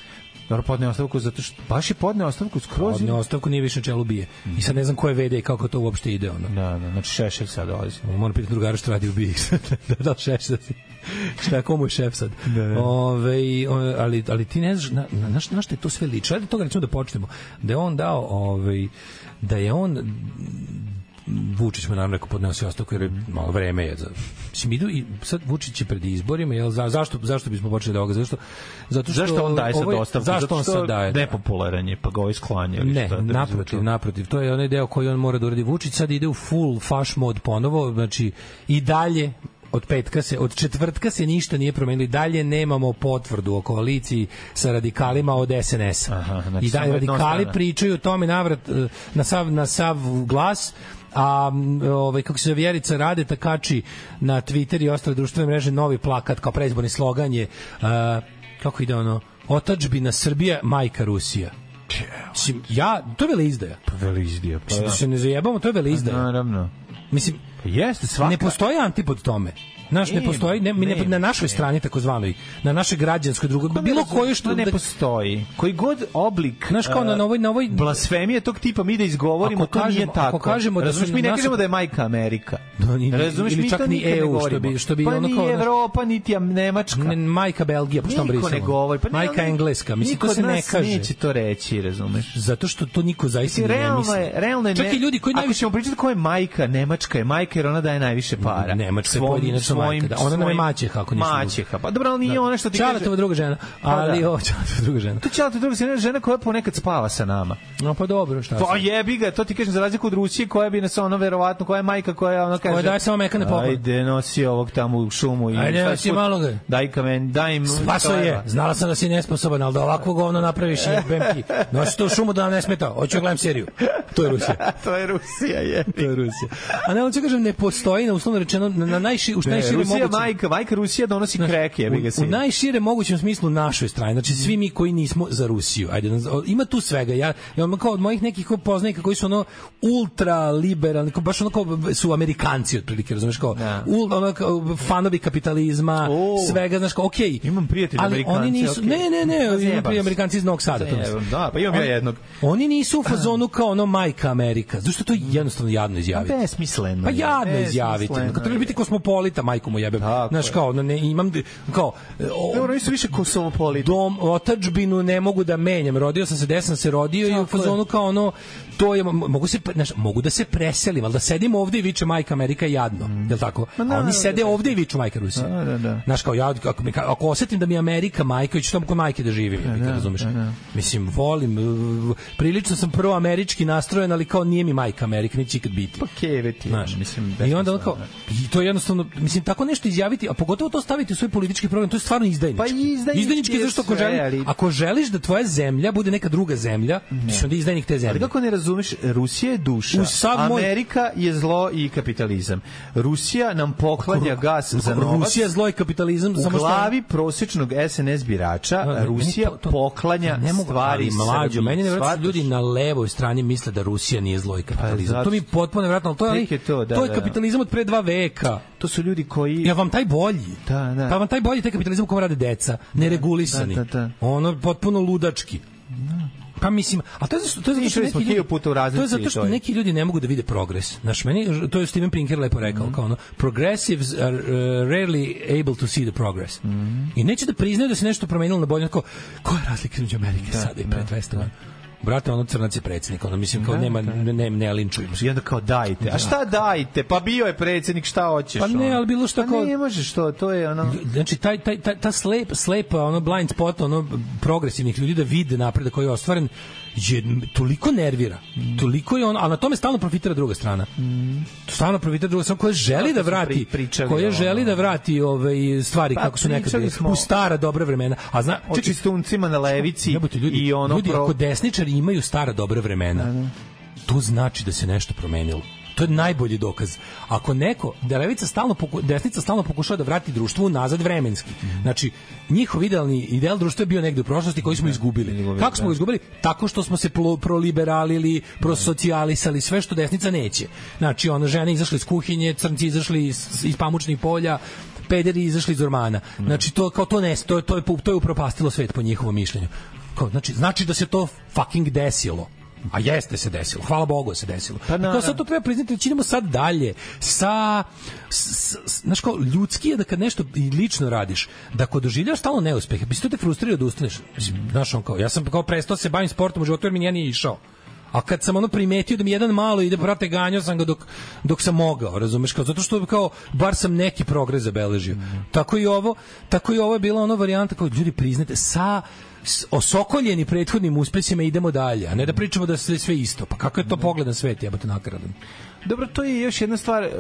[SPEAKER 7] Dobro, podneo ostavku zato što baš je podneo ostavku skroz.
[SPEAKER 6] Podne ostavku nije više na čelu bije. I sad ne znam ko je vede i kako to uopšte ide. Ono.
[SPEAKER 7] Da, da, znači Šešelj sad dolazi.
[SPEAKER 6] Moram pitati drugara što radi u BIG sad. (laughs) da, da, šef sad. Šta, komu je šef sad?
[SPEAKER 7] Da, da.
[SPEAKER 6] Ove, o, ali, ali ti ne znaš, na, na, na, šta- na što je to sve liče? Ajde od toga recimo da počnemo. Da je on dao, ove, da je on Vučić mu je naravno rekao podneo si ostavku jer je
[SPEAKER 7] Mhm.
[SPEAKER 6] malo vreme je za mislim idu i sad Vučić je pred izborima jel za, zašto zašto bismo počeli da ovoga zašto zato što
[SPEAKER 7] Zašto on daje sad
[SPEAKER 6] ovaj-
[SPEAKER 7] ostavku?
[SPEAKER 6] zašto on
[SPEAKER 7] Zato što
[SPEAKER 6] sad daje da.
[SPEAKER 7] Nepopularan je, pa ga ovaj sklanja. ili
[SPEAKER 6] Ne,
[SPEAKER 7] šta, da bi
[SPEAKER 6] naprotiv,
[SPEAKER 7] zvučalo.
[SPEAKER 6] naprotiv. To je onaj deo koji on mora da uradi. Vučić sad ide u full faš mod ponovo, znači i dalje od petka se, od četvrtka se ništa nije promenilo i dalje nemamo potvrdu o koaliciji sa radikalima od SNS-a.
[SPEAKER 7] Aha, znači
[SPEAKER 6] I
[SPEAKER 7] samo
[SPEAKER 6] dalje
[SPEAKER 7] jedna
[SPEAKER 6] radikali
[SPEAKER 7] strana.
[SPEAKER 6] pričaju o tome navrat, eh, na sav, na sav glas, a m, ovaj kako se zove Vjerica Rade takači na Twitter i ostale društvene mreže novi plakat kao predizborni slogan je eh, kako ide ono otadžbina Srbija majka Rusija Mislim, ja, to je veleizdaja.
[SPEAKER 7] Pa velizdija, pa
[SPEAKER 6] Mislim, da
[SPEAKER 7] da.
[SPEAKER 6] se ne zajebamo, to je veleizdaja.
[SPEAKER 7] Naravno.
[SPEAKER 6] Mislim,
[SPEAKER 7] Pa Jeste, svaka.
[SPEAKER 6] ne postoji antipod tome. Naš ne
[SPEAKER 7] Nema,
[SPEAKER 6] postoji, ne, mi ne,
[SPEAKER 7] nema,
[SPEAKER 6] na našoj strani takozvanoj, na našoj građanskoj drugoj, Pa bilo koju što
[SPEAKER 7] To Pa ne
[SPEAKER 6] da,
[SPEAKER 7] postoji. Koji god oblik e,
[SPEAKER 6] Znaš, kao na- na ovoj- na ovoj-
[SPEAKER 7] blasfemije tog tipa mi da izgovorimo,
[SPEAKER 6] Ako
[SPEAKER 7] to nije
[SPEAKER 6] kažemo-
[SPEAKER 7] tako.
[SPEAKER 6] ako kažemo da su
[SPEAKER 7] Razumeš, mi ne
[SPEAKER 6] naši-
[SPEAKER 7] kažemo da je majka Amerika.
[SPEAKER 6] Da, ni- ni-
[SPEAKER 7] Razumeš,
[SPEAKER 6] ili
[SPEAKER 7] mi
[SPEAKER 6] čak
[SPEAKER 7] to
[SPEAKER 6] ni
[SPEAKER 7] nikad ne
[SPEAKER 6] EU, što
[SPEAKER 7] govorimo.
[SPEAKER 6] bi- što bi
[SPEAKER 7] pa
[SPEAKER 6] ono kao,
[SPEAKER 7] ni
[SPEAKER 6] znaš-
[SPEAKER 7] Evropa, niti Am- Nemačka.
[SPEAKER 6] ne, majka Belgija, pošto
[SPEAKER 7] Niko ne govori. Pa ne,
[SPEAKER 6] majka
[SPEAKER 7] ali
[SPEAKER 6] engleska, mislim,
[SPEAKER 7] niko
[SPEAKER 6] to se
[SPEAKER 7] od
[SPEAKER 6] ne
[SPEAKER 7] nas
[SPEAKER 6] kaže.
[SPEAKER 7] Neće to reći, razumeš.
[SPEAKER 6] Zato što to niko zaista
[SPEAKER 7] Mislim,
[SPEAKER 6] ni ne
[SPEAKER 7] realno
[SPEAKER 6] misli.
[SPEAKER 7] je, realno je.
[SPEAKER 6] Čak i ljudi koji
[SPEAKER 7] Ako
[SPEAKER 6] najviše
[SPEAKER 7] ćemo pričati ko je majka, Nemačka je majka, majka jer ona daje najviše para.
[SPEAKER 6] Nemačka je
[SPEAKER 7] Svom-
[SPEAKER 6] pojedinačna
[SPEAKER 7] svojim-
[SPEAKER 6] majka. Da. Ona nam je
[SPEAKER 7] svojim-
[SPEAKER 6] maćeha, ako ništa drugo.
[SPEAKER 7] Maćeha. Pa dobro, ali nije
[SPEAKER 6] Da.
[SPEAKER 7] ona što ti Pa da.
[SPEAKER 6] Čaletova druga žena. Ali, o, Čaletova druga žena.
[SPEAKER 7] To Čaleta druga žena, žena koja ponekad spava sa nama.
[SPEAKER 6] No pa dobro, šta
[SPEAKER 7] Pa
[SPEAKER 6] sad?
[SPEAKER 7] jebi ga, to ti kažem za razliku od Rusije koja bi nas ono verovatno, koja je majka koja ono kaže.
[SPEAKER 6] Koja daje samo mekane poklone.
[SPEAKER 7] Ajde nosi ovog tamo u šumu i
[SPEAKER 6] Ajde,
[SPEAKER 7] šta
[SPEAKER 6] nosi
[SPEAKER 7] put-
[SPEAKER 6] maloga.
[SPEAKER 7] Daj kamen, daj im.
[SPEAKER 6] Spaso Pa je. Znala sam da si nesposoban, ali da ovakvo govno napraviš i jebem ti. Nosi to u šumu da nam ne smeta. Hoću da gledam seriju. To je Rusija.
[SPEAKER 7] (laughs) to je Rusija,
[SPEAKER 6] (laughs)
[SPEAKER 7] je.
[SPEAKER 6] To je Rusija. A ne, hoću da kažem, ne postoji, na uslovno rečeno, na, na najši, u
[SPEAKER 7] Ne,
[SPEAKER 6] najšire
[SPEAKER 7] Rusija
[SPEAKER 6] moguće.
[SPEAKER 7] majka, majka Rusija donosi kreke, jebi
[SPEAKER 6] U,
[SPEAKER 7] ga
[SPEAKER 6] u
[SPEAKER 7] si.
[SPEAKER 6] najšire mogućem smislu našoj strani, znači svi mi koji nismo za Rusiju. Ajde, naz- o- ima tu svega. Ja, ja ono kao od mojih nekih ko- poznanika koji su ono ultra liberalni, kao baš ono kao b- su Amerikanci otprilike, razumeš kao,
[SPEAKER 7] Da.
[SPEAKER 6] ul, ono kao fanovi kapitalizma, svega, znaš kao, okej.
[SPEAKER 7] Imam prijatelja
[SPEAKER 6] ali
[SPEAKER 7] Amerikanca,
[SPEAKER 6] oni nisu,
[SPEAKER 7] okej.
[SPEAKER 6] ne, ne, ne,
[SPEAKER 7] Pa
[SPEAKER 6] imam
[SPEAKER 7] zajebam
[SPEAKER 6] prijatelja
[SPEAKER 7] se.
[SPEAKER 6] Amerikanca iz Novog Sada. to mislim.
[SPEAKER 7] Zajebam, da, pa imam ja
[SPEAKER 6] Oni-
[SPEAKER 7] jednog.
[SPEAKER 6] Oni nisu u fazonu kao ono majka Amerika. Zašto to jednostavno jadno izjaviti?
[SPEAKER 7] Besmisleno.
[SPEAKER 6] Pa
[SPEAKER 7] je,
[SPEAKER 6] jadno
[SPEAKER 7] besmisleno
[SPEAKER 6] izjaviti. Kad treba
[SPEAKER 7] E, je.
[SPEAKER 6] biti kosmopolita, majku mu jebem. Znaš, kao, ono, ne, imam, d- kao... O,
[SPEAKER 7] Dobro, oni su više kosovopoliti.
[SPEAKER 6] Dom, otačbinu ne mogu da menjam. Rodio sam se, gde sam se rodio i u fazonu kao ono, to je, mo- mogu, se, pre- znaš, mogu da se preselim, ali da sedim ovde i viče majka Amerika je jadno, jel tako? A
[SPEAKER 7] Ma naravno
[SPEAKER 6] oni sede
[SPEAKER 7] da je.
[SPEAKER 6] ovde i viču majka Rusija.
[SPEAKER 7] Da, da, da.
[SPEAKER 6] Znaš, kao ja, ako, mi, ka- ako osetim da mi je Amerika majka, ja ću tamo kod majke da živim, ja, da, razumeš? Mislim, volim, uh, prilično sam prvo američki nastrojen, ali kao nije mi majka Amerika, neće ikad biti.
[SPEAKER 7] Pa keve ti,
[SPEAKER 6] Znaš,
[SPEAKER 7] mislim,
[SPEAKER 6] I onda
[SPEAKER 7] besmisleno,
[SPEAKER 6] on kao,
[SPEAKER 7] da.
[SPEAKER 6] i to je jednostavno, mislim, tako nešto izjaviti, a pogotovo to staviti u svoj politički program, to je stvarno izdajnički.
[SPEAKER 7] Pa izdajnički
[SPEAKER 6] izdajnički
[SPEAKER 7] je
[SPEAKER 6] je zašto ako,
[SPEAKER 7] sve,
[SPEAKER 6] želi,
[SPEAKER 7] ali-
[SPEAKER 6] ako želiš da tvoja zemlja bude neka druga zemlja, ti si onda izdajnik te
[SPEAKER 7] Ali
[SPEAKER 6] zemlje.
[SPEAKER 7] kako ne razumeš, Rusija je duša,
[SPEAKER 6] Uz sav moj-
[SPEAKER 7] Amerika je zlo i kapitalizam. Rusija nam poklanja gas za novac.
[SPEAKER 6] Rusija je zlo i kapitalizam,
[SPEAKER 7] U
[SPEAKER 6] samo što...
[SPEAKER 7] glavi prosječnog SNS birača
[SPEAKER 6] Da, da,
[SPEAKER 7] Rusija
[SPEAKER 6] meni to- to-
[SPEAKER 7] poklanja
[SPEAKER 6] ne mogu,
[SPEAKER 7] stvari
[SPEAKER 6] ali mlađo,
[SPEAKER 7] Srbiji.
[SPEAKER 6] meni je nevjerojatno
[SPEAKER 7] Shvataš? Pa
[SPEAKER 6] što ljudi na levoj strani misle da Rusija nije zlo i kapitalizam.
[SPEAKER 7] zato-
[SPEAKER 6] to mi je potpuno nevjerojatno, ali to je,
[SPEAKER 7] Tek je to, da,
[SPEAKER 6] to je
[SPEAKER 7] da, da.
[SPEAKER 6] kapitalizam od pre dva veka.
[SPEAKER 7] To su ljudi koji...
[SPEAKER 6] Ja vam taj bolji.
[SPEAKER 7] Da, da.
[SPEAKER 6] Pa vam taj bolji taj kapitalizam u kom rade deca, neregulisani.
[SPEAKER 7] Da, da, da.
[SPEAKER 6] Ono potpuno ludački. Pa mislim, a to je zato, to je zato što
[SPEAKER 7] Išli smo
[SPEAKER 6] neki
[SPEAKER 7] hiljadu
[SPEAKER 6] ljudi,
[SPEAKER 7] puta u razlici
[SPEAKER 6] to je zato
[SPEAKER 7] i to
[SPEAKER 6] što
[SPEAKER 7] je.
[SPEAKER 6] neki ljudi ne mogu da vide progres. Znaš, meni, to je Steven Pinker lepo rekao,
[SPEAKER 7] Mhm.
[SPEAKER 6] kao ono, progressives are uh, rarely able to see the progress.
[SPEAKER 7] Mhm.
[SPEAKER 6] I neće da priznaju da se nešto promenilo na bolje, kao, koja je razlika između
[SPEAKER 7] Da,
[SPEAKER 6] Amerike sada i pre 200 godina? Brate, ono crnac je predsednik, ono, mislim,
[SPEAKER 7] Da,
[SPEAKER 6] kao, nema, ne, ne, ne linčujemo se.
[SPEAKER 7] I onda kao dajte. A šta dajte? Pa bio je predsjednik, šta hoćeš?
[SPEAKER 6] Da. Pa ne,
[SPEAKER 7] ono?
[SPEAKER 6] ali bilo šta
[SPEAKER 7] Pa
[SPEAKER 6] kao-
[SPEAKER 7] ne možeš to, to je ono...
[SPEAKER 6] znači taj taj taj ta slep slepa ono blind spot ono progresivnih ljudi da vide napredak koji je ostvaren je toliko nervira toliko je on a na tome stalno profitira druga strana stalno profitira druga strana koja želi
[SPEAKER 7] Zato
[SPEAKER 6] da
[SPEAKER 7] smo
[SPEAKER 6] vrati
[SPEAKER 7] pri- pričali,
[SPEAKER 6] koja
[SPEAKER 7] ono.
[SPEAKER 6] želi da vrati ove stvari
[SPEAKER 7] Pa,
[SPEAKER 6] kako su nekad
[SPEAKER 7] pričali
[SPEAKER 6] bile
[SPEAKER 7] smo-
[SPEAKER 6] u stara dobra vremena a zna
[SPEAKER 7] O
[SPEAKER 6] čekaj,
[SPEAKER 7] čistuncima na levici
[SPEAKER 6] Jebote, ljudi,
[SPEAKER 7] i ono...
[SPEAKER 6] ljudi
[SPEAKER 7] pro- Da,
[SPEAKER 6] ako desničari imaju stara dobra vremena, to znači da se nešto promenilo. To je najbolji dokaz. Ako neko, da levica stalno poku, desnica stalno pokušava da vrati društvo nazad vremenski. Znači, njihov idealni ideal društva je bio negde u prošlosti koji smo izgubili. Kako smo ga izgubili? Tako što smo se plo- proliberalili, prosocijalisali, sve što desnica neće. Znači, ono, žene izašle iz kuhinje, crnci izašli iz, iz pamučnih polja, pederi izašli iz ormana. Znači, to, kao to, ne, to, je- to, je, to je upropastilo svet po njihovom mišljenju kao, znači, znači da se to fucking desilo. A jeste se desilo. Hvala Bogu da se desilo. Pa,
[SPEAKER 7] naravno.
[SPEAKER 6] kao sad to treba priznati, znači idemo sad dalje sa, s, s, znaš kao, ljudski je da kad nešto i lično radiš, da ako doživljaš stalno neuspehe, bi se to te frustrira da ustaneš. Mislim, Znaš, on kao, ja sam kao prestao da se bavim sportom u životu jer mi nije ni išao. A kad sam ono primetio da mi jedan malo ide, brate, ganjao sam ga dok, dok sam mogao, razumeš, kao, zato što kao, bar sam neki progres zabeležio. Tako i ovo, tako i ovo je bila ono varijanta kao, ljudi, priznajte, sa s- osokoljeni prethodnim uspesima idemo dalje, a ne da pričamo da sve sve isto. Pa kako je to pogled na svet, jebote nakaradan.
[SPEAKER 7] Dobro, to je još jedna stvar, e, e,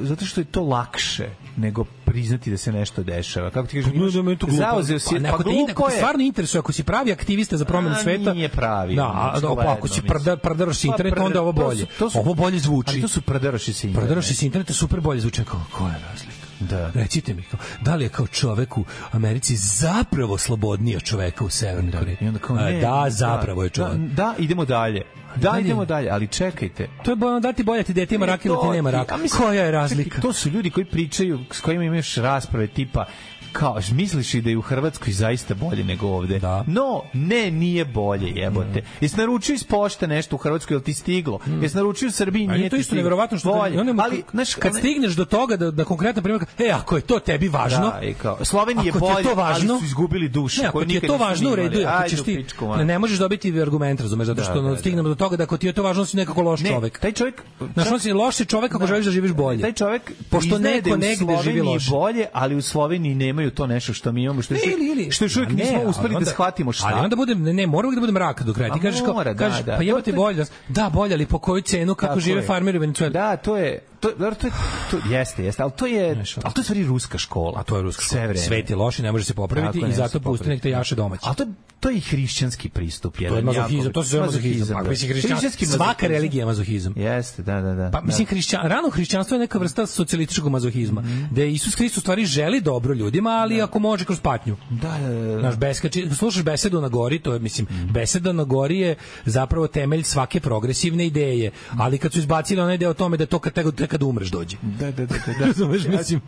[SPEAKER 7] zato što je to lakše nego priznati da se nešto dešava. Kako ti kažeš,
[SPEAKER 6] da,
[SPEAKER 7] imaš, zauzeo si,
[SPEAKER 6] pa,
[SPEAKER 7] pa,
[SPEAKER 6] ako te, ide-
[SPEAKER 7] glupo
[SPEAKER 6] ako te
[SPEAKER 7] je.
[SPEAKER 6] stvarno interesuje, ako si pravi aktivista za promenu
[SPEAKER 7] A,
[SPEAKER 6] sveta...
[SPEAKER 7] nije pravi,
[SPEAKER 6] Da,
[SPEAKER 7] ono,
[SPEAKER 6] a, da, pa ako si
[SPEAKER 7] očigledno,
[SPEAKER 6] prda, prdaraš
[SPEAKER 7] Pa,
[SPEAKER 6] internet,
[SPEAKER 7] prdar-
[SPEAKER 6] onda je ovo
[SPEAKER 7] to
[SPEAKER 6] bolje.
[SPEAKER 7] su- to su-
[SPEAKER 6] ovo bolje zvuči.
[SPEAKER 7] Ali to su prdaraši se internet.
[SPEAKER 6] Prodaraš iz interneta super bolje zvuče kao koja je razlika.
[SPEAKER 7] Da.
[SPEAKER 6] Recite mi kao, da li je kao čovek u Americi zapravo slobodniji od čoveka u Severnoj Koreji?
[SPEAKER 7] I onda kao,
[SPEAKER 6] A,
[SPEAKER 7] ne,
[SPEAKER 6] da, zapravo je čovek.
[SPEAKER 7] Da, da, idemo dalje. Da,
[SPEAKER 6] Dalje.
[SPEAKER 7] idemo dalje, ali čekajte.
[SPEAKER 6] To je bolje dati bolje da ti dete ima rak ili
[SPEAKER 7] To
[SPEAKER 6] E, ti nema
[SPEAKER 7] ti-
[SPEAKER 6] raka.
[SPEAKER 7] a mislim,
[SPEAKER 6] Koja je razlika?
[SPEAKER 7] Čekaj, to su ljudi koji pričaju, s kojima imaš rasprave tipa kao, misliš i da je u Hrvatskoj zaista bolje nego ovde? Da. No, ne, nije bolje, jebote. Mm. Jesi naručio iz pošte nešto u Hrvatskoj, jel ti stiglo? Mm. Jesi naručio u Srbiji,
[SPEAKER 6] Ali Pa
[SPEAKER 7] nije
[SPEAKER 6] to
[SPEAKER 7] ti
[SPEAKER 6] isto
[SPEAKER 7] stiglo?
[SPEAKER 6] neverovatno što
[SPEAKER 7] bolje.
[SPEAKER 6] oni mu-
[SPEAKER 7] Ali, znaš,
[SPEAKER 6] kad stigneš do toga da da konkretno primjer, e ako je to tebi važno,
[SPEAKER 7] Da, i kao, Sloveniji je
[SPEAKER 6] ako ti
[SPEAKER 7] bolje,
[SPEAKER 6] to
[SPEAKER 7] ali
[SPEAKER 6] važno,
[SPEAKER 7] su izgubili dušu
[SPEAKER 6] Ne, ako
[SPEAKER 7] koju
[SPEAKER 6] ti je
[SPEAKER 7] nikad
[SPEAKER 6] to
[SPEAKER 7] nisu
[SPEAKER 6] važno u redu, je,
[SPEAKER 7] imali.
[SPEAKER 6] ako
[SPEAKER 7] Ajde,
[SPEAKER 6] ćeš
[SPEAKER 7] u
[SPEAKER 6] ti da
[SPEAKER 7] pičku, ma.
[SPEAKER 6] ne, ne možeš dobiti argument, razumeš, zato
[SPEAKER 7] Da,
[SPEAKER 6] što
[SPEAKER 7] da,
[SPEAKER 6] da,
[SPEAKER 7] da.
[SPEAKER 6] stignemo do toga da ako ti je to važno, si nekako loš
[SPEAKER 7] Ne,
[SPEAKER 6] čovek.
[SPEAKER 7] Taj čovjek,
[SPEAKER 6] Znaš, on si loš čovek ako želiš da živiš bolje.
[SPEAKER 7] Taj čovjek
[SPEAKER 6] pošto
[SPEAKER 7] priznaje da je
[SPEAKER 6] neko
[SPEAKER 7] u
[SPEAKER 6] negde živi
[SPEAKER 7] Sloveniji
[SPEAKER 6] loše.
[SPEAKER 7] bolje, ali u Sloveniji nemaju to nešto što mi imamo, što još,
[SPEAKER 6] Ne, ili, ili.
[SPEAKER 7] što još uvijek
[SPEAKER 6] A ne,
[SPEAKER 7] nismo
[SPEAKER 6] ali
[SPEAKER 7] uspeli da
[SPEAKER 6] onda-
[SPEAKER 7] shvatimo šta.
[SPEAKER 6] Ali onda budem, ne, ne, mora uvijek da budem rak do kraja. Ti
[SPEAKER 7] A
[SPEAKER 6] kažeš kao,
[SPEAKER 7] mora, da,
[SPEAKER 6] kažeš,
[SPEAKER 7] da.
[SPEAKER 6] pa
[SPEAKER 7] To
[SPEAKER 6] jebate
[SPEAKER 7] je-
[SPEAKER 6] bolje. Da, bolje, ali po kojoj cenu, kako
[SPEAKER 7] Tako
[SPEAKER 6] žive
[SPEAKER 7] je.
[SPEAKER 6] farmeri u Venezueli.
[SPEAKER 7] Da, to je to, dobro, to, je- to jeste, jeste, ali to je al to je u stvari ruska škola. A
[SPEAKER 6] to je ruska
[SPEAKER 7] Sve
[SPEAKER 6] škola.
[SPEAKER 7] vreme.
[SPEAKER 6] Svet je loš i ne može se popraviti
[SPEAKER 7] Tako je,
[SPEAKER 6] i
[SPEAKER 7] ne
[SPEAKER 6] zato
[SPEAKER 7] može se
[SPEAKER 6] pusti nek te
[SPEAKER 7] popraviti.
[SPEAKER 6] jaše domaći.
[SPEAKER 7] A to to je i hrišćanski pristup
[SPEAKER 6] To je
[SPEAKER 7] jedan.
[SPEAKER 6] mazohizam,
[SPEAKER 7] jako-
[SPEAKER 6] to se zove mazohizam.
[SPEAKER 7] da.
[SPEAKER 6] Pa, mislim, hrišćan-
[SPEAKER 7] Hrišćanski
[SPEAKER 6] svaka
[SPEAKER 7] mazohizam.
[SPEAKER 6] religija je mazohizam.
[SPEAKER 7] Jeste, da, da, da.
[SPEAKER 6] Pa mislim hrišćan, rano hrišćanstvo je neka vrsta socijalističkog mazohizma, mm
[SPEAKER 7] Mhm.
[SPEAKER 6] -hmm. gde Isus Hrist u stvari želi dobro ljudima, ali ako može kroz patnju.
[SPEAKER 7] Da, da, da, Mhm. da.
[SPEAKER 6] Znaš, beskači, slušaš besedu na gori, to je, mislim, beseda na gori je zapravo temelj svake progresivne ideje, ali kad su izbacili onaj deo o tome da to kad, tek- tek kad umreš dođe.
[SPEAKER 7] Da, da, da,
[SPEAKER 6] (laughs)
[SPEAKER 7] da.
[SPEAKER 6] Razumeš, mislim,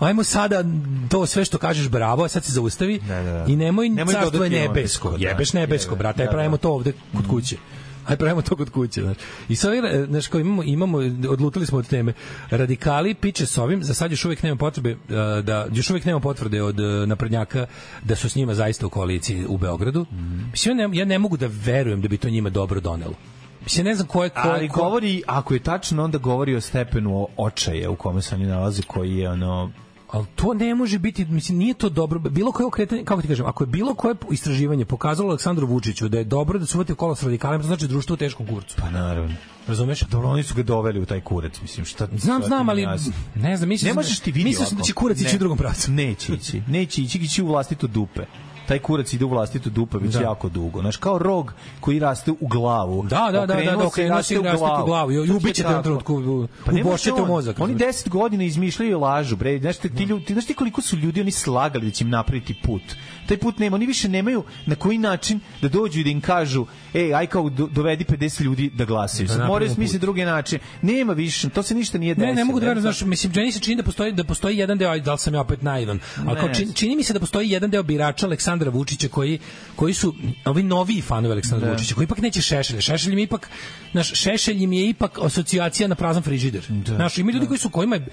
[SPEAKER 6] ajmo sada to sve što kažeš bravo, a sad se zaustavi
[SPEAKER 7] Da, da, da.
[SPEAKER 6] i nemoj,
[SPEAKER 7] Nemoj
[SPEAKER 6] nemoj carstvo je
[SPEAKER 7] dodati ono
[SPEAKER 6] nebesko.
[SPEAKER 7] desko, da.
[SPEAKER 6] Jebeš nebesko,
[SPEAKER 7] Jebe,
[SPEAKER 6] brate, aj
[SPEAKER 7] da, da.
[SPEAKER 6] pravimo to ovde kod kuće. Aj pravimo to kod kuće, znaš. I sad, e, znaš, kao imamo, imamo, odlutali smo od teme. Radikali piče s ovim, za sad još uvek nema potrebe, e, da, još uvek nema potvrde od e, naprednjaka da su s njima zaista u koaliciji u Beogradu.
[SPEAKER 7] Mhm.
[SPEAKER 6] Mislim, ja ne, ja ne mogu da verujem da bi to njima dobro donelo. Mislim, ja ne znam ko je... Ko,
[SPEAKER 7] Ali
[SPEAKER 6] ko-
[SPEAKER 7] govori, ako je tačno, onda govori o stepenu očaja u kome se oni nalaze, koji je ono...
[SPEAKER 6] Ali to ne može biti, mislim, nije to dobro. Bilo koje okretanje, kako ti kažem, ako je bilo koje istraživanje pokazalo Aleksandru Vučiću da je dobro da se uvati u kolo s radikalima, to znači društvo u teškom kurcu.
[SPEAKER 7] Pa naravno.
[SPEAKER 6] Razumeš?
[SPEAKER 7] Dobro, oni su ga doveli u taj kurac, mislim, šta...
[SPEAKER 6] Znam,
[SPEAKER 7] šta
[SPEAKER 6] znam,
[SPEAKER 7] ti
[SPEAKER 6] ali
[SPEAKER 7] jasno?
[SPEAKER 6] ne znam, mislim
[SPEAKER 7] Ne možeš ti vidjeti.
[SPEAKER 6] Mislim da će kurac ići u drugom pravcu.
[SPEAKER 7] (laughs) Neće ići. Neće ići, ići u vlastito dupe. Taj kurac ide u vlastito dupe već
[SPEAKER 6] Da.
[SPEAKER 7] jako dugo. Znaš, kao rog koji raste u glavu.
[SPEAKER 6] Da, da, da, da, da, okrenuo se i raste u glavu. I
[SPEAKER 7] To
[SPEAKER 6] ubićete
[SPEAKER 7] je
[SPEAKER 6] u jednom
[SPEAKER 7] tako.
[SPEAKER 6] trenutku, u-
[SPEAKER 7] Pa ne može
[SPEAKER 6] ubošćete u
[SPEAKER 7] on.
[SPEAKER 6] mozak.
[SPEAKER 7] Oni
[SPEAKER 6] razumeš?
[SPEAKER 7] 10 godina izmišljaju i lažu, bre. Znaš, ti, ti, ljudi, znaš ti koliko su ljudi oni slagali da će im napraviti put. Taj put nema, oni više nemaju na koji način da dođu i da im kažu ej, aj kao do- dovedi 50 ljudi da glasaju.
[SPEAKER 6] Da
[SPEAKER 7] Sad moraju
[SPEAKER 6] napravimo
[SPEAKER 7] smisliti drugi način. Nema više, to se ništa nije desilo.
[SPEAKER 6] Ne, ne mogu da verujem,
[SPEAKER 7] Jednostavno-
[SPEAKER 6] znaš, mislim, meni se čini da postoji, da postoji jedan deo, ajde, da li sam ja opet naivan, ali
[SPEAKER 7] Ne.
[SPEAKER 6] kao, čini, čini mi se da postoji jedan deo birača Aleksandra Vučića koji, koji su ovi noviji fanovi Aleksandra
[SPEAKER 7] Da.
[SPEAKER 6] Vučića, koji ipak neće Šešelja. Šešelj im je ipak, znaš, Šešelj im je ipak asocijacija na prazan frižider. Znaš, ima ljudi koji su, kojima je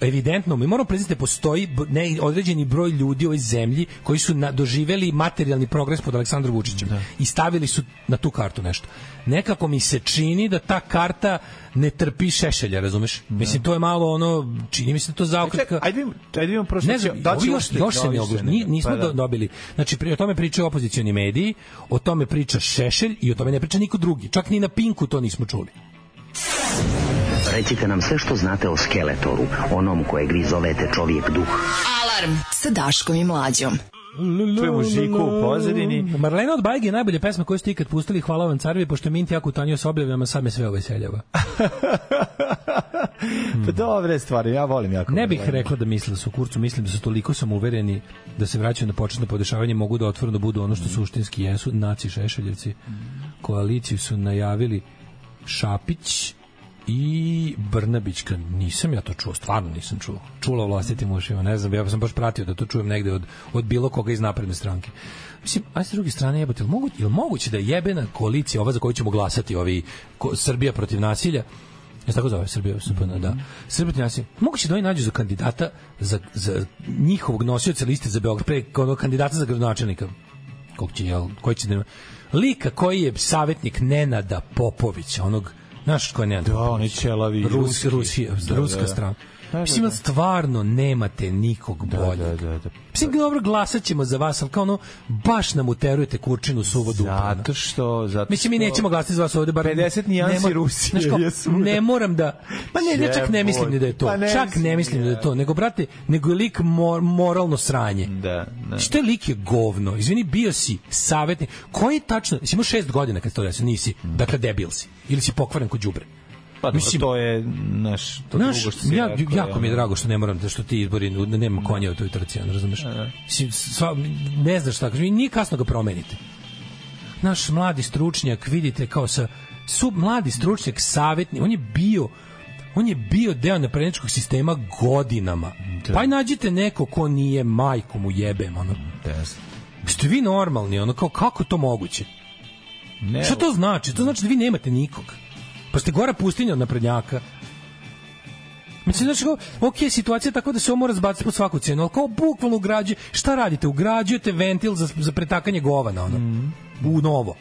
[SPEAKER 6] evidentno, mi moramo priznati da postoji b- ne, određeni broj ljudi u ovoj zemlji koji su na, doživeli materijalni progres pod Aleksandrom Vučićem i stavili su na tu kartu nešto. Nekako mi se čini da ta karta ne trpi šešelja, razumeš? Mislim, to je malo ono, čini mi se da to zaokretka...
[SPEAKER 7] Čekaj, Ajde vidimo, ajde da vidimo prošlo.
[SPEAKER 6] Ne znam, Znači, ovi još, još
[SPEAKER 7] da
[SPEAKER 6] se ne pa da. oglašaju, ni- nismo
[SPEAKER 7] Pa
[SPEAKER 6] do- dobili. Znači, pri- o tome pričaju opozicioni mediji, o tome priča Šešelj i o tome ne priča niko drugi. Čak ni na Pinku to nismo čuli.
[SPEAKER 14] Recite nam sve što znate o Skeletoru, onom kojeg vi zovete čovjek duh.
[SPEAKER 5] Alarm sa Daškom i Mlađom.
[SPEAKER 7] Čujemo Žiku u pozadini.
[SPEAKER 6] Marlena od Bajge je najbolja pesma koju ste ikad pustili. Hvala vam carvi, pošto je Mint jako utanio s objavljama, sad me sve ovo iseljava.
[SPEAKER 7] Pa dobre stvari, ja volim jako.
[SPEAKER 6] Ne bih rekla da misle su u kurcu, mislim da su toliko samouvereni da se vraćaju na početno podešavanje, mogu da otvoreno budu ono što suštinski jesu, naci šešeljevci. Koaliciju su najavili Šapić i Brnabićka. Nisam ja to čuo, stvarno nisam čuo. Čula u vlastitim ušima, ne znam, ja sam baš pratio da to čujem negde od, od bilo koga iz napredne stranke. Mislim, a s druge strane jebote, jel moguće, jel moguće da je jebena koalicija, ova za koju ćemo glasati, ovi ko, Srbija protiv nasilja, Ja se tako zove Srbija, SPN,
[SPEAKER 7] Mhm.
[SPEAKER 6] da. Srbija Tnjasi. Moguće da oni nađu za kandidata za, za njihovog nosioca liste za Beograd, pre onog kandidata za gradonačelnika. Kog će, jel, koji će da ima- Lika koji je savjetnik Nenada Popovića, onog, znaš ko je Nenad
[SPEAKER 7] Da, oni ćelavi.
[SPEAKER 6] Rus, Rusi,
[SPEAKER 7] Da, da,
[SPEAKER 6] ruska
[SPEAKER 7] da.
[SPEAKER 6] strana.
[SPEAKER 7] Da, da,
[SPEAKER 6] Mislim,
[SPEAKER 7] da.
[SPEAKER 6] jel stvarno nemate nikog boljeg. Da, da,
[SPEAKER 7] da.
[SPEAKER 6] Mislim, dobro, glasat ćemo za vas, ali kao ono, baš nam uterujete kurčinu suvo dupana.
[SPEAKER 7] Zato što... Zato
[SPEAKER 6] da. Mislim, mi
[SPEAKER 7] što-
[SPEAKER 6] nećemo glasati za vas ovde, bar...
[SPEAKER 7] 50 nijansi
[SPEAKER 6] ne mor-
[SPEAKER 7] Rusije
[SPEAKER 6] znaš kao,
[SPEAKER 7] je svuda.
[SPEAKER 6] Ne moram da... Pa ne, ne, čak ne mislim ni da je to.
[SPEAKER 7] Pa ne
[SPEAKER 6] čak ne
[SPEAKER 7] mislim,
[SPEAKER 6] mislim da
[SPEAKER 7] da.
[SPEAKER 6] je to. Nego, brate, nego je lik mor, moralno sranje.
[SPEAKER 7] Da, da.
[SPEAKER 6] Što je lik je govno? Izvini, bio si savjetnik. Koji tačno... Jesi imao šest godina kad se to desio? Nisi. Dakle, debil si. Ili si pokvaren kod đubre.
[SPEAKER 7] Pa mislim,
[SPEAKER 6] Mislim-
[SPEAKER 7] to je naš, to
[SPEAKER 6] Znaš,
[SPEAKER 7] drugo što si
[SPEAKER 6] ja,
[SPEAKER 7] rekao,
[SPEAKER 6] jako mi je
[SPEAKER 7] ono.
[SPEAKER 6] drago što ne moram, da što ti izbori, ne- nema konja u toj trci, ono,
[SPEAKER 7] E,
[SPEAKER 6] razumeš? Mislim, sva, ne znaš šta, kažem, nije kasno ga promenite. Naš mladi stručnjak, vidite, kao sa, su mladi stručnjak, savjetnik, on je bio on je bio deo napredničkog sistema godinama.
[SPEAKER 7] Da.
[SPEAKER 6] Pa i nađite neko ko nije majku mu jebem, ono. Ste vi normalni, ono, kao, kako je to moguće?
[SPEAKER 7] Ne,
[SPEAKER 6] Šta to znači? To znači da vi nemate nikog. Pa ste gora pustinja od naprednjaka. Mislim, znači, kao, ok, situacija je tako da se ovo mora zbaciti po svaku cenu, ali kao bukvalno ugrađuje, šta radite? Ugrađujete ventil za, za pretakanje govana, ono,
[SPEAKER 7] Mhm.
[SPEAKER 6] u novo.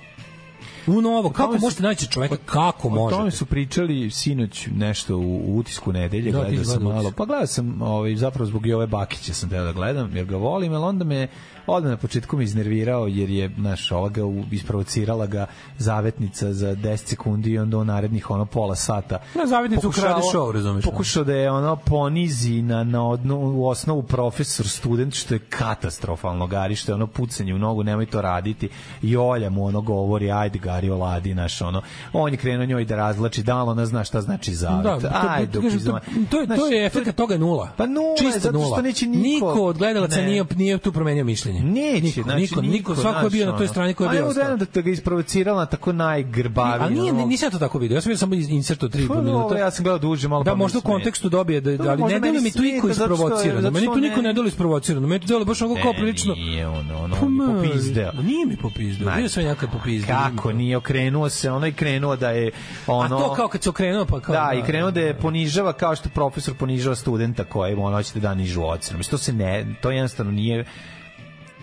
[SPEAKER 6] U novo, kako možete naći čoveka, kako
[SPEAKER 7] O tome
[SPEAKER 6] možete?
[SPEAKER 7] su pričali sinoć nešto u, u utisku nedelje,
[SPEAKER 6] Da,
[SPEAKER 7] da,
[SPEAKER 6] ti
[SPEAKER 7] gledao sam
[SPEAKER 6] gledao
[SPEAKER 7] malo. Pa gledao sam ovaj, zapravo zbog Jove Bakića sam teo da gledam, jer ga volim, ali onda me odmah na početku me iznervirao, jer je, znaš, ova ga u- isprovocirala ga zavetnica za 10 sekundi i onda u narednih ono pola sata.
[SPEAKER 6] Na zavetnicu
[SPEAKER 7] Pokušavao-
[SPEAKER 6] ukrade show, razumeš?
[SPEAKER 7] Pokušao da je ono ponizi na, na odno, u osnovu profesor student, što je katastrofalno garište, ono pucanje u nogu, nemoj to raditi. I Olja mu ono govori, ajde gari oladi, naš ono. On je krenuo njoj da razlači, da li ona zna šta znači
[SPEAKER 6] Da,
[SPEAKER 7] zavet.
[SPEAKER 6] to,
[SPEAKER 7] ajde,
[SPEAKER 6] to, to, kažem, to, to, je, to je efekt toga je nula.
[SPEAKER 7] Pa nula je,
[SPEAKER 6] Čista
[SPEAKER 7] zato
[SPEAKER 6] nula.
[SPEAKER 7] što neće niko-
[SPEAKER 6] Niko od gledalaca
[SPEAKER 7] Ne.
[SPEAKER 6] nije, nije tu promenio mišljenje.
[SPEAKER 7] Neće,
[SPEAKER 6] niko,
[SPEAKER 7] znači,
[SPEAKER 6] niko, niko, svako je bio na toj strani koja je bio
[SPEAKER 7] bio. Ajmo da te ga isprovocirala na tako najgrbaviji.
[SPEAKER 6] Ali nije,
[SPEAKER 7] ono,
[SPEAKER 6] nisam ja to tako vidio. Ja sam vidio samo insert od 3,5
[SPEAKER 7] Pa, dobro,
[SPEAKER 6] minuta.
[SPEAKER 7] ja sam gledao duže, malo
[SPEAKER 6] Da,
[SPEAKER 7] pa mi
[SPEAKER 6] možda u
[SPEAKER 7] smeta.
[SPEAKER 6] kontekstu dobije, da,
[SPEAKER 7] Dobro,
[SPEAKER 6] da, ali
[SPEAKER 7] možda
[SPEAKER 6] ne deluje
[SPEAKER 7] meni
[SPEAKER 6] mi tu iko
[SPEAKER 7] smeta zato što je-
[SPEAKER 6] isprovocirano.
[SPEAKER 7] zato
[SPEAKER 6] Meni
[SPEAKER 7] što
[SPEAKER 6] tu niko
[SPEAKER 7] ne-
[SPEAKER 6] ne deluje isprovocirano. Meni to deluje baš onako kao
[SPEAKER 7] Ne,
[SPEAKER 6] prilično...
[SPEAKER 7] E, Nije ono, ono,
[SPEAKER 6] Pa,
[SPEAKER 7] on je
[SPEAKER 6] ma,
[SPEAKER 7] popizdeo.
[SPEAKER 6] Nije mi popizdeo.
[SPEAKER 7] Ma,
[SPEAKER 6] Bio sam ja kad popizdeo.
[SPEAKER 7] Kako nije okrenuo se, ono i krenuo da je ono
[SPEAKER 6] A to kao kad se okrenuo, pa kao...
[SPEAKER 7] Da, i krenuo da je ponižava kao što profesor ponižava studenta kojem ono hoćete da nižu ocenu. Mislim, to se ne, to jednostavno nije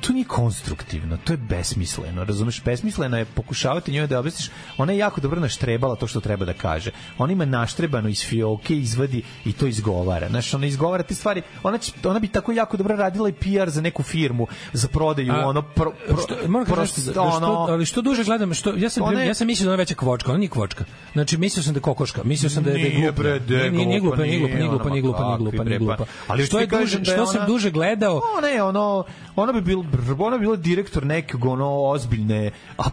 [SPEAKER 7] to nije konstruktivno, to je besmisleno, razumeš? Besmisleno je pokušavati njoj da objasniš, ona je jako dobro naštrebala to što treba da kaže. Ona ima naštrebano iz fioke, izvadi i to izgovara. Znaš, ona izgovara te stvari, ona, će, ona bi tako jako dobro radila i PR za neku firmu, za prodaju,
[SPEAKER 6] A,
[SPEAKER 7] ono, pro, pro,
[SPEAKER 6] što, moram kažem
[SPEAKER 7] prosto,
[SPEAKER 6] nešto, da što,
[SPEAKER 7] ono-
[SPEAKER 6] ali što duže gledam, što, ja sam,
[SPEAKER 7] Ona
[SPEAKER 6] prim-
[SPEAKER 7] je-
[SPEAKER 6] ja sam mislio da je ona veća kvočka, ona nije kvočka. Znači, mislio sam da je kokoška, mislio sam da je, da je
[SPEAKER 7] Nije,
[SPEAKER 6] glupa.
[SPEAKER 7] bre, da je
[SPEAKER 6] Nije, nije, nije
[SPEAKER 7] glupa,
[SPEAKER 6] glupa, nije glupa,
[SPEAKER 7] nije,
[SPEAKER 6] nije glupa,
[SPEAKER 7] ona,
[SPEAKER 6] nije glupa,
[SPEAKER 7] ma
[SPEAKER 6] nije glupa,
[SPEAKER 7] kakvi,
[SPEAKER 6] nije
[SPEAKER 7] bre,
[SPEAKER 6] glupa.
[SPEAKER 7] pa- ali
[SPEAKER 6] što,
[SPEAKER 7] ti
[SPEAKER 6] je duže,
[SPEAKER 7] kažem da je
[SPEAKER 6] što
[SPEAKER 7] ona-
[SPEAKER 6] sam duže gledao,
[SPEAKER 7] Ona je Pa ono, ona bi bila, ona bi bila direktor nekog ono ozbiljne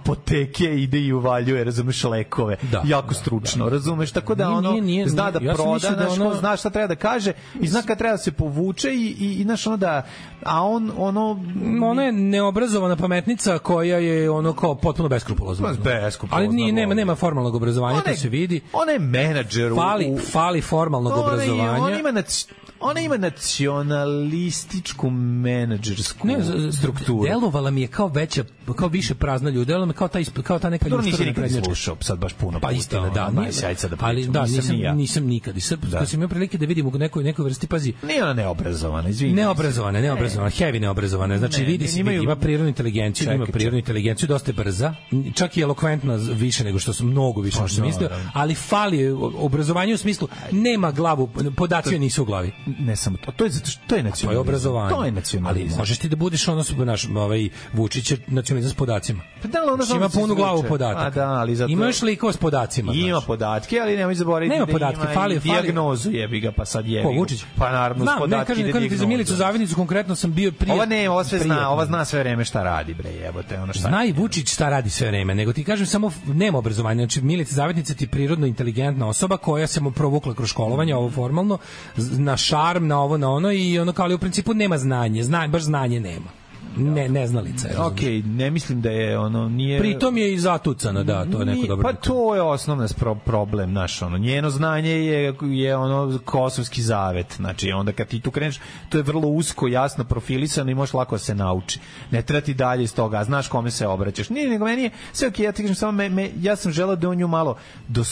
[SPEAKER 7] apoteke, ide i uvaljuje, razumeš, lekove.
[SPEAKER 6] Da,
[SPEAKER 7] jako stručno, razumeš, tako da
[SPEAKER 6] Nije,
[SPEAKER 7] ono
[SPEAKER 6] nije, nije,
[SPEAKER 7] zna
[SPEAKER 6] nije.
[SPEAKER 7] da
[SPEAKER 6] Ja sam
[SPEAKER 7] proda,
[SPEAKER 6] mislio da
[SPEAKER 7] znaš,
[SPEAKER 6] ona-
[SPEAKER 7] ko zna šta treba da kaže i zna kad treba da se povuče i, i, i znaš, ono da, a on, ono,
[SPEAKER 6] ona je neobrazovana pametnica koja je ono kao potpuno beskrupulozna.
[SPEAKER 7] Pa, beskrupulozna,
[SPEAKER 6] Ali nije, nema,
[SPEAKER 7] volim.
[SPEAKER 6] nema formalnog obrazovanja,
[SPEAKER 7] Ona
[SPEAKER 6] to
[SPEAKER 7] je-
[SPEAKER 6] se vidi.
[SPEAKER 7] ona je menadžer u-
[SPEAKER 6] Fali,
[SPEAKER 7] u,
[SPEAKER 6] fali formalnog
[SPEAKER 7] Ona je-
[SPEAKER 6] obrazovanja.
[SPEAKER 7] Ona ima, nac, ona ima nacionalističku menadžersku
[SPEAKER 6] Ne, z- z-
[SPEAKER 7] strukturu.
[SPEAKER 6] Delovala mi je kao veća, kao više prazna ljudi, delovala mi je kao ta, isp- kao ta neka
[SPEAKER 7] Dobro, nisi
[SPEAKER 6] ljuštrana
[SPEAKER 7] nikad
[SPEAKER 6] prednjačka.
[SPEAKER 7] slušao, sad baš puno.
[SPEAKER 6] Pa
[SPEAKER 7] puta,
[SPEAKER 6] istina,
[SPEAKER 7] ono,
[SPEAKER 6] da,
[SPEAKER 7] ma,
[SPEAKER 6] nije,
[SPEAKER 7] sad sad da
[SPEAKER 6] ali
[SPEAKER 7] pričam,
[SPEAKER 6] da,
[SPEAKER 7] nisam
[SPEAKER 6] nisam,
[SPEAKER 7] ni ja.
[SPEAKER 6] nisam nikad. I sad,
[SPEAKER 7] Da.
[SPEAKER 6] da. sam imao prilike da vidim u nekoj, nekoj vrsti, pazi,
[SPEAKER 7] Nije ona neobrazovana, izvini.
[SPEAKER 6] neobrazovana, neobrazovana, heavy neobrazovana, znači
[SPEAKER 7] Ne,
[SPEAKER 6] vidi
[SPEAKER 7] ne,
[SPEAKER 6] se,
[SPEAKER 7] imaju-
[SPEAKER 6] ima prirodnu inteligenciju,
[SPEAKER 7] Čekaj,
[SPEAKER 6] ima prirodnu inteligenciju, dosta je brza, n- čak i elokventna z- više nego što sam, mnogo više nego što sam
[SPEAKER 7] da,
[SPEAKER 6] mislio,
[SPEAKER 7] da.
[SPEAKER 6] ali fali joj o- obrazovanje u smislu, nema glavu, podaci joj nisu u glavi.
[SPEAKER 7] Ne samo to, to je zato što to je
[SPEAKER 6] To je
[SPEAKER 7] nacionalizam.
[SPEAKER 6] obrazovanje.
[SPEAKER 7] To je nacionalizam.
[SPEAKER 6] Ali možeš ti da budeš ono su naš ovaj Vučić je nacionalizam s podacima. Znači,
[SPEAKER 7] Pa da, ali onda
[SPEAKER 6] ima
[SPEAKER 7] samo se
[SPEAKER 6] punu glavu
[SPEAKER 7] izvuče.
[SPEAKER 6] podataka.
[SPEAKER 7] A da, ali zato-
[SPEAKER 6] Imaš likova s podacima. znači. znaš.
[SPEAKER 7] Ima podatke, ali nemoj zaboraviti
[SPEAKER 6] Nema
[SPEAKER 7] da
[SPEAKER 6] podatke,
[SPEAKER 7] ima i
[SPEAKER 6] fali- fali-
[SPEAKER 7] dijagnozu jebi ga, pa sad jebi.
[SPEAKER 6] Ko,
[SPEAKER 7] ga.
[SPEAKER 6] Vučić?
[SPEAKER 7] Pa naravno, s
[SPEAKER 6] Znam, ne,
[SPEAKER 7] podatke
[SPEAKER 6] kažem,
[SPEAKER 7] ide
[SPEAKER 6] kažem ti za
[SPEAKER 7] dijagnoza.
[SPEAKER 6] Milicu Zavidnicu konkretno sam bio prije...
[SPEAKER 7] Ova ne, ova sve
[SPEAKER 6] prijatno.
[SPEAKER 7] zna, ova zna sve vreme šta radi, bre, jebote, ono šta.
[SPEAKER 6] Zna i Vučić šta radi sve vreme, nego ti kažem samo f- nema obrazovanja. Znači Milica Zavetnica ti je prirodno inteligentna osoba koja se mu provukla kroz školovanje, ovo formalno, z- na šarm, na ovo, na ono i ono kao ali u principu nema znanje, zna, baš znanje nema. Ne, neznalica je. razumeš?
[SPEAKER 7] Okej, ne mislim da je ono nije
[SPEAKER 6] Pritom je i zatucana, da, to je neko
[SPEAKER 7] Nije,
[SPEAKER 6] dobro.
[SPEAKER 7] Pa to je osnovna spro, problem naš ono. Njeno znanje je je ono kosovski zavet. Znači onda kad ti tu kreneš, to je vrlo usko, jasno profilisano i možeš lako da se nauči. Ne treba ti dalje iz toga, a znaš kome se obraćaš. Nije, nego meni je sve okej, ja ti kažem samo me, me, ja sam želeo da on nju malo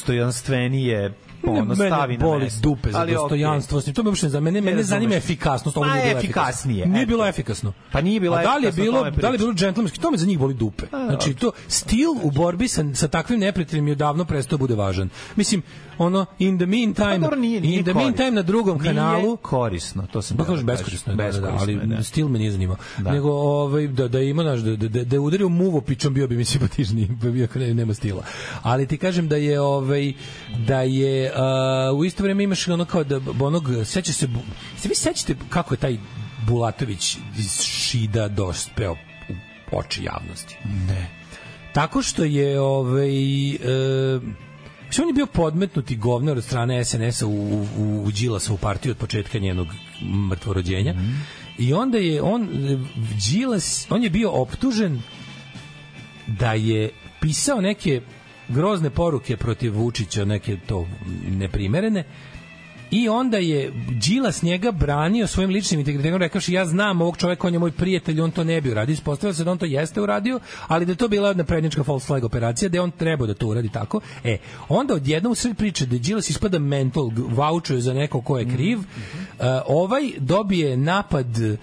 [SPEAKER 7] dostojanstvenije ono,
[SPEAKER 6] mene
[SPEAKER 7] stavi na
[SPEAKER 6] boli
[SPEAKER 7] mesto.
[SPEAKER 6] dupe za
[SPEAKER 7] Ali okej.
[SPEAKER 6] dostojanstvo. Okay. To me uopšte ne zanima. Mene, mene
[SPEAKER 7] razumeš.
[SPEAKER 6] zanima efikasnost. Ovo
[SPEAKER 7] Ma,
[SPEAKER 6] nije bilo
[SPEAKER 7] efikasnije,
[SPEAKER 6] Nije
[SPEAKER 7] eto.
[SPEAKER 6] bilo efikasno.
[SPEAKER 7] Pa nije bilo
[SPEAKER 6] A da li je
[SPEAKER 7] efikasno,
[SPEAKER 6] bilo,
[SPEAKER 7] o tome
[SPEAKER 6] da li je bilo džentlmenski? To me za njih boli dupe. Znači, to, stil u borbi sa, sa takvim neprijateljem je odavno prestao da bude važan. Mislim, ono, in the meantime,
[SPEAKER 7] Pa dobro, nije, nije
[SPEAKER 6] in the
[SPEAKER 7] korisno.
[SPEAKER 6] meantime na drugom
[SPEAKER 7] Nije
[SPEAKER 6] kanalu,
[SPEAKER 7] korisno, to sam
[SPEAKER 6] Pa
[SPEAKER 7] teo da
[SPEAKER 6] kažem beskorisno, je, da, da, da,
[SPEAKER 7] Beskorisno
[SPEAKER 6] ali
[SPEAKER 7] je, da.
[SPEAKER 6] stil me nije zanimao.
[SPEAKER 7] Da.
[SPEAKER 6] Nego ovaj da da ima naš da da da je udario muvo pičom bio bi mi simpatičniji, (laughs) pa bio ne, nema stila. Ali ti kažem da je ovaj da je a, u isto vreme imaš ono kao da b- onog seća se bu- se vi sećate kako je taj Bulatović iz Šida dospeo u oči javnosti. Ne. Tako što je ovaj e, Mislim, on je bio podmetnuti govnar od strane SNS-a u, u, u, u Đilasovu partiju od početka njenog mrtvorođenja. I onda je on, e, Đilas, on je bio optužen da je pisao neke grozne poruke protiv Vučića, neke to neprimerene, I onda je Đilas njega branio svojim ličnim integritetom, rekavši ja znam ovog čoveka, on je moj prijatelj, on to ne bi uradio. Ispostavilo se da on to jeste uradio, ali da je to bila jedna prednjačka false flag operacija, da je on trebao da to uradi tako. E, onda odjednom u sred priče da Đilas ispada mental, g- vaučuje za neko ko je kriv, uh, ovaj dobije napad uh,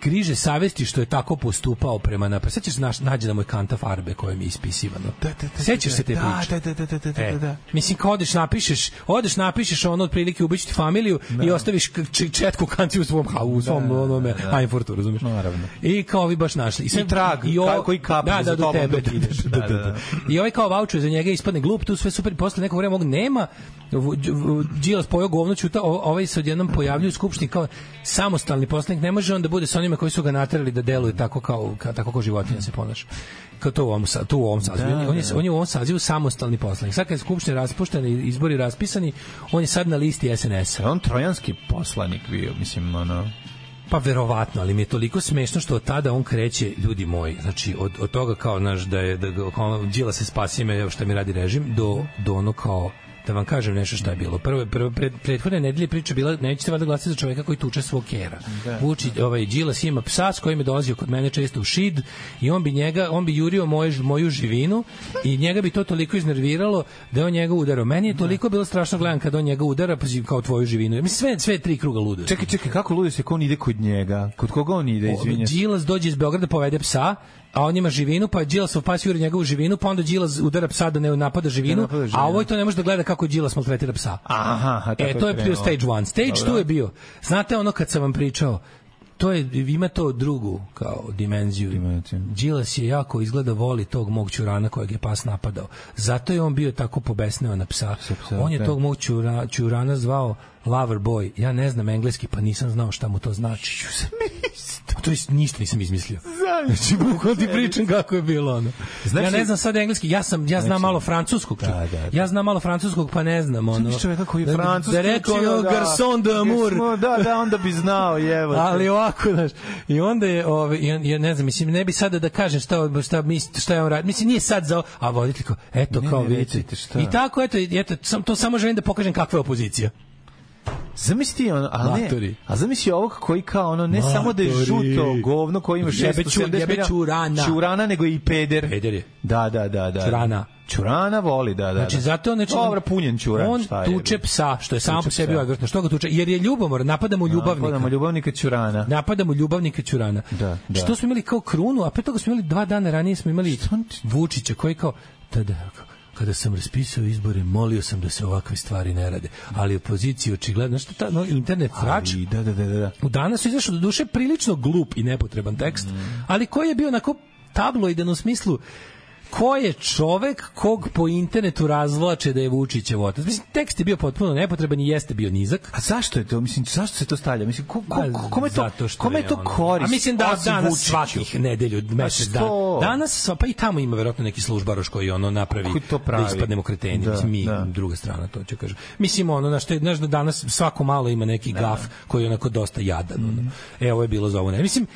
[SPEAKER 6] križe savesti što je tako postupao prema napad. Sećaš se naš, nađe da mu je kanta farbe kojom je ispisivano. Da, da, da, Sećaš se te
[SPEAKER 7] da,
[SPEAKER 6] priče?
[SPEAKER 7] da, da, da, da, da,
[SPEAKER 6] E,
[SPEAKER 7] da, da.
[SPEAKER 6] Mislim, kao odeš napišeš, odeš napišeš ono otprilike ubiću ti familiju da. i ostaviš k- č- četku kanti u svom hau, u svom da, onome, da, da. Einfortu, razumeš? Naravno. I kao vi baš našli. I, sad-
[SPEAKER 7] trag,
[SPEAKER 6] ovo-
[SPEAKER 7] ka- koji kapi
[SPEAKER 6] da,
[SPEAKER 7] za
[SPEAKER 6] da, do
[SPEAKER 7] tobom
[SPEAKER 6] tebe.
[SPEAKER 7] dok ideš.
[SPEAKER 6] (laughs) Da, da, da. I ovaj kao vaučuje za njega, ispadne glup, tu sve super, posle nekog vremena ovog nema, Vu- Đ- Vu- Đilas pojao govno čuta, o- ovaj se odjednom pojavljuje u skupštini kao samostalni poslanik, ne može on da bude sa onima koji su ga naterali da deluje tako kao, ka, tako kao životinja se ponaša. Kao to u ovom, sa- tu u ovom sazivu.
[SPEAKER 7] Da,
[SPEAKER 6] on, je,
[SPEAKER 7] da.
[SPEAKER 6] on je u ovom sazivu samostalni poslanik. Sad kad je skupština raspuštena i izbori raspisani, on je sad na listi SNS-a.
[SPEAKER 7] On trojanski poslanik bio, mislim, ono...
[SPEAKER 6] Pa verovatno, ali mi je toliko smešno što od tada on kreće, ljudi moji, znači od, od toga kao, znaš, da je, da ga- kao, ono, Đila se spasi me, evo šta mi radi režim, do, do ono kao, da vam kažem nešto šta je bilo. Prvo, prvo pred, prethodne nedelje priča bila, nećete valjda glasati za čoveka koji tuče svog kera.
[SPEAKER 7] Da.
[SPEAKER 6] Vučić, ovaj Đilas ima psa s kojim je dolazio kod mene često u šid i on bi njega, on bi jurio moje, moju živinu i njega bi to toliko iznerviralo da je on njega udarao. Meni je toliko bilo strašno gledam kad on njega udara pa si kao tvoju živinu. Mislim, sve, sve tri kruga ludosti.
[SPEAKER 7] Čekaj, čekaj, kako ludi se, ko on ide kod njega? Kod koga on ide, izvinja se?
[SPEAKER 6] Đilas dođe iz Beograda, povede psa, a on ima živinu, pa Đilasov pas juri njegovu živinu, pa onda Đilas udara psa da ne napada živinu,
[SPEAKER 7] napada živinu.
[SPEAKER 6] a ovo to ne može da gleda kako Đilas maltretira psa.
[SPEAKER 7] Aha, aha, tako
[SPEAKER 6] e, to je bio
[SPEAKER 7] krenulo.
[SPEAKER 6] stage one. Stage
[SPEAKER 7] Dobro.
[SPEAKER 6] two je bio. Znate ono kad sam vam pričao, to je, ima to drugu kao dimenziju.
[SPEAKER 7] Dimenziju.
[SPEAKER 6] Đilas je jako izgleda voli tog mog ćurana kojeg je pas napadao. Zato je on bio tako pobesneo na psa.
[SPEAKER 7] psa,
[SPEAKER 6] on je
[SPEAKER 7] da.
[SPEAKER 6] tog mog ćura, ćurana zvao lover boy. Ja ne znam engleski, pa nisam znao šta mu to znači. A to je, ništa nisam izmislio. Znači, bukvalno ti pričam kako je bilo ono.
[SPEAKER 7] Znaš
[SPEAKER 6] ja ne
[SPEAKER 7] li-
[SPEAKER 6] znam sad engleski, ja sam ja znam
[SPEAKER 7] Znači-
[SPEAKER 6] malo francuskog. čovječe.
[SPEAKER 7] Da, da, da.
[SPEAKER 6] Ja znam malo francuskog, pa ne znam ono.
[SPEAKER 7] Znaš čoveka koji je
[SPEAKER 6] Da-
[SPEAKER 7] francuski...
[SPEAKER 6] Da reče
[SPEAKER 7] ono,
[SPEAKER 6] o garçon de amour.
[SPEAKER 7] Da, da, onda bi znao, jevo. te.
[SPEAKER 6] Ali ovako, znaš, i onda je, ove, i on, ja ne znam, mislim, ne bi sada da kažem šta, on- šta, mis- šta je on radi, mislim, nije sad za, ovo, a voditelj kao, eto,
[SPEAKER 7] Ne,
[SPEAKER 6] kao
[SPEAKER 7] ne,
[SPEAKER 6] vidite.
[SPEAKER 7] recite šta.
[SPEAKER 6] I tako, eto, eto sam, to samo želim da pokažem kakva je opozicija.
[SPEAKER 7] Zamisli ti ono, ali ne,
[SPEAKER 6] Matori.
[SPEAKER 7] a zamisli ovog koji kao ono, ne samo da je
[SPEAKER 6] Matori.
[SPEAKER 7] žuto govno koji ima
[SPEAKER 6] Jebe
[SPEAKER 7] 670
[SPEAKER 6] ću- jebe
[SPEAKER 7] miliona-
[SPEAKER 6] ćurana.
[SPEAKER 7] Ćurana, nego i peder.
[SPEAKER 6] Peder je.
[SPEAKER 7] Da, da, da, da.
[SPEAKER 6] Ćurana.
[SPEAKER 7] Ćurana voli, da, da.
[SPEAKER 6] Znači
[SPEAKER 7] da.
[SPEAKER 6] zato on znači
[SPEAKER 7] Dobro, punjen ćuran,
[SPEAKER 6] On
[SPEAKER 7] šta je,
[SPEAKER 6] tuče
[SPEAKER 7] jebi. Da,
[SPEAKER 6] psa, što je samo
[SPEAKER 7] Tuče
[SPEAKER 6] po sebi
[SPEAKER 7] psa.
[SPEAKER 6] odvratno. Što ga tuče? Jer je ljubomor, napada mu ljubavnika. Da,
[SPEAKER 7] Napadamo ljubavnika ćurana.
[SPEAKER 6] napada mu ljubavnika Ćurana.
[SPEAKER 7] Da, da.
[SPEAKER 6] Što smo imali kao krunu, a pre toga smo imali dva dana ranije smo imali Vučića koji kao tada kada sam raspisao izbore, molio sam da se ovakve stvari ne rade. Ali opoziciji očigledno, što ta no, internet frač,
[SPEAKER 7] Ali, da, da, da, da. da.
[SPEAKER 6] u danas je izašao do duše prilično glup i nepotreban tekst,
[SPEAKER 7] Mm.
[SPEAKER 6] ali koji je bio onako tabloidan u smislu ko je čovek kog po internetu razvlače da je Vučićev otac. Mislim, tekst je bio potpuno nepotreban i jeste bio nizak.
[SPEAKER 7] A zašto je to? Mislim, zašto se to stavlja? Mislim, ko, ko, ko, kome to,
[SPEAKER 6] Pa, Zato što
[SPEAKER 7] kome to
[SPEAKER 6] ono-
[SPEAKER 7] korist?
[SPEAKER 6] A mislim da
[SPEAKER 7] osim
[SPEAKER 6] danas
[SPEAKER 7] Vučiću? Pa
[SPEAKER 6] svakih nedelju, mesec dan.
[SPEAKER 7] što?
[SPEAKER 6] Danas, sva- pa i tamo ima verovatno neki službaroš koji ono napravi
[SPEAKER 7] Koji to pravi.
[SPEAKER 6] da ispadnemo kreteni.
[SPEAKER 7] Da,
[SPEAKER 6] Da, mi,
[SPEAKER 7] da.
[SPEAKER 6] da. druga strana, to ću kažem. Mislim, ono, znaš, te- znaš da danas svako malo ima neki
[SPEAKER 7] Da,
[SPEAKER 6] gaf koji je onako dosta jadan.
[SPEAKER 7] Mhm.
[SPEAKER 6] Ono. E, ovo je bilo za ovo. Ne. Mislim,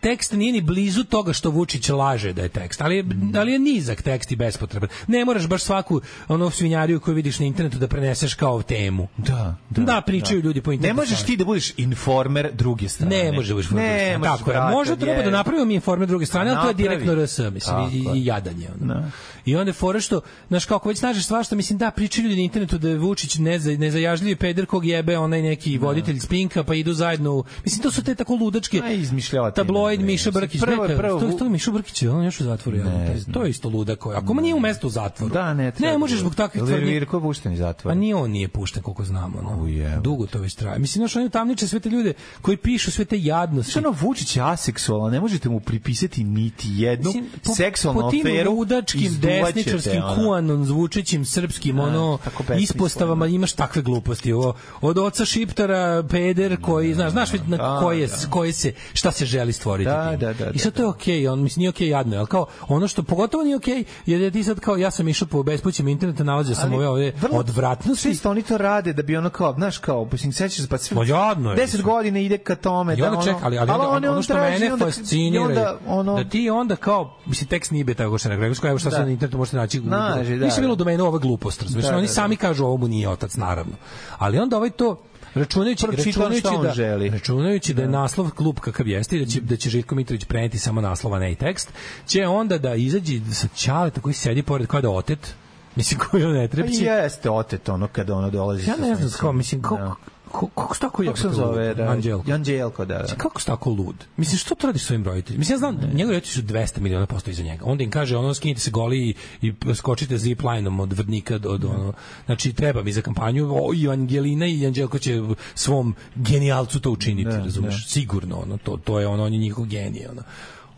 [SPEAKER 6] tekst nije ni blizu toga što Vučić laže da je tekst, ali je,
[SPEAKER 7] Mhm.
[SPEAKER 6] ali je nizak tekst i bespotreban. Ne moraš baš svaku ono svinjariju koju vidiš na internetu da preneseš kao temu.
[SPEAKER 7] Da, da.
[SPEAKER 6] Da, pričaju ljudi po
[SPEAKER 7] Ne
[SPEAKER 6] internetu.
[SPEAKER 7] možeš ti da budeš informer druge strane.
[SPEAKER 6] Ne, može da budeš
[SPEAKER 7] Ne,
[SPEAKER 6] ne,
[SPEAKER 7] možeš,
[SPEAKER 6] tako je.
[SPEAKER 7] brate,
[SPEAKER 6] Može treba da
[SPEAKER 7] jebi.
[SPEAKER 6] napravimo mi informe druge strane, ali to je
[SPEAKER 7] Napravi.
[SPEAKER 6] direktno RS, mislim, i,
[SPEAKER 7] Tako je. Da.
[SPEAKER 6] i, i jadanje. Ono. I onda je fora što, znaš, kako već snažeš svašta, mislim, da, pričaju ljudi na internetu da je Vučić neza, nezajažljivi peder kog jebe onaj neki
[SPEAKER 7] Da.
[SPEAKER 6] voditelj spinka, pa idu zajedno u... Mislim, to su te tako ludačke...
[SPEAKER 7] Aj, izmišljavati.
[SPEAKER 6] Tabloid
[SPEAKER 7] Ne,
[SPEAKER 6] Miša
[SPEAKER 7] mislim,
[SPEAKER 6] Brkić.
[SPEAKER 7] prvo-
[SPEAKER 6] Prvo,
[SPEAKER 7] prvo
[SPEAKER 6] prvo, to,
[SPEAKER 7] Vu-
[SPEAKER 6] to, to Miša Brkić je on još u zatvoru. Ja,
[SPEAKER 7] Ne
[SPEAKER 6] to, je-
[SPEAKER 7] znam.
[SPEAKER 6] to je isto luda koja. Ako mu nije u mestu u zatvoru.
[SPEAKER 7] Da, ne, treba
[SPEAKER 6] ne možeš
[SPEAKER 7] da-
[SPEAKER 6] zbog takvih
[SPEAKER 7] Jel
[SPEAKER 6] tvrdnji.
[SPEAKER 7] Virko je pušten iz zatvora.
[SPEAKER 6] Pa ni on nije pušten koliko znamo. Ono.
[SPEAKER 7] jebote.
[SPEAKER 6] Dugo to već traje. Mislim znaš, oni tamniče sve te ljude koji pišu sve te jadnosti.
[SPEAKER 7] Znaš, ono, Vučić je aseksualan, ne možete mu pripisati niti jednu
[SPEAKER 6] Mislim,
[SPEAKER 7] seksualnu
[SPEAKER 6] po tim
[SPEAKER 7] aferu.
[SPEAKER 6] ludačkim,
[SPEAKER 7] izduvaćete,
[SPEAKER 6] desničarskim,
[SPEAKER 7] ono.
[SPEAKER 6] kuanon zvučećim, srpskim,
[SPEAKER 7] Da,
[SPEAKER 6] ono,
[SPEAKER 7] tako besmisleno.
[SPEAKER 6] ispostavama imaš takve gluposti. Ovo, od oca Šiptara, peder koji, znaš, znaš već na
[SPEAKER 7] da,
[SPEAKER 6] koje,
[SPEAKER 7] da.
[SPEAKER 6] koje se, šta se želi stvoriti. boriti.
[SPEAKER 7] Da,
[SPEAKER 6] tim.
[SPEAKER 7] da, da,
[SPEAKER 6] I sad to je okej, on mislim nije okej jadno, je, ali kao ono što pogotovo nije okej je da ti sad kao ja sam išao po bespućem internetu, nalazio sam
[SPEAKER 7] Ali
[SPEAKER 6] ove ove
[SPEAKER 7] vrlo
[SPEAKER 6] odvratnosti.
[SPEAKER 7] Često oni to rade da bi ono kao, znaš kao, mislim, sećaš se, pa sve...
[SPEAKER 6] Ma jadno je,
[SPEAKER 7] 10 godina ide ka tome.
[SPEAKER 6] I
[SPEAKER 7] da
[SPEAKER 6] onda
[SPEAKER 7] ono-
[SPEAKER 6] čekaj, ali, ali, onda,
[SPEAKER 7] on-
[SPEAKER 6] ono,
[SPEAKER 7] on
[SPEAKER 6] što
[SPEAKER 7] traži,
[SPEAKER 6] mene
[SPEAKER 7] onda-
[SPEAKER 6] fascinira
[SPEAKER 7] i onda,
[SPEAKER 6] je
[SPEAKER 7] ono,
[SPEAKER 6] da ti onda kao, mislim, tekst nije beta kako se na Gregorsku, evo šta
[SPEAKER 7] Da.
[SPEAKER 6] se na internetu možete naći.
[SPEAKER 7] Nađe, da,
[SPEAKER 6] Više bilo
[SPEAKER 7] da.
[SPEAKER 6] u domenu ova glupost, razumiješ?
[SPEAKER 7] Da, da,
[SPEAKER 6] Oni
[SPEAKER 7] da.
[SPEAKER 6] sami kažu ovo mu nije otac, naravno. Ali onda ovaj to, računajući,
[SPEAKER 7] Pročita on
[SPEAKER 6] računajući,
[SPEAKER 7] šta on
[SPEAKER 6] da,
[SPEAKER 7] želi.
[SPEAKER 6] računajući da je naslov klub kakav jeste i da će, da će Željko Mitrović preneti samo naslova, ne i tekst, će onda da izađe sa Ćaleta koji sedi pored kao da je otet, mislim koji on ne
[SPEAKER 7] Pa
[SPEAKER 6] trepće.
[SPEAKER 7] jeste otet ono kada ono dolazi.
[SPEAKER 6] Ja
[SPEAKER 7] sa
[SPEAKER 6] ne znam,
[SPEAKER 7] svojim-
[SPEAKER 6] kao, mislim, kao,
[SPEAKER 7] Da.
[SPEAKER 6] ko- kako se tako
[SPEAKER 7] Kako se on
[SPEAKER 6] jebote lud?
[SPEAKER 7] zove? Da,
[SPEAKER 6] Anđelko. Znači,
[SPEAKER 7] Anđelko, da, da.
[SPEAKER 6] Kako si tako lud? Mislim, što to radiš svojim roditeljima? Mislim, ja znam, njegovi roditelji su 200 miliona posto iza njega. Onda im kaže, ono, skinite se goli i, i skočite zip lineom od vrnika do, do ono. Znači, treba mi za kampanju. O, I Angelina i Anđelko će svom genijalcu to učiniti,
[SPEAKER 7] Da,
[SPEAKER 6] razumeš? Sigurno, ono, to, to je ono, on je njihov genij, ono.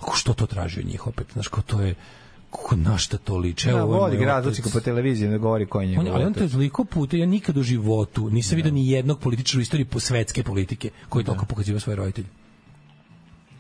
[SPEAKER 6] Kako, Što to traži od njih opet? Znaš, kao to je, kako na šta to liče?
[SPEAKER 7] Da,
[SPEAKER 6] Evo, ovo je
[SPEAKER 7] vodi
[SPEAKER 6] moj
[SPEAKER 7] ga
[SPEAKER 6] otac.
[SPEAKER 7] različito po televiziji, ne govori ko je njegov.
[SPEAKER 6] On, ali on to je toliko puta, ja nikad u životu nisam
[SPEAKER 7] Da.
[SPEAKER 6] vidio ni jednog političara u istoriji po svetske politike koji je toliko pokazivao svoje roditelje.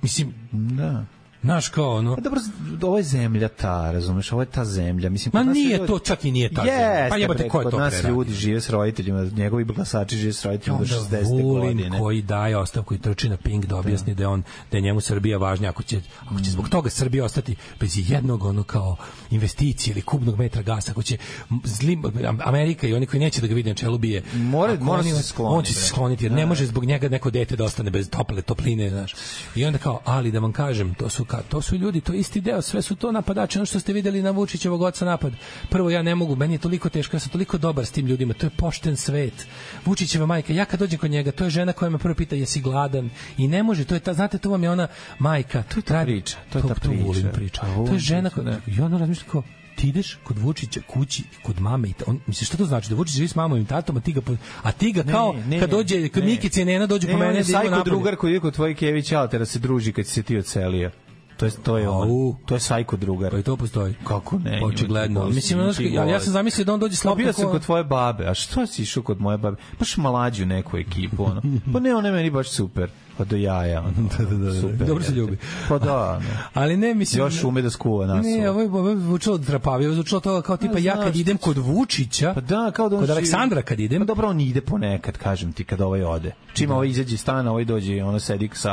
[SPEAKER 6] Mislim,
[SPEAKER 7] Da.
[SPEAKER 6] znaš kao ono...
[SPEAKER 7] Pa dobro, ovo je zemlja ta, razumeš, ovo je ta zemlja. Mislim,
[SPEAKER 6] Ma
[SPEAKER 7] kod nas
[SPEAKER 6] nije
[SPEAKER 7] ljudi-
[SPEAKER 6] to, čak i nije ta
[SPEAKER 7] Jeste,
[SPEAKER 6] zemlja. Pa jebate,
[SPEAKER 7] bre,
[SPEAKER 6] ko je
[SPEAKER 7] kod
[SPEAKER 6] to
[SPEAKER 7] nas
[SPEAKER 6] preradio?
[SPEAKER 7] ljudi žive s roditeljima, njegovi glasači žive s roditeljima do
[SPEAKER 6] Onda
[SPEAKER 7] 60.
[SPEAKER 6] Vulin
[SPEAKER 7] godine.
[SPEAKER 6] koji daje ostavku i trči na ping da objasni da, je on da je njemu Srbija važnija ako će ako
[SPEAKER 7] Mm.
[SPEAKER 6] će zbog toga Srbija ostati bez jednog ono kao investicije ili kubnog metra gasa ako će zli, Amerika i oni koji neće da ga vide na čelu bije
[SPEAKER 7] Mora-
[SPEAKER 6] ako
[SPEAKER 7] mora
[SPEAKER 6] oni-
[SPEAKER 7] se skloniti,
[SPEAKER 6] on će se
[SPEAKER 7] bre.
[SPEAKER 6] skloniti jer ne može zbog njega neko dete da ostane bez tople topline znaš i onda kao ali da vam kažem to su ka, to su ljudi to je isti deo sve su to napadači ono što ste videli na Vučićevog oca napad prvo ja ne mogu meni je toliko teško ja sam toliko dobar s tim ljudima to je pošten svet Vučićeva majka ja kad dođem kod njega to je žena koja me prvo pita jesi gladan i ne može to je ta znate to vam je ona majka to je ta
[SPEAKER 7] priča, to je ta priča.
[SPEAKER 6] Vulin priča
[SPEAKER 7] A,
[SPEAKER 6] to
[SPEAKER 7] Vulin
[SPEAKER 6] je žena
[SPEAKER 7] priča,
[SPEAKER 6] koja
[SPEAKER 7] da.
[SPEAKER 6] i ona razmišlja kao ti ideš kod Vučića kući i kod mame i ta, on misliš šta to znači da Vučić živi s mamom i tatom a ti ga po- a ti ga kao
[SPEAKER 7] ne,
[SPEAKER 6] kad
[SPEAKER 7] ne,
[SPEAKER 6] dođe kad
[SPEAKER 7] ne.
[SPEAKER 6] Mikica i Nena dođe
[SPEAKER 7] Ne,
[SPEAKER 6] po
[SPEAKER 7] on
[SPEAKER 6] mene
[SPEAKER 7] je
[SPEAKER 6] da idu
[SPEAKER 7] sajko
[SPEAKER 6] napolje.
[SPEAKER 7] drugar koji je kod tvoj Kević Altera da se druži kad si se ti ocelio. To je, to je on.
[SPEAKER 6] Au.
[SPEAKER 7] To je sajko drugar.
[SPEAKER 6] Pa i to postoji.
[SPEAKER 7] Kako ne?
[SPEAKER 6] Očigledno.
[SPEAKER 7] Ima-
[SPEAKER 6] Mislim, znaš,
[SPEAKER 7] ima-
[SPEAKER 6] ali ja sam zamislio da on dođe s
[SPEAKER 7] Pa
[SPEAKER 6] loptom.
[SPEAKER 7] bio sam
[SPEAKER 6] ko-
[SPEAKER 7] kod tvoje babe, a što si išao kod moje babe? Baš mlađu neku ekipu,
[SPEAKER 6] (laughs)
[SPEAKER 7] ono. Pa ne, ona je meni baš super. Pa do jaja, ono. da, da, da, super,
[SPEAKER 6] Dobro se
[SPEAKER 7] jebote.
[SPEAKER 6] ljubi.
[SPEAKER 7] Pa da, ono.
[SPEAKER 6] Ali ne, mislim...
[SPEAKER 7] Još ume da skuva nas.
[SPEAKER 6] Ne, ovo je, ovo je zvučalo drapavije, ovo je zvučalo to kao tipa
[SPEAKER 7] A,
[SPEAKER 6] ja
[SPEAKER 7] znaš,
[SPEAKER 6] kad idem kod Vučića,
[SPEAKER 7] Pa da, kao da on
[SPEAKER 6] kod
[SPEAKER 7] živi-
[SPEAKER 6] Aleksandra kad idem, Da.
[SPEAKER 7] Pa dobro, on ide ponekad, kažem ti, kad ovaj ode. Čim ovaj izađe iz stana, ovaj dođe i ono sedi sa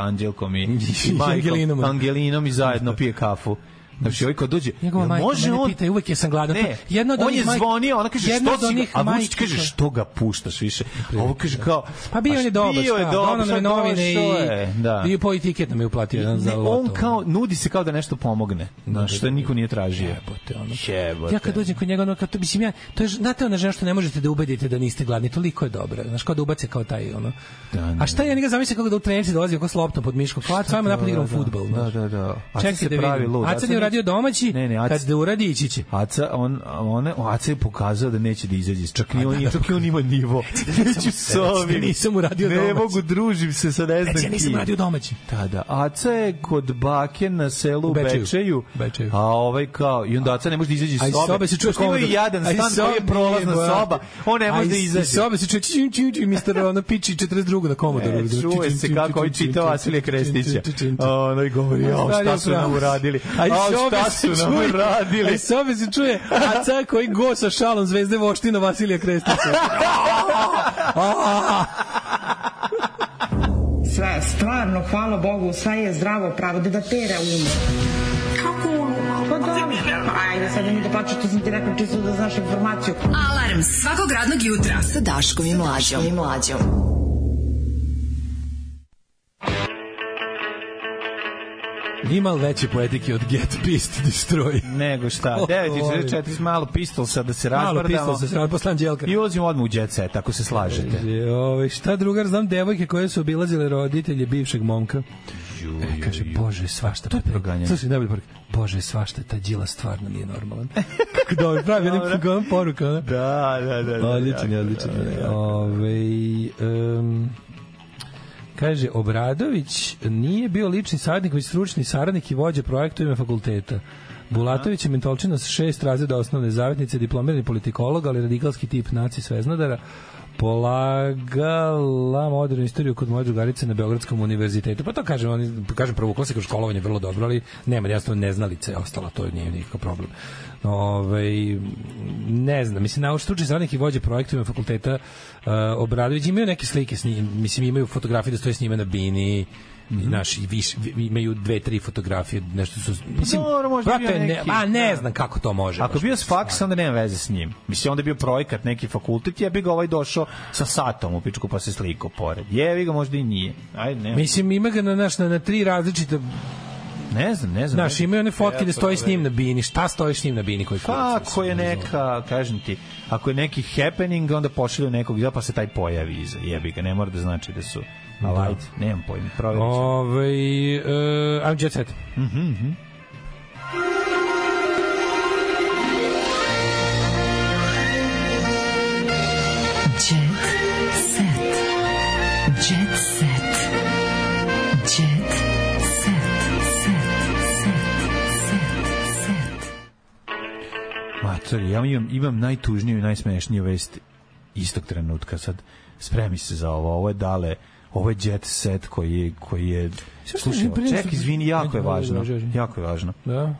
[SPEAKER 6] (laughs)
[SPEAKER 7] Anđelkom i, i majkom,
[SPEAKER 6] Angelinom. Da.
[SPEAKER 7] Angelinom i zajedno pije kafu. Znači, ovaj kad dođe,
[SPEAKER 6] njegova
[SPEAKER 7] jel
[SPEAKER 6] majka
[SPEAKER 7] može
[SPEAKER 6] mene
[SPEAKER 7] on...
[SPEAKER 6] pita, uvek je sam gladan.
[SPEAKER 7] Ne,
[SPEAKER 6] To- jedna od
[SPEAKER 7] on
[SPEAKER 6] onih
[SPEAKER 7] je
[SPEAKER 6] majki-
[SPEAKER 7] zvonio, ona kaže,
[SPEAKER 6] jedna
[SPEAKER 7] što
[SPEAKER 6] od
[SPEAKER 7] si... ga-
[SPEAKER 6] onih
[SPEAKER 7] A Vučić
[SPEAKER 6] majki
[SPEAKER 7] kaže,
[SPEAKER 6] koja-
[SPEAKER 7] što ga puštaš više? A ovo kaže kao...
[SPEAKER 6] Pa bio
[SPEAKER 7] "A
[SPEAKER 6] on je
[SPEAKER 7] š-
[SPEAKER 6] dobar,
[SPEAKER 7] bio je
[SPEAKER 6] šta, donao
[SPEAKER 7] dobar,
[SPEAKER 6] nam je
[SPEAKER 7] sad
[SPEAKER 6] novine i,
[SPEAKER 7] došao je, Da.
[SPEAKER 6] i po i tiket nam je uplatio jedan za
[SPEAKER 7] Ne,
[SPEAKER 6] loto.
[SPEAKER 7] on kao, nudi se kao da nešto pomogne, znaš, što niko nije tražio.
[SPEAKER 6] da, Jebote, ono.
[SPEAKER 7] Jebote.
[SPEAKER 6] Ja kad dođem kod njega, ono, kad to, mislim, ja, to je, znate ona žena što ne možete da ubedite da niste gladni, toliko je dobra, znaš, kao da ubace kao taj, ono.
[SPEAKER 7] Da, ne.
[SPEAKER 6] A šta ja njega zamislim kako da u trenerci dolazi oko s loptom pod miškom, kao, ajmo napad igramo fudbal
[SPEAKER 7] Da,
[SPEAKER 6] znaš.
[SPEAKER 7] da, da. A sad
[SPEAKER 6] Čekaj
[SPEAKER 7] se
[SPEAKER 6] da
[SPEAKER 7] pravi
[SPEAKER 6] vidim.
[SPEAKER 7] lud.
[SPEAKER 6] Aca
[SPEAKER 7] Aca
[SPEAKER 6] nije
[SPEAKER 7] neće-
[SPEAKER 6] uradio domaći,
[SPEAKER 7] Ne, ne, Aca-
[SPEAKER 6] kad da uradi, ići će.
[SPEAKER 7] Aca, on, one, Aca je pokazao da neće da izađe, iz- čak ni on, čak
[SPEAKER 6] da.
[SPEAKER 7] i on ima nivo. Neću s ovim.
[SPEAKER 6] nisam uradio
[SPEAKER 7] ne
[SPEAKER 6] domaći.
[SPEAKER 7] mogu, družim se sa ne znam
[SPEAKER 6] Reci, ja nisam
[SPEAKER 7] kim.
[SPEAKER 6] uradio domaći.
[SPEAKER 7] Da, da. Aca je kod bake na selu u
[SPEAKER 6] U Bečeju.
[SPEAKER 7] Bečeju,
[SPEAKER 6] Bečeju.
[SPEAKER 7] a ovaj kao, i onda Aca ne može da izađe iz
[SPEAKER 6] A
[SPEAKER 7] sobe.
[SPEAKER 6] iz sobe se čuje
[SPEAKER 7] Pošto imaju
[SPEAKER 6] komodor.
[SPEAKER 7] jadan
[SPEAKER 6] A iz
[SPEAKER 7] stan koji je
[SPEAKER 6] sobe,
[SPEAKER 7] prolazna
[SPEAKER 6] brate.
[SPEAKER 7] soba, on ne
[SPEAKER 6] A
[SPEAKER 7] može da
[SPEAKER 6] iz-
[SPEAKER 7] izađe.
[SPEAKER 6] Iz sobe se čuje čim, čim, čim, mister, ono, piči 42 na komodoru.
[SPEAKER 7] E, čuje se kako ovaj čitao Vasilija Krestića. Ono i govori, "Jao,
[SPEAKER 6] Stari
[SPEAKER 7] šta
[SPEAKER 6] je
[SPEAKER 7] su nam
[SPEAKER 6] Da, pravo."
[SPEAKER 7] uradili?
[SPEAKER 6] A iz
[SPEAKER 7] Jao,
[SPEAKER 6] sobe
[SPEAKER 7] šta
[SPEAKER 6] se
[SPEAKER 7] su nam
[SPEAKER 6] čuje-
[SPEAKER 7] uradili?"
[SPEAKER 6] a iz sobe se čuje aca koji go sa šalom zvezde voština Vasilija Krestića.
[SPEAKER 15] Sve, stvarno, hvala Bogu, sve je zdravo pravo, da da pera umo. Kako umo? Pa dobro, ajde, sad nemoj da plaćaš, to sam ti rekla čisto da znaš informaciju.
[SPEAKER 5] Alarm svakog radnog jutra sa Daškom i Mlađom. I Mlađom.
[SPEAKER 6] (laughs) Ima li veće poetike od Get Pissed Destroy?
[SPEAKER 7] Nego šta,
[SPEAKER 6] Kako
[SPEAKER 7] 944 malo pistolsa da se
[SPEAKER 6] Oh, Malo
[SPEAKER 7] razbrdamo.
[SPEAKER 6] pistol se srao, posle Anđelka.
[SPEAKER 7] I ulazimo odmah u jet set, ako se slažete.
[SPEAKER 6] E, Ove, šta drugar, znam devojke koje su obilazile roditelje bivšeg momka. E, kaže, bože, svašta. To je
[SPEAKER 7] proganjanje.
[SPEAKER 6] Slušaj, najbolji poruk. Bože, svašta, ta džila stvarno nije (laughs) normalan. Kako da ovaj pravi, jedan pogodan poruka. Ona.
[SPEAKER 7] Da, da, da. da
[SPEAKER 6] Odličan je, odličan je. Ove, em, kaže, Obradović nije bio lični saradnik, već stručni saradnik i vođa projekta u ime fakulteta. Bulatović je mentolčina s šest razreda osnovne zavetnice, diplomirani politikolog, ali radikalski tip naci sveznadara. polagala modernu istoriju kod moje drugarice na Beogradskom univerzitetu. Pa to kažem, oni, kažem, provukla se kroz školovanje vrlo dobro, ali nema, jasno neznalice je ostala, to nije nikakav problem. Ove, ne znam, mislim, naučni za neki vođe projektovima fakulteta uh, Obradović imaju neke slike s njim, mislim, imaju fotografije da stoje s njima na bini, Mm
[SPEAKER 7] Mhm.
[SPEAKER 6] -hmm. naš i više imaju dve tri fotografije nešto su mislim
[SPEAKER 7] Pa Dobro, možda je bio
[SPEAKER 6] brate, ne,
[SPEAKER 7] neki,
[SPEAKER 6] a ne
[SPEAKER 7] da.
[SPEAKER 6] znam kako to može
[SPEAKER 7] Ako je bio s faks, onda nema veze s njim. Mislim, onda je bio projekat neki fakultet, ja bi ga ovaj došao sa satom u pičku pa se slikao pored. Jevi ga možda i nije. Ajde, nema.
[SPEAKER 6] Mislim, ima ga na, naš, na, na tri različita...
[SPEAKER 7] Ne znam, ne znam.
[SPEAKER 6] Znaš, imaju one fotke da stoji s njim na
[SPEAKER 7] bi...
[SPEAKER 6] bini. Šta stoji s njim na bini koji kurac?
[SPEAKER 7] Pa, Ako je neka, kažem ti, ako je neki happening, onda pošalju nekog iza, pa se taj pojavi iza. Jebi ga, ne mora da znači da su... Ali,
[SPEAKER 6] Da.
[SPEAKER 7] ajde, nemam pojma, provjerit ću.
[SPEAKER 6] Ove, uh, I'm jet set.
[SPEAKER 7] Mhm, mhm.
[SPEAKER 5] Jet set. Jet set. Jet
[SPEAKER 7] Mater, ja imam, imam najtužniju i najsmešniju vest istog trenutka. Sad spremi se za ovo. Ovo je dale, ovo je jet set koji je... Koji je slušaj,
[SPEAKER 6] mi prije nego
[SPEAKER 7] ček,
[SPEAKER 6] što-
[SPEAKER 7] izvini, jako je
[SPEAKER 6] Ajde,
[SPEAKER 7] važno.
[SPEAKER 6] ajde, ajde, ajde.
[SPEAKER 7] Jako je važno.
[SPEAKER 6] Da.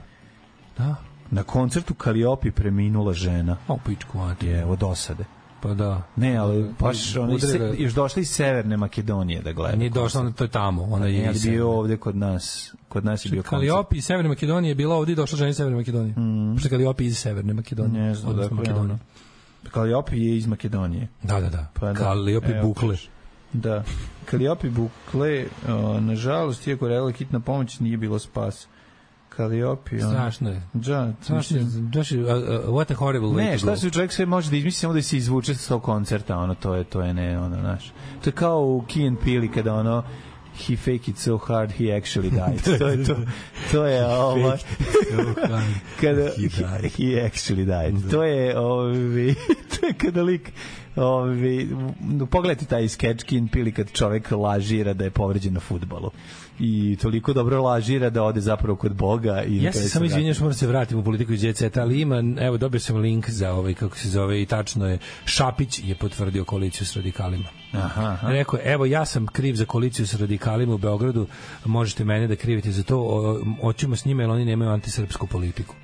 [SPEAKER 6] Da.
[SPEAKER 7] Na koncertu Kaliopi preminula žena.
[SPEAKER 6] O, Pa, pičku, mati.
[SPEAKER 7] Je, od osade.
[SPEAKER 6] Pa da. pa,
[SPEAKER 7] Ne, ali baš ona iz,
[SPEAKER 6] Udre ga.
[SPEAKER 7] još došla iz Severne Makedonije da gleda.
[SPEAKER 6] Nije došla, ona to je tamo. Ona je
[SPEAKER 7] Nije
[SPEAKER 6] iz
[SPEAKER 7] bio ovde kod nas. Kod nas je bio koncert.
[SPEAKER 6] Kaliopi iz Severne Makedonije je bila ovdje i došla žena iz Severne Makedonije. Mm. Pošto je Kaliopi iz Severne Makedonije.
[SPEAKER 7] Mhm. Ne znam,
[SPEAKER 6] odnosno
[SPEAKER 7] dakle,
[SPEAKER 6] Makedonije.
[SPEAKER 7] Kaliopi je iz Makedonije.
[SPEAKER 6] Da, da, da.
[SPEAKER 7] Pa da.
[SPEAKER 6] Kaliopi
[SPEAKER 7] Evo,
[SPEAKER 6] bukle.
[SPEAKER 7] Da. Kaliopi bukle, o, nažalost, iako reala hitna pomoć, nije bilo spas. Kaliopi... on-
[SPEAKER 6] Strašno je.
[SPEAKER 7] Da,
[SPEAKER 6] Znaš,
[SPEAKER 7] mislim-
[SPEAKER 6] znaš, uh, uh, what a horrible way
[SPEAKER 7] Ne,
[SPEAKER 6] to
[SPEAKER 7] šta
[SPEAKER 6] go.
[SPEAKER 7] se čovjek sve može da izmisli, samo da se izvuče sa tog koncerta, ono, to je, to je ne, ono, znaš. To je kao u Key and Peele kada ono, he fake it so hard, he actually
[SPEAKER 6] (laughs)
[SPEAKER 7] died. to je to. To je ovo.
[SPEAKER 6] Da. (laughs)
[SPEAKER 7] kada he, he actually died. To je ovi, (laughs) to je kada lik ovi, no, pogledajte taj skeč Kin Pili kad čovek lažira da je povređen na futbalu. I toliko dobro lažira da ode zapravo kod Boga. I na
[SPEAKER 6] Ja se
[SPEAKER 7] kraju
[SPEAKER 6] samo
[SPEAKER 7] vrati.
[SPEAKER 6] izvinjam što moram da se vratim u politiku iz Jet Seta, ali ima, evo, dobio sam link za ovaj, kako se zove, i tačno je, Šapić je potvrdio koaliciju s radikalima.
[SPEAKER 7] Aha, aha.
[SPEAKER 6] Rekao je, evo, ja sam kriv za koaliciju s radikalima u Beogradu, možete mene da krivite za to, o- oćemo s njima, jer oni nemaju antisrpsku politiku.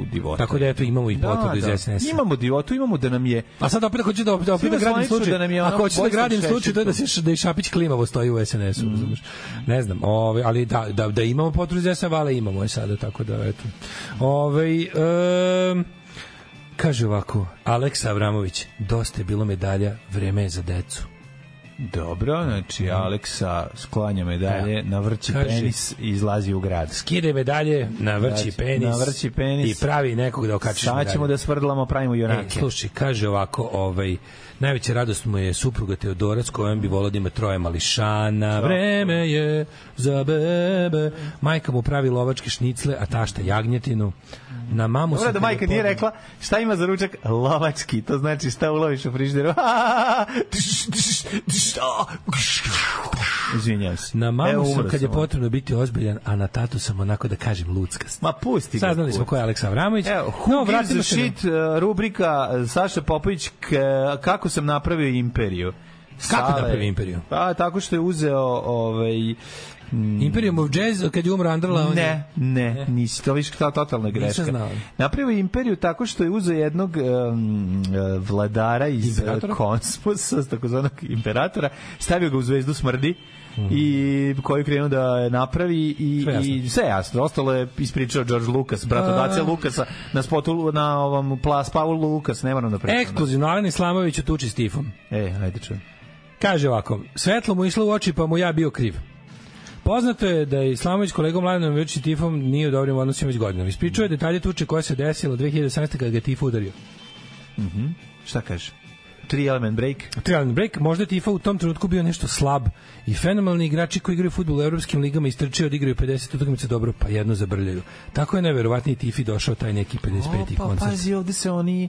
[SPEAKER 7] U, divota.
[SPEAKER 6] Tako da, eto, imamo i potvrdu iz SNS-a.
[SPEAKER 7] Imamo divotu, imamo da nam je...
[SPEAKER 6] A sad opet ako hoću da, da opet da
[SPEAKER 7] Svima
[SPEAKER 6] gradim
[SPEAKER 7] zvanično
[SPEAKER 6] slučaj,
[SPEAKER 7] da nam je ono
[SPEAKER 6] ako hoću da
[SPEAKER 7] Vojislav
[SPEAKER 6] gradim slučaj, to je da,
[SPEAKER 7] Šešelj
[SPEAKER 6] se, da i Šapić klimavo stoji u
[SPEAKER 7] Mm.
[SPEAKER 6] SNS-u, razumeš? Ne znam, ove, ali da, da, da imamo potvrdu za SNS, vala imamo je sada, tako da, eto. Ove, um, kaže ovako, Aleksa Avramović, dosta je bilo medalja, vreme je za decu.
[SPEAKER 7] Dobro, znači
[SPEAKER 6] Mhm.
[SPEAKER 7] Aleksa sklanja medalje, navrći
[SPEAKER 6] Kaže-
[SPEAKER 7] penis i izlazi u grad.
[SPEAKER 6] Skide medalje, navrći
[SPEAKER 7] Navrći-
[SPEAKER 6] penis,
[SPEAKER 7] navrći penis.
[SPEAKER 6] i pravi nekog da okačiš
[SPEAKER 7] Sad ćemo da svrdlamo, pravimo
[SPEAKER 6] E,
[SPEAKER 7] junake.
[SPEAKER 6] slušaj, kaže ovako, ovaj, najveća radost mu je supruga Teodora s kojom bi volao da ima troje mališana. Vreme je za bebe. Majka mu pravi lovačke šnicle, a tašta jagnjetinu. Na mamu
[SPEAKER 7] Dobro
[SPEAKER 6] sam
[SPEAKER 7] da
[SPEAKER 6] kad
[SPEAKER 7] majka
[SPEAKER 6] je
[SPEAKER 7] nije
[SPEAKER 6] podneo-
[SPEAKER 7] rekla šta ima za ručak lovački, to znači šta uloviš u frižderu. (laughs) Izvinjam se.
[SPEAKER 6] Na mamu
[SPEAKER 7] Evo,
[SPEAKER 6] sam
[SPEAKER 7] umro
[SPEAKER 6] kad je
[SPEAKER 7] sam, ono.
[SPEAKER 6] potrebno biti ozbiljan, a na tatu sam onako da kažem luckast.
[SPEAKER 7] Ma pusti ga.
[SPEAKER 6] Saznali smo
[SPEAKER 7] pusti.
[SPEAKER 6] ko je Aleksa Avramović.
[SPEAKER 7] Evo, who no, gives a
[SPEAKER 6] se na-
[SPEAKER 7] shit uh, rubrika uh, Saša Popović k, kako sam napravio imperiju.
[SPEAKER 6] Kako napravio imperiju?
[SPEAKER 7] Pa tako što je uzeo ovaj mm,
[SPEAKER 6] Imperium of Jazz, kad je umro Andrla, on je...
[SPEAKER 7] Ne, ne, nisi, to viš ta totalna greška.
[SPEAKER 6] znao.
[SPEAKER 7] Napravio je imperiju tako što je uzeo jednog um, eh, vladara iz eh,
[SPEAKER 6] Imperatora?
[SPEAKER 7] kosmosa, takozvanog imperatora, stavio ga u zvezdu smrdi i koju krenuo da napravi i,
[SPEAKER 6] Sve jasno.
[SPEAKER 7] i Hmm. sve jasno. Ostalo je ispričao George Lucas, bratodace Lukasa, na spotu na ovom plas Paul Lukas, ne moram da pričam.
[SPEAKER 6] Ekskluzivno, Alen Islamović u tuči s tifom.
[SPEAKER 7] E, ajde čujem.
[SPEAKER 6] Kaže ovako, svetlo mu išlo u oči pa mu ja bio kriv. Poznato je da je Islamović kolegom Mladenom Veći Tifom nije u dobrim odnosima već godinama. Ispričuje detalje tuče koja se desila 2018. kada ga je Tif udario.
[SPEAKER 7] Šta kaže? Tri element break.
[SPEAKER 6] Trialan break, možda je Tifa u tom trenutku bio nešto slab i fenomenalni igrači koji igraju futbol u evropskim ligama istrče od igraju 50 utakmica dobro pa jedno zabrljaju. Tako je najverovatniji Tifi došao taj neki 55.
[SPEAKER 7] Pa
[SPEAKER 6] koncert.
[SPEAKER 7] pazi, ovde se oni...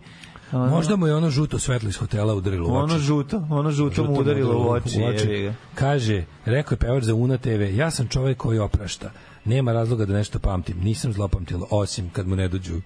[SPEAKER 7] ono-
[SPEAKER 6] Možda mu je ono žuto svetlo iz hotela udarilo u oči.
[SPEAKER 7] Ono žuto, ono žuto mu
[SPEAKER 6] Žuto
[SPEAKER 7] udarilo u
[SPEAKER 6] mu
[SPEAKER 7] oči. jebi ga.
[SPEAKER 6] da, Kaže, rekao je pevač za Una TV, ja sam čovek koji oprašta. Nema razloga da nešto pamtim. Nisam zlopamtila, osim kad mu ne dođu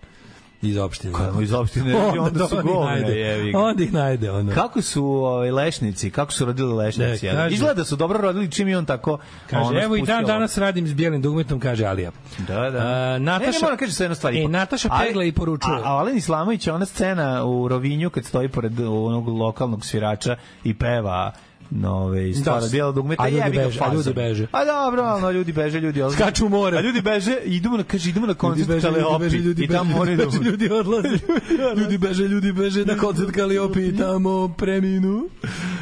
[SPEAKER 6] iz opštine. (laughs)
[SPEAKER 7] Kako iz opštine? Onda, onda su
[SPEAKER 6] oni najde.
[SPEAKER 7] govne, jevi. ga.
[SPEAKER 6] Onda ih najde, ono.
[SPEAKER 7] Kako su ovaj, lešnici, kako su rodili lešnici?
[SPEAKER 6] Ne,
[SPEAKER 7] jel?
[SPEAKER 6] kaže-
[SPEAKER 7] Izgleda da su dobro rodili čim je on tako
[SPEAKER 6] Kaže,
[SPEAKER 7] ono,
[SPEAKER 6] evo i
[SPEAKER 7] spustio
[SPEAKER 6] dan danas radim s bijelim dugmetom, kaže Alija.
[SPEAKER 7] Da, da.
[SPEAKER 6] A, Nataša,
[SPEAKER 7] ne, ne moram kažem sve jedno stvari.
[SPEAKER 6] E, Nataša
[SPEAKER 7] Ali-
[SPEAKER 6] Pegla i poručuje.
[SPEAKER 7] A, a Alen Islamović, ona scena u Rovinju kad stoji pored onog lokalnog svirača i peva ovaj, nove stvara
[SPEAKER 6] Da,
[SPEAKER 7] bijela dugmeta
[SPEAKER 6] a ljudi
[SPEAKER 7] jebi ga
[SPEAKER 6] beže, a
[SPEAKER 7] fazon.
[SPEAKER 6] ljudi beže.
[SPEAKER 7] A dobro, ono, ljudi beže, ljudi odlaze.
[SPEAKER 6] Skaču u more.
[SPEAKER 7] A ljudi beže, idemo na kaže idemo na koncert
[SPEAKER 6] ljudi beže, ljudi
[SPEAKER 7] Kaleopi
[SPEAKER 6] beže, ljudi
[SPEAKER 7] i da tamo
[SPEAKER 6] beže,
[SPEAKER 7] more
[SPEAKER 6] ljudi, beže, ljudi (laughs) odlaze. ljudi beže, ljudi beže na koncert Kaliopi i tamo preminu.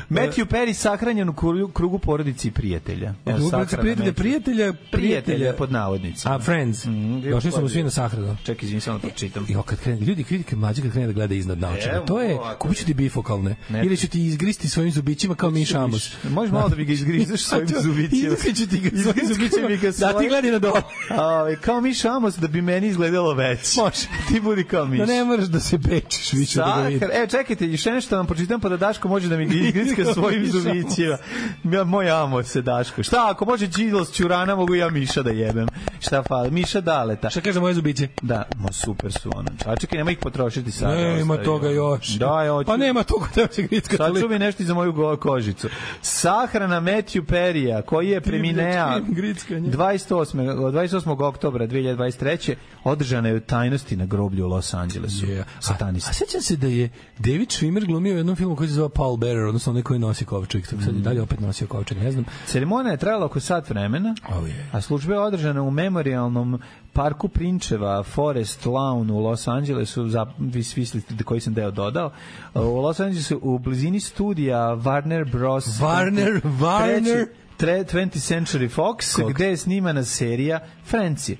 [SPEAKER 7] Matthew Perry sahranjen u krugu, krugu porodici i prijatelja. Evo,
[SPEAKER 6] Drugo,
[SPEAKER 7] sahrana
[SPEAKER 6] E, prijatelja,
[SPEAKER 7] Matthew.
[SPEAKER 6] prijatelja,
[SPEAKER 7] prijatelja
[SPEAKER 6] prijatelja. Mm,
[SPEAKER 7] pod navodnicima.
[SPEAKER 6] A, friends. Došli smo svi na sahranu.
[SPEAKER 7] Čekaj, izvini, samo da to čitam.
[SPEAKER 6] Jo, kad krene, ljudi, vidi kad mlađi kad krene da gleda iznad naočara.
[SPEAKER 7] Evo,
[SPEAKER 6] To je,
[SPEAKER 7] ovako.
[SPEAKER 6] kupit ću ti bifokalne.
[SPEAKER 7] Ne.
[SPEAKER 6] Ili ću ti izgristi svojim zubićima kao mi
[SPEAKER 7] (laughs)
[SPEAKER 6] šamus.
[SPEAKER 7] Možeš malo da mi ga izgrizeš svojim zubićima.
[SPEAKER 6] Izgriću ti ga svojim
[SPEAKER 7] Izgrizat
[SPEAKER 6] zubićima.
[SPEAKER 7] ću mi
[SPEAKER 6] Da,
[SPEAKER 7] ga
[SPEAKER 6] ti
[SPEAKER 7] svojim-
[SPEAKER 6] gledi na dole.
[SPEAKER 7] Ovaj, kao Miš Amos da bi meni izgledalo već.
[SPEAKER 6] Može.
[SPEAKER 7] (laughs) Ti budi kao Miš.
[SPEAKER 6] Da ne moraš da se pečeš više da ga
[SPEAKER 7] Sahar,
[SPEAKER 6] vidim.
[SPEAKER 7] e, čekajte, još nešto vam pročitam, pa da Daško
[SPEAKER 6] (laughs)
[SPEAKER 7] može da mi ga izgricka svojim
[SPEAKER 6] Miš Amos.
[SPEAKER 7] zubićima. Ja, moj Amos se, Daško. Šta, ako može Đilo s Ćurana, mogu ja Miša da jebem. Šta fali? Miša Daleta.
[SPEAKER 6] Šta kaže moje zubiće?
[SPEAKER 7] Da, mo, super su ono. A čekaj, nema ih potrošiti sada.
[SPEAKER 6] Ne, ima
[SPEAKER 7] Da, ostavi.
[SPEAKER 6] toga još.
[SPEAKER 7] Da, ja hoću.
[SPEAKER 6] Pa nema toga da će gritka
[SPEAKER 7] Sad
[SPEAKER 6] toliko.
[SPEAKER 7] čuvi nešto i za moju go- kožicu. Sahrana Matthew Perija, koji je preminea
[SPEAKER 6] Divljačkim grickanjem.
[SPEAKER 7] 28. 28. oktobra 2023. održana je u tajnosti na groblju u Los Angelesu.
[SPEAKER 6] Yeah.
[SPEAKER 7] Satanista.
[SPEAKER 6] A sećam se da je David Schwimmer glumio u jednom filmu koji se zove Paul Bearer, odnosno onaj koji nosi kovčeg. Sad
[SPEAKER 7] Mm.
[SPEAKER 6] je dalje opet nosio kovčeg, ne znam.
[SPEAKER 7] Ceremonija je trajala oko sat vremena,
[SPEAKER 6] Oh, yeah.
[SPEAKER 7] a služba je održana u memorialnom parku Prinčeva, Forest Lawn u Los Angelesu, za, vi svi slisti koji sam deo dodao, u Los Angelesu u blizini studija Warner Bros.
[SPEAKER 6] Warner, Warner.
[SPEAKER 7] Treći, tre, 20th Century Fox,
[SPEAKER 6] Kog?
[SPEAKER 7] gde je snimana serija Franci.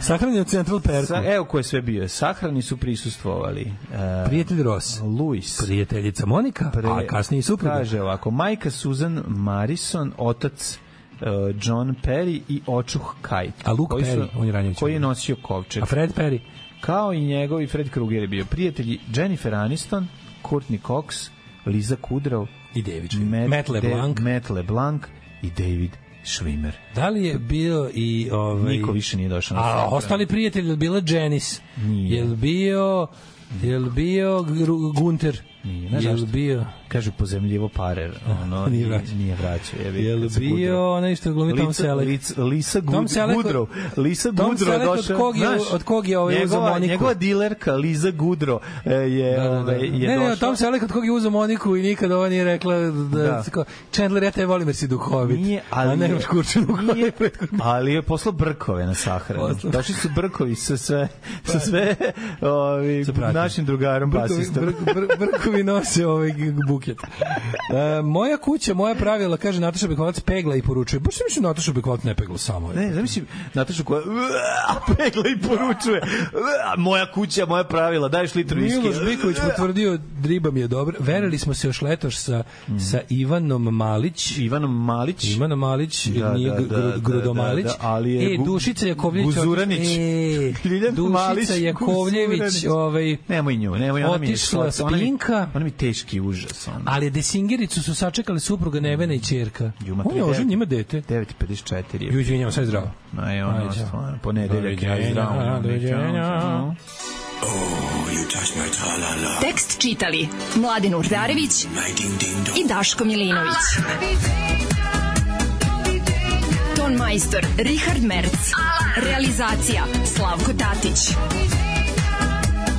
[SPEAKER 6] Sahranjen je u Central Perku.
[SPEAKER 7] Sa, evo ko je sve bio. Sahrani su prisustvovali. E,
[SPEAKER 6] Prijatelj Ross.
[SPEAKER 7] Luis.
[SPEAKER 6] Prijateljica Monika, a kasnije i supruga.
[SPEAKER 7] Kaže ovako, majka Susan Marison, otac uh, John Perry i očuh Kajt.
[SPEAKER 6] A Luke
[SPEAKER 7] koji
[SPEAKER 6] Perry, on je ranije
[SPEAKER 7] Koji je
[SPEAKER 6] učinio.
[SPEAKER 7] nosio kovčeg.
[SPEAKER 6] A Fred Perry.
[SPEAKER 7] Kao i njegov i Fred Kruger je bio prijatelji Jennifer Aniston, Courtney Cox, Liza Kudrow,
[SPEAKER 6] I David
[SPEAKER 7] Matt,
[SPEAKER 6] Schwimmer. Matt LeBlanc.
[SPEAKER 7] De, Matt LeBlanc i David Schwimmer.
[SPEAKER 6] Da li je bio i... Ovaj,
[SPEAKER 7] Niko više nije došao na
[SPEAKER 6] A
[SPEAKER 7] sahranu.
[SPEAKER 6] ostali prijatelji, je li bila Janice?
[SPEAKER 7] Nije.
[SPEAKER 6] Je li bio... Je li bio Gru- Gunter?
[SPEAKER 7] Nije, znaš
[SPEAKER 6] Je li
[SPEAKER 7] zašto?
[SPEAKER 6] bio...
[SPEAKER 7] Kažu pozemljivo parer,
[SPEAKER 6] (laughs)
[SPEAKER 7] ono,
[SPEAKER 6] Nije
[SPEAKER 7] nije
[SPEAKER 6] vraćao.
[SPEAKER 7] vraćao. Nije vraćao jebi ga,
[SPEAKER 6] Je li
[SPEAKER 7] sa Kudrow.
[SPEAKER 6] bio onaj što glumi Tom
[SPEAKER 7] Lica-
[SPEAKER 6] Selleck?
[SPEAKER 7] lic- Lisa
[SPEAKER 6] Tom
[SPEAKER 7] Gud,
[SPEAKER 6] Selleck od-
[SPEAKER 7] Gudro. Lisa
[SPEAKER 6] Tom
[SPEAKER 7] Gudro
[SPEAKER 6] Selleck od
[SPEAKER 7] došao.
[SPEAKER 6] kog je-
[SPEAKER 7] znaš,
[SPEAKER 6] od kog je ovaj uzeo
[SPEAKER 7] njegova-
[SPEAKER 6] Moniku?
[SPEAKER 7] Njegova dilerka Lisa Gudro e, je,
[SPEAKER 6] Da, da, da.
[SPEAKER 7] ovaj, je
[SPEAKER 6] ne, ne,
[SPEAKER 7] došla.
[SPEAKER 6] o tom se kad kog je uzeo Moniku i nikad ova nije rekla da, da.
[SPEAKER 7] Da.
[SPEAKER 6] Chandler, ja te volim jer si duhovit.
[SPEAKER 7] Nije, ali
[SPEAKER 6] a ne
[SPEAKER 7] je-
[SPEAKER 6] imaš kurčinu koja je
[SPEAKER 7] Nije,
[SPEAKER 6] prethodna.
[SPEAKER 7] ali je poslao brkove na sahranu.
[SPEAKER 6] Poslao. Pa-
[SPEAKER 7] Došli su brkovi sa sve, sa sve ovi,
[SPEAKER 6] Sa pratnjom.
[SPEAKER 7] našim drugarom basistom.
[SPEAKER 6] Brkovi, br, br, brkovi nose ovaj g- buket. E, moja kuća, moja pravila, kaže Nataša Bekovac, pegla i poručuje. Baš mi Nataša Bekovac ne pegla samo.
[SPEAKER 7] Ne, zamisli, Natašu koja (laughs) "Uaa", pegla i poručuje "Uaa, moja kuća, moja pravila, daješ litru viski.
[SPEAKER 6] Miloš Biković
[SPEAKER 7] "Uaa".
[SPEAKER 6] potvrdio, riba mi je dobra. Verili smo se još letoš sa,
[SPEAKER 7] Mm.
[SPEAKER 6] sa Ivanom Malić.
[SPEAKER 7] Ivanom Malić. (laughs)
[SPEAKER 6] Ivana Malić,
[SPEAKER 7] Da,
[SPEAKER 6] nije
[SPEAKER 7] da,
[SPEAKER 6] Gr-
[SPEAKER 7] da,
[SPEAKER 6] Gr-
[SPEAKER 7] da,
[SPEAKER 6] Grudomalić,
[SPEAKER 7] da, da, ali je
[SPEAKER 6] e,
[SPEAKER 7] Gu-
[SPEAKER 6] Dušica Jakovljević,
[SPEAKER 7] Guzuranić.
[SPEAKER 6] e,
[SPEAKER 7] (laughs) Ljiljan
[SPEAKER 6] Dušica
[SPEAKER 7] Malić,
[SPEAKER 6] Jakovljević,
[SPEAKER 7] Guzuranić.
[SPEAKER 6] ovaj,
[SPEAKER 7] Nemoj nju, nemoj, ona mi je
[SPEAKER 6] Otišla
[SPEAKER 7] slat- ona mi-
[SPEAKER 6] Spinka.
[SPEAKER 7] Ona mi je teški užas. Ona.
[SPEAKER 6] ali Desingericu su sačekali supruga Nevena i čerka.
[SPEAKER 7] Juma,
[SPEAKER 6] On je ožen, njima dete.
[SPEAKER 7] 9.54 je.
[SPEAKER 6] Ju, izvinjam, sve zdravo.
[SPEAKER 7] Ma je ono,
[SPEAKER 6] Ajde, ćao.
[SPEAKER 7] stvarno, ponedeljak
[SPEAKER 6] Doviđenja,
[SPEAKER 7] je zdravo.
[SPEAKER 6] doviđenja.
[SPEAKER 5] Tekst čitali Mladin Urdarević i Daško Milinović. Ton majstor Richard Merc. Realizacija Slavko Tatić.